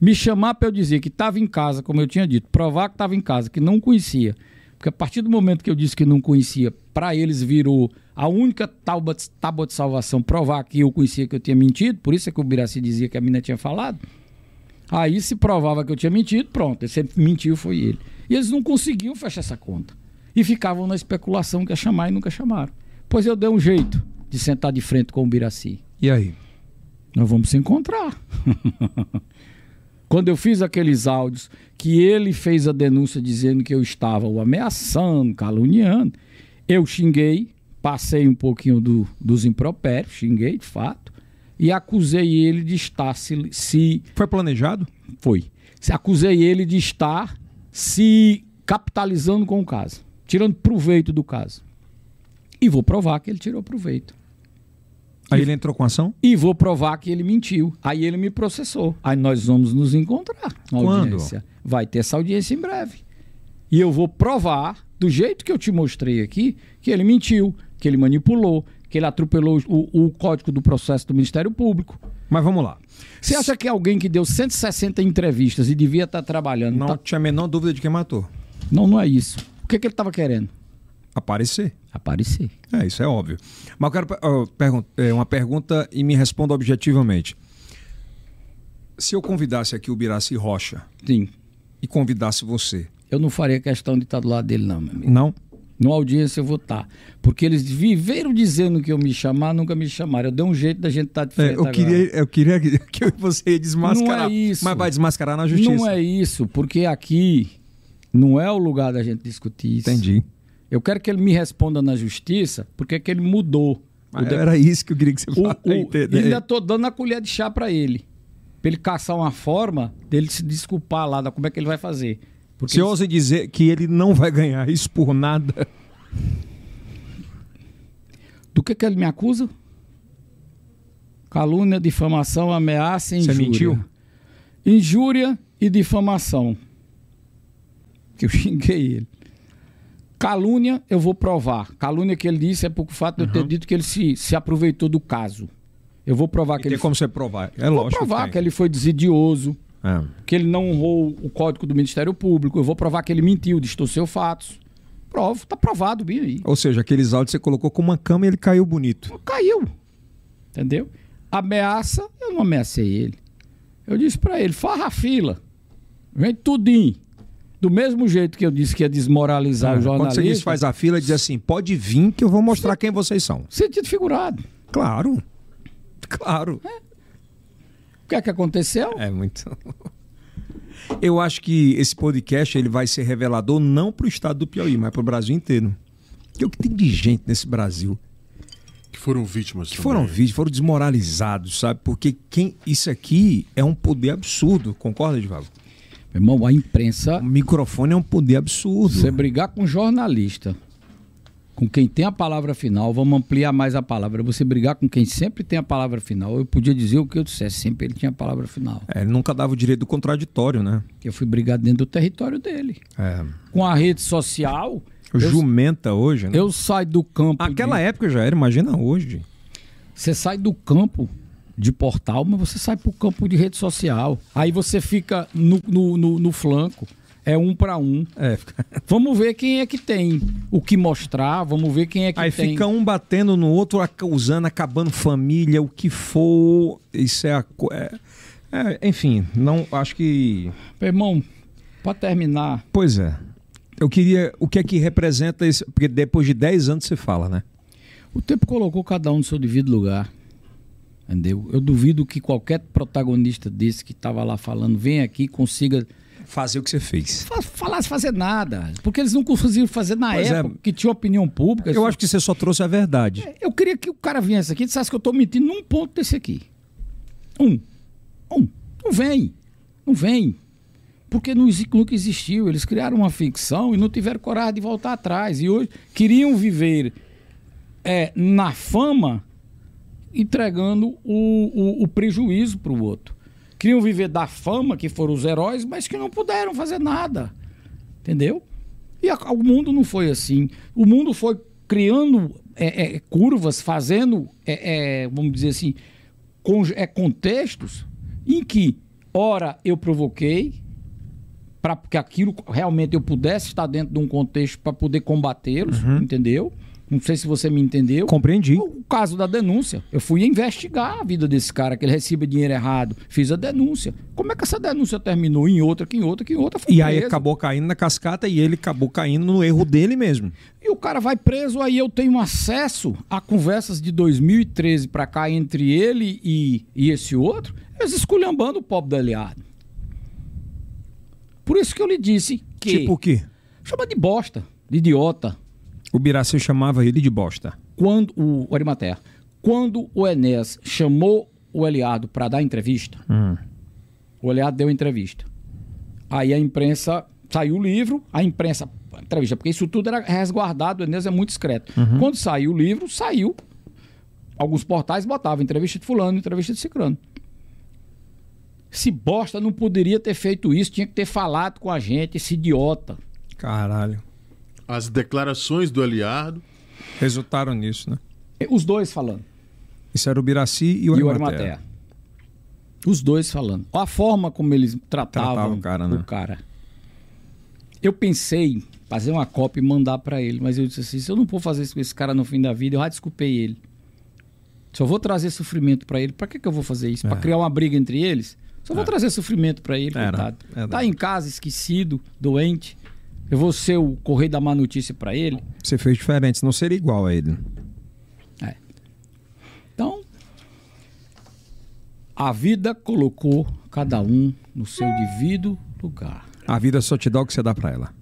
Speaker 3: Me chamar para eu dizer que estava em casa, como eu tinha dito, provar que estava em casa, que não conhecia. Porque a partir do momento que eu disse que não conhecia, para eles virou a única tábua, tábua de salvação provar que eu conhecia que eu tinha mentido, por isso é que o Biraci dizia que a mina tinha falado. Aí se provava que eu tinha mentido, pronto, ele sempre mentiu, foi ele. E eles não conseguiam fechar essa conta. E ficavam na especulação que ia chamar e nunca chamaram. Pois eu dei um jeito de sentar de frente com o Biraci.
Speaker 16: E aí?
Speaker 3: Nós vamos se encontrar. <laughs> quando eu fiz aqueles áudios que ele fez a denúncia dizendo que eu estava o ameaçando, caluniando, eu xinguei, passei um pouquinho do, dos impropérios, xinguei de fato, e acusei ele de estar se, se.
Speaker 16: Foi planejado?
Speaker 3: Foi. Acusei ele de estar se capitalizando com o caso, tirando proveito do caso. E vou provar que ele tirou proveito.
Speaker 16: Aí ele entrou com ação?
Speaker 3: E vou provar que ele mentiu. Aí ele me processou. Aí nós vamos nos encontrar na Quando? audiência. Vai ter essa audiência em breve. E eu vou provar, do jeito que eu te mostrei aqui, que ele mentiu, que ele manipulou, que ele atropelou o, o código do processo do Ministério Público.
Speaker 16: Mas vamos lá.
Speaker 3: Você acha que é alguém que deu 160 entrevistas e devia estar trabalhando.
Speaker 16: Não
Speaker 3: tá...
Speaker 16: tinha a menor dúvida de quem matou.
Speaker 3: Não, não é isso. O que, que ele estava querendo?
Speaker 16: Aparecer.
Speaker 3: Aparecer.
Speaker 16: É, isso é óbvio. Mas eu quero eu pergun é, uma pergunta e me responda objetivamente. Se eu convidasse aqui o Biraci Rocha
Speaker 3: Sim.
Speaker 16: e convidasse você.
Speaker 3: Eu não faria questão de estar do lado dele, não, meu amigo.
Speaker 16: Não?
Speaker 3: Numa audiência eu vou estar. Porque eles viveram dizendo que eu me chamar, nunca me chamaram. Eu dei um jeito da gente estar tá diferente é,
Speaker 1: eu queria, agora. Eu queria que <laughs> você ia desmascarar.
Speaker 3: Não é isso.
Speaker 1: Mas vai desmascarar na justiça.
Speaker 3: Não é isso, porque aqui não é o lugar da gente discutir isso.
Speaker 1: Entendi.
Speaker 3: Eu quero que ele me responda na justiça porque é que
Speaker 1: <laughs>
Speaker 3: ele mudou.
Speaker 1: Ah, de... Era isso que eu queria que você o, falasse.
Speaker 3: é O... Ainda estou dando a colher de chá para ele. Para ele caçar uma forma dele se desculpar lá, da como é que ele vai fazer.
Speaker 1: Porque você ele... ousa dizer que ele não vai ganhar isso por nada?
Speaker 3: Do que, que ele me acusa? Calúnia, difamação, ameaça e
Speaker 1: é
Speaker 3: injúria. Você
Speaker 1: mentiu?
Speaker 3: Injúria e difamação. Que eu <laughs> xinguei ele. Calúnia, eu vou provar. Calúnia que ele disse é por fato de uhum. eu ter dito que ele se, se aproveitou do caso. Eu vou provar que
Speaker 1: tem
Speaker 3: ele.
Speaker 1: Tem como você provar?
Speaker 3: É eu lógico. Vou provar que, que ele foi desidioso, é. que ele não honrou o código do Ministério Público. Eu vou provar que ele mentiu, distorceu fatos. Provo, tá provado, bem aí.
Speaker 1: Ou seja, aqueles áudios você colocou com uma cama e ele caiu bonito.
Speaker 3: Caiu. Entendeu? Ameaça, eu não ameacei ele. Eu disse para ele: farra a fila. Vem tudinho. Do mesmo jeito que eu disse que ia desmoralizar ah, o jornalista.
Speaker 1: Quando você diz faz a fila, diz assim: pode vir que eu vou mostrar quem vocês são.
Speaker 3: Sentido figurado.
Speaker 1: Claro. Claro.
Speaker 3: É. O que é que aconteceu?
Speaker 1: É muito. Eu acho que esse podcast ele vai ser revelador não para o estado do Piauí, mas para o Brasil inteiro. Porque o que tem de gente nesse Brasil?
Speaker 2: Que foram vítimas.
Speaker 1: Que foram
Speaker 2: também.
Speaker 1: vítimas, foram desmoralizados, sabe? Porque quem isso aqui é um poder absurdo, concorda, Divaldo?
Speaker 3: Meu irmão, a imprensa.
Speaker 1: O microfone é um poder absurdo.
Speaker 3: Você brigar com jornalista, com quem tem a palavra final, vamos ampliar mais a palavra. Você brigar com quem sempre tem a palavra final. Eu podia dizer o que eu dissesse, sempre ele tinha a palavra final.
Speaker 1: É, ele nunca dava o direito do contraditório, né?
Speaker 3: Eu fui brigar dentro do território dele.
Speaker 1: É.
Speaker 3: Com a rede social.
Speaker 1: Eu, jumenta hoje, né?
Speaker 3: Eu saio do campo.
Speaker 1: Aquela de... época já era, imagina hoje.
Speaker 3: Você sai do campo de portal, mas você sai para o campo de rede social. Aí você fica no, no, no, no flanco. É um para um.
Speaker 1: É. <laughs>
Speaker 3: Vamos ver quem é que tem o que mostrar, vamos ver quem é que
Speaker 1: Aí
Speaker 3: tem.
Speaker 1: Aí fica um batendo no outro, acusando, acabando família, o que for. Isso é, a, é, é Enfim, não acho que.
Speaker 3: Meu irmão, para terminar.
Speaker 1: Pois é. Eu queria. O que é que representa isso? Porque depois de 10 anos você fala, né?
Speaker 3: O tempo colocou cada um no seu devido lugar. Entendeu? Eu duvido que qualquer protagonista desse que estava lá falando, vem aqui consiga.
Speaker 1: Fazer o que você fez.
Speaker 3: Falasse fazer nada. Porque eles não conseguiam fazer na pois época, é. que tinha opinião pública.
Speaker 1: Eu
Speaker 3: só...
Speaker 1: acho que você só trouxe a verdade.
Speaker 3: É, eu queria que o cara viesse aqui e dissesse que eu estou mentindo num ponto desse aqui. Um. Um. Não vem. Não vem. Porque não, nunca existiu. Eles criaram uma ficção e não tiveram coragem de voltar atrás. E hoje queriam viver é, na fama entregando o, o, o prejuízo para o outro. Queriam viver da fama, que foram os heróis, mas que não puderam fazer nada. Entendeu? E a, o mundo não foi assim. O mundo foi criando é, é, curvas, fazendo, é, vamos dizer assim, con contextos em que, ora, eu provoquei, para que aquilo realmente eu pudesse estar dentro de um contexto para poder combatê-los, uhum. entendeu? Não sei se você me entendeu.
Speaker 1: Compreendi.
Speaker 3: O caso da denúncia. Eu fui investigar a vida desse cara, que ele recebe dinheiro errado. Fiz a denúncia. Como é que essa denúncia terminou em outra, que em outra, que em outra?
Speaker 1: e aí preso. acabou caindo na cascata e ele acabou caindo no erro dele mesmo.
Speaker 3: E o cara vai preso, aí eu tenho acesso a conversas de 2013 para cá entre ele e, e esse outro, eles esculhambando o pobre do aliado. Por isso que eu lhe disse que.
Speaker 1: Tipo o quê?
Speaker 3: Chama de bosta, de idiota.
Speaker 1: O Biracê chamava ele de bosta.
Speaker 3: Quando o, o Arimatea, quando o Enéas chamou o Eliardo para dar entrevista,
Speaker 1: hum.
Speaker 3: o Eliardo deu entrevista. Aí a imprensa saiu o livro, a imprensa entrevista, porque isso tudo era resguardado, o Enéas é muito discreto. Uhum. Quando saiu o livro, saiu. Alguns portais botavam entrevista de fulano, entrevista de ciclano. Se bosta não poderia ter feito isso, tinha que ter falado com a gente, esse idiota.
Speaker 1: Caralho
Speaker 2: as declarações do Eliardo.
Speaker 1: Resultaram nisso, né?
Speaker 3: Os dois falando.
Speaker 1: Isso era o Biraci e o Arimatea.
Speaker 3: Os dois falando. A forma como eles tratavam Tratava o, cara, né? o cara. Eu pensei fazer uma cópia e mandar para ele, mas eu disse assim, se eu não vou fazer isso com esse cara no fim da vida, eu já desculpei ele. Se eu vou trazer sofrimento para ele, para que, que eu vou fazer isso? É. Para criar uma briga entre eles? Só vou é. trazer sofrimento para ele, era. coitado. Era. Tá em casa, esquecido, doente. eu vou ser o correio da má notícia para ele.
Speaker 1: Você fez diferente, senão seria igual a ele.
Speaker 3: É. Então, a vida colocou cada um no seu devido lugar.
Speaker 1: A vida só te dá o que você dá para ela.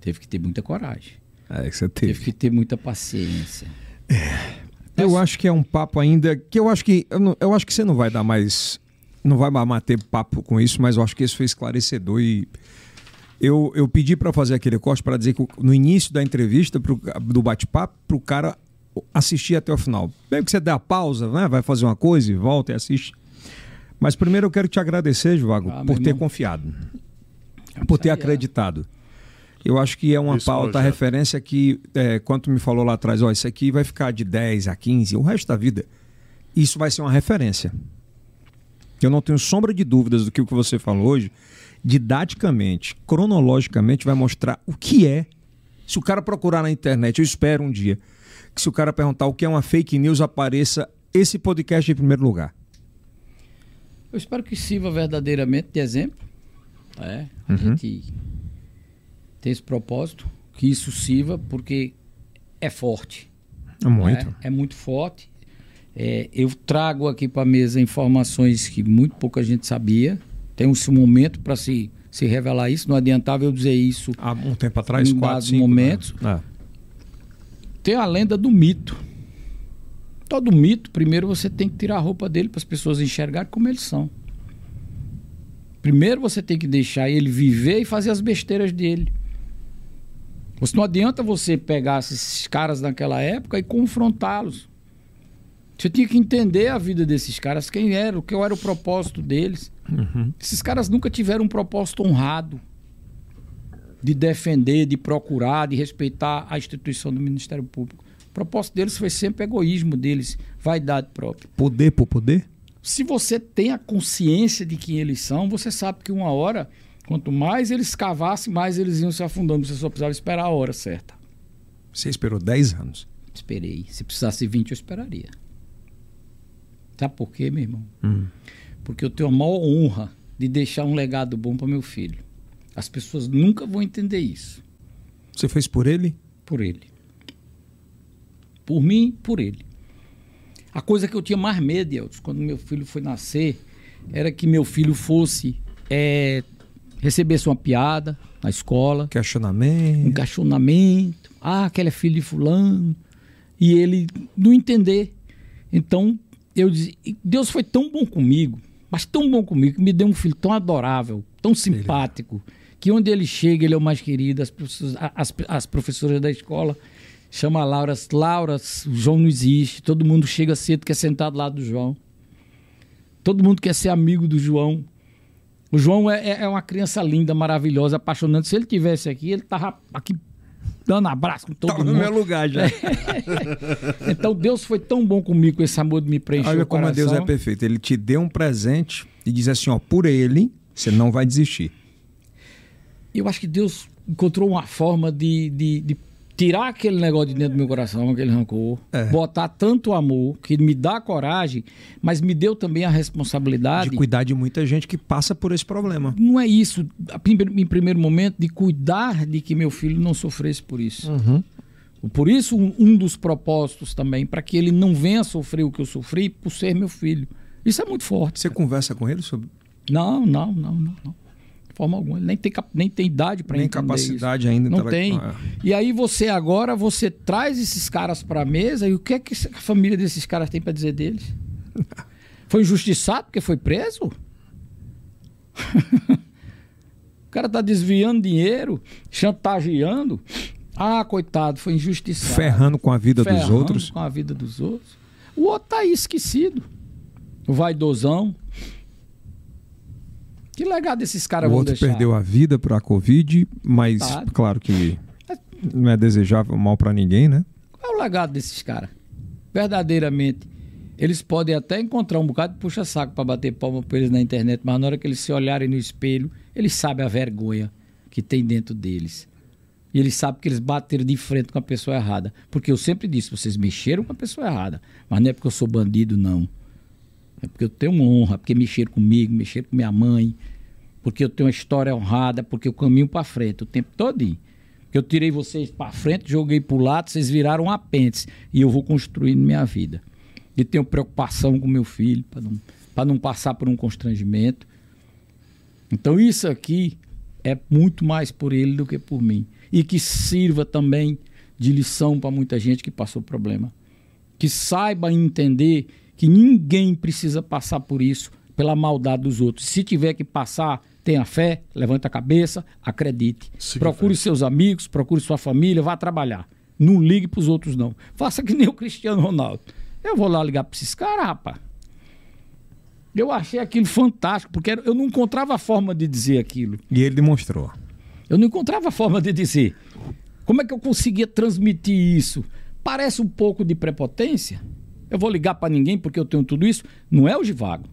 Speaker 3: Teve que ter muita coragem.
Speaker 1: É, que você teve.
Speaker 3: Teve que ter muita paciência.
Speaker 1: É. Eu acho que é um papo ainda que eu acho que eu, não, eu acho que você não vai dar mais não vai bater papo com isso, mas eu acho que isso foi esclarecedor e eu, eu pedi para fazer aquele corte para dizer que no início da entrevista pro, do bate-papo para o cara assistir até o final. Mesmo que você dê a pausa, né? vai fazer uma coisa e volta e assiste. Mas primeiro eu quero te agradecer, Joago, ah, por ter irmão. é. confiado, por ter acreditado. Eu acho que é uma isso pauta projeto. referência que, é, quanto me falou lá atrás, ó, isso aqui vai ficar de 10 a 15, o resto da vida. Isso vai ser uma referência. Eu não tenho sombra de dúvidas do que o que você falou hoje, didaticamente, cronologicamente, vai mostrar o que é. Se o cara procurar na internet, eu espero um dia, que se o cara perguntar o que é uma fake news, apareça esse podcast em primeiro lugar.
Speaker 3: Eu espero que sirva verdadeiramente de exemplo. É, a uhum. gente tem esse propósito, que isso sirva, porque é forte.
Speaker 1: Muito. Né?
Speaker 3: É muito forte. É, eu trago aqui para a mesa informações que muito pouca gente sabia. Tem um momento para se, se revelar isso. Não adiantava eu dizer isso
Speaker 1: há um tempo atrás, em quatro, cinco,
Speaker 3: momentos. Né? É. Tem a lenda do mito. Todo mito, primeiro você tem que tirar a roupa dele para as pessoas enxergarem como eles são. Primeiro você tem que deixar ele viver e fazer as besteiras dele. Você não adianta você pegar esses caras naquela época e confrontá-los. Você tinha que entender a vida desses caras, quem era, o que era o propósito deles. Uhum. Esses caras nunca tiveram um propósito honrado de defender, de procurar, de respeitar a instituição do Ministério Público. O propósito deles foi sempre egoísmo deles, vaidade própria.
Speaker 1: Poder por poder?
Speaker 3: Se você tem a consciência de quem eles são, você sabe que uma hora, quanto mais eles cavassem, mais eles iam se afundando. Você só precisava esperar a hora certa.
Speaker 1: Você esperou 10 anos?
Speaker 3: Esperei. Se precisasse 20, eu esperaria. Sabe por quê, meu irmão?
Speaker 1: Hum.
Speaker 3: Porque eu tenho a maior honra de deixar um legado bom para meu filho. As pessoas nunca vão entender isso.
Speaker 1: Você fez por ele?
Speaker 3: Por ele. Por mim, por ele. A coisa que eu tinha mais medo, Elton, quando meu filho foi nascer, era que meu filho fosse. É, recebesse uma piada na escola.
Speaker 1: Questionamento.
Speaker 3: Um questionamento. Ah, aquele é filho de Fulano. E ele não entender. Então, eu dizia, Deus foi tão bom comigo, mas tão bom comigo, que me deu um filho tão adorável, tão simpático, que onde ele chega, ele é o mais querido, as, pessoas, as, as professoras da escola chamam a Laura, Laura, o João não existe, todo mundo chega cedo, quer sentar do lado do João. Todo mundo quer ser amigo do João. O João é, é uma criança linda, maravilhosa, apaixonante. Se ele tivesse aqui, ele tava aqui dando abraço com todo Tava mundo.
Speaker 1: no meu lugar já.
Speaker 3: então Deus foi tão bom comigo com esse amor de me preencher Olha
Speaker 1: como coração. Deus é perfeito. Ele te deu um presente e diz assim, ó, por ele você não vai desistir.
Speaker 3: Eu acho que Deus encontrou uma forma de, de, de tirar aquele negócio de dentro do meu coração, aquele rancor, é. botar tanto amor que me dá coragem, mas me deu também a responsabilidade
Speaker 1: de cuidar de muita gente que passa por esse problema.
Speaker 3: Não é isso, em primeiro momento, de cuidar de que meu filho não sofresse por isso.
Speaker 1: Uhum.
Speaker 3: Por isso, um dos propósitos também, para que ele não venha sofrer o que eu sofri por ser meu filho. Isso é muito forte.
Speaker 1: Você cara. conversa com ele sobre.
Speaker 3: Não, não, não, não. não forma alguma. Ele nem tem, nem tem idade para entender.
Speaker 1: Nem capacidade isso. ainda. tá
Speaker 3: Não tem.
Speaker 1: é.
Speaker 3: Ah. E aí você agora, você traz esses caras para a mesa e o que é que a família desses caras tem para
Speaker 1: <laughs>
Speaker 3: dizer deles? foi injustiçado porque foi preso? <laughs> o cara tá desviando dinheiro, chantageando. Ah, coitado, foi injustiçado.
Speaker 1: Ferrando com a vida Ferrando dos outros.
Speaker 3: com a vida dos outros. O outro tá aí esquecido. O vaidosão. Que legado esses caras
Speaker 1: o
Speaker 3: vão
Speaker 1: outro
Speaker 3: deixar?
Speaker 1: perdeu a vida para a Covid, mas tá. claro que não é desejável mal para ninguém, né?
Speaker 3: Qual é o legado desses caras? Verdadeiramente. Eles podem até encontrar um bocado de puxa-saco para bater palma para eles na internet, mas na hora que eles se olharem no espelho, eles sabem a vergonha que tem dentro deles. E eles sabem que eles bateram de frente com a pessoa errada. Porque eu sempre disse, vocês mexeram com a pessoa errada. Mas não é porque eu sou bandido, não. É porque eu tenho uma honra, porque mexeram comigo, mexeram com minha mãe, porque eu tenho uma história honrada, porque eu caminho para frente o tempo todo. Eu tirei vocês para frente, joguei para o lado, vocês viraram um apêndice e eu vou construindo minha vida. E tenho preocupação com meu filho, para não, pra não passar por um constrangimento. Então isso aqui é muito mais por ele do que por mim. E que sirva também de lição para muita gente que passou problema. Que saiba entender que ninguém precisa passar por isso pela maldade dos outros. Se tiver que passar, tenha fé, levanta a cabeça, acredite. Sim, procure fé. seus amigos, procure sua família, vá trabalhar. Não ligue para os outros, não. Faça que nem o Cristiano Ronaldo. Eu vou lá ligar para esses caras, rapaz. Eu achei aquilo fantástico, porque eu não encontrava forma de dizer aquilo.
Speaker 1: E ele demonstrou.
Speaker 3: Eu não encontrava forma de dizer. Como é que eu conseguia transmitir isso? Parece um pouco de prepotência. Eu vou ligar para ninguém porque eu tenho tudo isso. Não é o Givago.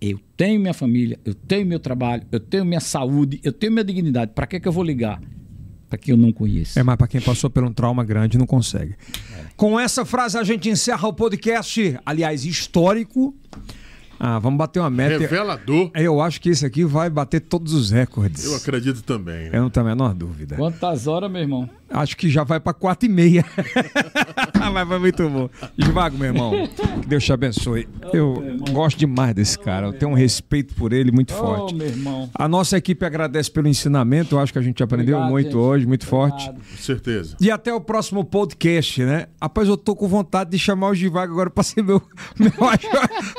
Speaker 3: Eu tenho minha família, eu tenho meu trabalho, eu tenho minha saúde, eu tenho minha dignidade. Para que, que eu vou ligar? Para quem eu não conheço.
Speaker 1: É, mas para quem passou por um trauma grande não consegue. É. Com essa frase a gente encerra o podcast, aliás, histórico. Ah, vamos bater uma meta.
Speaker 2: Revelador.
Speaker 1: Eu acho que esse aqui vai bater todos os recordes.
Speaker 2: Eu acredito também. Né?
Speaker 1: Eu não tenho a menor dúvida.
Speaker 3: Quantas horas, meu irmão?
Speaker 1: Acho que já vai para quatro e meia. <laughs> Ah, Mas foi muito bom. Esvago, meu irmão. Que Deus te abençoe. Oh, eu gosto demais desse cara. Eu tenho um respeito por ele muito oh, forte.
Speaker 3: meu irmão.
Speaker 1: A nossa equipe agradece pelo ensinamento. Eu acho que a gente aprendeu Obrigado, muito gente. hoje, muito Obrigado. forte.
Speaker 2: Com certeza.
Speaker 1: E até o próximo podcast, né? Rapaz, eu tô com vontade de chamar o Givago agora para ser meu, <laughs> meu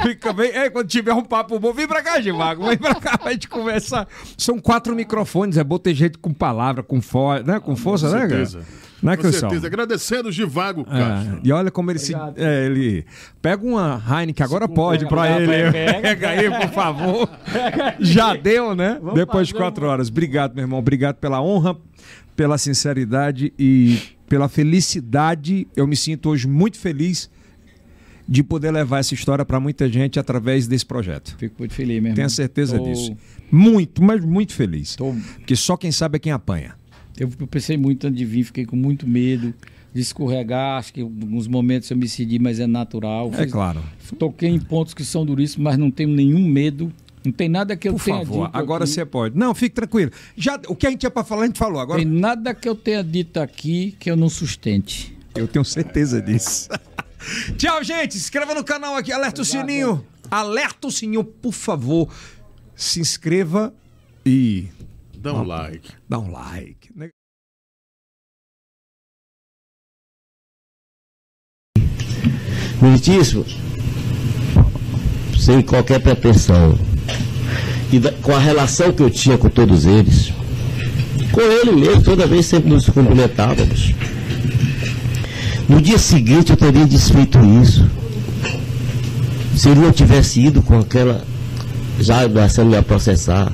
Speaker 1: Fica bem. É, quando tiver um papo bom, vem pra cá, Givago. Vem pra cá pra gente conversar. São quatro microfones, é bom ter gente com palavra, com, for... né? com ah, força, né, cara?
Speaker 2: Não é, Com Cruzão? certeza. Agradecendo o Givago, Castro.
Speaker 1: É. E olha como ele Obrigado. se. É, ele pega uma Heineken, agora se pode para ele. Pega, <laughs> pega aí, por <laughs> favor. Já deu, né? Vamos Depois de quatro um... horas. Obrigado, meu irmão. Obrigado pela honra, pela sinceridade e pela felicidade. Eu me sinto hoje muito feliz de poder levar essa história para muita gente através desse projeto.
Speaker 3: Fico muito feliz, meu irmão.
Speaker 1: Tenho certeza Tô... disso. Muito, mas muito feliz. Tô... Porque só quem sabe é quem apanha.
Speaker 3: Eu pensei muito antes de vir, fiquei com muito medo de escorregar. Acho que em alguns momentos eu me cedi, mas é natural.
Speaker 1: Fiz, é claro.
Speaker 3: Toquei em pontos que são duríssimos, mas não tenho nenhum medo. Não tem nada que eu
Speaker 1: Por
Speaker 3: tenha
Speaker 1: favor,
Speaker 3: dito.
Speaker 1: Agora aqui. você pode. Não, fique tranquilo. Já, o que a gente tinha para falar, a gente falou. Agora...
Speaker 3: Tem nada que eu tenha dito aqui que eu não sustente.
Speaker 1: Eu tenho certeza disso. <laughs> Tchau, gente. Se inscreva no canal aqui. Alerta Obrigado. o sininho. Alerta o sininho, por favor. Se inscreva e
Speaker 2: Dá um like.
Speaker 1: Dá um like.
Speaker 17: Meritíssimo, sem qualquer pretensão, e da, com a relação que eu tinha com todos eles, com ele mesmo, toda vez sempre nos cumprimentávamos. No dia seguinte eu teria desfeito isso. Se ele não tivesse ido com aquela. Já começando a processar.